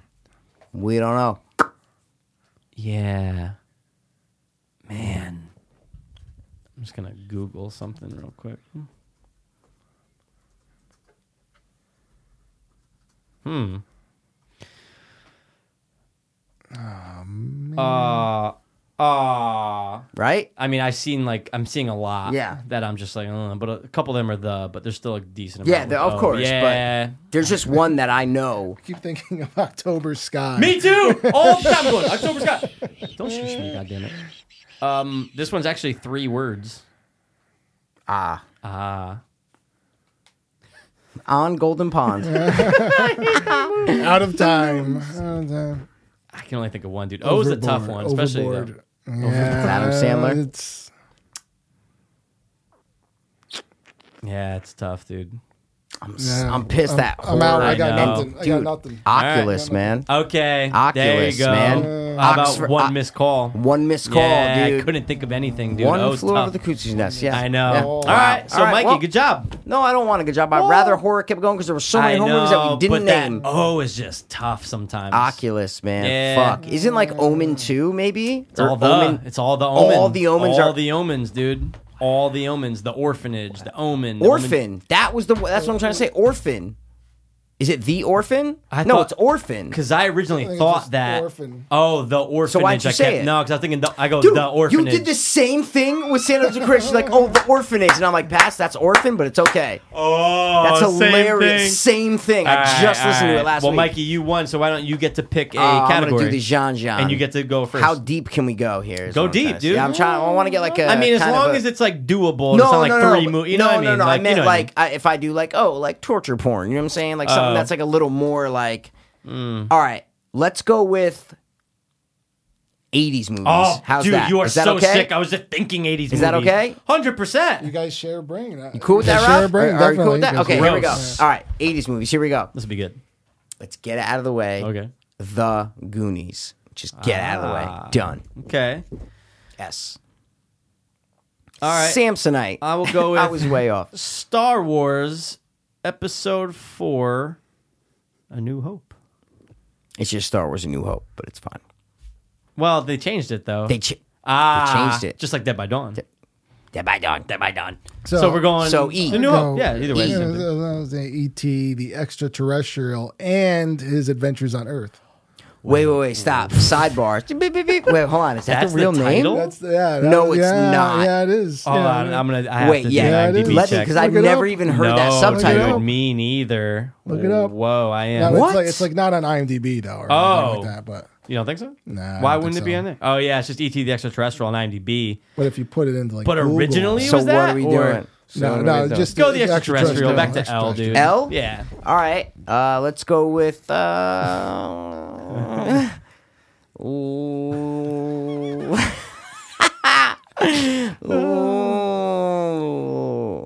B: We don't know.
C: yeah, man. I'm just gonna Google something real quick. Hmm. Ah, ah.
B: Right?
C: I mean, I've seen like I'm seeing a lot.
B: Yeah.
C: That I'm just like, uh, but a couple of them are the, but there's still a decent.
B: Yeah,
C: amount
B: the-
C: with
B: of
C: O.
B: course, but-
C: Yeah.
B: There's just one that I know.
D: Keep thinking of October Sky.
C: Me [laughs] too. All the time. I'm going, October Sky. Don't shush me, goddammit. Um, this one's actually three words.
B: Ah.
C: Ah.
B: on Golden Pond.
D: Out of time. Out of time.
C: I can only think of one dude. Oh, was a tough one,
D: Overboard.
C: especially though.
D: Overboard. Yeah,
B: Adam Sandler?
D: It's
C: Yeah, it's tough, dude.
B: I'm, s- I'm pissed that
D: I'm out. I
B: horror-
D: got
C: I know.
D: nothing. I got nothing.
B: Oculus, man.
C: Okay, there
B: Oculus,
C: you go.
B: man.
C: How about
B: Oxford-
C: one
B: O-
C: missed call?
B: One missed call,
C: yeah,
B: dude.
C: I couldn't think of anything, dude.
B: One
C: that was
B: flew
C: tough.
B: over the coochie's nest. Yeah,
C: I know.
B: Yeah.
C: All
B: Wow.
C: right, so
B: All right,
C: Mikey,
B: well,
C: good job.
B: No, I don't want a good job. I'd rather horror kept going because there were so many
C: I
B: horror movies that we
C: know,
B: didn't
C: but that
B: name.
C: O is just tough sometimes.
B: Oculus, man.
C: Yeah.
B: Fuck. Isn't like Omen 2, maybe?
C: It's all the.
B: Omen.
C: It's all the omen.
B: All the omens
C: All
B: are-
C: the omens, dude. All the omens. The orphanage. The omen. the
B: Orphan.
C: Omen-
B: That was the. That's what I'm trying to say. Orphan. Is it the orphan?
C: I
B: no,
C: thought-
B: it's orphan.
C: Because I originally
D: it's
C: thought
D: just
C: that.
D: orphan.
C: Oh, the orphanage.
B: why'd you
C: I
B: say
C: kept,
B: it?
C: No, because I was thinking. The, I go
B: Dude,
C: the orphanage.
B: you did the same thing with Santa Cruz. She's like, oh, the orphanage, and I'm like, pass. That's orphan, but it's okay.
C: Oh,
B: That's
C: same thing.
B: hilarious. Same thing. I
C: All
B: just
C: right,
B: listened
C: all
B: to it
C: right.
B: last
C: well,
B: week.
C: Mikey, you won, so why don't you get to pick a
B: Uh, I'm
C: category?
B: gonna do the Jean Jean,
C: and you get to go first.
B: How deep can we go here? is
C: Go
B: what I'm trying
C: deep,
B: to say.
C: dude.
B: Yeah, I'm trying. I want to get like a.
C: I mean, as
B: uh, kind of
C: long
B: a-
C: as it's like doable, it's not Oh, like three
B: but-
C: movies. You know what I
B: no,
C: mean?
B: no.
C: Like,
B: I
C: you
B: meant
C: know what I mean.
B: like I- if I do like oh, like torture porn. You know what I'm saying? Like
C: Oh. Mm.
B: something that's like a little more like. All right, let's go with. 80s movies.
C: Oh,
B: How's
C: dude,
B: that?
C: you are
B: Is that
C: so
B: okay?
C: sick. I was just thinking 80s movies.
B: Is that okay?
C: Hundred
D: You
C: percent.
D: guys share a brain. You
B: Cool with
D: guys
B: that,
D: share a
B: Rob?
D: brain,
B: Are- are you cool
D: definitely.
B: with that?
D: You guys
B: Okay,
D: are
B: here we go.
C: gross.
B: All right, 80s movies. Here we go.
C: This would be good.
B: Let's get it out of the way.
C: Okay.
B: The Goonies. Just get out of the
C: Ah.
B: way. Done.
C: Okay.
B: Yes.
C: All right.
B: Samsonite.
C: I will go
B: [laughs] I
C: with-
B: was way off.
C: Star Wars Episode Four: A New Hope.
B: It's just Star Wars: A New Hope, but it's fine.
C: Well, they changed it though.
B: They ch-
C: ah,
B: changed it.
C: just like Dead by Dawn.
B: Dead by Dawn. Dead by Dawn.
C: so, we're going.
B: so E.
C: A New Hope.
D: No.
C: Yeah. Either way.
B: E.
C: it's the
D: Yeah,
C: same thing.
D: that was the E.T., E the extraterrestrial, and his adventures on Earth.
B: Wait, wait, wait. Stop. Sidebar. Beep, beep, beep. Wait, hold on. Is that
C: That's
B: the real
C: the
B: name?
C: title?
D: That's yeah. that-
B: No, it's
D: yeah,
B: not.
D: Yeah, it is.
C: Oh. Hold
D: yeah,
C: on,
D: yeah.
C: Oh, I'm gonna. I have
B: Wait,
C: to
B: yeah,
C: do
D: it
C: an
D: is.
C: IMDb
B: Let me,
C: check.
B: because I've
D: Look it
B: never
D: up.
B: even heard
C: no,
B: that subtitle.
C: Dude, me neither.
D: Look it up.
C: Whoa, I
D: No,
C: am.
D: it's
B: What?
D: like it's like not on IMDb though. Or
C: Oh.
D: anything like that, but
C: You don't think so?
D: Nah, I
C: Why
D: don't
C: wouldn't it
D: think
C: be
D: so.
C: on there? Oh yeah, it's just ET the extraterrestrial on IMDb.
D: but if you put it into like
C: But
D: Google-
C: originally it
B: So
C: was
B: what
C: that.
B: are we
C: or-
B: doing?
D: no,
B: So what are
D: no,
B: we doing?
D: just
C: Go the extraterrestrial. Back to L, dude.
B: L?
C: Yeah.
B: All right. Uh, [laughs] let's go with. Uh, [laughs] ooh. Ooh.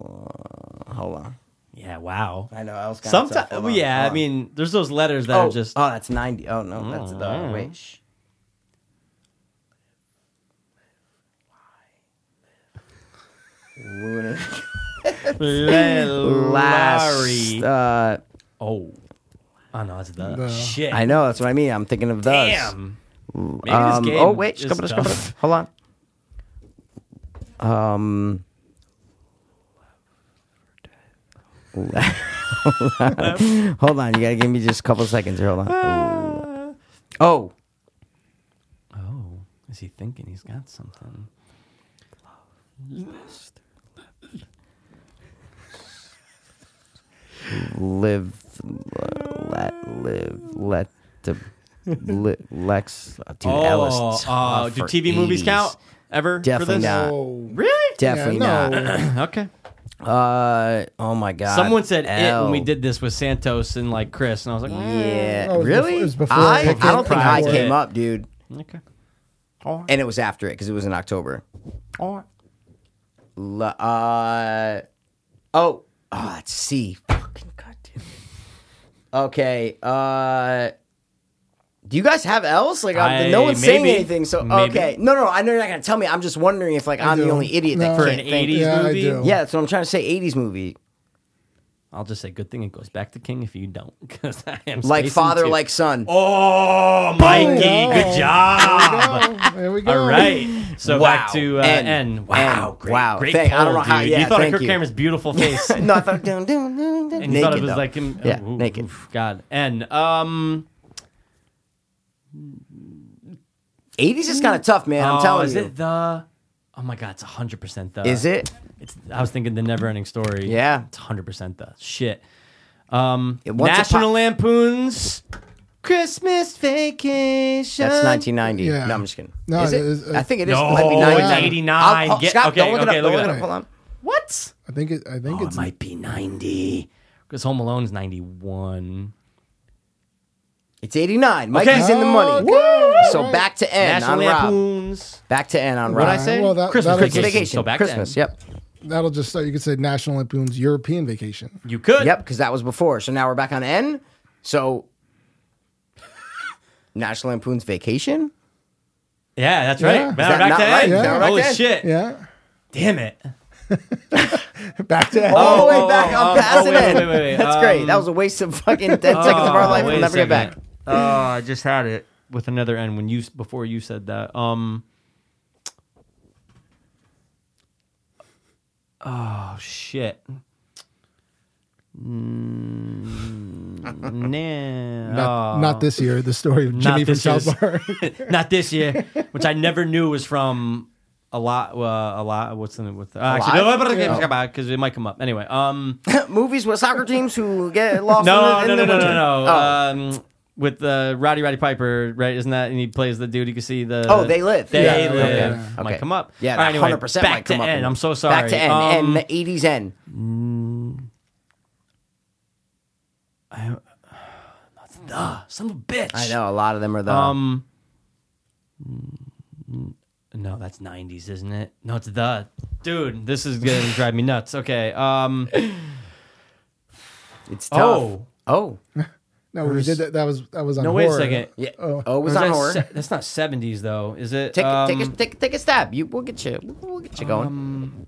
B: Hold on.
C: Yeah. Wow.
B: I know. I was kinda
C: Sometimes.
B: tough. Hold on,
C: yeah.
B: hold
C: I
B: on.
C: mean, there's those letters that
B: oh,
C: are just. Mm-hmm.
B: oh, that's ninety. Oh no, that's the wait. shh. Lunatic.
C: Larry.
B: Last. Uh,
C: Oh. Oh no, it's the,
D: The-
C: shit.
B: I know. That's what I mean. I'm thinking of those.
C: Damn. Maybe this
B: Um,
C: game
B: oh wait,
C: is
B: scupper,
C: tough.
B: scupper. hold on. Um. Um, [laughs] hold on, you gotta give me just a couple seconds here. Hold on.
C: Ah.
B: Oh,
C: [laughs] Oh, is he thinking he's got something?
B: live, le- let live, let the li, Lex, uh, dude,
C: oh,
B: Ellis.
C: oh, do TV movies count ever? for
B: Definitely
C: this?
B: not.
D: Oh,
C: Really?
B: Definitely
D: Yeah, no.
C: [laughs]
B: not.
C: [clears throat] okay.
B: Uh, oh my god.
C: Someone said it when we
B: L.
C: did this with Santos and like Chris, and I was like,
B: Yeah,
D: Oh, it was
B: really?
D: before- it was before
B: I, I
D: Pick
B: don't
D: It
B: think I
C: Prize.
B: came up, dude.
C: "Mm, okay. All right.
B: And it was after it because it was in October.
C: All right.
B: L- uh, oh, oh, it's C. Fucking goddamn. Okay. Uh, do you guys have else? Like, I'm,
C: I-
B: no one's saying
C: maybe.
B: anything. So,
C: Maybe.
B: okay. No, no, I know you're not gonna tell me. I'm just wondering if, like, I am the
D: do.
B: only idiot that
D: No.
C: For an
B: can't think.
C: 80s
D: Yeah, I
C: movie?
D: do.
B: Yeah, that's what I'm trying to say. 80s movie,
C: I'll just say, good thing it goes back to King if you don't, [laughs] because I am
B: like
C: spacing
B: father,
C: too.
B: like son.
C: Oh, Mikey,
D: Boom.
C: good job.
D: Oh, there we go.
C: Ah. All right, so
B: Wow.
C: back to uh, N.
B: N.
C: Wow,
B: N.
C: great,
B: Wow.
C: great
B: Thank-
C: pull,
B: I don't know how-
C: dude. you
B: yeah,
C: thought of
B: thank
C: Kirk
B: you.
C: Cameron's beautiful face.
B: [laughs] [laughs] no, I thought dun, dun, dun, dun,
C: And you
B: naked,
C: thought it was
B: though.
C: like him.
B: Yeah,
C: ooh,
B: naked.
C: oof, God. And um,
B: 80s is kind of tough, man. I'm
C: oh,
B: telling
C: is
B: you.
C: it the? Oh my God, it's hundred percent the.
B: Is it?
C: It's, I was thinking the never ending story.
B: Yeah.
C: It's 100% the shit. Um,
B: It- once
C: National
B: upon-
C: Lampoon's Christmas Vacation.
B: That's 1990.
D: Yeah.
B: No, I'm just kidding.
D: No,
B: is it?
D: it is-
B: I think it is.
C: No,
B: it might be
C: it's
B: 99.
C: 89.
B: I'll- I'll-
C: Get-
B: Scott,
C: okay,
B: don't look
C: okay,
B: it up. Don't
C: look
B: look
C: it
B: Oh, it
C: up.
B: up. Hold on.
C: What?
D: I think it, I think
C: Oh, it
D: it's
C: might be 90. because Home Alone's ninety one.
B: It's 89.
C: Okay.
B: Mikey's in the money.
D: Okay.
B: So back to N
C: National
B: on Rob.
C: Lampoon's.
B: Back to N on
C: What I
B: Rob.
C: say?
D: well, that-
C: Christmas
D: that'll-
B: Christmas
C: vacation.
B: vacation.
C: So back to
B: Christmas.
C: N.
B: Yep.
D: That'll just start. You could say National Lampoon's
B: [laughs]
D: European Vacation.
C: You could.
B: Yep. Because that was before. So now we're back on N. So National Lampoon's Vacation.
C: Yeah, that's right.
D: Yeah.
C: Man,
D: Is
B: that
C: back
B: not
C: to
B: right?
C: N.
B: Is that
C: Holy
B: right then?
C: shit!
D: Yeah,
C: Damn it.
D: back to
B: All the
C: Oh,
B: way
C: oh,
B: back.
C: oh,
B: I'm
C: oh,
B: passing
C: wait,
B: N.
C: wait, wait, wait.
B: That's great.
C: Um,
B: That was a waste of fucking 10 seconds of our life. We'll never get back.
C: Oh, I just had it with another N when you before you said that. Um. Oh shit. Mm, nah.
D: not, not this year. The story of
C: Not
D: Jimmy from
C: this
D: South
C: year's- [laughs]
D: Park.
C: not this year, which I never knew was from a lot. Uh, a lot. What's the name with? Uh, actually, because it might come up anyway. Um,
B: Movies with soccer teams who get lost
C: no,
B: in
C: no,
B: the,
C: no,
B: in
C: no, no,
B: the winter.
C: no.
B: Oh.
C: Um, with uh, Roddy Roddy Piper, right? Isn't that? And he plays the dude. You can see the.
B: Oh, They Live.
C: They
B: Yeah,
D: okay,
C: live.
B: okay.
C: Might come up.
B: Yeah,
C: All right,
B: that
C: anyway,
B: 100%
C: back
B: might come
C: to
B: up.
C: N. I'm so sorry.
B: Back to N.
C: Um,
B: N, 80s N.
C: Um, Son of a bitch.
B: I know a lot of them are the.
C: Um. No, that's '90s, isn't it? No, it's the dude. This is gonna drive me nuts. Okay.
B: [laughs]
C: Um.
B: it's tough.
C: Oh.
B: Oh.
D: No, we did that. That was that was on.
C: No, wait a
D: horror.
C: second.
B: Yeah. Oh,
D: Oh.
B: it
C: Or is
B: was on
C: that
B: horror.
C: se- that's not seventies though, is it?
B: take,
C: um,
B: take, a, take, take a stab. You, we'll get you. We'll get you going.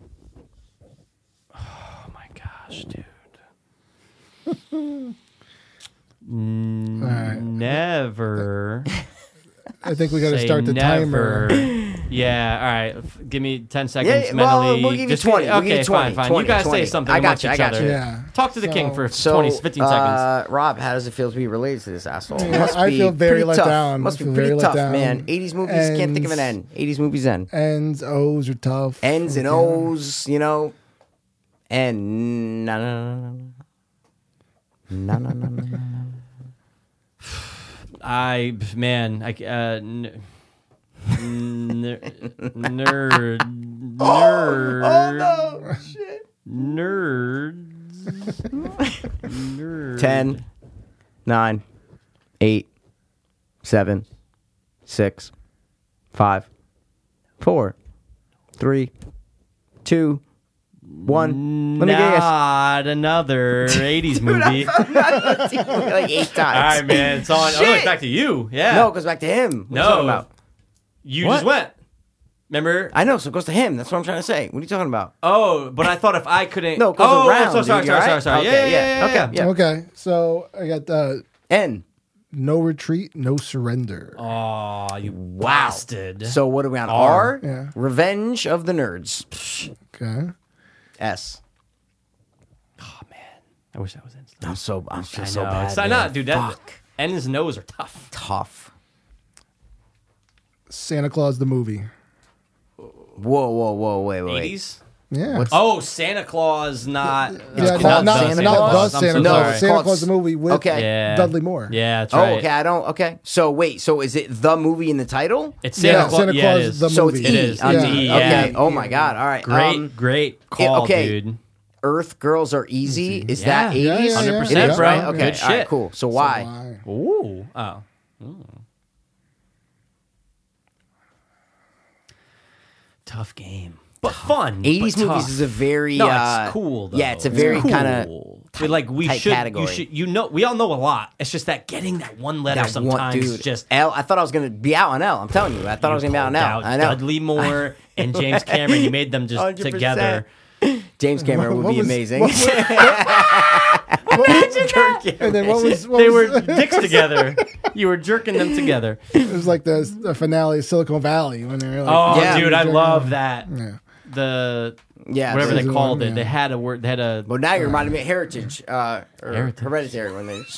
C: oh my [laughs] gosh, dude.
D: All right. [laughs]
C: Never.
D: I think we got to
C: say
D: start the
C: never.
D: timer.
C: [laughs] yeah. All right. F- Give me ten seconds
B: Yeah, yeah, well,
C: mentally.
B: we'll give you
C: Just-
B: 20, we'll
C: Okay.
B: give you
C: fine.
B: 20,
C: Fine.
B: 20,
C: you guys say
B: 20.
C: something
B: I got
C: amongst
B: you, I
C: each
B: got
C: other.
B: you.
D: Yeah.
C: Talk to the king
D: So-
C: for
B: So,
C: 20, 15 seconds.
B: Uh, Rob, how does it feel to be related to this asshole?
D: Yeah,
B: Must
D: I
B: be
D: feel very
B: pretty
D: let
B: tough.
D: down.
B: Must
D: I
B: be
D: feel
B: pretty
D: very let
B: tough,
D: down.
B: man. 80s movies can't think of an end.
D: And-
B: 80s movies end.
D: N's, O's are tough.
B: N's and
D: Okay.
B: O's, you know. And na na na na na na na.
C: I man, I c- uh, n- ner- nerd,
B: [laughs]
C: nerd,
B: Oh shit.
C: nerds, nerd.
B: Ten, nine, eight, seven, six, five, four, three, two,
C: Mm.
B: one. Let me get
C: Not
B: [laughs]
C: another '80s movie. All [laughs]
B: guess. [laughs] like eight times.
C: right, man. It's on. Oh, it's
B: Shit.
C: back to you. Yeah.
B: No, it goes back to him. What are
C: No.
B: you talking about?
C: you
B: What?
C: just went. Remember?
B: I know, so it goes to him. That's what I'm trying to say. What are you talking about?
C: oh, but I thought if I couldn't.
B: No, it goes
C: oh,
B: around.
C: I'm so
B: dude.
C: sorry,
B: You
C: sorry,
B: all
C: sorry,
B: right?
C: sorry.
B: Okay,
C: yeah, yeah, yeah, yeah.
B: Okay, yeah.
D: Okay, so I got uh,
B: N.
D: no retreat, no surrender.
C: Oh, you
B: Wow.
C: bastard.
B: So what are we on?
C: R.
B: R.
D: Yeah.
B: Revenge of the Nerds.
D: Okay,
B: S.
C: I wish that was instant.
B: I'm so I'm
C: I
B: feel so
C: know.
B: bad.
C: It's not,
B: man.
C: not dude. That,
B: Fuck.
C: and his nose are tough.
B: Tough.
D: Santa Claus the movie.
B: Whoa, whoa, whoa, wait, wait. wait.
C: Eighties.
D: Yeah.
B: What's-
C: Oh, Santa Claus, not
D: yeah,
B: called
D: not, not,
B: Santa
D: not
B: Claus?
D: the
C: I'm
D: Santa
C: so
B: No,
D: Claus.
C: sorry.
B: it's-
D: Santa
B: called-
D: Claus the movie with
B: Okay.
C: yeah.
D: Dudley Moore.
C: Yeah, that's
B: Oh,
C: right.
B: okay. I don't. Okay. So wait. So is it the movie in the title?
C: It's
D: Yeah,
C: Santa Claus.
D: Santa
C: yeah, it
D: Claus
C: is.
D: the
B: So it's
D: movie.
B: E.
C: It is.
B: on
C: It's
B: the-
C: E,
B: Okay.
C: yeah.
B: Oh my God. All right.
C: Great,
B: Um,
C: great call,
B: okay.
C: dude.
B: Earth Girls Are Easy. Is
C: Yeah.
B: that
D: Yeah, yeah,
B: 80s?
D: yeah.
C: 100%,
B: It is,
C: bro.
B: Right? Okay.
C: Good
B: all right,
C: shit.
B: cool. So
D: So
B: why?
D: why?
C: Ooh. Oh. Mm. Tough game. But fun.
B: 80s
C: but
B: movies
C: tough.
B: is a very
C: No,
B: uh,
C: it's cool though.
B: Yeah, it's a very kind of
C: cool. But, like we
B: tight
C: should
B: category.
C: you should you know we all know a lot. It's just that getting that one letter
B: that
C: sometimes
B: one dude.
C: just
B: L. I thought I was gonna be out on L. I'm telling you, I thought I was gonna be out on L.
C: pulled out
B: I know. [laughs]
C: Dudley Moore and James Cameron. You made them just
B: 100%.
C: together.
B: [laughs] James Cameron would
D: What
B: be
D: was-
B: amazing.
D: what was- what was- and then what was what
C: They
D: was,
C: were dicks together. You were jerking them
B: [laughs]
C: together.
D: it was like the, the finale of Silicon Valley when they were like
C: Oh,
B: Yeah.
C: dude, I love that.
D: Yeah.
C: The
B: [laughs] yeah,
C: whatever they
D: Season
C: called
D: one,
C: it,
D: yeah.
C: they had a word. They had a
B: Well, now you're reminding me of Heritage, uh, or
C: Heritage.
B: Hereditary when they.
D: [laughs]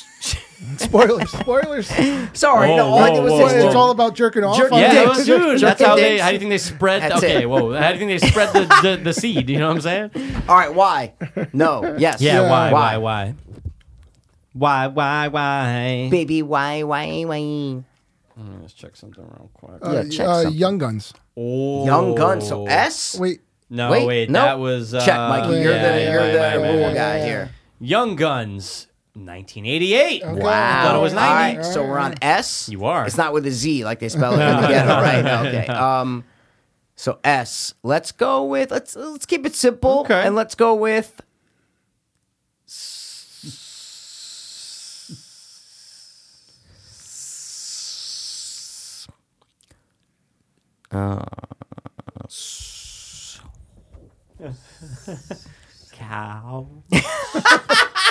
B: [laughs]
D: spoilers spoilers
B: Sorry, no.
C: Whoa,
B: All I did was
C: whoa,
D: Well,
B: this.
C: whoa.
D: it's all about jerking off
B: Jerking
D: on
C: yeah,
B: dicks.
C: that
D: [laughs]
C: was- dude. That's
B: Jerking
C: how they.
B: dicks.
C: How do you think they spread?
B: That's
C: okay,
B: it.
C: whoa. How do you think they spread the, the, the seed? You know what I'm saying?
B: [laughs] All right, why?
C: [laughs]
B: No, yes.
C: Yeah.
D: Yeah.
C: Why? Why? Why? Why? Why? Why?
B: Baby, why, why, why?
C: Let's check something real quick.
D: Uh,
B: Yeah, check
D: uh,
B: something.
D: Young Guns.
C: oh.
B: Young Gun, so S?
D: Wait,
C: No, wait.
B: Wait, no.
C: That was uh,
B: Check, Mikey. You're
D: yeah,
B: the,
D: yeah,
B: you're
D: yeah,
B: the
D: yeah,
B: rule
D: yeah,
B: guy
D: yeah.
B: here.
C: Young Guns, 1988.
D: Okay.
B: Wow.
C: Thought it was 90.
B: All right, so we're on S.
C: You are.
B: It's not with a Z like they spell
C: [laughs]
B: it in the ghetto, right? Okay. Um, so S. Let's go with let's let's keep it simple
C: Okay.
B: and let's go with
C: Uh,
B: [laughs] [laughs]
C: Cow.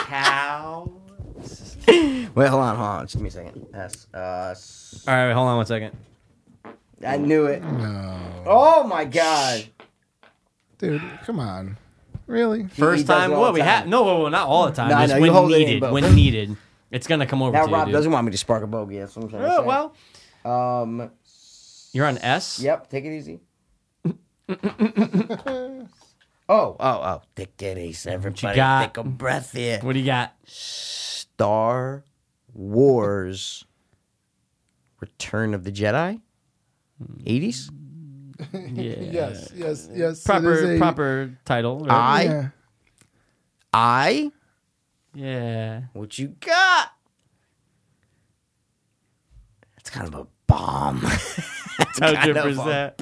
C: Cow.
B: Wait, hold on, hold on. Just give me a second. S. Uh, s-
C: All right, hold on one second.
B: I knew it. Oh my god.
D: Dude, come on. Really?
C: First
B: does it
C: time,
B: all
C: what
B: the
C: we
B: time.
C: had? No, well, well, not all the time.
B: No, I
C: just
B: know, you
C: when
B: hold it in,
C: needed.
B: but- [laughs]
C: when needed, it's gonna come over
B: Now
C: to you.
B: Rob
C: dude.
B: doesn't want me to spark a bogey. That's what I'm trying to
C: Oh,
B: say.
C: well,
B: Um.
C: you're on S.
B: Yep. Take it easy. oh, oh, oh. Take it easy, everybody.
C: got?
B: Take a breath here.
C: What do you got?
B: Star Wars Return of the Jedi?
C: Yeah.
B: 80s?
D: [laughs] Yes, yes, yes. it is
C: Proper
D: a-
C: proper title. Right?
B: I-
D: Yeah.
B: I?
C: yeah.
B: What you got? That's kind of a
C: [laughs]
B: bomb. That's
C: Hundred
B: kind of a
C: percent.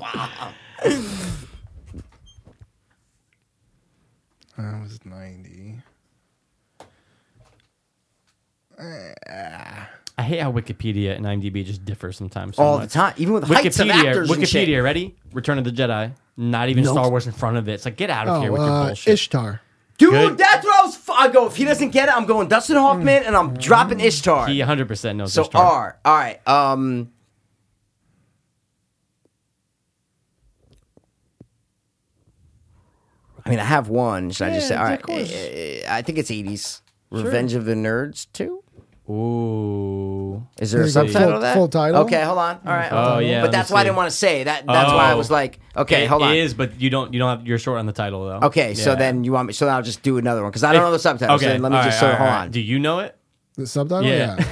D: I was 90.
C: I hate how Wikipedia and IMDb just differ sometimes. so
B: All the
C: much.
B: time, even with heights of
C: Wikipedia,
B: actors and shit.
C: Wikipedia, ready? Return of the Jedi. Not even Star Wars in front of it. It's like get out of here
D: Oh,
C: with your
D: uh,
C: bullshit.
D: Ishtar.
B: Dude,
C: Good.
B: that's what I was. F- I go, if he doesn't get it, I'm going Dustin Hoffman and
C: Mm.
B: I'm dropping Ishtar.
C: He 100 percent knows.
B: so
C: Ishtar.
B: R. All right. Um, I mean, I have one. Should I just say?
C: Yeah,
B: All
C: of
B: right.
C: course.
B: eh, eh, I think it's 80s. Revenge of the Nerds too.
C: Ooh.
B: Is there a
D: Is that
B: subtitle
D: full-
B: of that?
D: full title?
B: Okay, hold on. All right. hold
C: Oh,
B: on.
C: yeah, let
B: But
C: me
B: that's why I
C: see.
B: didn't want to say that. That's why I
C: Oh.
B: was like, okay,
C: It
B: hold on.
C: is, but you don't. You don't have. You're short on the title though.
B: Okay, so
C: Yeah.
B: then you want me? So then I'll just do another one because I don't
C: If-
B: know the subtitle. So then let me
C: all right,
B: just sort of
C: all
B: hold
C: right, all
B: on.
C: right. Do you know it?
D: The subtitle?
C: Yeah.
D: Yeah.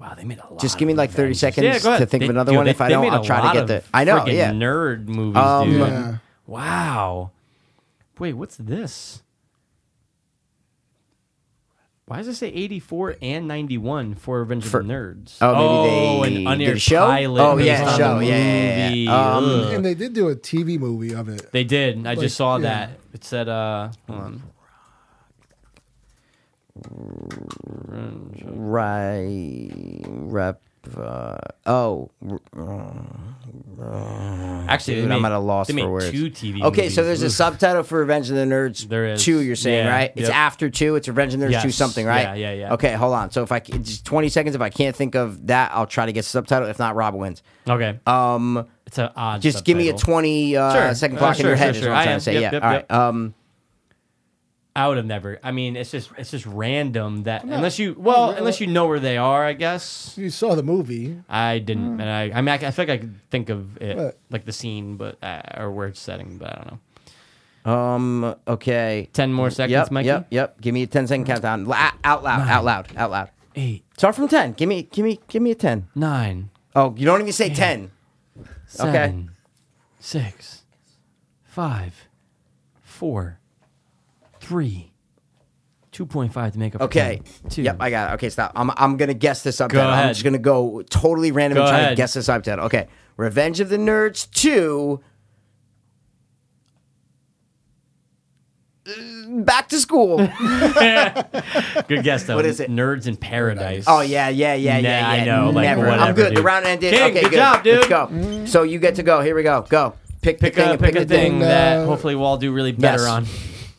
C: Wow, they made a lot.
B: Just give me like 30 seconds
C: Yeah, go ahead.
B: to think
C: They-
B: of another
C: dude,
B: one.
C: they-
B: if I
C: they
B: don't,
C: made a
B: I'll try
C: lot
B: to get
C: of
B: the. I know,
C: friggin'
B: yeah.
C: Nerd movies, [laughs]
B: Um,
C: dude.
D: Yeah.
C: Wow. Wait, what's this? Why does it say 84 and 91 for Revenge of the Nerds?
B: oh, maybe they
C: an
B: did
C: unaired
B: a show?
C: pilot.
B: Oh,
C: based
B: yeah,
C: on
B: show,
C: the
B: yeah, yeah, yeah.
C: movie.
B: Um,
C: Ugh.
D: And they did do a TV movie of it.
C: They did. I just saw
D: yeah.
C: that. It said, uh, hold on.
B: Right. Rep. Uh, oh. r-
C: Actually, they
B: Dude, I'm
C: made-
B: at a loss
C: they
B: for
C: made
B: words.
C: two TV
B: Okay, so
C: movies.
B: there's a
C: Oof.
B: subtitle for Revenge of the Nerds
C: There is.
B: 2, you're saying,
C: Yeah,
B: right? It's
C: yep.
B: after 2, it's Revenge of the Nerds 2
C: Yes,
B: something, right?
C: yeah, yeah, yeah.
B: Okay, hold on. So if I c- just 20 seconds if I can't think of that, I'll try to get subtitle. If not, Rob wins.
C: Okay.
B: Um
C: it's an odd
B: just give me a
C: subtitle.
B: 20 uh,
C: Sure.
B: second
C: Uh,
B: clock in
C: sure,
B: your
C: sure,
B: head is
C: sure.
B: what I'm
C: I
B: trying
C: am.
B: to say.
C: Yep,
B: yeah.
C: yep,
B: All right.
C: yep.
B: Um
C: I would have never. I mean, it's just it's just random that unless you well unless you know where they are, I guess.
D: You saw the movie.
C: I didn't, and I I mean I, I feel like I could think of it
D: What?
C: like the scene, but uh, or where it's setting, but I don't know.
B: um okay.
C: Ten more seconds,
B: yep,
C: Mikey.
B: Yep, yep. Give me a 10 second countdown. La- out loud, out loud, out loud.
C: Eight,
B: Start from 10. Give me give me give me a 10.
C: nine,
B: Oh, you don't even say 10. Okay.
C: seven, six, five, four, three, two point five to make up. for
B: Okay.
C: 10, two.
B: Yep, I got it. Okay, stop. I'm I'm going to guess this subtitle.
C: ahead.
B: I'm just going to go totally random
C: Go
B: and try
C: ahead.
B: to guess this subtitle. Okay. Revenge of the Nerds 2 Uh, Back
C: [laughs]
B: to school.
C: Good guess though.
B: [laughs] What is it?
C: Nerds in Paradise.
B: Oh yeah, yeah, yeah,
C: Nah,
B: yeah, yeah.
C: I know, like,
B: Never.
C: whatever,
B: I'm good. The
C: dude.
B: round ended.
C: King,
B: okay,
C: good job, dude.
B: Let's go. So you get to go. Here we go. Go. Pick,
C: Pick
B: the thing
C: a
B: and
C: pick a thing
D: thing
C: that
D: that-
C: hopefully we'll all do really better
B: Yes.
C: on.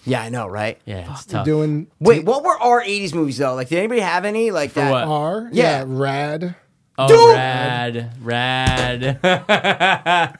B: Yeah, I know, right?
C: Yeah, it's tough.
D: Doing
B: Wait, what were our '80s movies though? Like, did anybody have any like that?
C: what?
D: R.
B: Yeah.
D: Rad.
C: Oh,
B: Dude!
C: rad, rad. [laughs]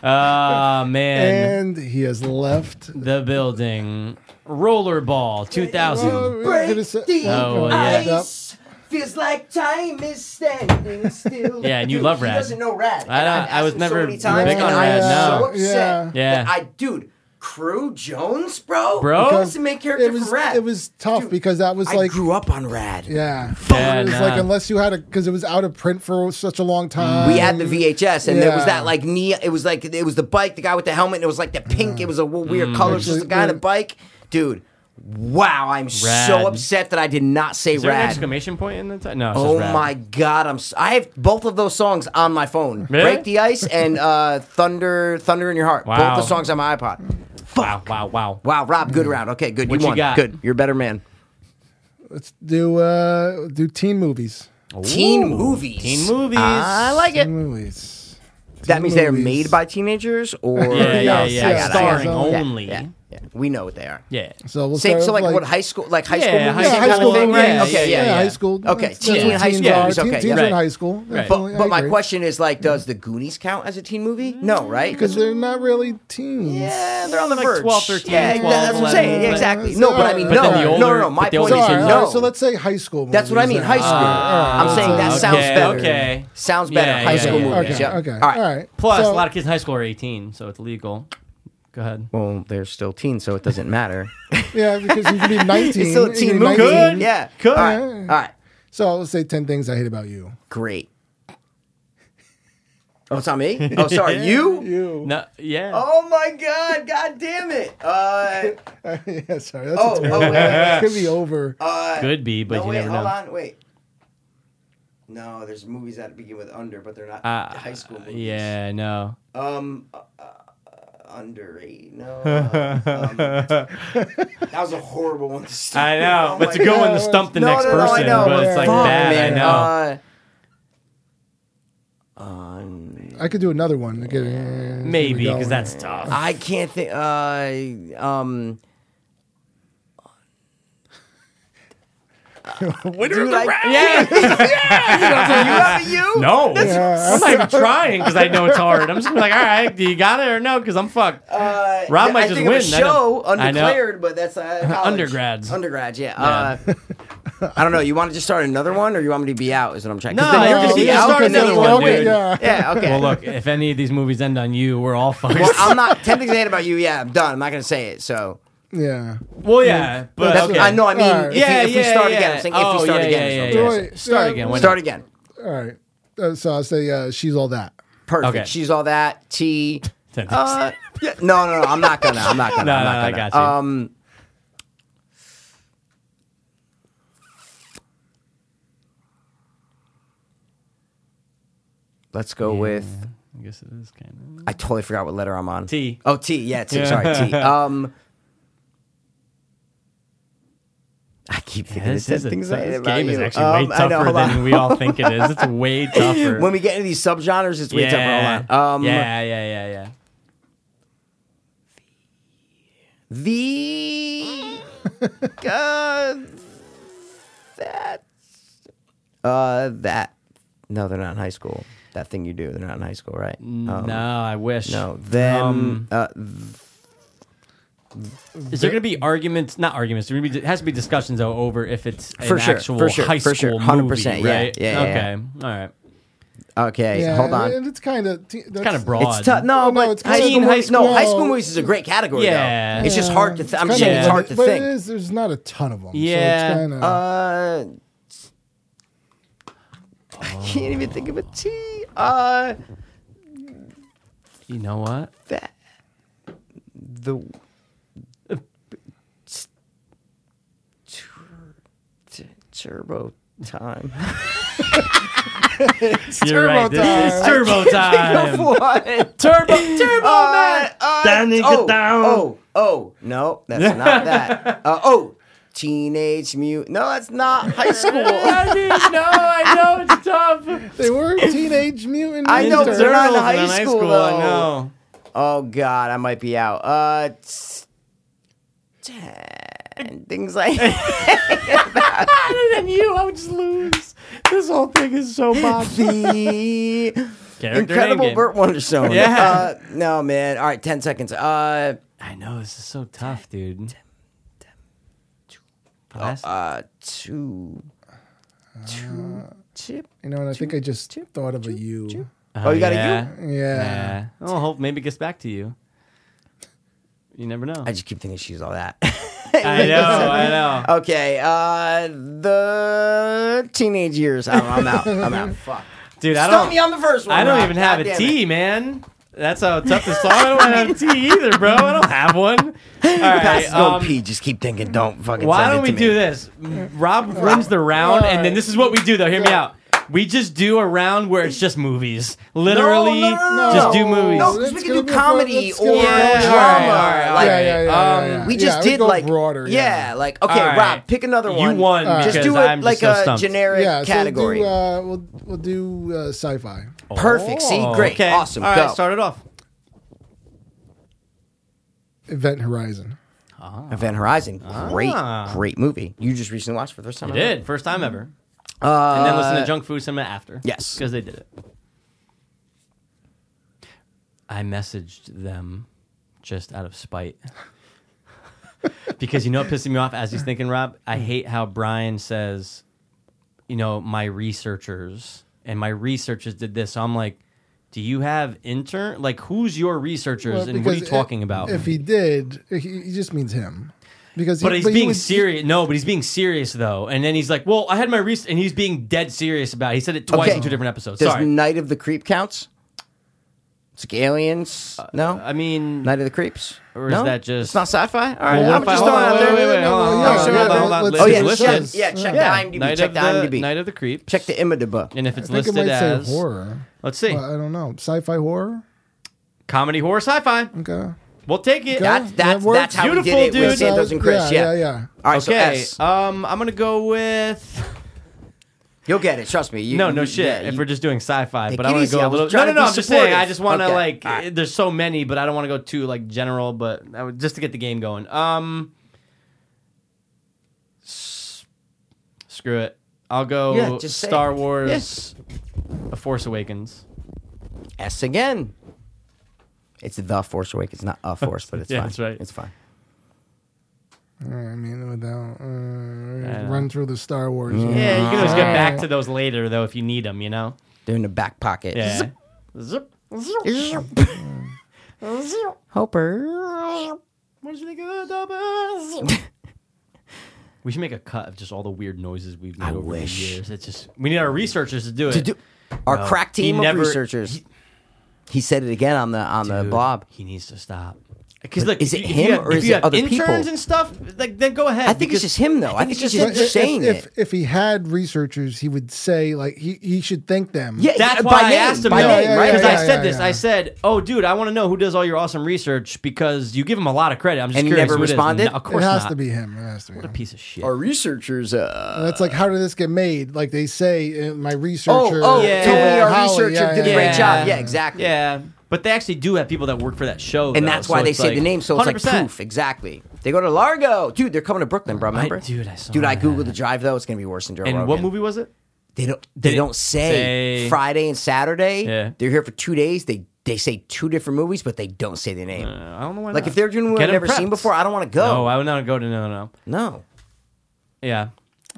C: Ah man,
D: And he has left.
C: the building rollerball 2000.
B: Break
D: Did it say-
B: the
C: Oh,
D: yeah.
B: ice. Feels like time is standing still.
C: Yeah, and you
B: Dude,
C: love Rad.
B: He doesn't know Rad.
C: I don't-
B: And I've
C: I was
B: asked him
C: never
B: so many times,
C: big
B: and
C: on
B: I
C: Rad,
B: am
D: no.
B: so upset.
D: Yeah.
C: Yeah.
B: that I, dude, Crew Jones, bro?
C: Bro?
B: Who
C: Because
B: wants to make character
D: It was
B: from Rad?
D: it was tough
B: Dude,
D: because that was
B: I
D: like
B: grew up on Rad.
D: yeah.
C: Yeah,
D: it was
C: nah.
D: like unless you had a because it was out of print for such a long time.
B: We had the VHS, and there was
D: Yeah.
B: that like knee. It was like it was the bike, the guy with the helmet, and it was like the pink. It was a w-
C: Mm.
B: weird color. It was just the guy on the bike, dude. Wow, I'm
C: Rad.
B: so upset that I did not say
C: Is there an
B: rad.
C: exclamation point in the title? No. It's
B: Oh
C: just rad.
B: my god, I'm s- I have both of those songs on my phone.
C: Really?
B: Break the ice and uh, thunder, thunder in your heart.
C: Wow.
B: Both the songs on my iPod.
C: Wow! Wow! Wow!
B: Wow, Rob, good round. Okay, good.
C: What
B: you
C: you
B: won.
C: got?
B: Good. You're a better man.
D: Let's do uh do teen movies.
B: Teen movies.
C: Teen movies.
B: I like it.
D: Teen movies.
B: That means they're
D: movies.
B: made
C: [laughs]
B: by teenagers or
C: Yeah, yeah,
D: Yes,
C: yeah.
D: yes,
C: Starring
D: yes.
C: only.
B: Yeah, yeah. We know what they are.
C: Yeah.
D: So we'll
B: Same,
D: start
B: so
D: with,
B: like, what high school, like high
C: Yeah,
B: school movies,
C: high
D: yeah,
B: same
C: school
D: high
B: kind
D: school
B: of thing,
C: movies,
B: right?
C: yeah,
B: okay, yeah,
C: yeah,
D: high school.
B: Okay,
D: That's
B: teen-
D: what
B: high
D: teens
B: school
D: are.
B: movies,
D: Teen-
B: okay,
D: teens
B: yeah.
D: are in
C: Right.
D: high school.
C: Right.
D: Definitely, I
B: But my
D: agree.
B: question is like, does the Goonies count as a teen movie? No, right?
D: because they're not really teens.
B: yeah, they're on the
C: Like
B: verge.
C: 12, 13,
B: yeah,
C: 12,
B: that's what I'm
C: 11,
B: saying. Yeah,
C: but-
B: exactly.
D: That's
B: No, but I
D: alright.
B: mean,
D: But
B: no,
D: then
C: the
B: no,
C: older-
B: no, no,
C: but
B: My
C: the
B: point
D: So,
C: older you
B: is
C: Ah,
D: all right,
C: said
D: all
B: no.
D: right, so let's say high school.
B: That's what I
D: movies
B: mean.
D: then.
B: High school. I'm saying that
D: Okay,
B: sounds better.
C: okay.
B: Sounds better.
C: Yeah,
B: high
C: yeah,
B: school
C: yeah,
B: movies.
D: Okay,
B: yeah.
D: okay,
B: All right.
C: Plus,
D: So-
C: a lot of kids in high school are 18, so it's legal. Go ahead.
B: Well, they're still teens, so it doesn't [laughs] matter.
D: Yeah, because you
B: [laughs]
D: could be 19.
B: it's still a
D: you
B: teen
D: could be
B: movie.
D: 19.
B: Yeah.
C: Good.
B: All right. All right.
D: So let's say 10 things I hate about you.
B: Great. Oh, it's on me? Oh,
D: [laughs]
B: sorry. You?
D: You.
C: No, yeah.
B: Oh, my God. God damn it. Uh,
D: yeah, sorry. That's
B: oh,
D: a
B: oh,
D: terrible.
B: wait, wait, wait.
D: It could be over.
B: Uh,
C: Could be, but
B: no,
C: you
B: wait,
C: never
B: hold
C: know.
B: on. Wait. No, there's movies that begin with under, but they're not
C: Uh,
B: high school movies.
C: Yeah,
B: [laughs]
C: no.
B: Um, uh, uh, under eight. No.
C: [laughs]
B: uh, um, that was a horrible one to start.
C: I know.
B: Oh
C: That's a
B: my
C: good one to
D: God.
C: stump the
B: No,
C: next
B: no, no, I
C: person,
B: know,
C: but it's
D: but
C: like
D: fuck,
C: that.
B: man.
C: I know.
B: Uh, um,
D: I could do another one. Okay, here we
C: Maybe
D: go.
C: because that's tough.
B: I can't think. Uh, um,
C: Winner
B: dude, I-
C: [laughs]
B: [laughs]
C: Yeah.
B: you have
C: [laughs]
B: a you?
C: No.
D: Yeah.
C: I'm not even trying because I know it's hard. I'm just gonna be like, all right, do you got it or no? Because I'm fucked.
B: Uh,
C: Rob
B: yeah,
C: might
B: I
C: just
B: think of
C: win,
B: A
C: I know.
B: show
C: I know.
B: undeclared, but
C: [laughs]
B: that's uh, college.
C: Undergrads.
B: Undergrads, yeah. Uh, [laughs] I don't know. You want to just start another one, or you want me to be out? Is what I'm trying. 'cause
C: No,
B: then
C: you
B: you're
C: can-
B: gonna
C: you
B: be
C: can
B: out,
C: start
B: and then
C: another
B: you
C: one,
B: won't win.
C: dude.
B: Yeah.
D: Yeah.
C: [laughs]
B: okay.
C: Well, look, if any of these movies end on you, we're all fucked.
B: Well, I'm not ten things I hate about you. Yeah, I'm done. I'm not gonna say it. So [laughs]
D: Yeah.
C: Well, yeah, but
D: That's-
C: okay.
B: I know. I mean,
D: Alright.
B: if,
C: Yeah,
B: we, if we
C: yeah,
B: start
C: yeah.
B: again, I'm saying if
C: Oh,
B: we start
C: yeah,
B: again,
C: yeah,
B: is
C: yeah,
B: what I'm
C: yeah.
B: saying.
D: Wait,
C: Start
D: yeah,
C: again, why not?
B: start again.
D: All right. Uh, so I'll say uh, she's all that.
B: Perfect.
C: Okay.
B: She's all that. T.
C: Ten things.
B: Uh, [laughs] yeah, no, no, no. I'm not gonna. I'm not gonna.
C: [laughs] No,
B: I'm
C: no,
B: not
C: no, I
B: gonna.
C: got you.
B: Um, let's go with.
C: I guess it is kind
B: I totally forgot what letter I'm on.
C: T.
B: Oh, T. Yeah, T.
C: Yeah. [laughs]
B: Sorry, T. Um. I keep
C: of.
B: thinking
C: this
B: of
C: is a,
B: things I hate
C: this
B: about
C: game is
B: you.
C: actually way
B: Um, I know,
C: tougher
B: hold on.
C: than we all think it is. It's way tougher.
B: [laughs] When we get into these subgenres, it's way
C: yeah.
B: tougher. Hold on. Um,
C: yeah, yeah, yeah, yeah. [laughs]
B: The uh, that uh that no, they're not in high school. That thing you do, they're not in high school, right? Um,
C: no, I wish.
B: no. Them.
C: Mm. Um,
B: uh,
C: Is there going to be arguments? Not arguments. There gonna be, has to be discussions though over if it's an
B: For sure,
C: actual
B: for sure,
C: high
B: for
C: school
B: sure,
C: movie,
B: 100%, yeah,
C: right?
B: yeah, yeah,
C: okay. All right.
B: okay,
D: yeah.
B: hold on.
D: And it's kind of. Te- that's-
C: Kind of broad.
B: It's tough. No,
D: No,
B: but
D: it's
B: high
D: kinda
B: school
C: teen high
B: movies. No,
D: school.
B: high school movies is a great category.
C: Yeah.
B: though. it's just hard to. Th- I'm
D: It's
B: saying
D: kinda
B: it's hard
D: limited,
B: to
D: but it
B: think.
D: is- there's not a ton of them.
C: Yeah.
D: So it's kinda,
B: uh, I can't even think of a T. Uh,
C: You know what?
B: that the turbo time.
C: You're right. This
D: time.
C: is
B: [laughs]
C: turbo time.
B: What?
C: turbo,
B: [laughs]
C: turbo man. That nigga
B: oh,
C: down.
B: Oh, oh, no, that's
C: [laughs]
B: not that. Uh, oh, teenage mute. No, that's not
C: [laughs]
B: high school.
C: I didn't know. I know it's tough. [laughs]
D: they were teenage mutant.
B: I know,
D: Ninja
B: but they're not in
C: Turtles
B: high school,
C: I
B: though.
C: know.
B: Oh God, I might be out. Uh, t- ten
C: [laughs]
B: things like.
C: Other than you, I would just lose. This whole thing is
B: [laughs]
C: so bad.
B: the [laughs]
C: [laughs] Character name
B: incredible
C: game.
B: Burt Wonderstone.
C: Yeah.
B: Uh, no, man. All right, ten seconds. Uh,
C: I know this is so tough, dude. Last-
B: uh, two, two, chip.
D: You know, and I think I just thought of a you.
B: Oh, you got a
C: yeah.
B: U?
D: Yeah.
C: Yeah. Oh, hope maybe it gets back to you. You never know.
B: I just keep thinking she's all that.
C: [laughs]
B: [laughs]
C: I know, I know.
B: okay, uh, the teenage years. I'm, I'm out.
C: [laughs]
B: I'm out. Fuck.
C: Dude, I
B: Stop
C: don't.
B: me on the first one.
C: I don't
B: Rob.
C: even have
B: God
C: a
B: damn
C: T, man. That's how tough this song. I don't have a T either, bro. I don't have one.
B: [laughs]
C: All
B: It.
C: right.
B: Pass, don't
C: um,
B: pee. Just keep thinking. Don't fucking.
C: Why
B: send
C: don't we
B: it to
C: do
B: me.
C: this? Rob runs the round, and then this is what we do, though. Hear me out. We just do a round where it's just movies. Literally,
B: no, no, no,
C: just
B: no.
C: do movies.
B: No, 'cause
D: Let's
B: we
D: go
B: can do
D: for-
B: comedy
D: let's go
B: or
D: for-
C: Yeah,
B: drama.
C: all right, all right,
B: like,
D: yeah, yeah, yeah, yeah,
C: um,
D: yeah.
B: We just
D: Yeah,
B: did
D: go
B: like
D: broader.
B: yeah. like okay,
C: All right.
B: Rob, pick another
C: You
B: one.
C: won All right.
B: Just do
C: because
B: it
C: I'm
B: like
C: so
B: a
C: stumped.
B: generic
D: Yeah, so
B: category.
D: We'll do, uh, we'll, we'll do uh, sci-fi.
B: Perfect. See,
C: Oh,
B: great,
C: okay.
B: awesome.
C: All right,
B: Go.
C: start it off.
D: Event Horizon.
B: Event Horizon. Great,
C: Ah.
B: great movie. You just recently watched for the first time. Uh,
C: I
B: ever.
C: did first time
D: Mm-hmm.
C: ever, and then
D: Uh,
C: listen to Junk Food Cinema after.
B: yes.
C: because they did it. I messaged them just out of spite. [laughs] because you know what pissed me off as he's thinking, Rob? I
D: Mm.
C: hate how Brian says, you know, my researchers and my researchers did this. So I'm like, do you have intern? Like, who's your researchers
D: Well,
C: and what are
D: because
C: you talking
D: if-
C: about?
D: If he did, he, he just means him. Because he-
C: But he's
D: he
C: being
D: would-
C: serious. No, but he's being serious though. And then he's like, "Well, I had my research," and he's being dead serious about. it. He said it twice
B: Okay.
C: in two different episodes.
B: Does
C: Sorry.
B: Night of the Creep counts? It's like aliens. No,
C: Uh, I mean,
B: Night of the Creeps.
C: Or is
B: no?
C: that just-
B: it's not sci-fi?
C: Well,
B: All right,
C: what
B: I'm
C: if I-
B: just
C: hold on,
B: throwing it out
C: wait,
B: there.
C: wait, wait,
D: No,
C: hold
D: no,
C: on, hold
D: no, no,
C: on,
D: no,
C: hold on,
D: let's-
C: let's
B: Oh yeah,
C: do
D: It's
B: yeah,
C: listed.
B: yeah, Check
C: Yeah.
B: the IMDb.
C: Night
B: check
C: of
B: the,
C: the-
B: IMDb.
C: Night of the Creep.
B: check the IMDb.
C: And if it's
D: I think
C: listed
D: it might
C: as
D: say horror.
C: let's see,
D: Well, I don't know. Sci-fi horror.
C: comedy, horror, sci-fi.
D: Okay.
C: We'll take it.
D: Okay.
B: That's that's
D: That works.
B: that's how we
C: Beautiful,
B: did it
C: dude.
B: with Santos and Chris.
D: yeah,
B: Yeah,
D: yeah.
B: All right, so
C: Okay.
B: S.
C: Um, I'm gonna go with
B: You'll get it. Trust me. You,
C: no, no
B: you-
C: shit.
B: yeah,
C: if
B: you-
C: we're just doing sci-fi,
B: Take
C: but
B: it
C: I want to
B: easy.
C: go
B: I
C: a
B: was
C: little. No,
B: trying
C: no,
B: to
C: no.
B: be
C: I'm just saying. I
B: supportive.
C: just want to
B: Okay.
C: like.
B: All right.
C: There's so many, but I don't want to go too like general. But I would, just to get the game going. Um, s- screw it. I'll go
B: Yeah, just say
C: Star
B: it.
C: Wars, A Force Awakens.
B: S again. It's the Force Awakens. It's not a Force, but it's
C: [laughs] Yeah,
B: fine.
C: that's right.
B: It's fine.
D: Uh, I mean, without
C: I
D: uh,
C: know.
D: run through the Star Wars.
C: Yeah, you can always get back to those later though if you need them. You know.
B: They're in the back pocket.
C: Yeah. Zip. Zip.
B: Hopper.
C: What did you think of the
B: [laughs]
C: doubles? we should make a cut of just all the weird noises we've made
B: I
C: over the
B: wish.
C: years. It's just we need our researchers to do it.
B: to do our
C: No.
B: crack
C: He
B: team of
C: never-
B: researchers. He, said it again on the on the
C: Dude,
B: blob.
C: He needs to stop. Because
B: Uh, But
C: look,
B: is
C: if
B: it
C: you- if you
B: him
C: have-
B: or
C: if
B: is
C: you
B: it
C: have
B: other
C: interns
B: people?
C: and stuff? Like, then go ahead.
B: I think it's
C: because-
B: just him though. I think, it's just him saying
D: if,
B: it.
D: If, if he had researchers, he would say like he, he should thank them.
B: Yeah,
C: That's
B: uh,
C: why
B: by
C: I
B: name,
C: asked him
B: by
C: though,
D: Yeah,
B: name,
D: yeah,
B: right?
C: Because
D: yeah,
C: I
D: yeah,
C: said
D: yeah,
C: this.
D: yeah.
C: I said, "Oh, dude, I want to know who does all your awesome research because you give him a lot of credit." I'm just
B: And he
C: curious
B: never
C: who it is.
B: responded?
C: No, of
D: it
C: course
D: has
C: not.
D: to be him. It has to be.
C: What a
D: Him.
C: piece of shit.
B: researchers. Uh,
D: That's like how did this get made? Like they say, uh, my
B: oh,
D: researcher.
B: oh,
C: Yeah.
B: Tony, our
D: Holly,
B: researcher
D: yeah,
B: did a
D: yeah,
B: great
D: yeah.
B: job. Yeah, exactly.
C: Yeah, but they actually do have people that work for that show,
B: And
C: though,
B: that's
C: so
B: why they
C: it's
B: say
C: like-
B: the name, so it's like
C: 100%.
B: proof. Exactly. They go to Largo, dude. They're coming to Brooklyn, bro. Remember,
C: dude, I saw
B: Dude, I
C: that.
B: googled the drive though. It's gonna be worse than Joe
C: And
B: Rogan.
C: what movie was it?
B: They don't. They
C: They
B: don't say,
C: say-
B: Friday and Saturday.
C: Yeah.
B: They're here for two days. They they say two different movies, but they don't say the name.
C: Uh, I don't know why.
B: Like
C: not.
B: if they're doing one
C: Get
B: I've
C: 'em
B: never
C: prepped.
B: seen before, I don't want to go.
C: No, I would not go to no, no.
B: no.
C: Yeah,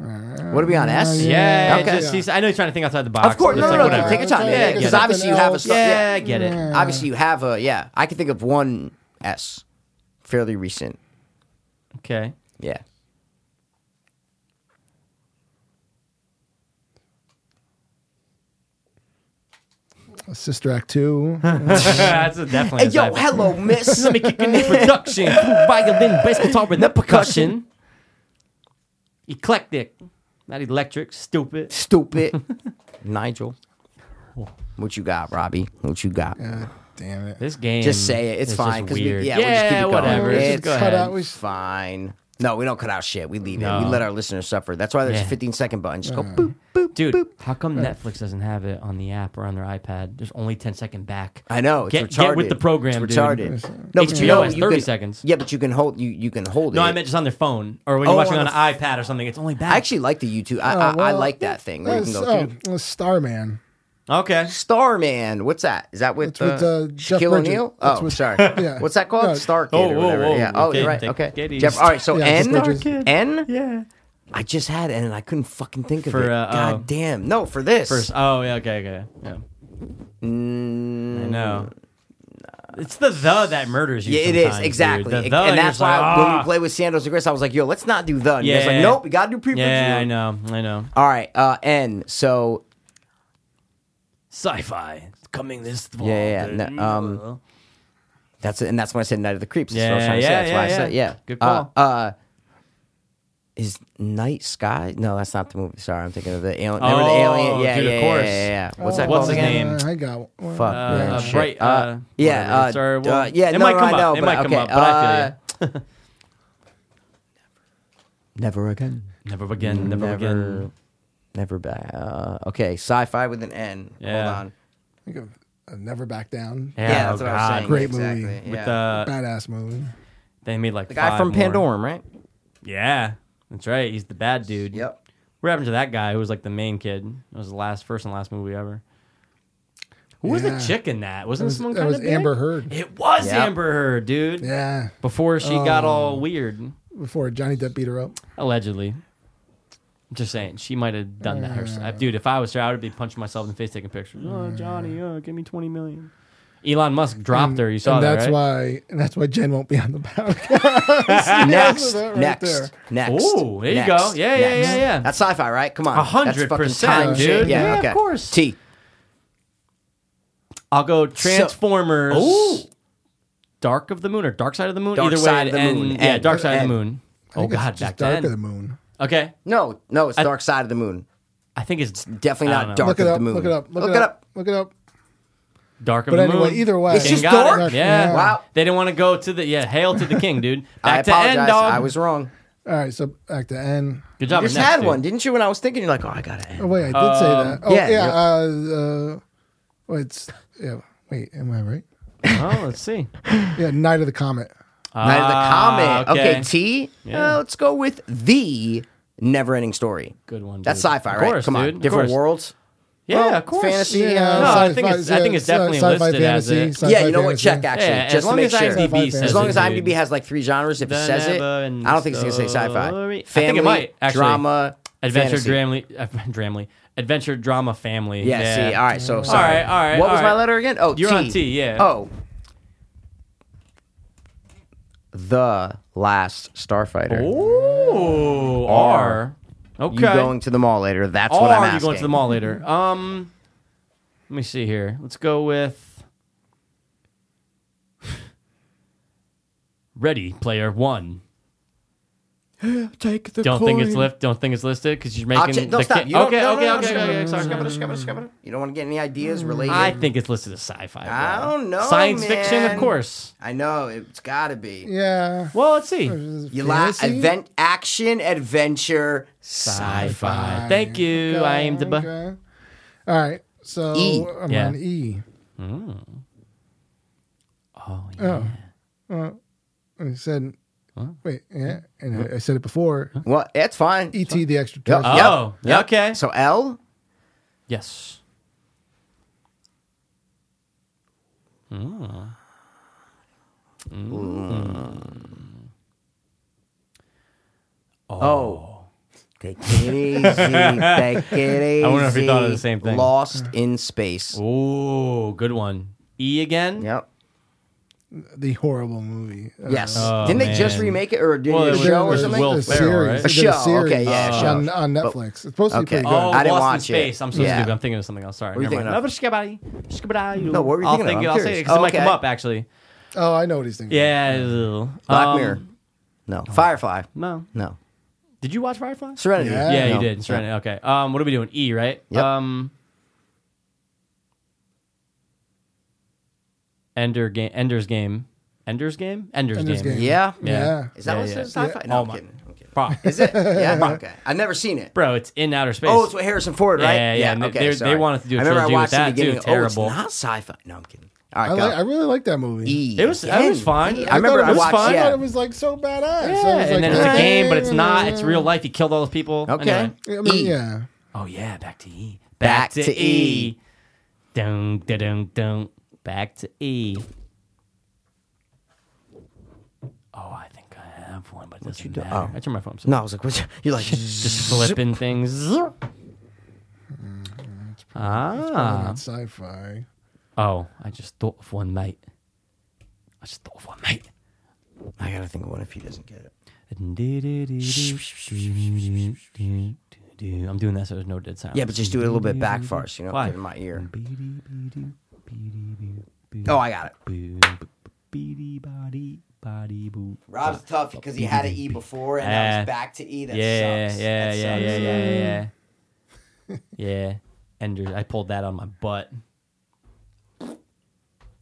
B: What are we on S?
C: Uh, yeah.
B: Okay.
C: Just, he's- I know you're trying to think outside the box.
B: Of course.
C: but
B: No,
C: it's
B: no,
C: like,
B: no.
C: whatever.
B: Take your time.
D: Okay,
B: Yeah,
D: yeah,
B: because
D: yeah.
B: obviously you
D: Something
B: have a
D: else.
B: stuff.
C: Yeah,
B: Yeah.
C: I get it.
B: Obviously you have a yeah. I can think of one S, fairly recent. [laughs]
C: Okay. [laughs]
B: Yeah.
D: Sister Act Two.
C: That's a- definitely.
B: Hey,
C: a
B: yo,
C: sci-fi. [laughs]
B: hello, miss.
C: Let me kick in the [laughs] production. Violin, bass guitar with the percussion. Eclectic, not electric. Stupid.
B: [laughs] Stupid, Nigel. What you got, Robbie? What you got?
D: God damn it.
C: This game.
B: Just say it. It's
C: is
B: fine.
C: Just
B: 'cause we-
C: weird.
B: yeah, we'll just keep it going.
C: whatever.
B: It's
C: just go
D: cut
C: ahead.
D: out. We
B: It's fine. No, we don't cut out shit. We leave it.
C: No.
B: We let our listeners suffer. That's why there's a
C: Yeah.
B: 15 second button. Just go boop, boop.
C: Dude, how come Netflix doesn't have it on the app or on their iPad? There's only 10 second back.
B: I know. It's
C: Get,
B: retarded.
C: get with the program,
B: It's
C: dude.
B: retarded. No, but
C: HBO
B: you know,
C: has
B: you
C: 30
B: can-
C: seconds.
B: Yeah, but you can hold. You you can hold
C: No,
B: it.
C: I meant just on their phone or when you're
B: Oh,
C: watching on
B: on the
C: an iPad or something. It's only back.
B: I actually like the YouTube. I, I, I
D: Ah. Oh, well,
B: like that thing where you can
D: That's-
B: go.
D: oh,
B: dude,
D: well, Starman.
C: okay.
B: Starman, what's that? Is that with,
D: It's with, uh, Jeff
B: Shaquille
D: Bridges.
B: O'Neal?
D: It's
B: Oh,
D: with-
B: sorry.
D: [laughs] yeah. Uh,
B: What's that called?
D: No.
B: Star Kid
C: Oh,
B: or
C: whoa,
B: whatever.
C: whoa,
B: yeah. Oh,
C: okay,
B: you're right.
C: take-
B: Okay.
C: get easy.
B: Jeff. All right. So
D: Yeah, Jeff
B: N.
D: Bridges.
B: N.
C: Yeah.
B: I just had N and I couldn't fucking think of
C: For,
B: it.
C: uh, oh.
B: God damn. No, for this.
C: First. Oh, yeah. Okay. Okay. Yeah.
B: Mm,
C: I know. It's the the that murders you.
B: Yeah, it is
C: sometimes, dude.
B: exactly,
C: The
B: Ex-
C: the, you're
B: and that's
C: just
B: why
C: like,
B: when
C: "Ah."
B: we play with Sandoz and Chris, I was like, "Yo, let's not do the." And yeah,
C: Yeah.
B: like, nope, we gotta do pre
C: Yeah, I know, I know.
B: All right, uh, N. So
C: Sci-fi it's coming this fall.
B: yeah,
C: dude.
B: yeah, no, um, that's and that's when I said Night of the Creeps. That's what I was
C: Yeah,
B: trying to say.
C: yeah,
B: That's why I
C: yeah,
B: said
C: yeah.
B: yeah.
C: Good
B: Uh,
C: call.
B: Uh, is Night Sky? No, that's not the movie. Sorry, I'm thinking of the alien. remember the
C: Oh,
B: alien? Yeah,
C: dude,
B: yeah,
C: of
B: yeah, yeah,
C: course. Oh.
B: yeah, yeah. What's that
C: What's
B: called
C: his
B: again?
C: name?
D: Oh, I got one.
B: Fuck.
C: uh,
B: man,
C: uh,
B: shit.
C: bright. Uh,
B: Uh, yeah,
C: whatever.
B: uh,
C: Sorry, well,
B: uh, yeah.
C: It
B: no,
C: might
B: no,
C: come
B: I
C: up.
B: know,
C: it
B: but-
C: might come
B: okay,
C: up, but I feel
B: uh, Never again.
C: you. Never again. Never, again.
B: Never back. Uh, okay, sci-fi with an N.
C: Yeah.
B: Hold on.
D: Think of uh, Never Back Down.
C: Yeah,
B: Yeah, that's
C: oh
B: what
C: God.
B: I was saying.
D: Great
B: exactly.
D: movie.
B: Yeah.
C: With the
D: Badass movie.
C: they made like
B: the guy
C: five
B: from
C: more.
B: Pandorum, right?
C: Yeah, that's right. He's the bad dude. [laughs]
B: Yep.
C: What happened to that guy who was like the main kid? That was the last, first and last movie ever. Who was the
D: Yeah.
C: chick in that? Wasn't
D: That was,
C: someone
D: that
C: kind
D: was
C: of
D: Amber Heard.
C: It was
B: Yep.
C: Amber Heard, dude.
D: Yeah.
C: Before she got
D: Oh.
C: all weird,
D: Before Johnny Depp beat her up.
C: allegedly. I'm just saying, she might have done that herself, dude. If I was her, I would be punching myself in the face taking pictures. Oh, Johnny, oh, give me twenty million. Elon Musk dropped her. You saw
D: and
C: that,
D: that's
C: right?
D: why and that's why Jen won't be on the [laughs] podcast.
B: next,
D: that right
B: next,
D: there.
B: next.
C: Ooh, there you
B: next,
C: go. Yeah, yeah,
B: next.
C: yeah, yeah.
B: That's sci-fi, right? Come on,
C: A hundred
B: That's fucking
C: percent,
B: time shit.
C: dude.
B: Yeah,
C: Yeah, of
B: okay.
C: course.
B: T.
C: I'll go Transformers.
B: Ooh.
C: Dark of the Moon or Dark Side of the Moon.
B: Dark
C: Either way,
B: Side of the
C: and-
B: Moon.
C: Yeah,
B: And-
C: Dark Side of
B: and-
C: the Moon.
D: I
C: Oh
D: think it's
C: God,
D: just
C: back
D: Dark
C: then.
D: of the Moon.
C: Okay,
B: No, no, it's Dark Side of the Moon.
C: I think it's
B: Definitely
C: I
B: not
C: don't know.
B: Dark
D: Look it
B: of
D: up.
B: the Moon.
D: Look it up. Look,
B: Look it up.
D: Look it up.
C: Dark of
D: But
C: the
D: anyway,
C: Moon.
D: either way,
B: It's
C: King
B: just
C: got it.
B: dark?
C: Yeah.
B: Wow.
C: They didn't want to go to the yeah. Hail to the king, dude. Back
B: [laughs] I
C: to end,
B: apologize.
C: dog.
B: I was wrong.
D: All right, so back to N.
C: Good job.
B: You just
C: Annette,
B: had
C: dude.
B: one, didn't you? When I was thinking, you're like, oh, I gotta end.
D: Oh wait, I did say that. Oh
B: Um, yeah,
D: yeah,
B: you're-
D: uh, uh, well, it's yeah. Wait, am I right?
C: Oh, let's see.
D: Yeah, Night of the Comet.
B: Night of the
C: Ah,
B: Comet. Okay, T. Uh, let's go with the never-ending story.
C: Good one. Dude.
B: That's sci-fi,
C: Of
B: right?
C: course,
B: Come on,
C: dude. Of
B: different
C: course.
B: worlds.
C: Yeah,
B: Well,
C: of course.
B: fantasy,
C: Yeah,
B: uh,
C: no, I
D: sci-
C: think it's, I
D: sci-
C: think it's
D: sci-
C: definitely
D: sci-fi
C: listed as
D: fantasy,
C: it.
D: sci-
B: yeah, you know what?
D: fantasy.
B: Check
C: yeah,
B: actually, just
C: as
B: to
C: long
B: make
C: as
B: sure.
C: IMDb
D: Sci-fi
C: says
B: As long
C: it,
B: as
C: dude.
B: IMDb has like three genres, if it
C: The
B: says it, I
C: never-ending
B: don't think it's gonna say sci-fi.
C: story. I
B: Family,
C: think it might, actually.
B: drama,
C: Adventure
B: fantasy.
C: Dramly, uh, [laughs] Dramly, Adventure Drama Family.
B: Yeah, See, all right. So sorry.
C: right, all right,
B: What
C: all
B: was my
C: right.
B: letter again? Oh,
C: You're
B: T.
C: on T, yeah.
B: Oh. The last Starfighter.
C: Ooh, R. Oh, Okay.
B: You going to the mall later? That's
C: or
B: what I'm
C: are
B: asking.
C: you Oh, going to the mall later? Um, let me see here. Let's go with [sighs] Ready Player One.
B: Take the
C: Don't think it's list. Don't think it's listed because you're
B: I'll
C: making.
B: check- no,
C: the
B: stop.
C: ki-
B: You don't-
C: okay,
B: no, no,
C: okay,
B: no,
C: okay,
B: no,
C: okay,
B: no,
C: okay. Sorry.
B: no, no, no, no. You don't want to get any ideas related.
C: Mm. I think it's listed as sci-fi. bro.
B: I don't know,
C: Science fiction, of
B: man.
C: course.
B: I know it's got to
D: Mm.
B: be.
D: Yeah.
C: Well, let's see.
B: You la-
D: Fantasy?
B: event action adventure
C: Sci-fi.
D: Sci-fi.
C: Thank you.
D: Okay,
C: I am the. Bu-
D: okay. All right, so
B: E.
D: I'm
C: Yeah.
D: on E.
C: Oh, yeah.
D: Oh, well, I said. Wait, yeah, and I- I said it before.
B: Well, that's fine.
D: E.T. the extra
C: Oh,
B: Yep,
C: yeah, okay.
B: So L.
C: Yes. Hmm.
B: Oh. Take it
C: [laughs]
B: easy. Take it easy.
C: I wonder if he thought of the same thing.
B: Lost in space.
C: Oh, good one. E again.
B: Yep.
C: uh,
D: the horrible movie. Uh,
B: Yes.
C: Oh,
B: Didn't they just
C: man.
B: remake it or did
C: Well,
B: a
C: it was-
B: show
C: it
B: or
C: was
B: something?
C: Will
D: a
C: Ferrell, right?
D: series.
B: A
D: They did
B: show, okay, yeah, a
D: on,
B: show.
D: on Netflix. it's supposed to be
B: okay.
D: pretty good.
C: Oh,
B: I didn't
C: Lost in
B: watch it.
C: Space. I'm so
B: Yeah.
C: stupid. I'm thinking of something else. Sorry.
B: What are
C: Never
B: you thinking
C: mind.
B: of?
C: No,
B: No, what were you
C: I'll
B: thinking of?
C: think,
B: I'm
C: I'll say it
B: curious.
C: because it might
B: Okay.
C: come up actually.
D: Oh, I know what he's thinking.
C: Yeah. ew.
B: Black
C: Um,
B: Mirror. No. Firefly.
C: No.
B: No.
C: Did you watch Firefly?
B: Serenity.
D: Yeah.
C: Yeah, you
B: No.
C: did. Serenity. Okay. Um, what are we doing? E, right?
B: Yep.
C: Um, Ender game. Ender's game. Ender's game. Ender's,
D: Ender's
C: game.
D: Game.
B: Yeah.
D: Yeah.
B: Is that
C: Yeah,
B: what
C: yeah.
B: it says? Sci-fi? No,
C: Oh
B: I'm
C: my-
B: kidding. I'm kidding.
C: Fuck. [laughs]
B: Is it? Yeah. Okay. I've never seen it.
C: Bro, it's in outer space.
B: Oh, it's with Harrison Ford, right?
C: Yeah, yeah, and they- they- they
B: sorry.
C: wanted to do a
B: I remember
C: trilogy
B: I
C: with
B: watched
C: that,
B: the
C: too.
B: beginning.
C: Terrible.
B: Oh, it's not sci-fi. No, I'm kidding. All right,
D: I,
B: go.
D: like, I really like that movie.
B: E.
C: It was- it was
B: Again.
C: fine.
B: E.
C: I
B: I remember
D: thought it
B: I
D: was
B: watched.
D: fun. I thought
B: Yeah.
D: it was like so badass.
C: Yeah,
D: I was like,
C: and then it's a
D: "Hey."
C: game, but it's not. It's real life. He killed all those people.
B: Okay.
C: Anyway.
D: I mean,
B: E.
D: yeah.
C: Oh yeah, back to E.
B: Back to E.
C: Dun dun dun dun. Back to E. Oh, I think I have one, but it doesn't matter.
B: oh.
C: I turn my phone.
B: No, I was like, [laughs] what's you're like
C: Just flipping things. Ah.
D: Sci-fi.
C: Oh, I just thought of one, mate. I just thought of one night.
B: I gotta think of one if he doesn't get it.
C: I'm doing that so there's no dead sound.
B: Yeah, but just do it a little bit back first, you know,
C: Why?
B: get in my ear. Oh, I got it.
C: Beady body body boo.
B: Rob's tough because he had an E before and now
C: Yeah.
B: he's back to E. That
C: yeah,
B: sucks.
C: yeah,
B: That
C: yeah, yeah,
B: sucks.
C: yeah, yeah,
B: [laughs]
C: yeah, yeah. And I pulled that on my butt.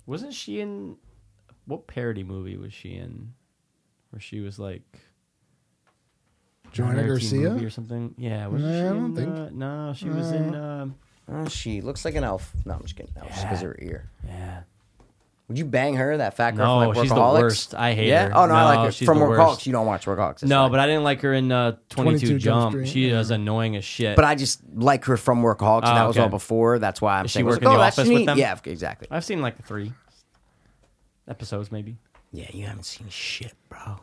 C: Wasn't she in what parody movie was she in? Where she was like
D: Joanna
C: another teen
D: Garcia?
C: movie or something. Yeah, was
D: No,
C: she
D: I
C: in,
D: don't think- Uh,
C: uh, no, she was in. um
B: Oh, she looks like an elf. No, I'm just kidding. No, just because of her ear.
C: yeah,
B: Would you bang her? That fat girl
C: No,
B: from like
C: she's the
B: Workaholics?
C: worst. I hate
B: yeah?
C: her.
B: Oh no, I
C: No,
B: like her.
C: she's
B: From
C: the
B: Workaholics,
C: worst.
B: you don't watch Workaholics. That's
C: No,
B: fine.
C: but I didn't like her in uh, 22,
D: 22 Jump
C: Jump.
D: Street,
C: she is annoying as shit.
B: But I just like her from Workaholics, and
C: Oh,
B: that was
C: okay.
B: all before. That's why I'm
C: Does she
B: saying, I was
C: work
B: like,
C: in the
B: oh, that's
C: office with
B: neat.
C: them?
B: Yeah, exactly.
C: I've seen like three episodes, maybe.
B: Yeah, you haven't seen shit, bro.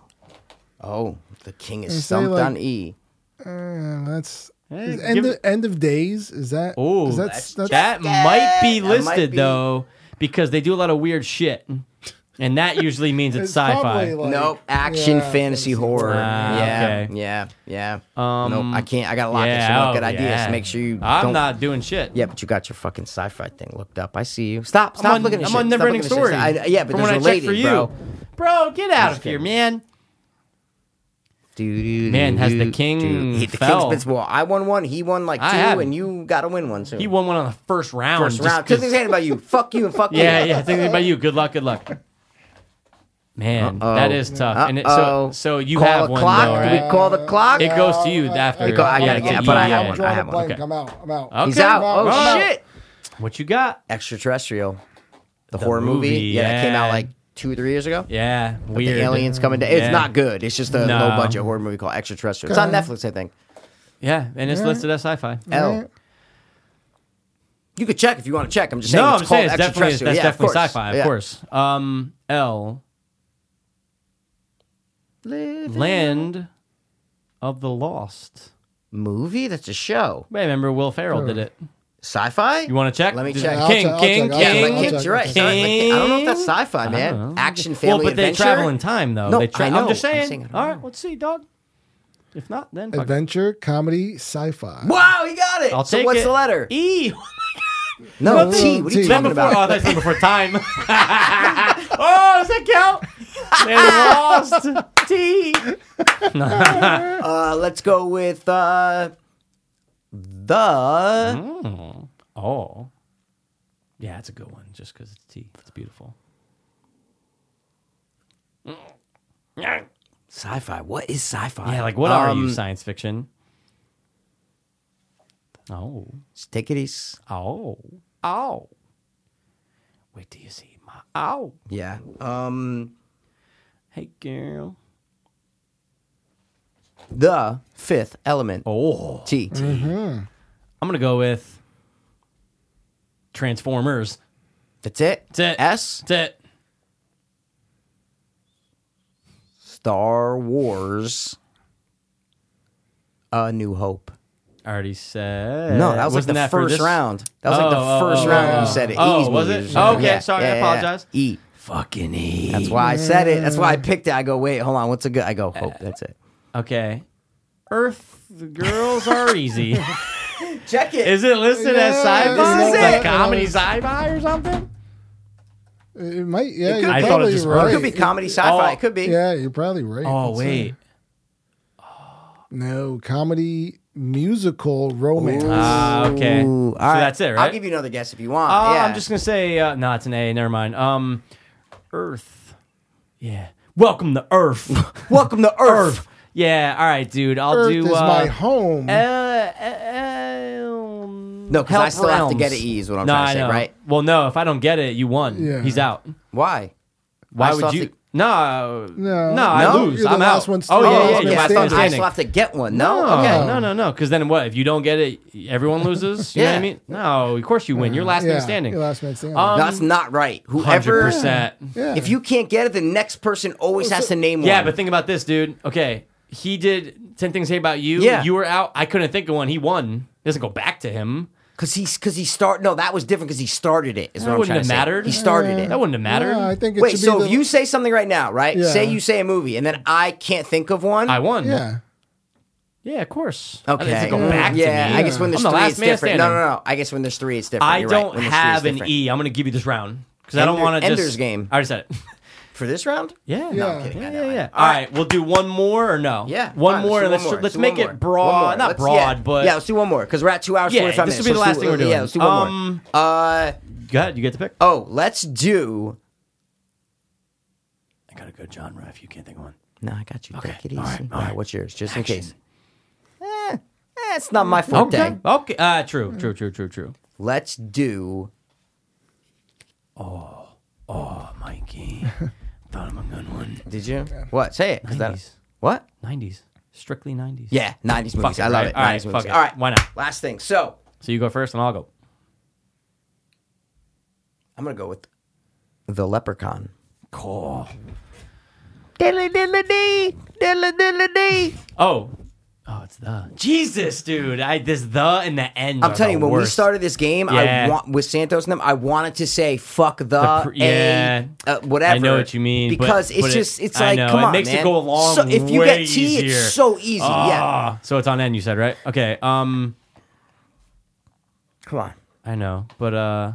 B: Oh, the king is
D: And say,
B: stumped
D: like-
B: on E.
D: Uh, that's
C: Hey,
D: is end
C: give-
D: of, end of days. Is that?
C: Oh,
D: is
C: that might be
B: That might
C: listed
B: be-
C: though, because they do a lot of weird shit, and that usually means it's, sci-fi.
D: probably, like-
B: nope, action,
D: yeah,
B: fantasy, horror.
C: Ah,
B: yeah,
C: okay.
B: yeah, yeah.
C: Um,
B: nope, I can't. I got a lot of
C: yeah,
B: some good
C: oh,
B: ideas.
C: yeah.
B: Make sure you.
C: I'm
B: don't,
C: not doing shit.
B: Yeah, but you got your fucking sci-fi thing looked up. I see you. Stop, stop
C: I'm on,
B: looking at
C: I'm
B: shit.
C: on
B: Stop
C: Never Ending
B: looking at
C: Story.
B: shit. I, yeah, but
C: from
B: there's
C: when
B: a
C: I checked
B: lady,
C: for you,
B: bro.
C: Bro, get out of here,
B: kidding.
C: man.
B: Doo-doo-doo-doo.
C: Man, has the king
B: Doo. He- the
C: fell.
B: king's been well. I won one. He won like
C: I
B: two,
C: haven't.
B: and you got to win one too.
C: He won one on the first round.
B: first
C: just
B: round. Took
C: 'cause-
B: his hand about you. Fuck you and fuck
C: [laughs] yeah,
B: you.
C: yeah. Thinking about you. Good luck. Good luck. Man,
B: Uh-oh.
C: that is tough. And it, so,
B: Uh-oh.
C: so you
B: call
C: have
B: the
C: one
B: clock.
C: though,
B: Do
C: right?
B: we call the clock?
C: It goes to you after.
B: go- I
C: yeah,
B: gotta
C: to
B: get-
C: you,
B: but I
C: yeah.
B: have one, I have one,
D: a blank.
C: okay.
D: I'm out. I'm out.
C: Okay.
B: He's out.
D: Come
B: Oh
D: on.
B: shit!
C: What you got?
B: Extraterrestrial, the,
C: The
B: horror movie.
C: movie,
B: Yeah, that came out
C: yeah.
B: like two, three years ago.
C: Yeah,
B: The
C: weird.
B: aliens coming down. It's
C: Yeah.
B: not good. It's just a
C: No.
B: low budget horror movie called Extraterrestrial. It's on Netflix, I think.
C: Yeah, and it's listed as sci-fi.
B: L. You could check if you want to check. I'm just saying.
C: no,
B: it's
C: I'm saying
B: called
C: it's definitely that's
B: Extraterrestrial. yeah, of
C: definitely
B: course.
C: sci-fi, of
B: Yeah.
C: course. Um, L
B: Living
C: Land of the Lost.
B: movie. That's a show.
C: Wait, remember Will Ferrell did it.
B: Sci-fi.
C: You want to check?
B: Let me
C: Did-
B: check.
D: I'll
C: King,
D: check, I'll
C: King,
D: check, I'll
B: Yeah,
D: check,
C: King.
D: I'll
B: like
D: check.
B: kids, you're right.
C: King.
B: Sorry, like, kid- I don't know if that's sci-fi,
C: don't
B: man.
C: know.
B: Action family
C: Well, but they
B: adventure.
C: travel in time though.
B: No,
C: they
B: I
C: tra-
B: know.
C: I'm just
B: I'm
C: saying.
B: saying I don't
C: All
B: know.
C: right, let's see, dog. If not, then fuck it.
D: Adventure, comedy, sci-fi.
B: Wow, he got it.
C: I'll
B: so
C: take
B: what's
C: it.
B: the letter?
D: [laughs]
C: E.
B: No,
D: Nothing.
B: T. What are you
D: T.
C: Then
B: talking
C: before, oh,
B: about?
C: that's before time. [laughs] oh, does that
B: [laughs]
C: count? They lost T.
B: Uh, let's go with uh,
C: Mm-hmm.
B: the
C: Oh. Yeah, it's a good one just because it's tea. It's beautiful.
B: sci-fi. What is sci-fi?
C: Yeah, like what are you,
B: Um,
C: science fiction? Oh.
B: Take it easy.
C: Oh. Oh. Wait till you see my ow.
B: Yeah. Um,
C: Hey, girl.
B: the fifth element.
C: Oh.
B: T.
C: I'm going to go with Transformers.
B: That's it.
C: That's it.
B: S.
C: That's it.
B: Star Wars. A New Hope.
C: I already said.
B: No, that was like
C: Wasn't
B: the
C: for
B: first
C: this-
B: round. That was like
C: Oh, oh,
B: the first
C: oh,
B: round you
D: oh.
B: said it.
C: Oh,
B: E's
C: was
B: movies
C: it?
B: or something.
C: Okay, sorry, I apologize.
B: E.
C: Fucking E.
B: That's why I said it. That's why I picked it. I go, wait, hold on, what's a good? I go, hope. That's it.
C: Okay. Earth the girls are easy.
B: Check it.
C: Is it listed as
D: Yeah,
C: sci-fi?
B: it's
C: Like
B: it.
C: comedy sci-fi or something?
D: It might. Yeah,
B: could
D: you're
B: be. I
C: thought it
D: probably
C: just- it
D: right.
B: could be comedy, sci-fi.
C: Oh,
B: it could be.
D: Yeah, you're probably right.
C: Oh
D: Let's
C: wait.
D: see. No, comedy, musical, romance.
C: Ah, okay.
B: Ooh,
C: so
B: all right.
C: that's it, right?
B: I'll give you another guess if you want.
C: Uh,
B: yeah.
C: I'm just gonna say uh, no. It's an A. Never mind. Um, Earth. Yeah. Welcome to Earth.
B: Welcome to Earth.
C: yeah. All right, dude. I'll
D: Earth
C: do.
D: is
C: uh,
D: my home.
C: Uh, um,
B: No, 'cause I
C: Help
B: still have to get
C: Realms.
B: an E is what I'm
C: no,
B: trying to
C: I
B: say,
C: know.
B: right?
C: Well, no. If I don't get it, you won.
D: Yeah.
C: He's out.
B: Why?
C: Why
B: still
C: would
B: have
C: you?
B: to-
C: No.
D: No.
C: No, I
B: No?
C: lose.
D: You're the
C: I'm
D: last
C: out.
D: one
C: oh
D: standing.
C: yeah,
D: Oh,
C: yeah,
D: okay.
C: yeah.
B: I,
D: last
B: still,
D: one
B: I still
C: standing.
B: have to get one. No,
C: No,
D: Oh.
B: okay.
C: Oh, no, no, no. Because then what? If you don't get it, everyone loses. You know what I
B: Yeah.
C: mean? No, of course you win. You're last
D: yeah,
C: man standing.
D: Your last man standing.
C: Um,
B: That's not right.
C: Hundred
B: Whoever,
C: percent.
D: yeah.
B: if you can't get it, the next person always has to name one.
C: Yeah, but think about this, dude. Okay, he did ten things I hate about you.
B: Yeah.
C: you were out. I couldn't think of one. He won. It doesn't go back to him.
B: Cause he's cause he start no that was different because he started it is
C: That
B: what I'm
C: wouldn't
B: trying to
C: have
B: say.
C: mattered.
B: He started it.
C: That wouldn't have mattered.
D: Yeah, I think it
B: Wait,
D: should
B: so
D: be
B: if
D: the,
B: you say something right now, right?
D: Yeah.
B: Say you say a movie, and then I can't think of one.
C: I won.
D: yeah.
C: Yeah, of course. I
B: okay,
C: didn't have to go back to
B: yeah,
C: me.
B: I guess when there's
C: I'm the
B: three,
C: last
B: it's
C: man
B: different. No,
C: standing.
B: no, no. I guess when there's three, it's different.
C: I
B: You're right.
C: don't
B: When there's three, it's
C: have an
B: different.
C: E. I'm going to give you this round because I don't
B: Ender-
C: want to just.
B: Ender's Game.
C: I already said it.
B: for this round.
C: Yeah. No,
D: No, I'm
C: yeah,
D: kidding.
C: yeah,
B: I know,
C: yeah.
B: I know.
C: All right, we'll do one more or no?
B: Yeah,
C: One
B: fine,
C: more.
B: let's do
C: and let's
B: one more,
C: let's
B: do
C: make
B: one
C: it
B: more, one
C: broad,
B: more.
C: not
B: Let's-
C: broad,
B: yeah.
C: but
B: yeah. Let's do one more because we're at two hours
C: Yeah,
B: 45
C: this will
B: minutes.
C: be the
B: Let's
C: last
B: do-
C: thing we're doing.
B: Yeah, let's do one
C: Um,
B: more. Uh,
C: go ahead. You get the pick.
B: oh, let's do.
C: I got a good genre if you can't think of one.
B: No, I got you. Take it easy.
C: all right, all
B: All right,
C: right.
B: what's yours? Just in
C: Action.
B: case. Eh, eh, it's not my forte.
C: Okay. Okay. Uh, true. True. True. True. True.
B: Let's do.
C: Oh,
B: [laughs]
C: Mikey, thought of a good one.
B: Did you? What? Say it. 'cause that-
C: 90s.
B: what?
C: Nineties, strictly nineties.
B: Yeah, 90s
C: Fuck
B: movies.
C: it,
B: I love
C: right?
B: it. 90s
C: All right,
B: movies.
C: fuck it.
B: All right.
C: Why not?
B: Last thing. So
C: So you go first, and I'll go.
B: I'm going to go with The Leprechaun.
C: Cool.
B: Diddly diddly dee. Diddly diddly dee.
C: Oh. Oh, it's the Jesus, dude. I this the and the end.
B: I'm telling you, when we started this game,
C: Yeah.
B: I want with Santos and them, I wanted to say fuck the,
C: pr-
B: a,
C: yeah.
B: uh, whatever.
C: I know what you mean, but-
B: because it's
C: but it-
B: just it's
C: I
B: like
C: know,
B: come
C: it
B: on,
C: makes it
B: man.
C: go along
B: So, if you
C: way
B: get T,
C: easier.
B: it's so easy. Yeah,
C: Ah, so it's on end. You said right? Okay. Um,
B: come on.
C: I know, but uh,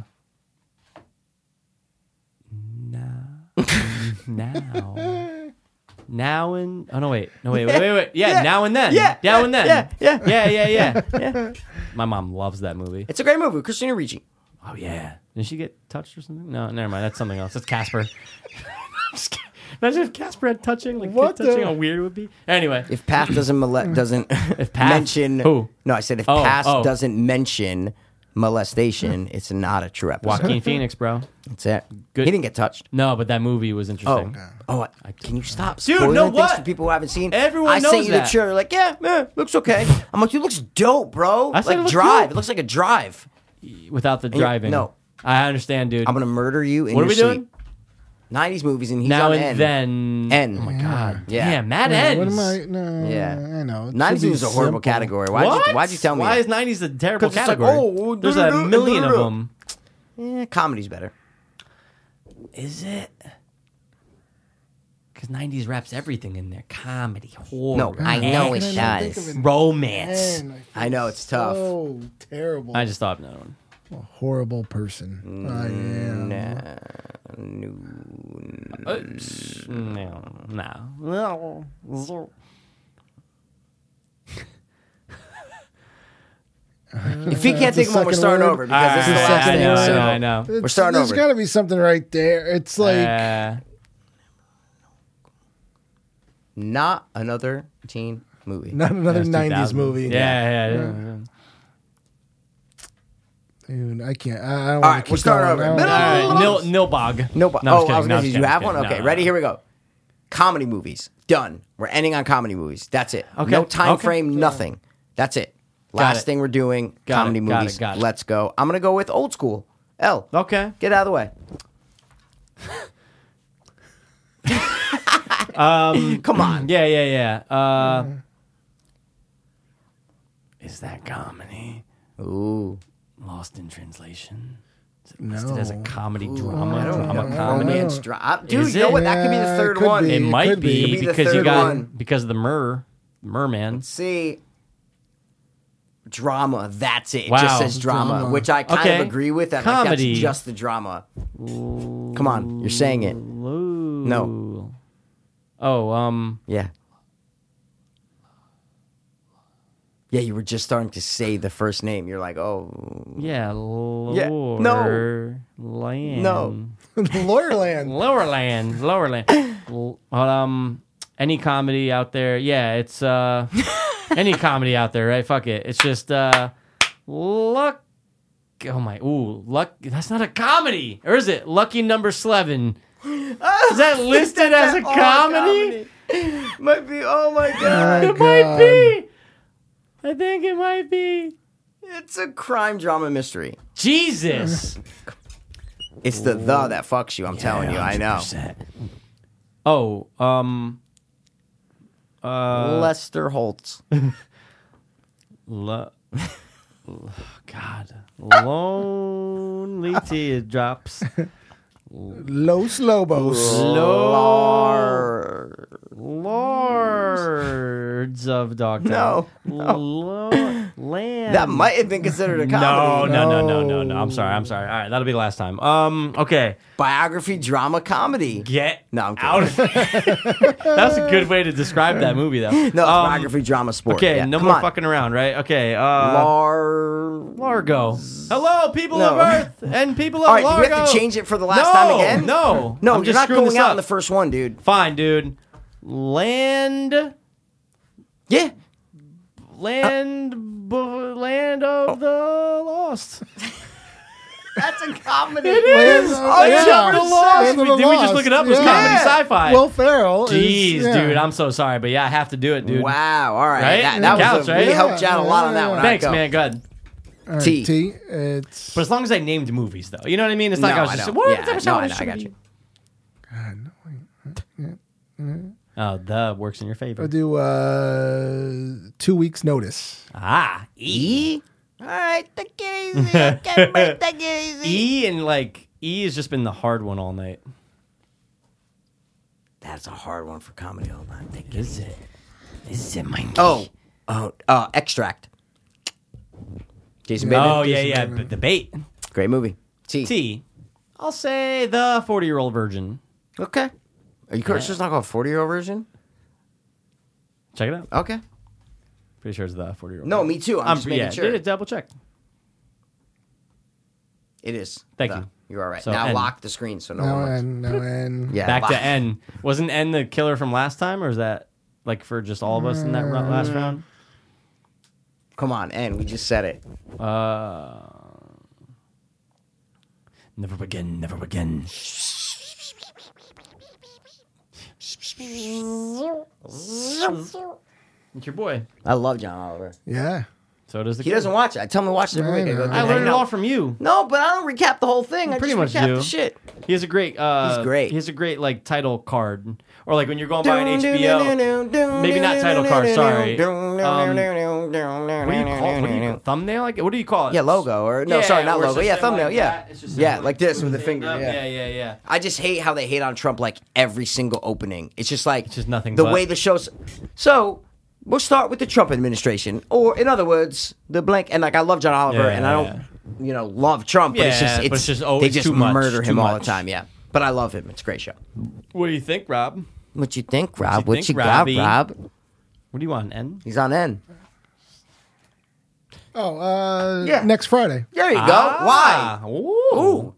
C: now, now, now and oh no, wait, no wait, wait, wait, wait. Yeah,
B: Yeah.
C: now and then.
B: Yeah.
C: now and then.
B: Yeah. Yeah.
C: yeah, yeah, yeah. My mom loves that movie.
B: It's a great movie, Christina Ricci.
C: Oh yeah. Did she get touched or something? No, never mind. That's something else. That's Casper. [laughs] Just kidding. Imagine if Casper had touching, like
D: What
C: what touching,
D: the-
C: how weird it would be. Anyway,
B: If Path doesn't
C: [laughs]
B: mole- doesn't [laughs]
C: Path-
B: mention
C: who?
B: no, I said if
C: Oh,
B: Path
C: oh.
B: doesn't mention molestation, it's not a true episode.
C: Joaquin Phoenix, bro.
B: That's it.
C: Good.
B: He didn't get touched.
C: No, but that movie was interesting.
B: Oh, I, can you stop
C: Dude,
B: spoiling
C: no,
B: things
C: what?
B: for people who haven't seen?
C: Everyone
B: I
C: knows
B: sent you
C: that.
B: the trailer, like, yeah, yeah, looks
C: [laughs]
B: okay. I'm like, dude, looks dope, bro.
C: I said
B: like
C: it looked
B: drive.
C: dope.
B: It looks like a drive.
C: Without the driving.
B: no.
C: I understand, dude.
B: I'm gonna murder you in
C: what are
B: your
C: we
B: sleep.
C: doing?
B: 90s movies, and he's
C: now
B: on
C: and
B: N.
C: then.
B: N.
C: Oh my god.
B: Yeah.
C: Yeah, Mad Ends.
D: What am I? No.
B: Yeah.
D: I know. It
B: 90s
D: should be
B: movies is a horrible
D: simple.
B: category. Why'd
C: What?
B: you, why'd you tell me?
C: Why
B: that?
C: is '90s a terrible
B: 'Cause it's like,
C: category?
B: oh, well,
C: There's a
B: do-do-do,
C: million of
B: do-do-do.
C: them.
B: Eh, comedy's better.
C: Is it? Because '90s wraps everything in there: comedy, horror,
B: No, I know it
C: action,
D: I think of
B: does.
D: it.
C: romance.
D: Man,
B: I know it's tough.
D: So terrible.
C: I just thought of another one.
D: horrible person. I am.
B: Mm,
C: Oops. No, no, no. Zo-
B: If he can't
D: the
B: think of one, we're
D: second
B: starting
D: word.
B: over because this is the
C: Alright,
B: last
C: Ah, I
B: thing.
C: know,
B: so-
C: I know, I know.
D: It's-
B: starting
D: There's
B: over.
D: got to be something right there. It's like
C: Uh,
B: Not another teen movie.
D: not another
C: that's
D: 90s
C: 2000.
D: movie.
C: Yeah, yeah. yeah.
D: Dude, I can't. I, I don't
B: All
D: want
B: right,
D: to
B: we're starting over.
C: All right, nil,
B: Alright.
C: nil bog.
B: No, but
C: No, I'm just
B: oh, I was
C: kidding.
B: gonna
C: No,
B: say,
C: I'm
B: you
C: just
B: have
C: kidding.
B: one?
C: No,
B: Okay,
C: no,
B: ready?
C: no.
B: Here we go. Comedy movies. Done. We're ending on comedy movies. That's it.
C: Okay,
B: No time
C: okay.
B: frame, nothing. That's it. Last
C: it.
B: thing we're doing,
C: Got
B: comedy
C: it, got
B: movies.
C: it, got it.
B: Let's go. I'm gonna go with old school. L.
C: Okay.
B: Get out of the way.
C: Mm.
B: um, Come
C: [clears throat]
B: on.
C: Yeah, yeah, yeah. Uh, is that comedy?
B: Ooh.
C: Lost in translation? Is it listed as a comedy drama?
B: I don't
C: drama
B: know.
C: comedy?
B: Romance drop. Dude,
C: Is
B: you know
C: it?
B: what? That could be
D: Yeah,
B: the
D: it
B: third
D: could
B: one.
D: be.
C: It might
D: could be.
C: be,
B: Could be the
C: because you
B: third
C: got
B: one.
C: because of the mer merman.
B: See. Drama. That's it. It
C: Wow.
B: just says drama,
D: Drama.
B: which I kind
C: Okay.
B: of agree with. I'm Like,
C: Comedy.
B: that's just the drama. Come on. You're saying it.
C: No. Oh, um,
B: Yeah. Yeah, you were just starting to say the first name. You're like, oh,
C: yeah, lower
B: Yeah, no.
C: land,
B: No.
D: [laughs] Lawyerland.
C: lower land, lower land. L- um, any comedy out there? Yeah, it's uh, any comedy out there, right? Fuck it, it's just uh, luck. Oh my, ooh, luck. That's not a comedy, or is it? Lucky number eleven. Is that listed
B: [laughs]
C: as a
B: all
C: comedy?
B: Oh, comedy. Might be. Oh my
D: My
B: god,
C: It might
D: God.
C: be. I think it might be.
B: it's a crime drama mystery.
C: Jesus.
B: It's the the that fucks you. I'm telling you. I know.
C: Oh, um, uh,
B: Lester Holtz. [laughs]
C: le- God,
B: [laughs]
C: lonely teardrops.
D: Los Lobos.
C: Lord, lords of Dogtown. No, land.
B: That might have been considered a
C: [laughs] No,
B: comedy.
C: no, no, no, no, no. I'm sorry. I'm sorry. All right, that'll be last time. Um, okay.
B: Biography, drama, comedy.
C: Get
B: No, I'm kidding.
C: out of [laughs] That's a good way to describe that movie, though.
B: [laughs] No,
C: Um,
B: biography, drama, sport.
C: Okay,
B: Yeah,
C: no
B: come
C: more
B: on.
C: fucking around, right? Okay. Uh,
B: Lar.
C: Largo. Hello, people
B: No.
C: of Earth and
B: [laughs]
C: people of
B: All right, do
C: Largo.
B: we have to change it for the last
C: no,
B: time again?
C: No,
B: No,
C: I'm
B: you're
C: just
B: not
C: screwing
B: going
C: this
B: out
C: up.
B: in the first one, dude.
C: Fine, dude. Land,
B: Yeah. Uh,
C: land, b- land of the
B: [laughs]
C: lost.
B: That's a comedy.
D: is.
B: Oh,
D: Yeah.
B: Land of the Lost.
D: Land of the
C: Did we just look it up? It was
D: Lost.
C: comedy
B: Yeah.
C: sci-fi.
D: Will Ferrell. is-
C: Jeez,
D: yeah.
C: dude, I'm so sorry, but yeah, I have to do it, dude.
B: Wow. All right.
C: Right?
B: That, that
C: Counts,
B: was a,
C: right?
B: We helped you out a lot on that one. All right,
C: Thanks,
B: go.
C: man. Good.
D: All right,
B: T.
D: T. It's
C: But as long as I named movies, though, you know what I mean. It's not like
B: No,
C: I was
B: I
C: just
B: don't.
C: what
B: Yeah,
C: That's
B: no,
C: what
B: I
C: it
B: know, I
C: should
B: got
C: be.
B: you.
C: Oh, the works in your favor.
D: I do uh, two weeks notice.
C: Ah, e
B: E. All right. Take
C: [laughs]
B: it easy. Okay, mate, take it easy.
C: e and like e has just been the hard one all night.
B: That's a hard one for comedy. Hold on. Take it.
C: Is it? Is it my?
B: Oh. Oh. Uh, extract. Jason Bateman.
C: Oh yeah, yeah. But the bait.
B: Great movie. T.
C: T. I'll say the forty-year-old virgin.
B: Okay. Are you sure it's just not called forty year old version?
C: Check it out.
B: Okay.
C: Pretty sure it's the forty-year-old.
B: No, me too. I'm, just making
C: Um, yeah,
B: sure.
C: yeah, double check.
B: It is.
C: Thank
B: Uh,
C: you.
B: You're all right.
C: So,
B: now
C: N.
B: lock the screen so no
D: No
B: one looks.
D: end, no end.
B: [laughs] Yeah.
C: Back
B: lock.
C: to N. Wasn't N the killer from last time, or is that like for just all of us in that ro- last round?
B: Come on, N. We just said it.
C: Uh, never again, never again. It's your boy.
B: I love John Oliver.
D: Yeah.
C: So does the.
B: He doesn't watch it. I tell him to watch the movie.
D: I know.
B: I, go,
C: I
B: "Dude,
C: learned it
B: know."
C: all from you.
B: No, but I don't recap the whole thing. I
C: Pretty
B: just
C: much
B: recap
C: do.
B: the shit.
C: He has a great. Uh,
B: He's great.
C: He has a great like title card, or like when you're going by an HBO.
B: Maybe
C: Maybe not title card, sorry. Um, What do you call? What do you call
B: Yeah,
C: thumbnail? Like what do you call it?
B: logo or no,
C: Yeah,
B: sorry, not
C: where it's just
B: logo. Yeah,
C: him
B: thumbnail.
C: like
B: yeah,
C: that. It's just him
B: yeah,
C: like
B: like this
C: [laughs]
B: with the finger.
C: Up,
B: Yeah.
C: yeah, yeah, yeah.
B: I just hate how they hate on Trump like every single opening. It's just like
C: just nothing
B: The
C: but.
B: way the show's so we'll start with the Trump administration, or in other words, the blank. And like I love John Oliver,
C: Yeah,
B: and I don't you know love Trump, but it's
C: Yeah,
B: just
C: but
B: it's,
C: it's just always
B: they just
C: too much,
B: murder
C: too
B: him all
C: much.
B: the time. Yeah, but I love him. It's a great show.
C: What do you think, Rob?
B: What you think, Rob? What you,
C: think, Robbie?
B: got, Rob?
C: What do you want? N?
B: He's on N.
D: Oh, uh,
B: Yeah.
D: next Friday.
B: There you
C: Ah, Ooh.
B: go. Why? Ooh.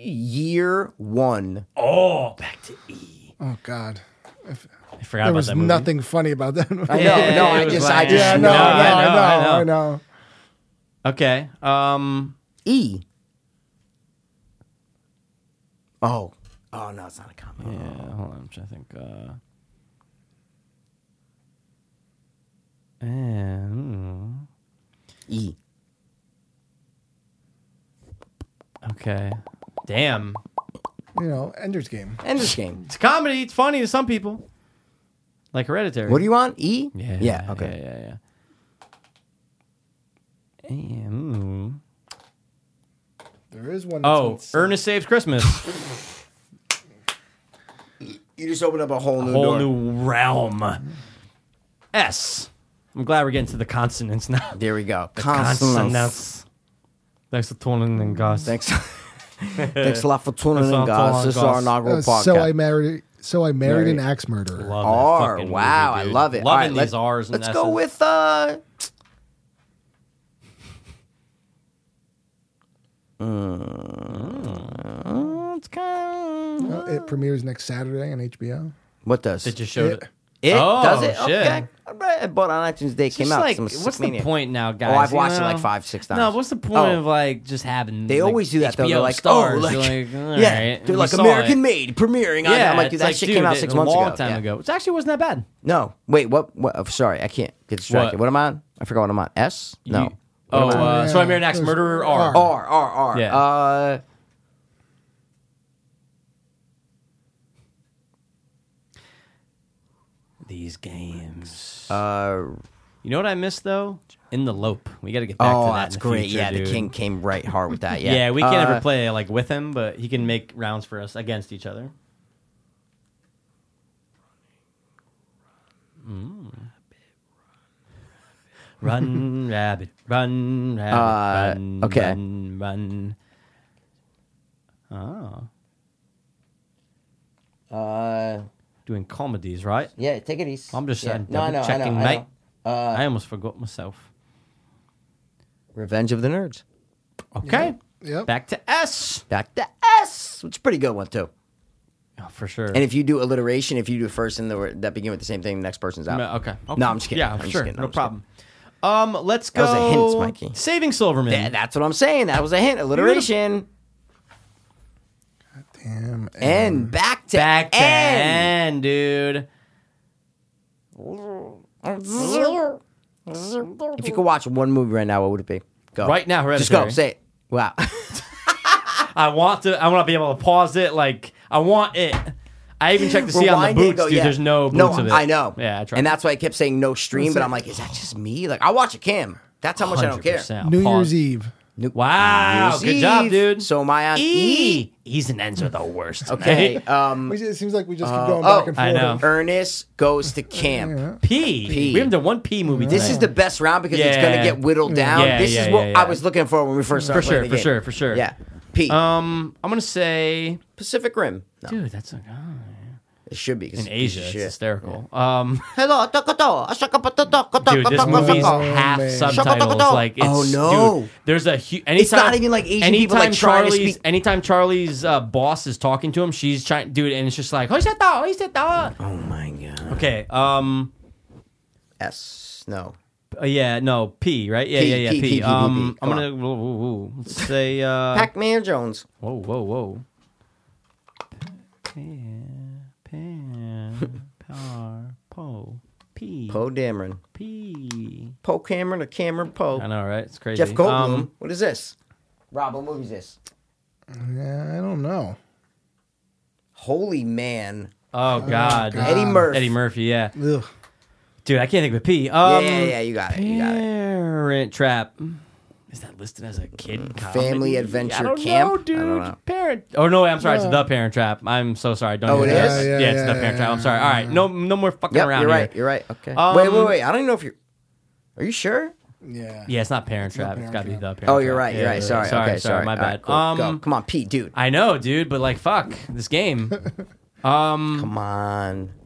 B: Year one.
C: Oh, back to E.
D: Oh, God.
C: I forgot
D: There
C: about
D: was
C: that movie.
D: nothing funny about that.
B: I
C: Yeah,
B: know, no,
C: it
B: I
C: was
B: just, I
C: like-
B: just,
D: Yeah,
C: No,
D: no, no,
C: I
D: I
C: know,
D: know,
C: I know.
D: I know.
C: Okay. Um.
B: E. Oh. Oh no, it's not a comedy.
C: Yeah, hold on. I'm trying to think. Uh, and,
B: E.
C: okay. Damn.
D: You know, Ender's Game.
B: End this game.
C: It's comedy. It's funny to some people. Like Hereditary.
B: What do you want? E?
C: Yeah.
B: Yeah. Okay.
C: Yeah. Yeah. yeah. Mm.
D: There is one.
C: Oh,
D: that's-
C: Ernest Saves Christmas.
B: You just opened up a whole new
C: Whole
B: door.
C: new realm. S. I'm glad we're getting to the consonants now.
B: There we go.
C: Consonants. Thanks for tuning in, guys. [laughs]
B: Thanks. Thanks a lot for tuning
C: Thanks a
B: in,
C: lot for
B: guys.
C: tuning
B: This is
C: in,
B: our
C: guys.
B: inaugural
D: uh,
B: podcast.
D: so I married. So I married an
B: Married.
D: axe murderer.
C: Love that
B: R.
C: fucking movie,
B: Wow, I
C: dude.
B: love it.
C: Loving
B: All right,
C: these
B: let-
C: R's and
B: Let's go
C: S's.
B: with uh Mm, it's kind of
D: Well, Uh, it premieres next Saturday on HBO.
B: what does
C: It just showed it.
B: It
C: Oh,
B: does it.
C: shit.
B: Okay, All right, I bought it on iTunes Day. It came
C: Just
B: out.
C: like,
B: so I'm a
C: what's
B: sick maniac.
C: the point now, guys?
B: Oh, I've
C: You
B: watched it
C: know?
B: like five, six times.
C: No, what's the point
B: Oh.
C: of like just having?
B: They
C: like,
B: always do that though.
C: HBO
B: They're like,
C: stars.
B: oh, like,
C: You're like, all
B: yeah,
C: right.
B: they're
C: We
B: like
C: saw it.
B: American made premiering. on-
C: Yeah,
B: I'm like, dude,
C: it's
B: that
C: like,
B: shit
C: dude,
B: came out
C: it-
B: six
C: a
B: months
C: long
B: ago.
C: time
B: Yeah.
C: ago, which actually wasn't that bad.
B: No, wait, what? What? oh, sorry, I can't get distracted.
C: What?
B: What, am I? on? I forgot what I'm on. S? No.
C: You- oh,
B: What am I on?
C: uh, so I married an axe
D: There's
C: murderer. R.
B: R R R.
C: Yeah.
B: Uh,
C: These games.
B: uh,
C: You know what I missed though? In the lope, we got to get back to
B: Oh,
C: that. in
B: that's
C: the
B: great.
C: future,
B: yeah,
C: dude.
B: the king came right hard
C: [laughs]
B: with that. Yeah,
C: Yeah, we can't
B: Uh,
C: ever play like with him, but he can make rounds for us against each other. Mm. Run, rabbit, run, rabbit,
B: Uh,
C: run,
B: okay.
C: run, run. Oh,
B: Uh,
C: doing comedies, right?
B: yeah, take it easy.
C: I'm just
B: yeah.
C: saying, double checking,
B: I know, I know.
C: mate.
B: Uh,
C: I almost forgot myself.
B: Revenge of the Nerds.
C: Okay,
D: Yep.
C: back to S.
B: Back to S, which is a pretty good one too.
C: Oh, for sure.
B: And if you do alliteration, if you do first and the word that begin with the same thing, the next person's out.
C: No, okay. okay.
B: Uh, No, I'm just kidding.
C: Yeah,
B: I'm just
C: sure.
B: kidding.
C: No
B: I'm just
C: problem. Um, let's go.
B: That was a hint, Mikey.
C: Saving Silverman.
B: Th- that's what I'm saying. That was a hint. Alliteration.
D: Damn.
B: And back to
C: Back to
B: N.
C: N, dude.
B: If you could watch one movie right now, what would it be? Go
C: Right now,
B: Just go.
C: Hereditary.
B: Say it. Wow. [laughs]
C: I want to. I want to be able to pause it. Like I want it. I even checked to see on the
B: Rewind it and
C: boots,
B: go,
C: dude.
B: yeah.
C: There's no boots of it.
B: I know.
C: Yeah, I tried.
B: And that's why I kept saying no stream, but I'm like, is that just me? Like, I watch a cam. That's how much I don't care.
C: 100%.
D: New
C: Pause.
D: Year's Eve.
C: Wow,
B: New
C: good
B: Year's
C: job,
B: Eve.
C: dude.
B: So am I on E?
C: E. E's and N's are the worst.
B: Okay.
C: mate. [laughs]
B: Um,
D: We just, it seems like we just keep going
B: oh,
D: back and forth.
C: Mm. Uh, I know.
B: Ernest goes to camp.
C: P.
B: P.
C: We haven't done one P movie.
B: This
C: tonight.
B: is the best round because it's going to
C: Yeah.
B: get whittled down.
C: Yeah,
B: this
C: yeah,
B: is what
C: yeah, yeah.
B: I was looking for when we first started
C: for sure,
B: playing
C: for
B: the game.
C: sure, for sure.
B: Yeah. P.
C: Um, I'm gonna say,
B: Pacific Rim. No,
C: dude, that's like oh,
B: it should be. 'cause
C: in
B: it's a piece
C: Asia.
B: of
C: It's
B: shit.
C: hysterical. Um.
B: Hello, takato, ashakapatata,
C: Dude, this movie's
D: Oh,
C: half
D: man.
C: subtitles. Like, it's,
B: Oh, no.
C: dude, there's a huge. Anytime,
B: not even, like, Asian
C: anytime
B: people, like, trying to
C: Charlie's,
B: speak-
C: anytime Charlie's uh, boss is talking to him, she's trying, dude, and it's just like, "Hoy se ta, hoy se ta."
B: Oh my god.
C: okay, um,
B: S. No.
C: uh, yeah, no, P, right? Yeah,
B: P,
C: yeah, yeah,
B: P,
C: P.
B: P, P, P,
C: um,
B: P.
C: I'm
B: Come
C: gonna whoa, whoa, whoa. let's say, uh,
B: Pac-Man Jones.
C: whoa, whoa,
B: [laughs]
C: whoa, pan, pan, par, po, P,
B: Poe Dameron.
C: P.
B: Poe Cameron or Cameron
C: I
B: Poe.
C: know, right? It's crazy.
B: Jeff Goldblum.
C: Um,
B: what is this? Rob, what movie is this?
D: Yeah, I don't know.
B: Holy man.
C: oh God,
D: God.
B: Eddie
D: Um,
B: Murphy.
C: Eddie Murphy, yeah.
D: Ugh.
C: Dude, I can't think of a P.
B: Yeah,
C: Um,
B: yeah, yeah. You got it. You got it.
C: Parent Trap. Is that listed as a kid comedy?
B: Family Adventure
C: I don't
B: Camp?
C: Know,
B: I don't
C: dude.
B: know.
C: Parent. Oh no, wait, I'm sorry. It's the Parent Trap. I'm so sorry. Don't.
B: Oh,
C: do
B: it
C: that.
B: is?
C: Yeah,
D: Yeah,
C: it's
D: yeah,
C: the
D: yeah,
C: Parent Trap.
D: yeah,
C: I'm sorry. All right, no, no more fucking
B: Yep,
C: around
B: you're right.
C: here.
B: You're right. Okay.
C: Um,
B: wait, wait, wait. I don't even know if you're. Are you sure?
D: Yeah.
C: Yeah, it's not Parent Trap.
D: Parent
C: it's got to be the
D: Trap.
C: Parent
B: Oh, you're
C: Trap.
B: right. You're
C: Yeah,
B: right.
C: yeah,
B: Sorry.
C: Sorry.
B: okay,
C: Sorry. My
B: All right,
C: bad.
B: cool. Go.
C: Um,
B: Come on, Pete, dude.
C: I know, dude, but like, fuck this
D: [laughs]
C: game. Um,
B: Come on. [gasps]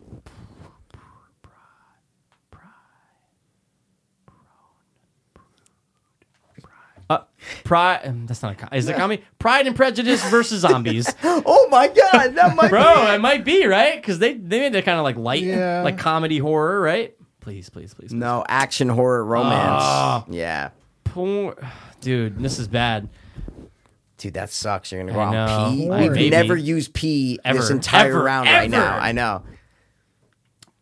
C: uh, Pride. That's not a. co- Is it a comedy? Pride and Prejudice versus
B: [laughs]
C: zombies.
B: Oh my God, that might
C: Bro, it might be right because they they made that kind of like light,
D: Yeah.
C: like comedy horror, right? Please, please, please. please.
B: No, action, horror, romance.
C: Ah.
B: yeah.
C: Por- dude, this is bad.
B: Dude, that sucks. You're going to go
C: I
B: out
C: know.
B: P.
C: I-
B: We've
C: maybe.
B: never used P this
C: Ever.
B: entire
C: Ever.
B: round right now.
C: Ever.
B: I know.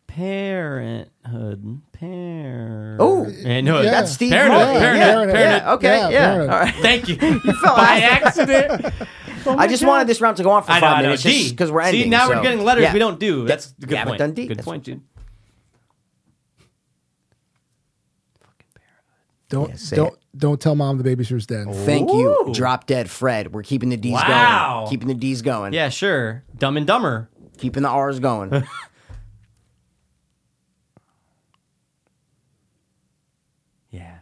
C: Parenthood, parent.
B: Oh.
C: yeah, no,
D: Yeah.
B: That's Steve
C: Parenthood,
B: Martin.
C: Parenthood,
B: yeah,
C: Parenthood.
B: yeah, okay, yeah.
D: Yeah, Parenthood.
B: All right.
C: Thank
B: [laughs]
C: you.
B: fell
C: By
B: out.
C: accident. [laughs] Oh
B: I just wanted this round to go on for
C: I
B: five
C: know, I know.
B: minutes
C: D.
B: because we're ending.
C: See, now
B: so-
C: we're getting letters
B: Yeah.
C: we don't do. That's a
B: we
C: good
B: haven't
C: point.
B: done D.
C: Good
B: That's
C: point, dude.
D: Don't
B: say
D: don't don't tell mom the babysitter's dead.
B: Thank
C: Ooh.
B: you, Drop Dead Fred. We're keeping the D's
C: Wow.
B: going. Keeping the D's going.
C: Yeah, sure. Dumb and Dumber.
B: Keeping the
C: [laughs]
B: R's going.
C: Yeah.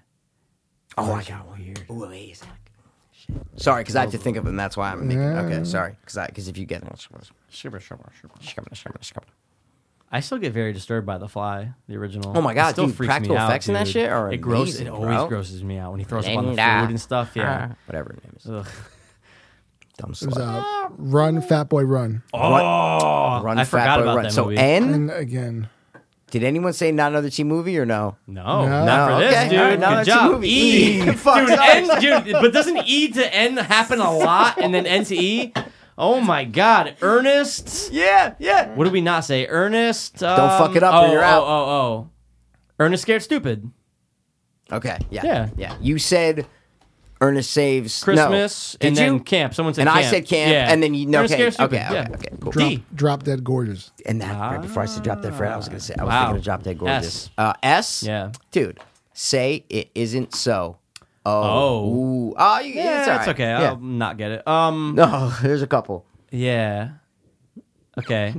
B: Oh, I got one. Ooh, wait a sec. Sorry, because I have to think of it, and that's why I'm making. Okay, sorry, because because if you get
C: I still get very disturbed by The Fly, the original.
B: Oh my God,
C: It still
B: dude,
C: freaks
B: practical
C: me out,
B: effects in that
C: dude.
B: shit are
C: it grosses.
B: amazing,
C: It always
B: bro.
C: grosses me out when he throws up on the food
B: Linda.
C: and stuff. Yeah.
B: whatever her name is,
C: Ugh.
B: dumb
D: It was,
B: slut.
D: uh, run, Fat Boy, run.
C: Oh,
B: Run,
C: I
B: Fat
C: forgot
B: Boy,
C: about
B: run.
C: that
B: so
C: movie.
B: N.
D: And again,
B: Did anyone say not another T movie or no?
C: No,
D: No.
C: not for
B: No,
C: this,
B: okay.
C: dude.
B: All right, now
C: Good
B: that's a
C: job.
B: movie.
C: E.
B: E.
C: dude,
B: [laughs] Fuck,
C: N, dude, but doesn't E to N happen a lot and then N to E? Oh my God. Ernest.
B: Yeah, yeah.
C: What did we not say? Ernest. Um,
B: fuck it up or
C: oh,
B: you're
C: oh,
B: out.
C: Oh, oh, Ernest Scared Stupid.
B: Okay, yeah,
C: Yeah.
B: yeah. You said Ernest Saves no.
C: Christmas
B: Did
C: and
B: you?
C: then camp. Someone said
B: And I
C: camp.
B: said camp, and then you- no,
C: Ernest
B: okay,
C: Scared Stupid,
B: okay, okay, okay, cool.
D: Drop,
C: D.
D: drop dead gorgeous.
B: And that right before I said drop that Fred, I was gonna say I was
C: Wow.
B: thinking of drop that gorgeous.
C: S.
B: Uh, S.
C: Yeah.
B: Dude, say it isn't so.
C: Oh.
B: Ooh. Oh, you,
C: Yeah,
B: it's
C: it's,
B: all right.
C: okay.
B: Yeah.
C: I'll not get it. Um.
B: No, [laughs] there's a couple.
C: Yeah.
B: [laughs]
C: Okay.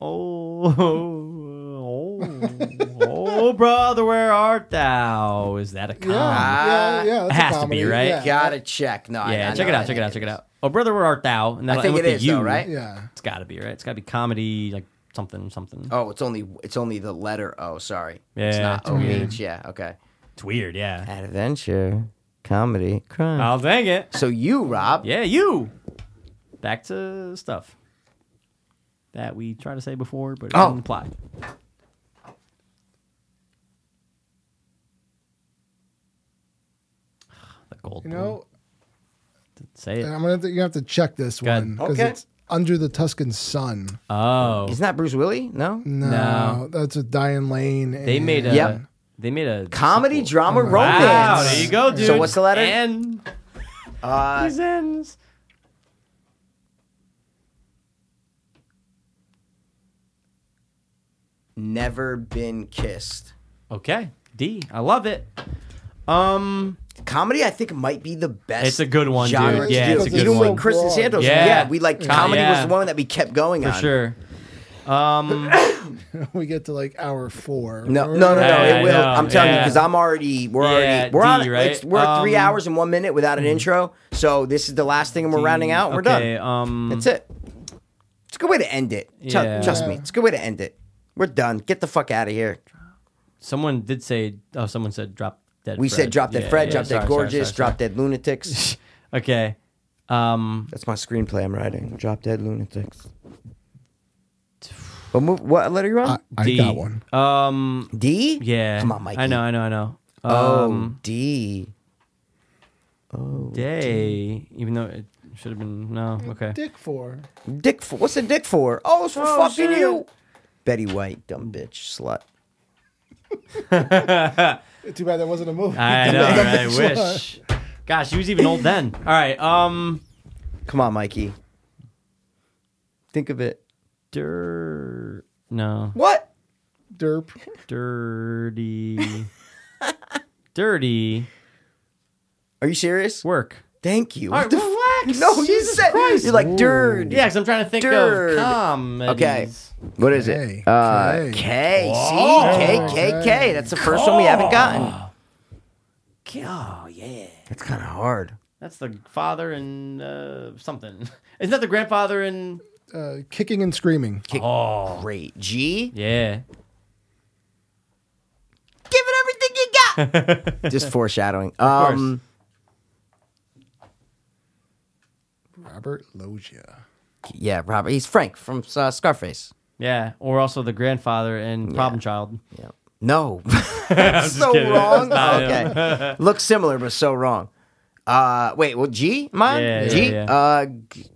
C: oh, oh, oh, brother, where art thou? Is that a
D: Yeah,
C: comedy?
D: yeah, yeah. That's a
C: Ah. has to be,
D: comedy.
C: right?
D: Yeah,
B: Gotta check. No, I-
C: Yeah,
B: I
C: check
B: know,
C: it
B: I
C: out, check it
B: think
C: out, check it out. Oh, brother, where art thou? And
B: I
C: that'll
B: think
C: end
B: it
C: with the
B: is though,
C: you.
B: right?
D: yeah.
C: It's got to be right. It's got to be comedy, like something, something.
B: Oh, it's only it's only the letter O. Sorry. It's
C: Yeah,
B: not
C: it's
B: O
C: weird.
B: H. Yeah. Okay.
C: It's weird, yeah.
B: Adventure, comedy, crime.
C: I'll dang it.
B: so you, Rob.
C: Yeah, you. Back to stuff that we tried to say before, but it
B: Oh.
C: didn't apply. [sighs] The gold.
D: You know,
C: blue. say
D: and
C: it.
D: I'm gonna have to, you have to check this
C: Good.
D: one because
B: Okay.
D: it's under the Tuscan sun.
C: Oh,
B: Isn't that Bruce Willie? No.
D: No,
C: No.
D: that's with Diane Lane.
C: they
D: and-
C: made a.
B: Yep.
C: They made a
B: Comedy,
C: sequel.
B: drama, romance.
C: Wow, there you go, dude.
B: So what's the letter?
C: N.
B: Uh,
C: These N's.
B: never been kissed.
C: Okay, D. I love it. Um,
B: Comedy, I think, might be the best.
C: It's a good one, dude.
B: genre to
C: Yeah,
B: do.
D: it's a good
B: Even
D: one.
B: when Kristen Santos, yeah,
C: Yeah.
B: we like
C: Yeah.
B: comedy was
C: Yeah.
B: the one that we kept going
C: for
B: on.
C: sure. Um,
D: [laughs] we get to like hour four.
B: No, no, no, no.
C: Yeah,
B: it
C: I
B: will.
C: know.
B: I'm telling you
C: Yeah.
B: because I'm already. We're
C: Yeah,
B: already. We're
C: D,
B: on.
C: right?
B: It's, we're at three
C: Um,
B: hours and one minute without an intro. So this is the last thing, and we're rounding out. We're
C: okay,
B: done.
C: Um,
B: That's it. It's a good way to end it. Tru-
C: Yeah.
B: Trust me, it's a good way to end it. We're done. Get the fuck out of here.
C: Someone did say. Oh, someone said drop dead.
B: We
C: Fred.
B: said drop dead
C: Yeah,
B: Fred,
C: yeah,
B: drop
C: sorry, sorry,
B: dead gorgeous,
C: sorry,
B: drop dead lunatics. [laughs]
C: sorry. Okay. Um.
B: That's my screenplay I'm writing. Drop dead lunatics. What, move, what letter you on?
D: I, I
C: D.
D: got one.
C: Um.
B: D.
C: Yeah.
B: Come on, Mikey.
C: I know. I know. I know.
B: Oh,
C: Um,
B: D.
C: day. Even though it should have been no. Okay.
D: Dick for
B: Dick. For, what's a dick for? Oh, it's for
C: Oh,
B: fucking
C: shit.
B: you. Betty White, dumb bitch, slut.
D: Too bad that wasn't a movie.
C: I know. right? I wish. Gosh, he was even old then. All right. Um.
B: Come on, Mikey. Think of it.
C: Dir. No.
B: What?
D: Derp.
B: [laughs]
C: Dirty. dirty
B: Are you serious?
C: work.
B: Thank you.
C: All
B: What
C: right,
B: the
C: relax.
B: f- no, you
C: Jesus
B: said
C: Christ.
B: you're like dude.
C: Yeah, because I'm trying to think
B: Dird.
C: of comedies.
B: Okay. What is
D: K.
B: it? Uh,
D: K.
B: K.
C: Oh,
B: See, K, K, K.
D: K.
B: That's the first one we haven't gotten.
C: Oh yeah,
B: That's kind of hard.
C: that's the father and uh, something. [laughs] Isn't that the grandfather and?
D: Uh, kicking and screaming.
C: Oh
B: Great. G.
C: [laughs] yeah.
B: Give it everything you got. [laughs] Just foreshadowing.
C: course.
B: Um,
D: Oh, Robert Loggia.
B: yeah, Robert. He's Frank from uh, Scarface.
C: Yeah, or also the grandfather and problem [laughs] child.
B: Yeah. No. [laughs] so
C: kidding. [laughs]
B: wrong.
C: That's
B: okay. [laughs] Looks similar, but so wrong. Uh, wait. Well, G. Mine.
C: Yeah,
B: G.
C: yeah, yeah.
B: Uh, g-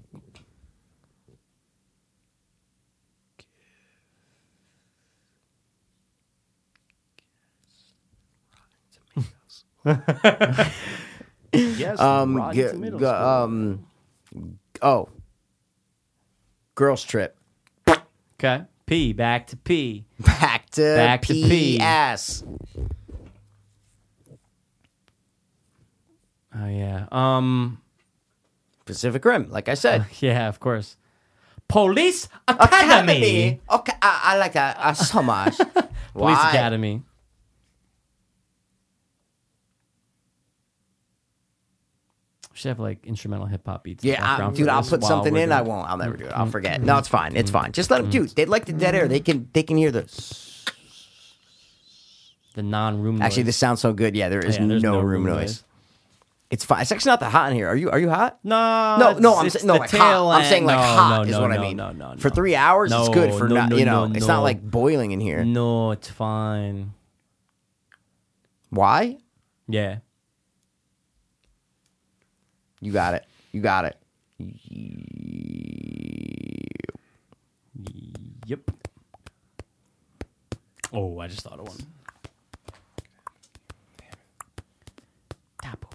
C: Yes,
B: um. G- g- um. Oh. Girls trip.
C: okay. P back to P.
B: Back to
C: Back to P.
B: P.S.
C: Oh yeah. Um. [laughs]
B: Pacific Rim. Like I said.
C: Yeah, of course. Police [laughs] Academy.
B: Academy. Okay, I, I like that uh, so
C: [laughs]
B: much.
C: Police
B: Why?
C: Academy. We should have like instrumental hip hop beats. in the
B: Yeah, I,
C: background
B: dude,
C: for
B: I'll
C: this
B: put
C: while
B: something
C: we're
B: in.
C: doing- Mm-hmm.
B: I won't. I'll never do it. I'll forget. No, it's fine. It's fine. Just let them, dude. They like the dead air. They can. They can hear the.
C: The non-room.
B: Actually,
C: noise.
B: this sounds so good. Yeah, there is
C: Oh, Yeah,
B: no,
C: there's
B: room noise. It's fine. It's actually not that hot in here. Are you? Are you hot?
C: No,
B: No, no,
C: it's-
B: I'm
C: it's
B: saying no,
C: the
B: like hot.
C: tail
B: I'm saying like
C: end. No,
B: hot
C: no,
B: is
C: no,
B: what I
C: no,
B: mean.
C: No, no, no.
B: For three hours, it's good.
C: No,
B: For
C: no,
B: not,
C: no,
B: you know,
C: no,
B: it's not
C: no.
B: like boiling in here.
C: No, it's fine.
B: Why?
C: Yeah.
B: You got it. You got it.
C: Yep. Oh, I just thought of one. Tapo.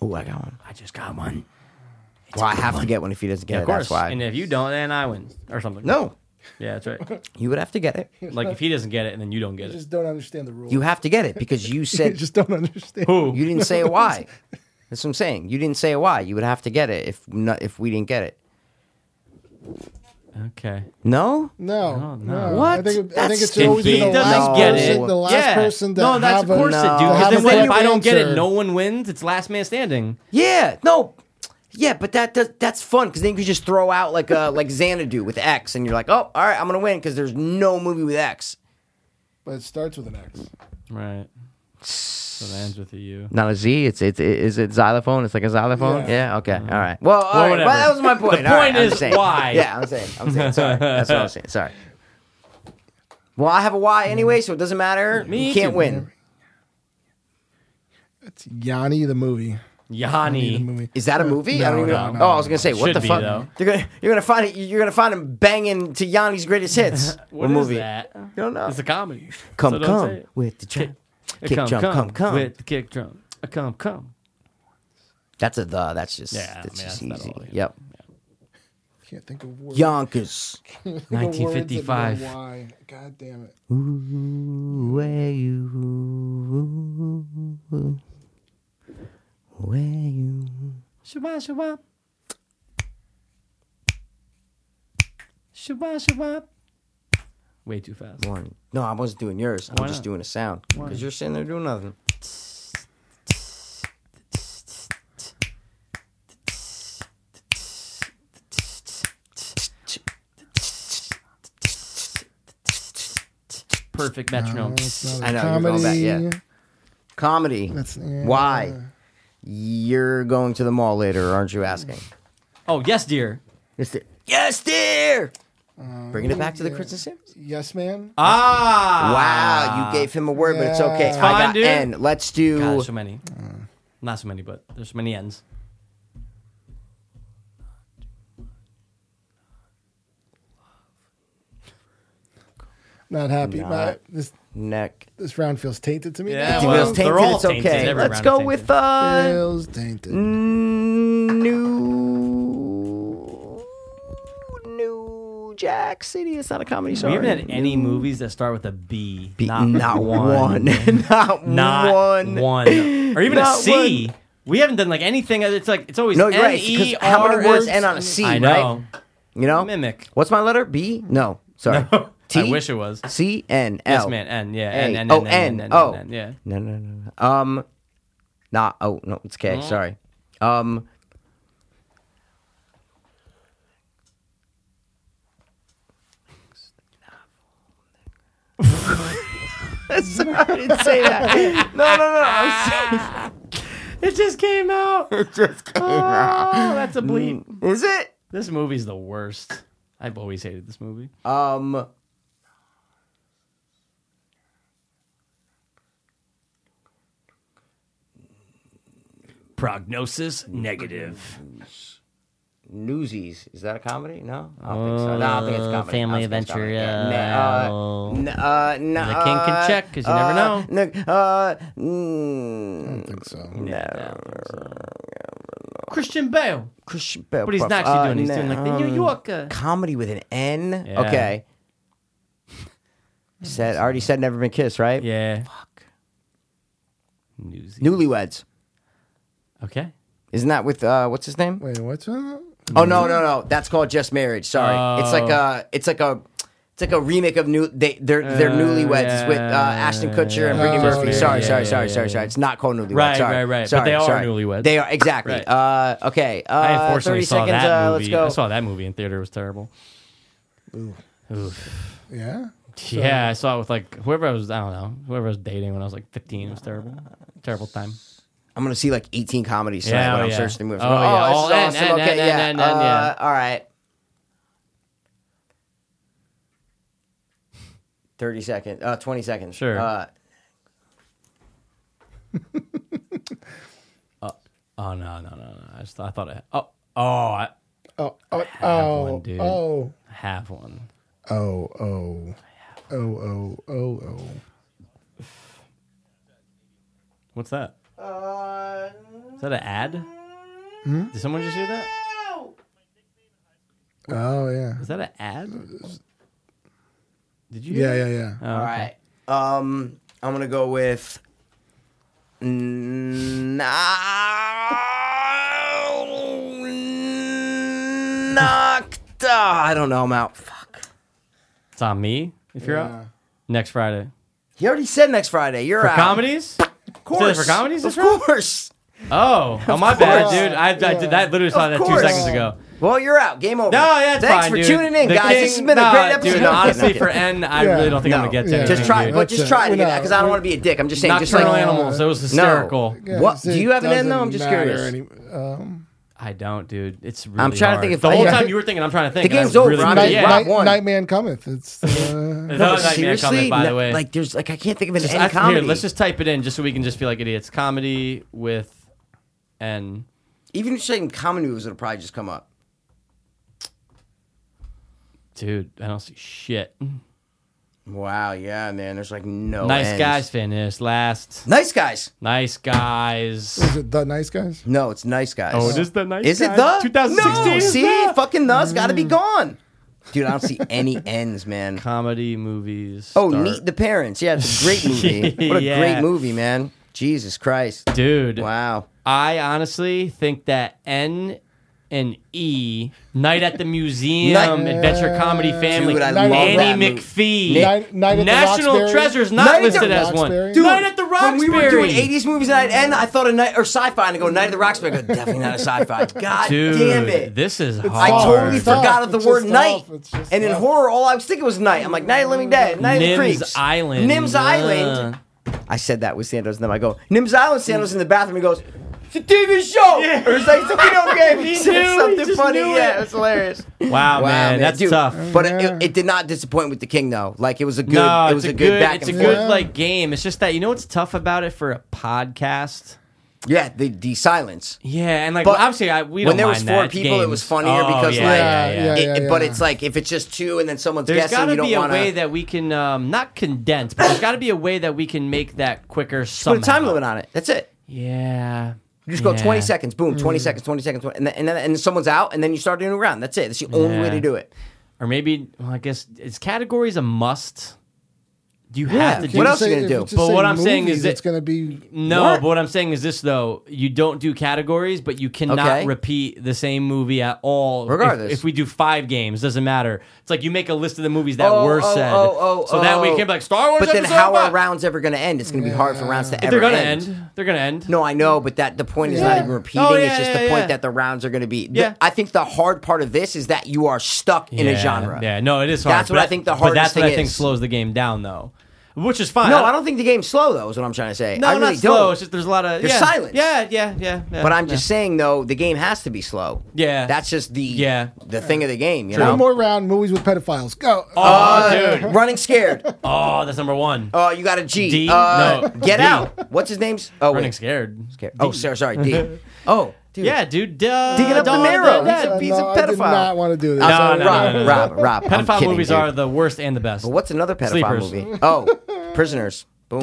B: cool. I got one.
C: I just got one.
B: well, I have to get one if he doesn't get
C: Yeah,
B: it.
C: of course.
B: That's why.
C: And if you don't, then I win or something.
B: no,
C: Yeah, that's
D: [laughs]
C: right.
B: you would have to get it.
C: like if he doesn't get it, and then you don't get it.
D: Just don't understand the rules.
B: You
D: [laughs]
B: have to get it because you
D: You
B: said
D: just don't understand.
C: Who?
B: you didn't say a why. That's what I'm saying. You didn't say a why. You would have to get it if not, if we didn't get it.
C: Okay. Oh,
B: No.
D: No, no.
B: What?
D: I think,
B: That's
D: I think it should always be the
C: He doesn't
D: last
B: get it.
D: person. The last
C: yeah.
D: person to
C: no, that's
D: have
C: of course
D: a,
C: it, dude.
B: No. to
C: 'cause
D: have
C: Then
D: a
C: what if
D: better
C: I don't get it?
D: answer.
C: No one wins. It's last man standing.
B: Yeah. No. Yeah, but that does that's fun because then you could just throw out like uh like Xanadu with X, and you're like, oh, all right, I'm gonna win because there's no movie with X.
D: But it starts with an X.
C: Right. So that ends with a U.
B: Not a Z. It's it's it, is it xylophone? It's like a xylophone. Yeah.
D: Yeah. Mm-hmm.
B: okay. All right. Well, all right.
C: whatever.
B: well that was my point.
C: The
B: All right,
C: point
B: I'm
C: is
B: saying.
C: why.
B: Yeah, I'm saying. I'm
C: [laughs]
B: saying. Sorry. That's what I'm saying. Sorry. Well, I have a
D: Mm-hmm.
B: Y anyway, so it doesn't matter.
C: Me
B: you can't
C: too.
B: win.
D: It's Yanni the movie. The
C: Yanni.
D: movie. Uh,
B: Is that a movie? I
D: No,
B: don't even
D: no,
B: know.
D: no,
B: oh, I was gonna say, what
C: Should
B: the
C: be,
B: fuck?
C: though.
B: You're gonna you're gonna find it. You're gonna find him banging to Yanni's
C: [laughs]
B: greatest hits.
C: What is
B: movie?
C: that?
B: You don't know.
C: It's a comedy.
B: come
C: So don't say
B: come
C: it.
B: with the trap.
C: Uh,
B: Kick
C: come,
B: drum,
C: come,
B: come, come.
C: With the kick drum. Uh, come, come.
B: That's a the. That's just
C: Yeah, I mean,
B: that's just
C: that's not
B: easy.
C: all, yeah.
B: Yep.
D: Can't think of words.
B: Yonkers.
D: Think of words that
C: 1955.
D: begin Why? God damn it.
B: Ooh, where you? Where you?
C: Shabba, shabba. Shabba, shabba. Way too fast.
B: One. No, I wasn't doing yours.
C: Why
B: I'm just
C: not?
B: doing a sound
C: Why?
B: because you're sitting there doing nothing.
C: Perfect metronome.
D: It's not
B: I
D: a
B: know, you're
D: Comedy.
B: going back, yeah. Comedy.
D: That's-
B: Why? You're going to the mall later, aren't you asking?
C: Oh, yes, dear.
B: It's the- yes, dear. Bringing it back to the Christmas Sims.
D: Uh, Yes, man.
C: Ah.
B: Wow, you gave him a word, but it's okay.
D: It's
B: I
C: fine,
B: got
C: dude.
B: N. Let's do.
C: God, there's so many.
B: Mm.
C: Not so many, but there's so many ends.
D: Not happy. My, this
B: neck.
D: this round feels tainted to me.
C: Yeah,
D: It
C: well,
B: Feels tainted,
C: they're all
B: it's
C: tainted.
B: okay.
C: Every
B: Let's
C: round
B: go
C: is
B: with
C: tainted.
B: uh,
D: feels tainted.
B: new New Jack City. It's not a comedy. Sorry.
C: We haven't had any movies that start with a B.
B: Be- not, one. [laughs] not,
C: [laughs] Not one.
B: one.
C: Or even
B: Not
C: a C. We haven't done like anything. It's like it's always E
B: No, you're right.
C: N-E-R-S-
B: Because how many words end on a C,
C: I
B: right?
C: know.
B: You know,
C: Mimic.
B: What's my letter? B? No, sorry. [laughs] T.
C: I wish it was.
B: C N L.
C: Yes, man. N. Yeah. N.
B: A.
C: N.
B: Oh,
C: N. N.
B: N.
C: N.
B: Oh.
C: N. Yeah.
B: No, no, no, no. Um, not. Oh, no, it's
C: Mm.
B: K. Sorry. Um, Sorry, I didn't say that. [laughs] Ah. No, no, no. I
C: It just came
B: [laughs]
C: out.
B: was- it just came out.
C: Oh, that's a bleep.
B: Is it?
C: This movie's the worst. I've always hated this movie.
B: Um.
C: Prognosis negative.
B: Newsies. Is that a comedy? No, I don't think so. No, I don't think it's a
C: Uh,
B: comedy.
C: family
B: I don't think it's a comedy.
C: adventure,
B: Yeah.
C: uh,
B: N- uh, n- uh, n-
C: The king can
B: uh,
C: check, 'cause you never know.
B: n- uh,
D: I
B: mm,
D: don't think so.
C: Christian Bale,
B: Christian Bale.
C: but he's not
B: uh,
C: actually doing. it. He's
B: n-
C: doing like the New
B: um,
C: Yorker.
B: comedy with an N.
C: Yeah. [laughs]
B: Okay. Said I already said never been kissed, right?
C: Yeah. Fuck. Newsy.
B: Newlyweds.
C: Okay.
B: Isn't that with uh, what's his name?
D: Wait, what's that?
C: Mm-hmm.
B: Oh no, no, no. That's called Just Marriage. Sorry, it's like a,
C: Oh.
B: it's like a, it's like a remake of new. They, they're they're
C: Uh,
B: newlyweds. It's with uh, Ashton Kutcher and Brittany
D: Oh,
B: Murphy.
D: yeah,
B: sorry,
C: yeah,
B: sorry,
C: yeah,
B: sorry,
C: yeah,
B: sorry,
C: yeah.
B: sorry. It's not called newlyweds.
C: Right,
B: sorry.
C: right, right. But
B: Sorry,
C: they are
B: sorry.
C: newlyweds.
B: They are exactly.
C: Right.
B: Uh, okay. Uh,
C: I unfortunately
B: Thirty
C: saw
B: seconds.
C: that
B: uh,
C: movie. I
B: Let's go.
C: saw that movie in theater. It was terrible.
D: Yeah.
C: Yeah, I saw it with like whoever I was. I don't know whoever I was dating when I was like 15. It was terrible. Terrible time.
B: I'm gonna see like 18 comedies tonight
C: Yeah,
B: when
C: oh,
B: I'm
C: yeah.
B: searching through movies.
C: Oh,
B: I'm like,
C: yeah.
B: this
C: All
B: is
C: N,
B: awesome.
C: N,
B: okay,
C: N,
B: yeah.
C: N, N, N,
B: uh,
C: yeah.
B: All right. 30 seconds. Uh, 20 seconds.
C: Sure.
B: Uh,
C: Oh no no no no! I just I thought I oh oh I
D: Oh, oh,
C: one,
D: oh,
C: dude.
D: oh,
C: have one.
D: oh, oh, oh, oh, oh, oh.
C: What's that?
B: Uh,
C: Is that an ad?
B: Hmm?
C: Did someone just hear that?
D: Oh yeah.
C: Is that an ad?
B: Uh,
C: Did you?
D: Yeah,
C: hear
D: yeah, yeah.
C: that? Oh,
B: All
C: okay.
B: right. Um, I'm gonna go with. No. Knocked. Ah, I don't know. I'm out. Fuck.
C: It's on me if you're
D: Yeah.
C: up next Friday
B: You already said next Friday. You're
C: for
B: out.
C: comedies.
B: Of course.
C: for comedies
B: Of
C: this round?
B: course.
C: Oh, oh my bad,
B: course.
C: dude. I, I did that. Literally saw
B: Of
C: that
B: course.
C: two seconds ago.
B: Well, you're out. Game over.
C: No, yeah, it's
B: Thanks
C: fine,
B: for
C: dude.
B: tuning in,
C: The
B: guys.
C: King-
B: this has been a
C: nah,
B: great episode.
C: Dude,
B: No, I'm
C: honestly,
B: kidding.
C: for N, I
D: Yeah.
C: really don't think I'm gonna
B: No.
C: get to.
D: Yeah.
B: just
C: anything,
B: try,
C: dude.
B: but just
D: That's it.
B: try to
D: We're
B: get
D: not-
B: that because I don't want to be a dick. I'm just saying, just like
C: Nocturnal animals. It was hysterical.
D: Yeah,
B: What-
D: it
B: do you have an end, though? I'm
D: doesn't
B: just
D: matter
B: curious.
D: any- um,
C: I don't, dude. It's really
B: I'm trying to
C: hard.
B: think if
C: the
B: I-
C: whole
B: yeah.
C: time you were thinking, I'm trying to think.
B: The
C: and I
B: game's over.
C: Really
B: I'm
C: couldn't.
B: just-
D: night,
C: yeah.
B: Rob
D: night,
B: won.
D: Nightman cometh. It's uh,
C: [laughs] There's
B: No,
C: another
B: but
C: nightmare coming,
B: seriously,
C: by
B: no-
C: the way.
B: like there's like I can't think of an
C: Just-
B: end
C: I-
B: comedy.
C: Here, let's just type it in, just so we can just feel like idiots. Comedy with N.
B: Even if you're saying comedy movies, it'll probably just come up.
C: Dude, I don't see shit.
B: Wow, yeah, man. There's like no
C: nice
B: ends.
C: guys finished last.
B: Nice guys.
C: Nice guys.
D: is it the nice guys?
B: No, it's nice guys.
C: Oh, the nice
B: Is it the No, see, fucking the's got to
C: Mm.
B: be gone. Dude, I don't see
C: [laughs]
B: any ends, man.
C: comedy movies.
B: Oh,
C: start.
B: Meet the Parents. Yeah, it's a
C: [laughs]
B: great movie. What a
C: Yeah.
B: great movie, man. Jesus Christ.
C: dude.
B: Wow.
C: I honestly think that N and E, Night
B: [laughs]
C: at the Museum,
B: Night-
C: Adventure Comedy Family,
B: Dude, I
D: love that
C: Annie
B: movie.
C: McPhee,
D: Night- Night at the
C: National
D: Roxbury.
C: Treasure's not
B: Night at the
C: listed as one.
D: Roxbury.
C: Dude, Night at the
B: when
C: Roxbury.
B: we were doing 80s movies and I'd end, I thought a night or sci-fi and I go Night of the Roxbury. I go, definitely not a sci-fi.
C: [laughs]
B: God
C: Dude,
B: damn it.
C: this is hard.
B: I totally
D: It's
B: forgot
D: tough.
B: of the
D: It's
B: word
D: just
B: night.
D: tough. It's just
B: And in
D: tough.
B: horror, all I was thinking was night. I'm like, Night of the Living Dead, Night of the
C: Nims
B: Creeps.
C: Island. Uh,
B: Nims Island. I said that with Santos, and then I go, Nims Island, Santos in the bathroom. He goes, It's a TV show!
C: Yeah.
B: Or it's like, It's a video game.
C: [laughs] He
B: He said
C: knew, he
B: something
C: just
B: funny.
C: knew
B: Yeah,
C: it.
B: it was hilarious.
C: Wow, man, that's
B: dude.
C: tough.
B: But
D: Yeah.
B: it, it did not disappoint with the king, though. Like, it was a good,
C: no,
B: it was
C: it's
B: a good, back
C: it's a
B: and
C: good
B: forth.
C: like game. It's just that you know what's tough about it for a podcast.
B: Yeah, the, the silence.
C: Yeah, and like
B: But
C: obviously, I, we don't
B: when there was
C: mind
B: four
C: that.
B: people,
C: Games.
B: it was funnier
C: Oh,
B: because,
C: yeah,
B: like,
C: yeah, yeah.
D: Yeah,
B: It, it- But
D: yeah.
B: it's like, if it's just two and then someone's
C: There's got
B: guessing, you
C: to
B: don't
C: be a
B: wanna-
C: way that we can um, not condense, but there's got to be a way that we can make that quicker. Somehow.
B: [laughs] Put a time limit on it. That's it.
C: Yeah.
B: You just go
C: Yeah. Mm.
B: 20 seconds, boom, 20 seconds, 20 seconds, 20, and, then, and, then, and then someone's out, and then you start doing a new round. That's it. That's the only way
C: Yeah.
B: to do it.
C: or maybe. Well, I guess is categories a must. Do you have to
B: What
C: do?
D: If
B: else
D: say-
B: you gonna
D: if
B: do?
D: just
C: But
D: say
C: what I'm saying
D: movies,
C: is
D: it's
C: it-
D: going to be
C: No,
B: What?
C: but what I'm saying is this though: you don't do categories, but you cannot
B: Okay.
C: repeat the same movie at all. If-
B: Regardless.
C: if, we do five games, doesn't matter. It's like you make a list of the movies that
B: Oh,
C: were
B: oh,
C: said,
B: oh, oh,
C: so that we
B: oh.
C: can be like Star Wars.
B: But then
C: episode
B: how are
C: five.
B: rounds ever going to end? It's going to be hard for rounds to ever
C: They're gonna end. They're gonna end.
B: No, I know, but that the point is not
D: Yeah.
B: even repeating.
C: Oh, yeah,
B: it's just
C: yeah,
B: the point
C: yeah.
B: that the rounds are going to be. the-
C: Yeah.
B: I think the hard part of this is that you are stuck in a
C: Yeah,
B: genre.
C: Yeah, no, it is hard.
B: That's what
C: but-
B: I think the
C: But that's
B: hardest
C: what
B: thing
C: I think
B: is.
C: slows the game down, though, which is fine.
B: No, I don't think the game's slow though. Is what I'm trying to say.
C: No,
B: I really
C: not slow.
B: Don't.
C: It's just there's a lot of
B: There's
C: yeah,
B: silence.
C: Yeah, yeah, yeah. yeah,
B: but I'm
C: yeah.
B: just saying though, the game has to be slow.
C: Yeah.
B: that's just the
C: Yeah.
B: the thing of the game. You know, Uh,
D: one more round. Movies with pedophiles. Go.
C: Oh, dude.
B: running scared.
C: [laughs] Oh, that's number one.
B: Oh, you got a G.
C: D?
B: Uh,
C: No,
B: Get
C: D.
B: out. What's his name's? Oh,
C: Running
B: wait.
C: scared.
B: Scared. Oh, sorry,
C: [laughs]
B: sorry, D. Oh, dude.
C: Yeah, dude. Duh,
B: Digging up
C: Dawn
B: the
C: of
B: marrow.
C: Dead.
B: He's a piece
D: Uh, no,
B: of
D: I did
B: pedophile.
D: not want to do this.
C: No,
D: Sorry.
C: no, no,
B: Rob,
C: no, no.
B: Rob, Rob. I'm
C: Pedophile
B: kidding,
C: movies
B: dude.
C: are the worst and the best.
B: But what's another pedophile
C: Sleepers.
B: movie?
C: [laughs]
B: Oh, Prisoners. Boom.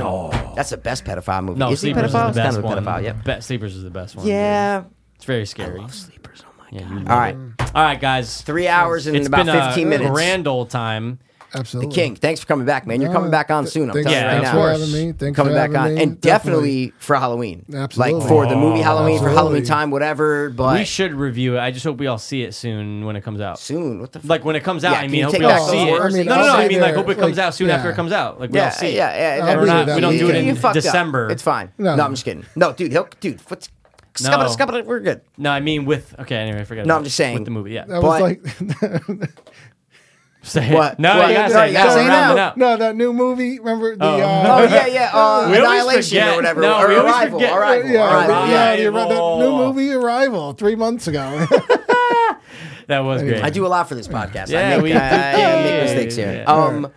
B: That's the best pedophile movie.
C: No,
B: is he
C: Sleepers is
B: pedophile?
C: the
B: It's
C: best
B: kind of a
C: one.
B: pedophile. Yep.
C: Be- Sleepers is the best one.
B: Yeah.
C: It's very scary. All
B: Sleepers. Oh my god.
C: you-
B: All right.
C: right, guys.
B: Three hours and
C: It's
B: about
C: been uh, a
B: 15 minutes.
C: grand old time.
D: Absolutely.
B: King, thanks for coming back, man. You're coming back on soon. I'm
D: Thanks
B: telling
C: for
B: you right
C: having
B: now.
C: me.
D: Thanks for
B: coming back on,
D: having me.
B: and definitely, for Halloween.
D: Absolutely.
B: Like for the movie Halloween, for
D: absolutely.
B: Halloween time, whatever. But
C: We should review it. I just hope we all see it soon when it comes out.
B: soon, what the fuck?
C: Like when it comes out,
B: Yeah,
C: I
B: can
C: mean,
B: you
C: hope
B: take
C: we all
B: back those
C: see it.
B: words?
C: no,
B: Like,
C: no, no.
B: I'll
C: I
B: say
C: mean, like, hope it
D: they're-
C: comes
D: like,
C: out soon
D: yeah.
C: after it comes out. Like, we all
B: Yeah,
C: see it.
B: yeah, yeah.
D: I'll
B: every-
D: do that.
B: we
D: You
B: do it
D: can-
B: in
D: you
C: fucked up.
B: December. It's fine. No.
D: No.
B: I'm just kidding. No, dude, he'll, dude, what's
C: No.
B: scubba, scubba, we're good.
C: No, I mean with. Okay, anyway, forget.
B: No,
C: about
B: I'm just
C: it.
B: saying.
C: with the movie. Yeah.
D: That
B: But-
D: was
C: [laughs]
D: like [laughs]
C: Say it.
B: What?
C: No,
B: What?
C: you gotta
B: No,
C: say. it.
B: you
C: No,
B: gotta
C: we're
B: say it
C: rounding
B: now.
C: out.
D: no, that new movie. Remember
C: [laughs]
D: the?
C: Oh.
D: Uh,
B: Oh
D: [laughs]
B: yeah, yeah. Uh,
C: We always
B: Annihilation
C: forget.
B: or whatever.
C: No,
B: or
C: we always
B: Arrival.
C: forget.
B: Arrival.
D: Yeah,
B: Arrival.
D: yeah, the,
C: Arrival.
D: that new movie Arrival three
C: [laughs]
D: months ago.
C: That was great.
B: I do a lot for this podcast.
C: Yeah,
B: I make, uh,
C: we-
B: I, I
C: yeah,
B: make
C: yeah,
B: mistakes
C: yeah,
B: here.
C: yeah. Oh,
B: Um,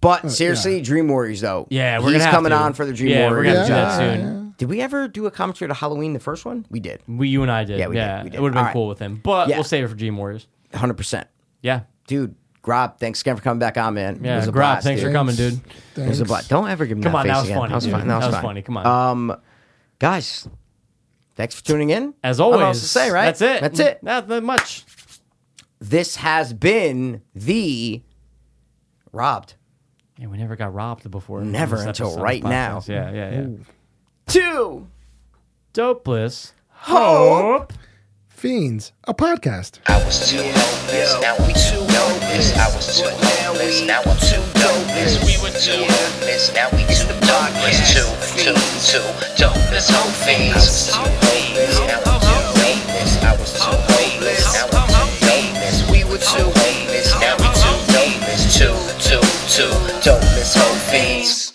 B: but seriously, Dream Warriors though.
C: Yeah, we're
B: he's
C: gonna have
B: coming
C: to.
B: on for the Dream
C: Yeah, we're gonna
B: Warriors.
C: do that
D: Yeah, yeah,
C: soon.
B: Did we ever do a commentary to Halloween, the first one? We did,
C: We, you and I did. Yeah,
B: Yeah, we did, we did.
C: it would have been
B: All right.
C: cool with him, but
B: Yeah.
C: we'll save it for Dream Warriors.
B: hundred percent.
C: Yeah,
B: Dude, Grob, thanks again for coming back on, man. it
C: yeah.
B: was a
C: Grob,
B: blast,
C: thanks
B: dude.
C: for coming, dude.
B: It was a blast. Don't ever give him
C: Come
B: that
C: on,
B: face
C: that was
B: again.
C: funny.
B: That was
C: dude.
B: fun-
C: That was
B: fun.
C: funny. Come on.
B: Um, guys, Thanks for tuning in.
C: As
B: I don't know
C: always,
B: what else to say, right?
C: That's it. Mm,
B: That's it.
C: Not that much.
B: This has been the robbed.
C: Yeah, we never got robbed before.
B: Never
C: This
B: until
C: episode of
B: right
C: podcasts.
B: now.
C: Yeah, yeah, yeah.
B: Two.
C: Dopeless. Hope.
D: Fiends, a podcast.
A: I was too hopeless, now I'm too hopeless. I was too hopeless, now I'm too dopeless. We were too hopeless, now we too dopeless. Too, too, too dopeless. Hope fiends. I was too hopeless, now I'm too hopeless. I was too hopeless, now I'm too dopeless. We were too hopeless, now we too dopeless. Too, too, too dopeless. Hope fiends.